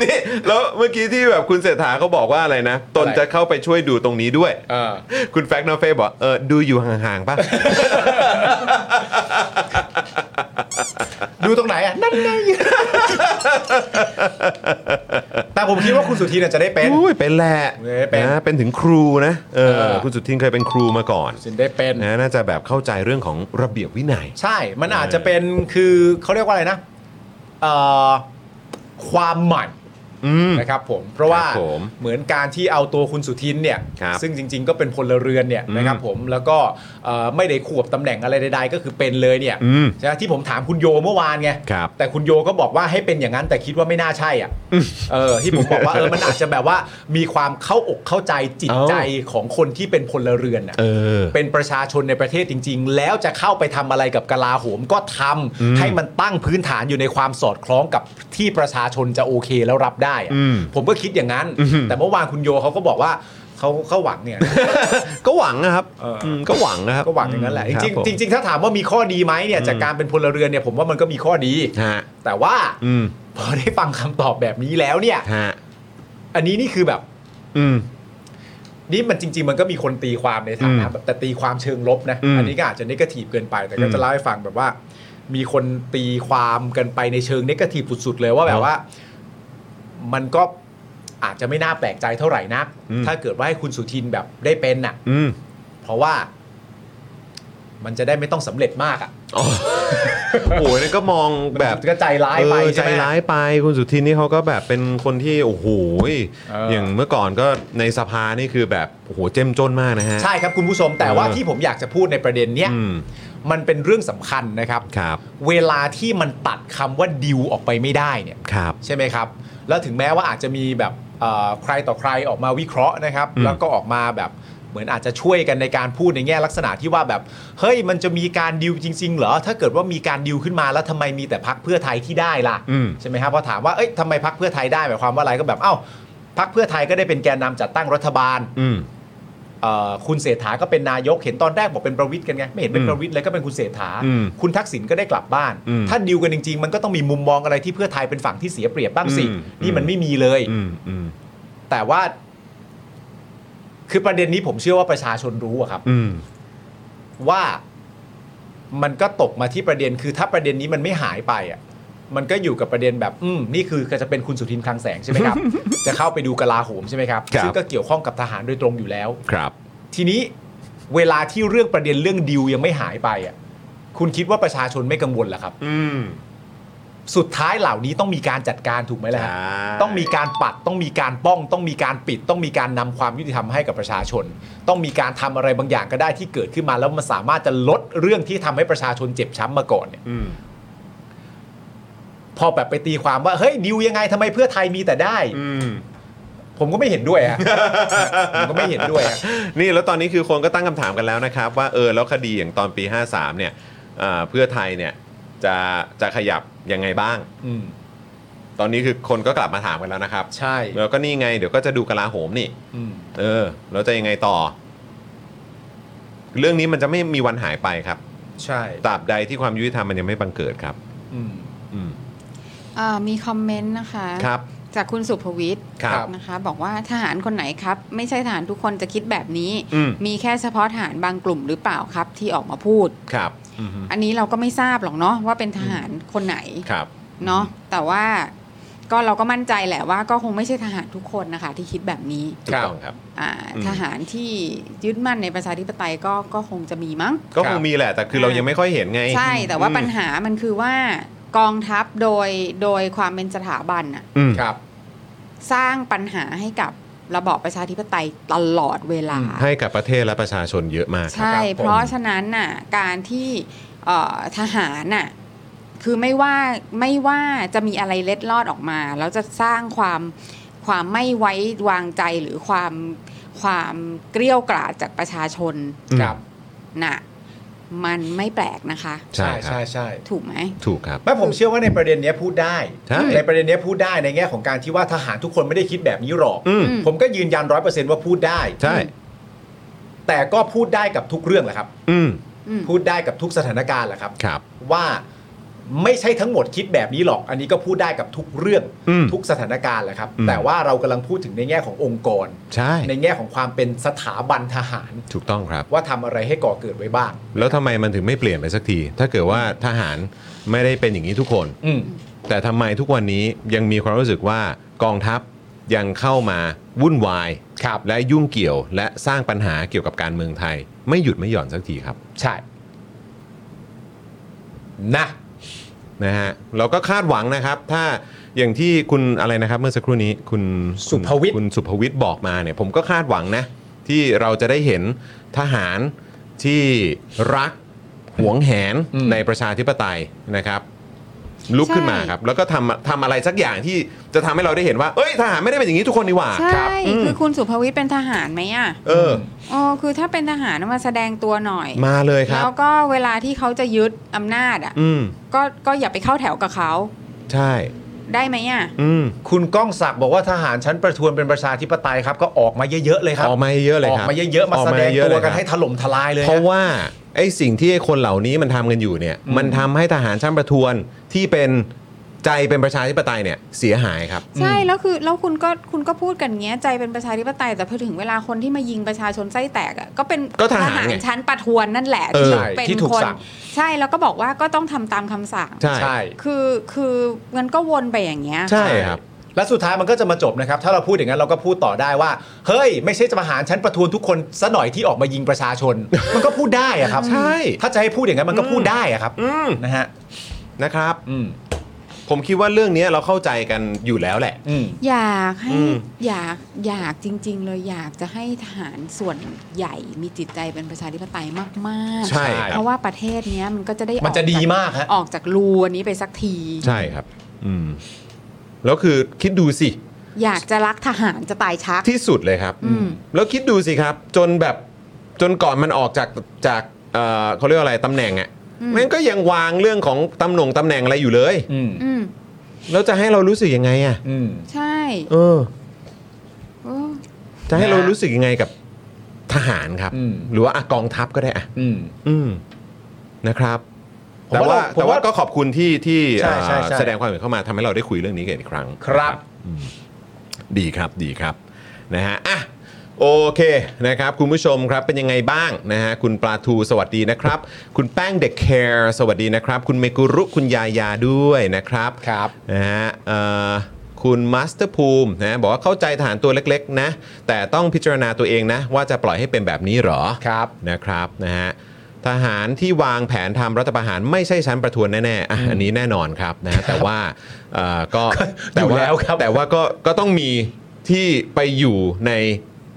นี่แล้วเมื่อกี้ที่แบบคุณเศรษฐาเขาบอกว่าอะไรนะ ตน
อะไร
จะเข้าไปช่วยดูตรงนี้ด้วย
เออ
คุณแฟกต์นอเฟ่บอกเออดูอยู่ห่างๆป่ะ
ดูตรงไหนอ่ะ นั่นไง [laughs] แต่ผมคิดว่าคุณสุทินนะจะได้เป็น
อุ้ยเป็นแหละ
เป็น
นะเป็นถึงครูนะเออ
เออ
คุณสุทินเคยเป็นครูมาก่อน
สินได้เป็น
นะน่าจะแบบเข้าใจเรื่องของระเบียบวินัย
ใช่ มันอาจจะเป็นคือเขาเรียกว่าอะไรนะเอ่อความใหม่
อืม
นะครับผมเพราะว่า
ครับผม
เหมือนการที่เอาตัวคุณสุทินเนี่ย
ครับ
ซึ่งจริง ๆ ก็เป็นพลเรือนเนี่ย
อืม
นะครับผมแล้วก็เอ่อไม่ได้ขวบตำแหน่งอะไรใดๆก็คือเป็นเลยเนี่ย
อืม
ใช่ไหมที่ผมถามคุณโยเมื่อวานไง
ครับ
แต่คุณโยก็บอกว่าให้เป็นอย่างนั้นแต่คิดว่าไม่น่าใช่อ่ะเออที่ผมบอกว่าเออมันอาจจะแบบว่ามีความเข้าอกเข้าใจจิต
เอ้า
ใจของคนที่เป็นพลเรือนอ่ะ
เออ
เป็นประชาชนในประเทศจริง ๆ แล้วจะเข้าไปทำอะไรกับกลาโหมก็ทำให้มันตั้งพื้นฐานอยู่ในความสอดคล้องกับที่ประชาชนจะโอเคแล้วรับได้อะ
อืม
ผมก็คิดอย่างนั้น
อืม
แต่เมื่อวานคุณโยเขาก็บอกว่าเขาเขาหวังเนี่ย
ก็หวังนะครับ
เอออื
มก็หวังนะครับ
ก็หวังอย่างนั้นแหละ
ค
จ
บผม
ริงๆจริงๆถ้าถามว่ามีข้อดีไหมเนี่ยจากการเป็นพลเรือนเนี่ยผมว่ามันก็มีข้อดี
ฮะ
แต่ว่า
อืม
พอได้ฟังคำตอบแบบนี้แล้วเนี่ย
ฮะ
อันนี้นี่คือแบบ
อืม
นี่มันจริง ๆ มันก็มีคนตีความในฐานะ
อืม
แบบแต่ตีความเชิงลบนะ
อืม
อันนี้ก็อาจจะนิเกทีฟเกินไป แต่ก็
อืม
จะเล่าให้ฟังแบบว่า มีคนตีความกันไปในเชิงนิเกทีฟสุด ๆ เลยว่าแบบว่า มันก็อาจจะไม่น่าแปลกใจเท่าไหร่นัก
อืม
ถ้าเกิดว่าให้คุณสุทินแบบได้เป็นน่ะ
อืม
เพราะว่า มันจะได้ไม่ต้องสำเร็จมากอ่ะ
อ๋อโอ้ยนี่ก็มองแบบ
มันก็ใจร้ายไป
เออใจ
ใช่ไหม
ร้ายไปคุณสุทินนี่เขาก็แบบเป็นคนที่โอ้โหย
เอออ
ย่างเมื่อก่อนก็ในสภานี่คือแบบโอ้โหเจ้มจนมากนะฮะ
ใช่ครับคุณผู้ชม แต่ว่า
เออ
ที่ผมอยากจะพูดในประเด็นเนี้ย
อืม
มันเป็นเรื่องสำคัญนะครับ
ครับ
เวลาที่มันตัดคำว่าดิวออกไปไม่ได้เนี่ย
ครับ
ใช่ไหมครับ แล้วถึงแม้ว่าอาจจะมีแบบเอ่อใครต่อใครออกมาวิเคราะห์นะครับ
อืม
แล้วก็ออกมาแบบเหมือนอาจจะช่วยกันในการพูดในแง่ลักษณะที่ว่าแบบเฮ้ยมันจะมีการดิวจริง ๆ เหรอ ถ้าเกิดว่ามีการดิวขึ้นมาแล้วทำไมมีแต่พักเพื่อไทยที่ได้ล่ะ
อืม
ใช่ไหมครับพอถามว่าเอ้ยทำไมพักเพื่อไทยได้หมายความว่าอะไรก็แบบเอ้าพักเพื่อไทยก็ได้เป็นแกนนำจัดตั้งรัฐบาล
อืม
เอ่อคุณเศรษฐาก็เป็นนายกเห็นตอนแรกบอกเป็นประวิทย์กันไง ไม่เห็นเป็
อื
น
ม
ประวิทย์เลยก็เป็นคุณเศรษฐา
อืม
คุณทักษิณก็ได้กลับบ้าน
อืม
ถ้าดิวกันจริง ๆ มันก็ต้องมีมุมมองอะไรที่เพื่อไทยเป็นฝั่งที่เสียเปรียบบ้างสิ
อืม
นี่มันไม่มีเลย
อืมอืม
แต่ว่า คือประเด็นนี้ผมเชื่อว่าประชาชนรู้อะครับ
อืม
ว่ามันก็ตกมาที่ประเด็น คือถ้าประเด็นนี้มันไม่หายไปอ่ะ มันก็อยู่กับประเด็นแบบ อืมนี่คือก็จะเป็นคุณสุทินคลังแสงใช่ไหม
[laughs]
ครับ จะเข้าไปดูกลาโหมใช่ไหมครับซึ่งก็เกี่ยวข้องกับทหารโดยตรงอยู่แล้ว
ครับ
ทีนี้ เวลาที่เรื่องประเด็นเรื่องดิวยังไม่หายไปอ่ะคุณคิดว่าประชาชนไม่กังวลเหรอครับ
อืม
สุดท้ายเหล่านี้ต้องมีการจัดการถูกไหมล่ะฮะ
ใช่
ต้องมีการปัดต้องมีการป้อง ต้องมีการปิด ต้องมีการนำความยุติธรรมให้กับประชาชน ต้องมีการทำอะไรบางอย่างก็ได้ที่เกิดขึ้นมา แล้วมันสามารถจะลดเรื่องที่ทำให้ประชาชนเจ็บช้ำมาก่อนเนี่ย
อืม
พอแบบไปตีความว่าเฮ้ยดิวยังไงทำไมเพื่อไทยมีแต่ได้
อืม
ผมก็ไม่เห็นด้วยอะ ผมก็ไม่เห็นด้วยอะ
นี่แล้วตอนนี้คือคนก็ตั้งคำถามกันแล้วนะครับ ว่าเออแล้วคดีอย่างตอนปี 53 เนี่ยเอ่อเพื่อไทยเนี่ยจะจะขยับยังไงบ้าง
อืม
ตอนนี้คือคนก็กลับมาถามกันแล้วนะครับ
ใช่
แล้วก็นี่ไงเดี๋ยวก็จะดูกลาโหมนี่
อืม
เออแล้วจะยังไงต่อ เรื่องนี้มันจะไม่มีวันหายไปครับ
ใช่
ตราบใดที่ความยุติธรรมมันยังไม่บังเกิดครับ
อืม
อืม
อ่ามีคอมเมนต์นะคะ
ครับ
จากคุณสุภวิทย์
ครับ
นะคะ บอกว่าทหารคนไหนครับ ไม่ใช่ทหารทุกคนจะคิดแบบนี้
อืม
มีแค่เฉพาะทหารบางกลุ่มหรือเปล่าครับที่ออกมาพูด
ครับอืม
อันนี้เราก็ไม่ทราบหรอกเนาะว่าเป็นทหารคนไหน
ครับ
เนาะแต่ว่าก็เราก็มั่นใจแหละว่าก็คงไม่ใช่ทหารทุกคนนะคะ ที่คิดแบบนี้
ถูก
ครับ
ต้องครับ
อ่า
อืม
ทหารที่ยึดมั่นในประชาธิปไตยก็ก็คงจะมีมั้ง
ก็คงมีแหละแต่คือเรายังไม่ค่อยเห็นไง
ใช่แต่ว่าปัญ
อืม
หามันคือว่ากองทัพโดยโดยความเป็นสถาบันอะ
อืม
ครับ
สร้างปัญหาให้กับระบอบประชาธิปไตยตลอดเวลา
ให้กับประเทศและประชาชนเยอะมาก
ใช่ เพราะฉะนั้นน่ะการที่เอ่อทหารน่ะคือไม่ว่าไม่ว่าจะมีอะไรเล็ดลอดออกมา แล้วจะสร้างความความไม่ไว้วางใจหรือความความเกลี้ยวกล่อจากประชาชน
ครับ
น่ะมันไม่แปลกนะคะ
ใช่ครั
ใช่ใช่
บ
ใช่
ถูกไหม
ถูกครับ
ไม่ผมเชื่อว่าในประเด็นเนี้ยพูดได้
ใช่
ในประเด็นเนี้ยพูดได้ในแง่ของการที่ว่าทหารทุกคนไม่ได้คิดแบบนี้หรอก
อืม
อืม
ผมก็ยืนยันร้อยเปอร์เซนต์ว่าพูดได้
ใช่
แต่ก็พูดได้กับทุกเรื่องแหละครับ
อืม
อืม
พูดได้กับทุกสถานการณ์แหละครับ
ครับ
ว่าไม่ใช่ทั้งหมดคิดแบบนี้หรอก อันนี้ก็พูดได้กับทุกเรื่อง
อืม
ทุกสถานการณ์แหละครับ
อืม
แต่ว่าเรากำลังพูดถึงในแง่ขององค์กร
ใช่
ในแง่ของความเป็นสถาบันทหาร
ถูกต้องครับ
ว่าทำอะไรให้ก่อเกิดไว้บ้าง
แล้วทำไมมันถึงไม่เปลี่ยนไปสักที ถ้าเกิดว่าทหารไม่ได้เป็นอย่างนี้ทุกคน
อืม
แต่ทำไมทุกวันนี้ยังมีความรู้สึกว่ากองทัพยังเข้ามาวุ่นวายครับและยุ่งเกี่ยวและสร้างปัญหาเกี่ยวกับการเมืองไทย ไม่หยุดไม่หย่อนสักทีครับ
ใช่นะ
นะฮะเราก็คาดหวังนะครับ ถ้าอย่างที่คุณอะไรนะครับ เมื่อสักครู่นี้คุณ
สุภวิทย์
คุณสุภวิทย์บอกมาเนี่ยผมก็คาดหวังนะ ที่เราจะได้เห็นทหารที่รักหวงแหน
อืม
ในประชาธิปไตยนะครับ ลุกขึ้นมาครับ แล้วก็ทำทำอะไรสักอย่างที่จะทำให้เราได้เห็นว่า เอ้ยทหารไม่ได้เป็นอย่างนี้ทุกคนนี่หว่า
ใช่
อืม
คือคุณสุภวิทย์เป็นทหารไหมอ่ะ
เออ
อ๋อคือถ้าเป็นทหารน่ะมาแสดงตัวหน่อย
มาเลยครั
แล้
บ
วก็เวลาที่เขาจะยึดอำนาจอ่ะ
อืม
ก็ก็อย่าไปเข้าแถวกับเขา
ใช่
ได้ไหมอ่ะ
อืม
คุณก้องศักดิ์บอกว่าทหารชั้นประทวนเป็นประชาธิปไตยครับ ก็ออกมาเยอะๆเลยครับ
ออกมาเยอะเลย
ออ
ค
ก
รับ
มาเยอะๆ มาแสดง
เยอะ
ตั
เล
วย
ค
กั
รับ
นให้ถล่มทลายเลยน
เพราะว่าไอ้สิ่งที่ไอ้คนเหล่านี้มันทำกันอยู่เนี่ย
อืม
มันทำให้ทหารชั้นประทวนที่เป็นใจเป็นประชาธิปไตยเนี่ยเสียหายครับ
ใช่แล้วคือแล้วคุณก็คุณก็พูดกันเงี้ยใจเป็นประชาธิปไตย แต่พอถึงเวลาคนที่มายิงประชาชนไส้แตกอ่ะก็เป็น
ก็ทหารไง
ชั้นประทวนนั่นแหละ
เออ
เป็น
ที่ถูก
คน
สั่ง
ใช่แล้วก็บอกว่าก็ต้องทำตามคำสั่ง
ใช่
ใช่
คือคือมันก็วนไปอย่างเงี้ย
ใช่ครับ
และสุดท้ายมันก็จะมาจบนะครับ ถ้าเราพูดอย่างนั้นเราก็พูดต่อได้ว่า เฮ้ย ไม่ใช่ทหารชั้นประทวนทุกคนซะหน่อยที่ออกมายิงประชาช
[laughs]
น มันก็พูดได้อะครับ
ใช่
ถ้าจะให้พูดอย่างนั้นมันก็พูดได้อะครับ
อืม
นะฮะ
นะครับ
อืม
ผมคิดว่าเรื่องนี้เราเข้าใจกันอยู่แล้วแหละ
อืม
อยากให้
อืม
อยากอยากจริง ๆ เลยอยากจะให้ทหารส่วนใหญ่มีจิตใจเป็นประชาธิปไตยมาก
ใช่
ใช่
ครั
ๆเพ
บ
ราะว่าประเทศเนี้ยมันก็จะได้ออก
มันจะดี
จ
มากฮะ
ออกจากรูอันนี้ไปสักที
ใช่ครับ อืมแล้วคือคิดดูสิ
อยากจะรักทหารจะตายชัก
ที่สุดเลยครับ
อืม
แล้วคิดดูสิครับ จนแบบจนก่อนมันออกจากจากเอ่อเขาเรียกว่าอะไรตำแหน่งอะ่ะมันก็ยังวางเรื่องของตำแหน่งตำแหน่งอะไรอยู่เลย
อืม
อืม
แล้วจะให้เรารู้สึกยังไงอะ่ะ
อืม
ใช่
เออ
เออ
จะให้เรา
นะ
รู้สึกยังไงกับทหารครับ
อืม
หรือว่าอ่ะกองทัพก็ได้อ่ะ
อืม
อืมนะครับ
ผม
แต่
ว่า
ว่า
ผมว่า
แต่ว่าก็ขอบคุณที่ที่
ใช่ใช่
เอ่อ
ใช่
แสดงความเห็นเข้ามาทำให้เราได้คุยเรื่องนี้กันอีกครั้ง
ครับ
อืมดีครับดีครับนะฮะอ่ะโอเคนะครับ คุณผู้ชมครับเป็นยังไงบ้างนะฮะคุณปลาทูสวัสดีนะครับ คุณแป้งเด็กแคร์สวัสดีนะครับ คุณเมกุรุคุณยายาด้วยนะครับ
ครับ
นะฮะเอ่อ คุณมาสเตอร์ภูมินะบอกว่าเข้าใจฐานตัวเล็กๆนะ แต่ต้องพิจารณาตัวเองนะ ว่าจะปล่อยให้เป็นแบบนี้เหรอ
ครับ
นะครับนะฮะทหารที่วางแผนทำรัฐประหารไม่ใช่ชั้นประทวนแน่ๆอ่ะอันนี้แน่นอนครับนะ
[laughs]
ฮะแต่ว่าเอ่อก็
ก็อ
แต่
ยู่
ว่า
แล้วครับ
แต่ว่าก็ก็ต้องมีที่ไปอยู่ใน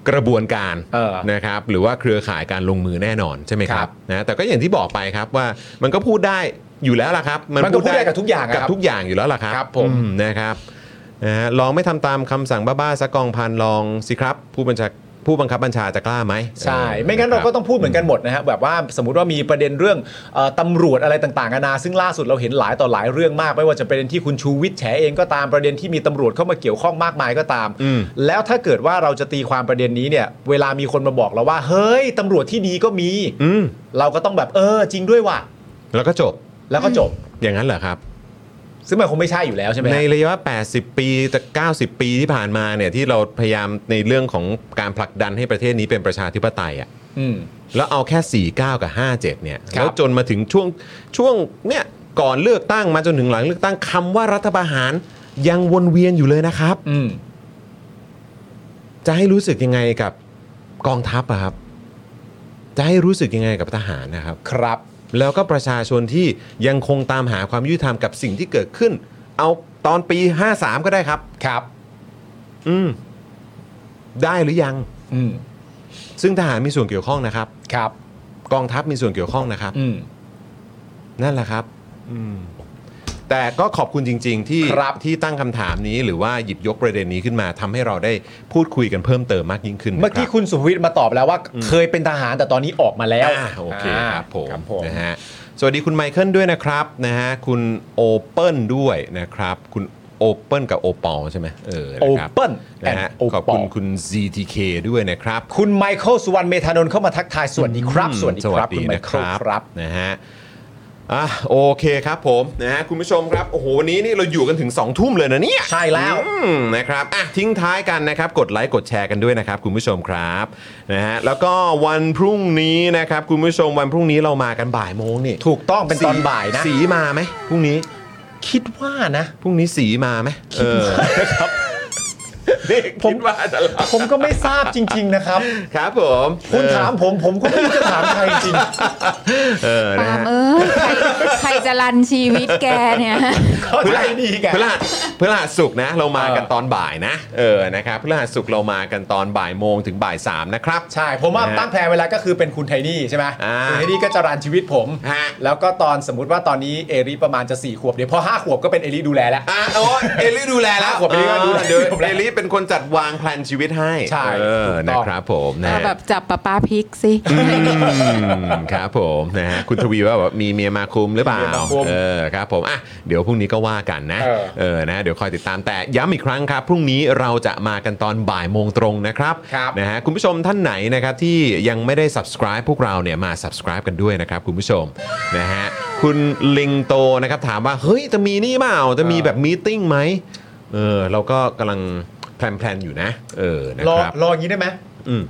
กระบวนการ
เออ
นะครับหรือว่าเครือข่ายการลงมือแน่นอนใช่ไหมค
ครั
รับบ นะแต่ก็อย่างที่บอกไปครับว่ามันก็พูดได้อยู่แล้วล่ะครับ
มันก็พูดได้กับทุกอย่างอะ
กับ
ครับ
ทุกอย่างอยู่แล้วล่ะครับ
ครับผม
อืนะครับนะฮะลองไม่ทำตามคำสั่งบ้าๆสักกองพันลองสิครับผู้บัญชาผู้บังคับบัญชาจะกล้าไหม
ใช่ ไม่งั้นเราก็ต้องพูดเหมือนกันหมดนะฮะแบบว่าสมมติว่ามีประเด็นเรื่องเอ่อตำรวจอะไรต่างๆนานาซึ่งล่าสุดเราเห็นหลายต่อหลายเรื่องมาก ไม่ว่าจะประเด็นที่คุณชูวิทย์แฉเองก็ตามประเด็นที่มีตำรวจเข้ามาเกี่ยวข้องมากมายก็ตาม
อืม
แล้วถ้าเกิดว่าเราจะตีความประเด็นนี้เนี่ยเวลามีคนมาบอกเราว่า เฮ้ยตำรวจที่ดีก็มี
อืม
เราก็ต้องแบบเออจริงด้วยว่ะ
แล้วก็จบ
แล้วก็จบ
อย่างนั้นเหรอครับ
ซึ่งมันคงไม่ใช่อยู่แล้วใช่ไหมฮะ
ในระยะ 80 ปีจะ90 ปีที่ผ่านมาเนี่ยที่เราพยายามในเรื่องของการผลักดันให้ประเทศนี้เป็นประชาธิปไตยอะ่ะ
อืม
แล้วเอาแค่ 49 กับ 57 เนี่ย
ค
แล้
รับ
วจนมาถึงช่วงช่วงเนี่ยก่อนเลือกตั้งมาจนถึงหลังเลือกตั้งคำว่ารัฐประหารยังวนเวียนอยู่เลยนะครับ
อืม
จะให้รู้สึกยังไงกับกองทัพอะครับ จะให้รู้สึกยังไงกับทหารนะครับ
ครับ
แล้วก็ประชาชนที่ยังคงตามหาความยุติธรรมกับสิ่งที่เกิดขึ้น เอาตอนปี 53 ก็ได้ครับ
ครับ
อืม ได้หรือยัง
อืม
ซึ่งทหารมีส่วนเกี่ยวข้องนะครับ
ครับ
กองทัพมีส่วนเกี่ยวข้องนะครับ
อืม
นั่นแหละครับ แต่ก็ขอบคุณจริง ๆ ที่
ครับ
ที่ตั้งคำถามนี้หรือว่าหยิบยกประเด็นนี้ขึ้นมาทำให้เราได้พูดคุยกันเพิ่มเติมมากยิ่งขึ้นนะรับ
เมื่อกี้คุณสุภวิทย์มาตอบแล้วว่า เคยเป็นทหารแต่ตอนนี้ออกมาแล้ว
อ่าโอเคครับผม
ครับผม
นะฮะสวัสดีคุณไมเคิลด้วยนะครับนะฮะคุณโอเปิลด้วยนะครับ คุณโอเปิลกับโอปอลใช่ไหมเออนะครับ
Open
นะฮะ
and Opal
ขอบคุณคุณ ZTK ด้วยนะครับ
คุณไมเคิลสุวรรณเมธานนท์เข้ามาทักทายสวัสดีครับ
อืม
สวัสดีครับ คุณไม
นะ
เคิลครับ
นะฮะอ่ะโอเคครับผมนะฮะคุณผู้ชมครับโอ้โหวันนี้นี่เราอยู่กันถึง 2 ทุ่มเลยนะเนี่ย
ใช่แล้ว
อืมนะครับอ่ะทิ้งท้ายกันนะครับ กดไลค์กดแชร์กันด้วยนะครับ คุณผู้ชมครับนะฮะแล้วก็วันพรุ่งนี้นะครับ คุณผู้ชมวันพรุ่งนี้เรามากันบ่ายโมงนี่
ถูกต้องเป็นตอนบ่ายนะ
สีมาไหมพรุ่งนี้
คิดว่านะ
พรุ่งนี้สีมาไหมเออ
ผม
คิดว่าจะหลับ
ผมก็ไม่ทราบจริง ๆ นะครับ
ครับผม
คุณถามผมผมก็ไม่รู้จะถามใครจริง
เออนะ
ปาล์ม
ฮะ
เอ้ยใครใครจะรันชีวิตแกเนี่ย
เข้าใจดีแก
[laughs] พฤหัสพฤหัสศุกร์นะเรามากัน
เออ
ตอนบ่ายนะ เออนะครับพฤหัสศุกร์เรามากันตอนบ่ายโมงถึงบ่ายสามนะครับ
ใช่ ผมว่า
นะฮะ
ตั้งแพลนเวแลาก็คือเป็นคุณไทนี่ใช่ไหม
อ่า
คุณไทนี่ก็จะรันชีวิตผม
ฮะ
แล้วก็ตอนสมมติว่าตอนนี้เอริประมาณจะ 4 ขวบ เดี๋ยวพอ 5 ขวบก็เป็นเอริดูแลแล้ว
อ่ะโอ้เอลี่ดูแลแล้ว
อ่ะผมเอลี่ก็ดูแล
เออเดี๋ยว
ผมแล้ว
เอลี่เป็นคนจัดวางแพลนชีวิตให้
ใช่
เออ
ถูกต้
นะ
อง
ครับผมนะ
เอา
ฮะ
แบบจับปะป้าพริกสิ
อืมครับผมนะฮะคุณทวีว่าแบบมีเมียมาคุมหรือเปล่า
เมียมาคุม
เออครับผมอ่ะเดี๋ยวพรุ่งนี้ก็ว่ากันนะ
เออ
เออนะเดี๋ยวคอยติดตามแต่ย้ำอีกครั้งครับ พรุ่งนี้เราจะมากันตอนบ่ายโมงตรงนะครับ
ครับ
นะฮะคุณผู้ชมท่านไหนนะครับที่ยังไม่ได้ subscribe พวกเราเนี่ยมา subscribe กันด้วยนะครับคุณผู้ชมนะฮะคุณลิงโตนะครับถามว่า เฮ้ย จะมีนี่เปล่าจะมีแบบมีติ้งไหมเออเราก็กำลังแพลนๆอยู่นะ เออนะ
รอ
ครับ
รออย่างนี้ได้ไหม
อืม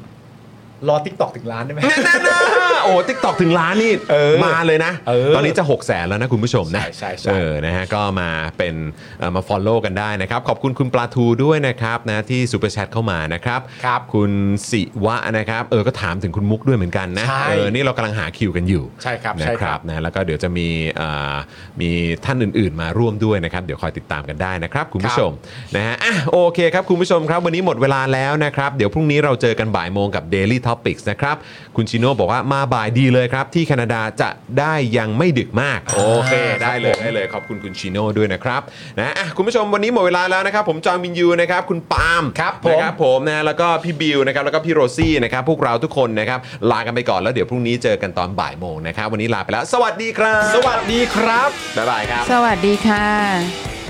รอทิกตอกถึงล้านได้ไหม
นั่นๆๆโอ้ติ๊กตอกถึงล้านนี่
เออ
มาเลยนะ
เออ
ตอนนี้จะ6 0แสนแล้วนะคุณผู้ชมนะ
ใช่ใช่ใช่
เออนะฮะก็มาเป็นเอ่อมา follow กันได้นะครับ ขอบคุณคุณปลาทูด้วยนะครับนะที่ super chat เข้ามานะครับ
ครับ
คุณสิวะนะครับเออก็ถามถึงคุณมุกด้วยเหมือนกันนะ
ใช่
เออนี่เรากำลังหาคิวกันอยู่
ใช่ครับ
นะ
ใช่
ค
ค
รั
รั
บบ นะแล้วก็เดี๋ยวจะมีเอ่อมีท่านอื่น ๆ มาร่วมด้วยนะครับ เดี๋ยวคอยติดตามกันได้นะครับคุณผู้ชมนะฮะอ่ะโอเคครับคุณผู้ชมครับ วันนี้หมดเวลาแล้วนะครับ เดี๋ยวพรุ่งนี้เราเจอกันบ่ายโมงกับ Daily Topics นะครับคุณชิโน่บอกว่ามาบ่ายดีเลยครับ ที่แคนาดาจะได้ยังไม่ดึกมากโอเคได้เลย ได้เลยขอบคุณคุณชิโน่ด้วยนะครับนะอ่ะคุณผู้ชมวันนี้หมดเวลาแล้วนะครับ ผมจอห์นวินยูนะครับคุณปาล์ม
ครับผม
นะครับ ผมนะแล้วก็พี่บิวนะครับแล้วก็พี่โรซี่นะครับพวกเราทุกคนนะครับลากันไปก่อนแล้วเดี๋ยวพรุ่งนี้เจอกันตอนบ่ายโมงนะครับ วันนี้ลาไปแล้ว สวัสดีครับ
สวัสดีครับ
บ๊ายบายครับ
สวัสดีค่ะ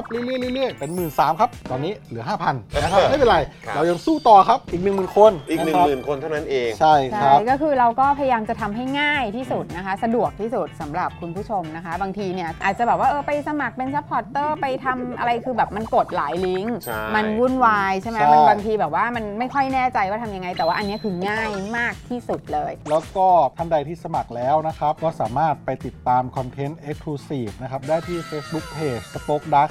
ับ เรื่อยๆเรื่อยๆเป็น 13,000ครับตอนนี้เหลือ 5,000นะครับ
ครับ
ไม่เป็นไร
ครับ
เรายังสู้ต่อครับอีก 10,000 คน
อีกหนึ่
ะ
ง
ครับ
หมื่นคนเท่านั้นเอง
ใช่ค
ใช่
รับ
ก็คือเราก็พยายามจะทำให้ง่ายที่สุดนะคะ สะดวกที่สุดสำหรับคุณผู้ชมนะคะ บางทีเนี่ยอาจจะแบบว่าเออไปสมัครเป็นซัพพอร์ตเตอร์ไปทำอะไรคือแบบมันกดหลายลิงก์
ใช่
มันวุ่นวายใช่ไหม
ใช่
มันบางทีแบบว่ามันไม่ค่อยแน่ใจว่าทำยังไง แต่ว่าอันเนี้ยคือง่ายมากที่สุดเลย
แล้วก็ท่านใดที่สมัครแล้วนะครับ ก็สามารถไปติดตามคอนเทนต์ Exclusive นะครับ ได้ที่ Facebook Page Spoke Dark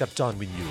กับจอห์นวินยู